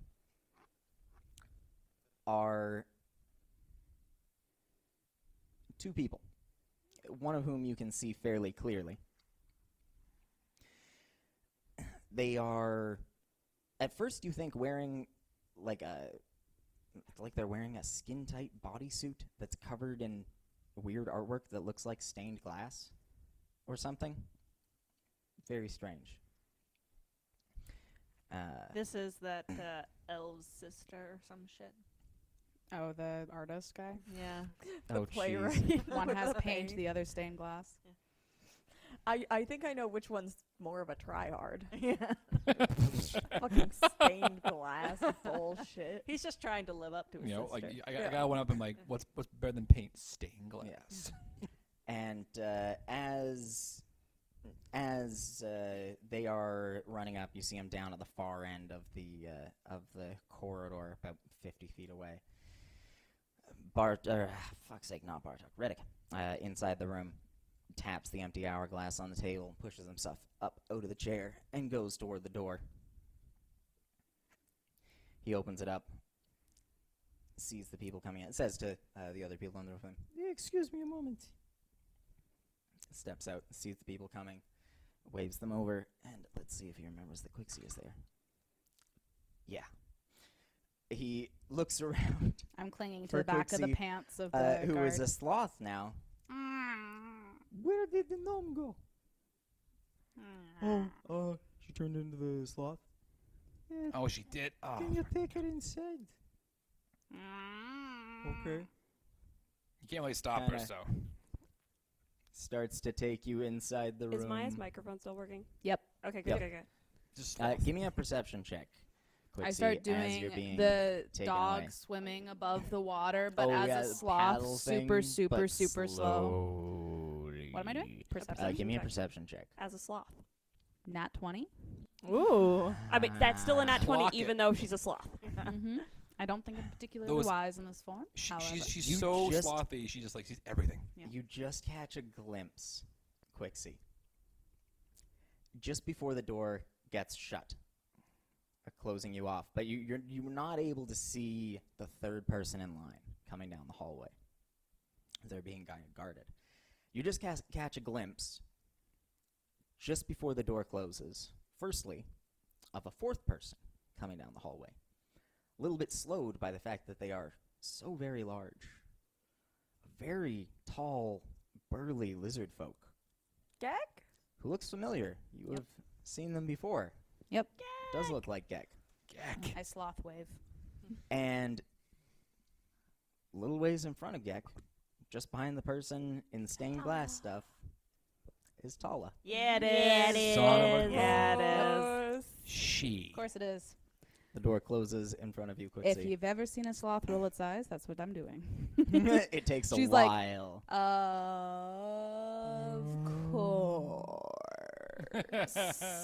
S9: are two people, one of whom you can see fairly clearly. They are, at first, you think wearing like a, like they're wearing a skin tight bodysuit that's covered in weird artwork that looks like stained glass or something. Very strange. Uh,
S2: This is that uh, elves' sister or some shit.
S6: Oh, the artist guy.
S9: *laughs*
S2: Yeah.
S9: The Oh, jeez.
S4: playwright *laughs*
S6: *laughs* One
S4: with
S6: has
S4: the
S6: paint,
S4: paint.
S6: the other stained glass.
S4: I, I think I know which one's more of a
S9: *laughs*
S4: tryhard. Fucking stained glass *laughs* bullshit.
S7: He's just trying to live up to his
S3: You know, like
S7: sister.
S3: I, I got one up and like, what's what's better than paint? Stained glass.
S9: and uh, as as uh, they are running up, you see them down at the far end of the uh, of the corridor, about fifty feet away. Bart, uh, fuck's sake, not Bartok, Reddick, uh, inside the room, taps the empty hourglass on the table, and pushes himself up out of the chair, and goes toward the door. He opens it up, sees the people coming in, says to uh, the other people in the room, Excuse me a moment. steps out, sees the people coming, waves them over, and let's see if he remembers that Quixie is there. Yeah. He looks *laughs* around.
S6: I'm clinging to
S9: for
S6: the back of the
S9: Quixie,
S6: pants of
S9: uh,
S6: the
S9: who
S6: guard.
S9: is a sloth now.
S6: Mm.
S9: Where did the gnome go?
S1: Oh, uh, she turned into the sloth.
S3: Oh, she did. Oh,
S1: Can you take her inside?
S9: *laughs*
S6: Mm.
S9: Okay.
S3: you can't really stop her.
S9: Kinda.
S3: So
S9: Starts to take you inside the
S11: Is
S9: room.
S11: Maya's microphone still working?
S6: Yep.
S11: Okay, good,
S9: Yep.
S11: good, good.
S9: uh, give me a perception check.
S6: I
S9: Quixie,
S6: start
S9: as you're
S6: doing
S9: being
S6: the
S9: taken
S6: dog
S9: away.
S6: swimming above the water, but
S9: Oh,
S6: as
S9: yeah,
S6: a
S9: the paddle
S6: sloth, super,
S9: thing,
S6: super,
S9: but
S6: super slow. What am I doing?
S9: slowly.
S6: Perception
S9: Uh, give me a
S6: check.
S9: perception check.
S11: As a sloth.
S6: Nat 20.
S7: Ooh.
S11: I
S9: Ah,
S11: mean, that's still a nat 20,
S3: Clock it.
S11: even though she's a
S6: *laughs*
S11: sloth.
S6: hmm I don't think I'm particularly
S3: Those-
S6: wise in this form.
S3: she,
S6: however.
S3: she's she's
S9: You
S3: so
S9: just-
S3: slothy. She just like sees everything.
S6: Yeah.
S9: You just catch a glimpse, Quixie, just before the door gets shut, uh, closing you off. But you, you're you're not able to see the third person in line coming down the hallway. They're being gui- guarded. You just cas- catch a glimpse just before the door closes. Firstly, of a fourth person coming down the hallway, a little bit slowed by the fact that they are so very large very tall, burly lizard folk
S4: Gek?
S9: who looks familiar. You have seen them before.
S6: Yep.
S9: Does look like Gek.
S6: I sloth wave.
S9: And a little ways in front of Gek, just behind the person in stained glass stuff, is Tala.
S7: Yeah, it is.
S11: Yeah, it is.
S3: Son of a
S7: Yeah,
S11: gun.
S7: it is.
S3: She.
S6: Of course it is.
S9: The door closes in front of you quickly.
S6: If you've ever seen a sloth roll its eyes, that's what I'm doing.
S9: *laughs* it takes a
S6: She's like, uh,
S9: while.
S6: Of
S9: Mm.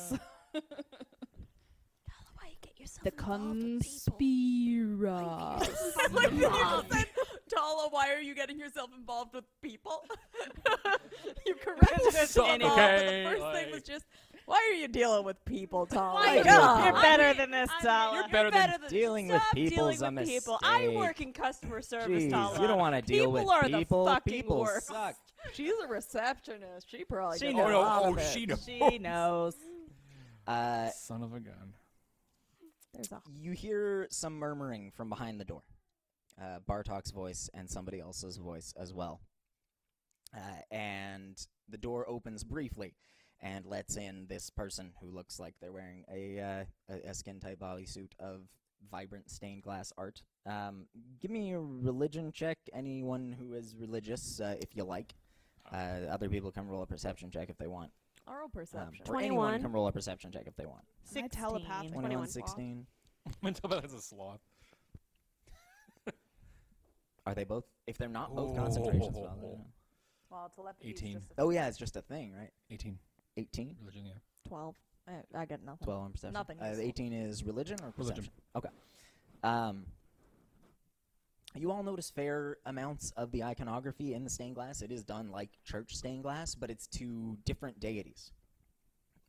S9: *laughs*
S4: *laughs*
S6: course.
S5: Why you get yourself
S6: the
S7: *laughs*
S6: conspira.
S4: It's like you just said, Tala, why are you getting yourself involved with people? *laughs* you corrected us
S3: Suck,
S4: anyhow, but the
S3: okay,
S4: first thing was
S3: like-
S4: just, why are you dealing with people, Tala?
S9: Why
S4: Like,
S9: you-
S4: God.
S2: You're
S9: I
S2: better
S11: mean,
S2: than this,
S11: I mean,
S2: Tala.
S11: you're
S9: better than
S11: better than
S9: dealing with
S11: Stop
S9: people's
S11: dealing
S9: a
S11: with people. I
S9: mistake.
S11: work in customer service, Tala.
S9: Jeez, you don't want to deal with
S11: People are the
S9: people.
S11: fucking
S9: people
S11: worst.
S9: suck.
S4: She's a receptionist. She probably
S7: She
S4: did
S7: knows.
S4: a lot
S3: oh,
S4: of it.
S3: she knows.
S7: She knows.
S9: Uh,
S3: Son of a gun.
S4: There's a
S9: you hear some murmuring from behind the door. Uh, Bartok's voice and somebody else's voice as well. Uh, and the door opens briefly and lets in this person who looks like they're wearing a, uh, a, a skin tight bodysuit of vibrant stained glass art. Um, give me a religion check, anyone who is religious, uh, if you like. Uh, other people can roll a perception check if they want.
S4: oral
S9: Um,
S4: perception.
S9: or anyone
S11: 21.
S9: can roll a perception check if they want.
S7: Sick
S11: telepathic.
S9: 21,
S3: *laughs*
S11: 21.
S9: 16.
S3: Mental is a sloth.
S9: Are they both? If they're not both
S3: Oh.
S9: concentrations, well, uh, I don't know.
S4: well, telepathy is
S3: 18.
S4: just a-
S9: Oh yeah, it's just a thing, right?
S3: 18.
S9: Eighteen.
S3: Religion, yeah.
S4: 12.
S17: I, I got nothing.
S9: 12 on perception.
S17: Nothing.
S9: Uh,
S17: useful.
S9: 18 is religion or
S3: Religion.
S9: perception? Okay. Um, you all notice fair amounts of the iconography in the stained glass. It is done like church stained glass, but it's to different deities.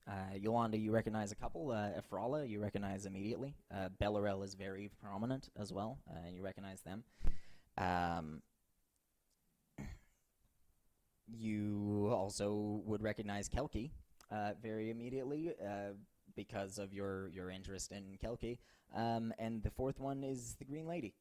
S9: Uh, Yolanda, you recognize a couple. Uh, Efrala, you recognize immediately. Uh, Bellarel is very prominent as well, uh, and you recognize them. Um, you also would recognize Kelki uh, very immediately uh, because of your, your interest in Kelki. Um, and the fourth one is the Green Lady,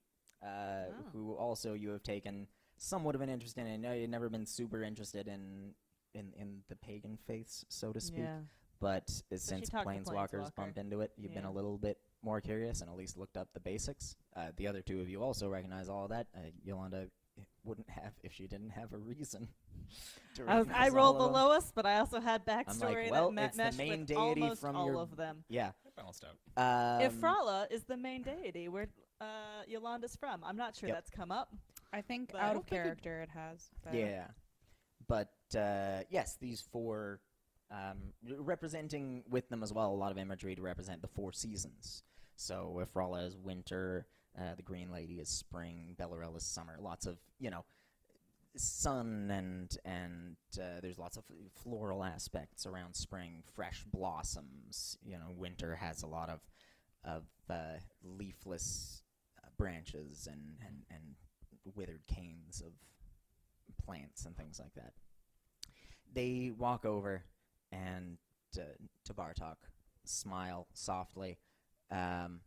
S9: uh,
S7: Ah.
S9: who also you have taken somewhat of an interest in. I know you've never been super interested in in, in the pagan faiths, so to speak.
S7: Yeah.
S9: But uh,
S7: But she
S9: since
S7: talked to
S9: planeswalkers bump
S7: Planeswalker.
S9: into it, you've been
S7: Yeah.
S9: a little bit more curious and at least looked up the basics. Uh, the other two of you also recognize all of that. Uh, Yolanda wouldn't have if she didn't have a reason. *laughs* to
S7: I, was, I
S9: recognize all
S7: rolled the
S9: of them.
S7: lowest, but I also had
S9: I'm
S7: backstory
S9: like, well,
S7: that ma-
S9: it's the
S7: meshed
S9: main
S7: with
S9: deity
S7: almost
S9: from
S7: all
S9: your
S7: of them.
S9: Yeah,
S3: balanced out.
S9: Um,
S7: Ifrala is the main deity where uh, Yolanda's from. I'm not sure
S9: Yep.
S7: that's come up.
S6: I think
S7: But I
S6: out
S7: don't
S6: of
S7: think it-
S6: character it has. but-
S9: Yeah. But uh, yes, these four um, r- representing with them as well a lot of imagery to represent the four seasons. So Ifrala is winter, uh, the Green Lady is spring, Bellarel is summer. Lots of you know sun and and uh, there's lots of floral aspects around spring, fresh blossoms. You know, winter has a lot of of uh, leafless uh, branches and, and and withered canes of plants and things like that. They walk over and uh, to Bartok, smile softly. Um,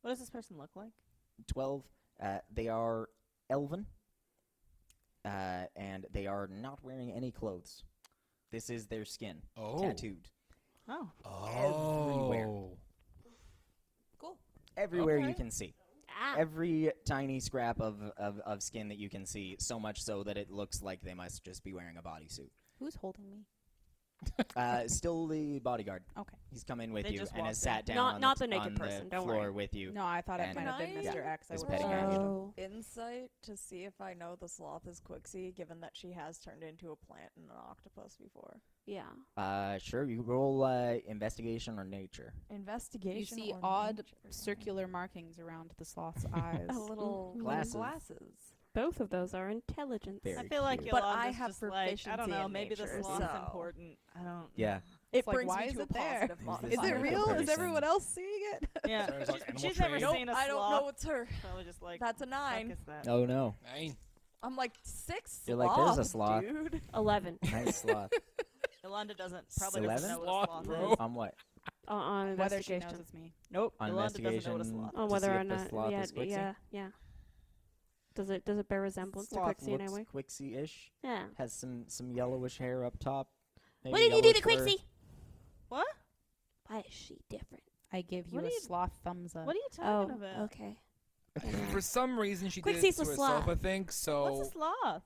S7: What does this person look like?
S9: 12. Uh, they are elven, uh, and they are not wearing any clothes. This is their skin,
S3: Oh.
S9: tattooed.
S7: Oh.
S9: Everywhere.
S15: Cool.
S9: Everywhere you
S15: Okay.
S9: can see.
S15: Ah.
S9: Every tiny scrap of, of, of skin that you can see, so much so that it looks like they must just be wearing a bodysuit.
S6: Who's holding me?
S9: Uh, still the bodyguard.
S6: Okay.
S9: He's come in with
S6: They
S9: you
S6: just
S9: and has
S6: walked in.
S9: sat down
S6: Not-
S9: on
S6: not
S9: the,
S6: the naked
S9: on
S6: person,
S9: the
S6: don't
S9: floor
S6: worry.
S9: with you.
S6: No, I thought it
S9: and
S6: might have been
S9: yeah,
S6: Mr. X. I
S9: is
S6: would've
S9: petting at you.
S6: Oh.
S17: Insight to see if I know the sloth is Quixie, given that she has turned into a plant and an octopus before.
S5: Yeah.
S9: Uh, sure. You roll uh, investigation or nature.
S6: Mm.
S17: Investigation.
S6: You see odd circular markings around
S5: *laughs*
S6: the sloth's eyes.
S7: Mm,
S17: A little- little
S9: Glasses.
S17: glasses.
S5: Both of those are intelligence.
S9: Very
S7: I feel like
S9: cute.
S17: But
S7: Yolanda's
S17: I have
S7: just like, I don't
S17: proficiency
S7: know,
S17: in
S7: maybe
S17: nature,
S7: the sloth's
S17: so-
S7: important. I don't
S9: Yeah.
S17: It
S6: It's like,
S17: brings
S6: why
S17: me
S6: is
S17: to a
S6: it there?
S17: positive
S9: Is this
S17: Is it
S9: like a
S17: real? Is
S9: person?
S17: everyone else seeing
S9: *laughs*
S17: it?
S7: Yeah.
S3: Sorry, it's like
S7: she's
S3: animal
S7: she's never
S3: trade.
S7: seen a
S17: I don't know
S7: sloth.
S17: what's her.
S7: Probably just like
S17: That's a
S7: fuck
S17: nine.
S7: is
S6: Uh,
S7: that?
S9: Oh no.
S3: Nine.
S17: I'm like six.
S9: You're like, there's a sloth.
S17: Dude.
S7: *laughs*
S5: Eleven.
S9: *laughs* Nice
S6: *laughs*
S9: sloth.
S7: Yolanda doesn't probably
S9: Eleven.
S7: doesn't know what a sloth is.
S9: On what?
S5: Uh, on
S6: Whether she
S5: investigation.
S6: knows it's me.
S7: Nope.
S9: On
S7: Yolanda doesn't know
S9: investigation.
S7: what a sloth.
S5: on
S9: to
S5: whether
S9: see
S5: or
S9: if the
S5: not.
S9: sloth
S5: yeah,
S9: is Quixie?
S5: yeah, yeah. Does it does it bear resemblance
S9: Sloth
S5: to Quixie in any
S9: looks
S5: way?
S9: Quixie-ish.
S5: Yeah.
S9: Has some some yellowish hair up top.
S5: What
S9: maybe
S5: did you do to
S9: yellowish fur.
S5: Quixie?
S7: What?
S5: Why is she different?
S6: I give you
S7: What
S6: a
S7: do you-
S6: sloth thumbs up.
S7: What are you
S5: Oh,
S7: talking about?
S5: okay.
S3: For some reason, she did it
S5: Quixie's
S3: to
S5: a
S3: herself,
S5: sloth.
S3: I think. So
S7: What's a sloth?
S9: Ah.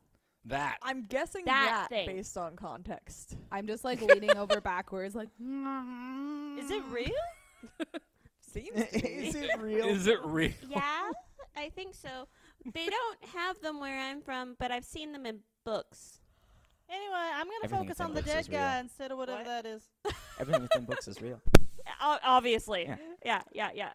S3: that.
S17: I'm guessing
S5: That
S17: that,
S5: thing.
S17: based on context.
S6: I'm just like leaning over backwards, like. *laughs*
S7: Mm. Is it real?
S5: *laughs*
S9: *laughs*
S17: Seems to be.
S9: Is it real?
S3: Is it real?
S5: Yeah, I think so. They don't have them where I'm from, but I've seen them in books.
S7: Anyway, I'm gonna
S9: Everything
S7: focus
S9: in
S7: on the
S9: books
S7: dead
S9: is real.
S7: guy instead of whatever
S5: What?
S7: that is.
S9: Everything within books is
S6: *laughs*
S9: real.
S5: O- obviously.
S9: Yeah.
S5: yeah, yeah. yeah.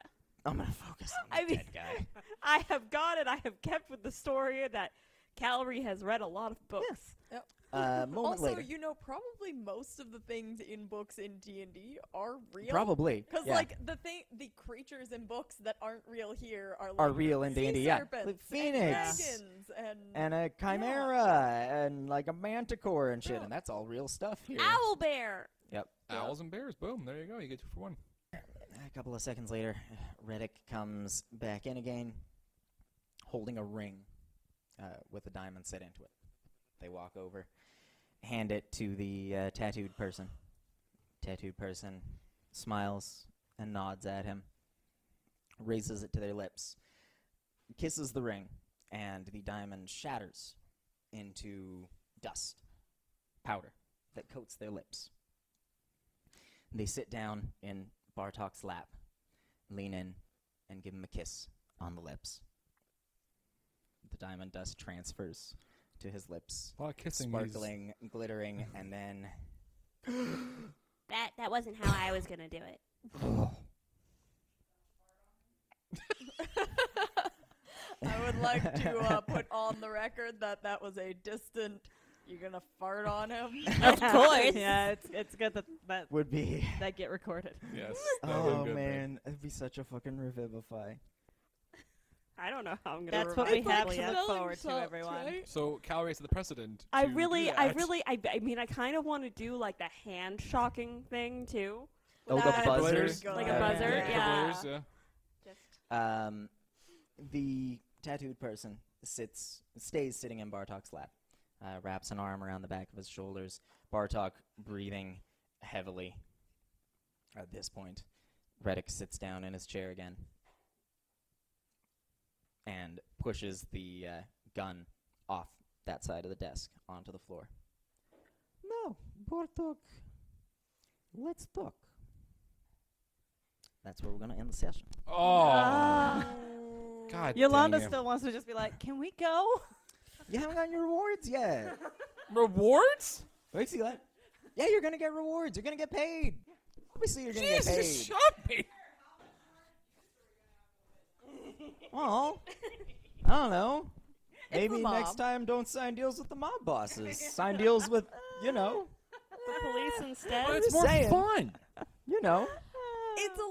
S9: I'm gonna focus on the
S5: I mean-
S9: dead guy.
S11: *laughs* I have gone and I have kept with the story that Calvary has read a lot of books.
S17: *laughs*
S9: Uh, moment
S17: also,
S9: later.
S17: you know, probably most of the things in books in D and D are real.
S9: Probably.
S17: Because
S9: yeah.
S17: like the thing, the creatures in books that aren't real here are like
S9: Are real in
S17: sea
S9: D&D, yeah.
S17: serpents
S9: Like
S17: and
S9: phoenix.
S17: dragons and
S9: and a chimera and like a manticore and shit, and that's all real stuff here.
S5: Owl bear.
S9: Yep.
S3: Owls and bears. Boom. There you go. You get two for one.
S9: A couple of seconds later, Reddick comes back in again, holding a ring uh, with a diamond set into it. They walk over, hand it to the uh, tattooed person. Tattooed person smiles and nods at him, raises it to their lips, kisses the ring, and the diamond shatters into dust, powder that coats their lips. They sit down in Bartok's lap, lean in, and give him a kiss on the lips. The diamond dust transfers to his lips,
S3: A lot of kissing. these-
S9: sparkling, glittering, and then
S5: That that wasn't how I was gonna do
S7: *laughs*
S5: it.
S4: I would like to uh, put on the record that that was a distant. You're gonna fart on him.
S9: *laughs*
S7: yeah, it's it's good that that
S9: Would be-
S7: that get recorded. *laughs*
S3: Yes.
S9: oh man, that'd be such a fucking revivify.
S11: I don't know how I'm gonna.
S7: That's what
S11: remember
S7: we have
S11: all that.
S7: to look forward to, everyone.
S3: So Calrate's the precedent.
S11: I
S3: to do
S11: really, I
S3: that.
S11: really, I, I mean, I kind of want to do like the hand shocking thing too.
S9: Oh, the
S11: Without-
S9: buzzers?
S11: Uh, like a
S9: Yeah.
S11: buzzer,
S9: Yeah.
S11: yeah.
S9: The
S3: buzzers, yeah.
S9: Um, the tattooed person sits, stays sitting in Bartok's lap, uh, wraps an arm around the back of his shoulders. Bartok breathing heavily. At this point, Reddick sits down in his chair again and pushes the uh, gun off that side of the desk onto the floor.
S1: No, Bartok. Let's talk.
S9: That's where we're going to end the session.
S3: Oh. God.
S7: Ah. Yolanda
S9: dang it.
S7: still wants to just be like, "Can we go?"
S9: You haven't gotten your rewards yet.
S3: *laughs* rewards?
S9: Wait, see that? Yeah, you're gonna get rewards. You're gonna get paid. Obviously, you're gonna get paid.
S3: Jesus, shut
S6: *laughs*
S3: me.
S9: Oh, I don't know.
S1: the
S9: Maybe next
S1: mob.
S9: time, don't sign deals with the mob bosses. sign deals with, you know,
S11: The police instead.
S9: I'm just saying. You know,
S4: It's a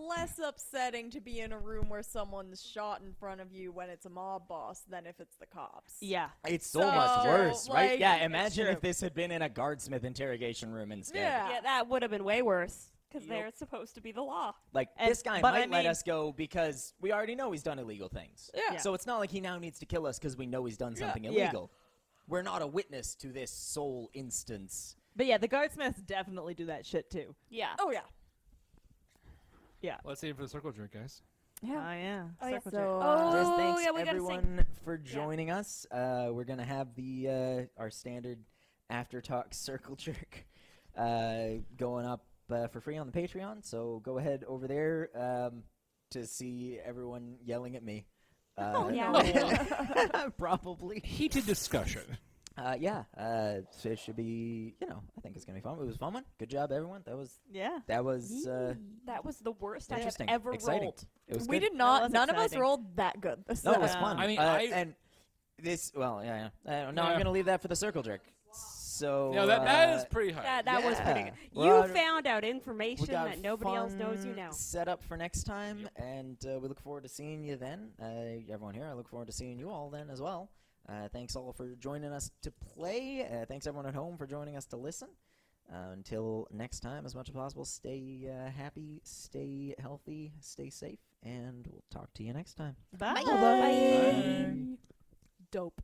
S4: lot less upsetting to be in a room where someone's shot in front of you when it's a mob boss than if it's the cops.
S7: Yeah.
S9: it's so, much worse, right?
S4: like,
S9: Yeah,
S4: it's
S9: imagine
S4: true.
S9: if this had been in a guardsmith interrogation room instead.
S11: yeah. that would have been way worse because
S9: Yep.
S11: they're supposed to be the law.
S9: Like
S11: And-
S9: this guy
S11: but
S9: might
S11: I
S9: let
S11: mean-
S9: us go because we already know he's done illegal things.
S11: Yeah. Yeah.
S9: So it's not like he now needs to kill us because we know he's done
S7: Yeah.
S9: something
S7: Yeah.
S9: illegal. We're not a witness to this sole instance.
S7: But yeah, the guardsmiths definitely do that shit too.
S11: Yeah.
S4: Oh yeah.
S7: Yeah.
S3: Let's save it for the circle drink, guys.
S7: Oh yeah.
S4: Oh, yeah.
S7: Circle jerk.
S4: So,
S9: Just
S4: uh,
S9: thanks
S4: yeah, we gotta sing.
S9: everyone for joining us. Uh, we're gonna have the uh, our standard after talk *laughs* circle jerk uh, going up uh, for free on the Patreon. So go ahead over there um, to see everyone yelling at me. Uh,
S1: Oh,
S3: yeah.
S9: *laughs* probably
S3: heated discussion.
S9: Uh, yeah, uh, so it should be. You know, I think it's gonna be fun. It was a fun one. Good job, everyone. That was
S7: Yeah.
S9: That was uh,
S11: That was the worst I have
S9: interesting.
S11: ever
S9: exciting.
S11: rolled.
S9: It was
S4: we
S9: good.
S4: did not.
S11: was
S4: None of us
S11: exciting.
S4: rolled that good. This
S9: No, it was
S4: time.
S9: fun.
S3: I mean,
S9: Uh,
S3: I-
S9: and this. Well, yeah. yeah. I don't know. I'm
S3: Yeah.
S9: gonna leave that for the circle jerk. So
S3: No, that- that
S9: uh,
S3: is pretty high.
S11: That, that was pretty
S9: yeah.
S11: good.
S9: Well,
S11: You
S9: I-
S11: found out
S9: we
S11: information
S9: got
S11: that nobody else knows you
S9: fun
S11: know.
S9: Set up for next time, and uh, we look forward to seeing you then. Uh, everyone here, I look forward to seeing you all then as well. Uh, thanks all for joining us to play. Uh, thanks everyone at home for joining us to listen. Uh, until next time, as much as possible, stay uh, happy, stay healthy, stay safe, and we'll talk to you next time.
S7: Bye.
S9: Bye.
S7: Dope.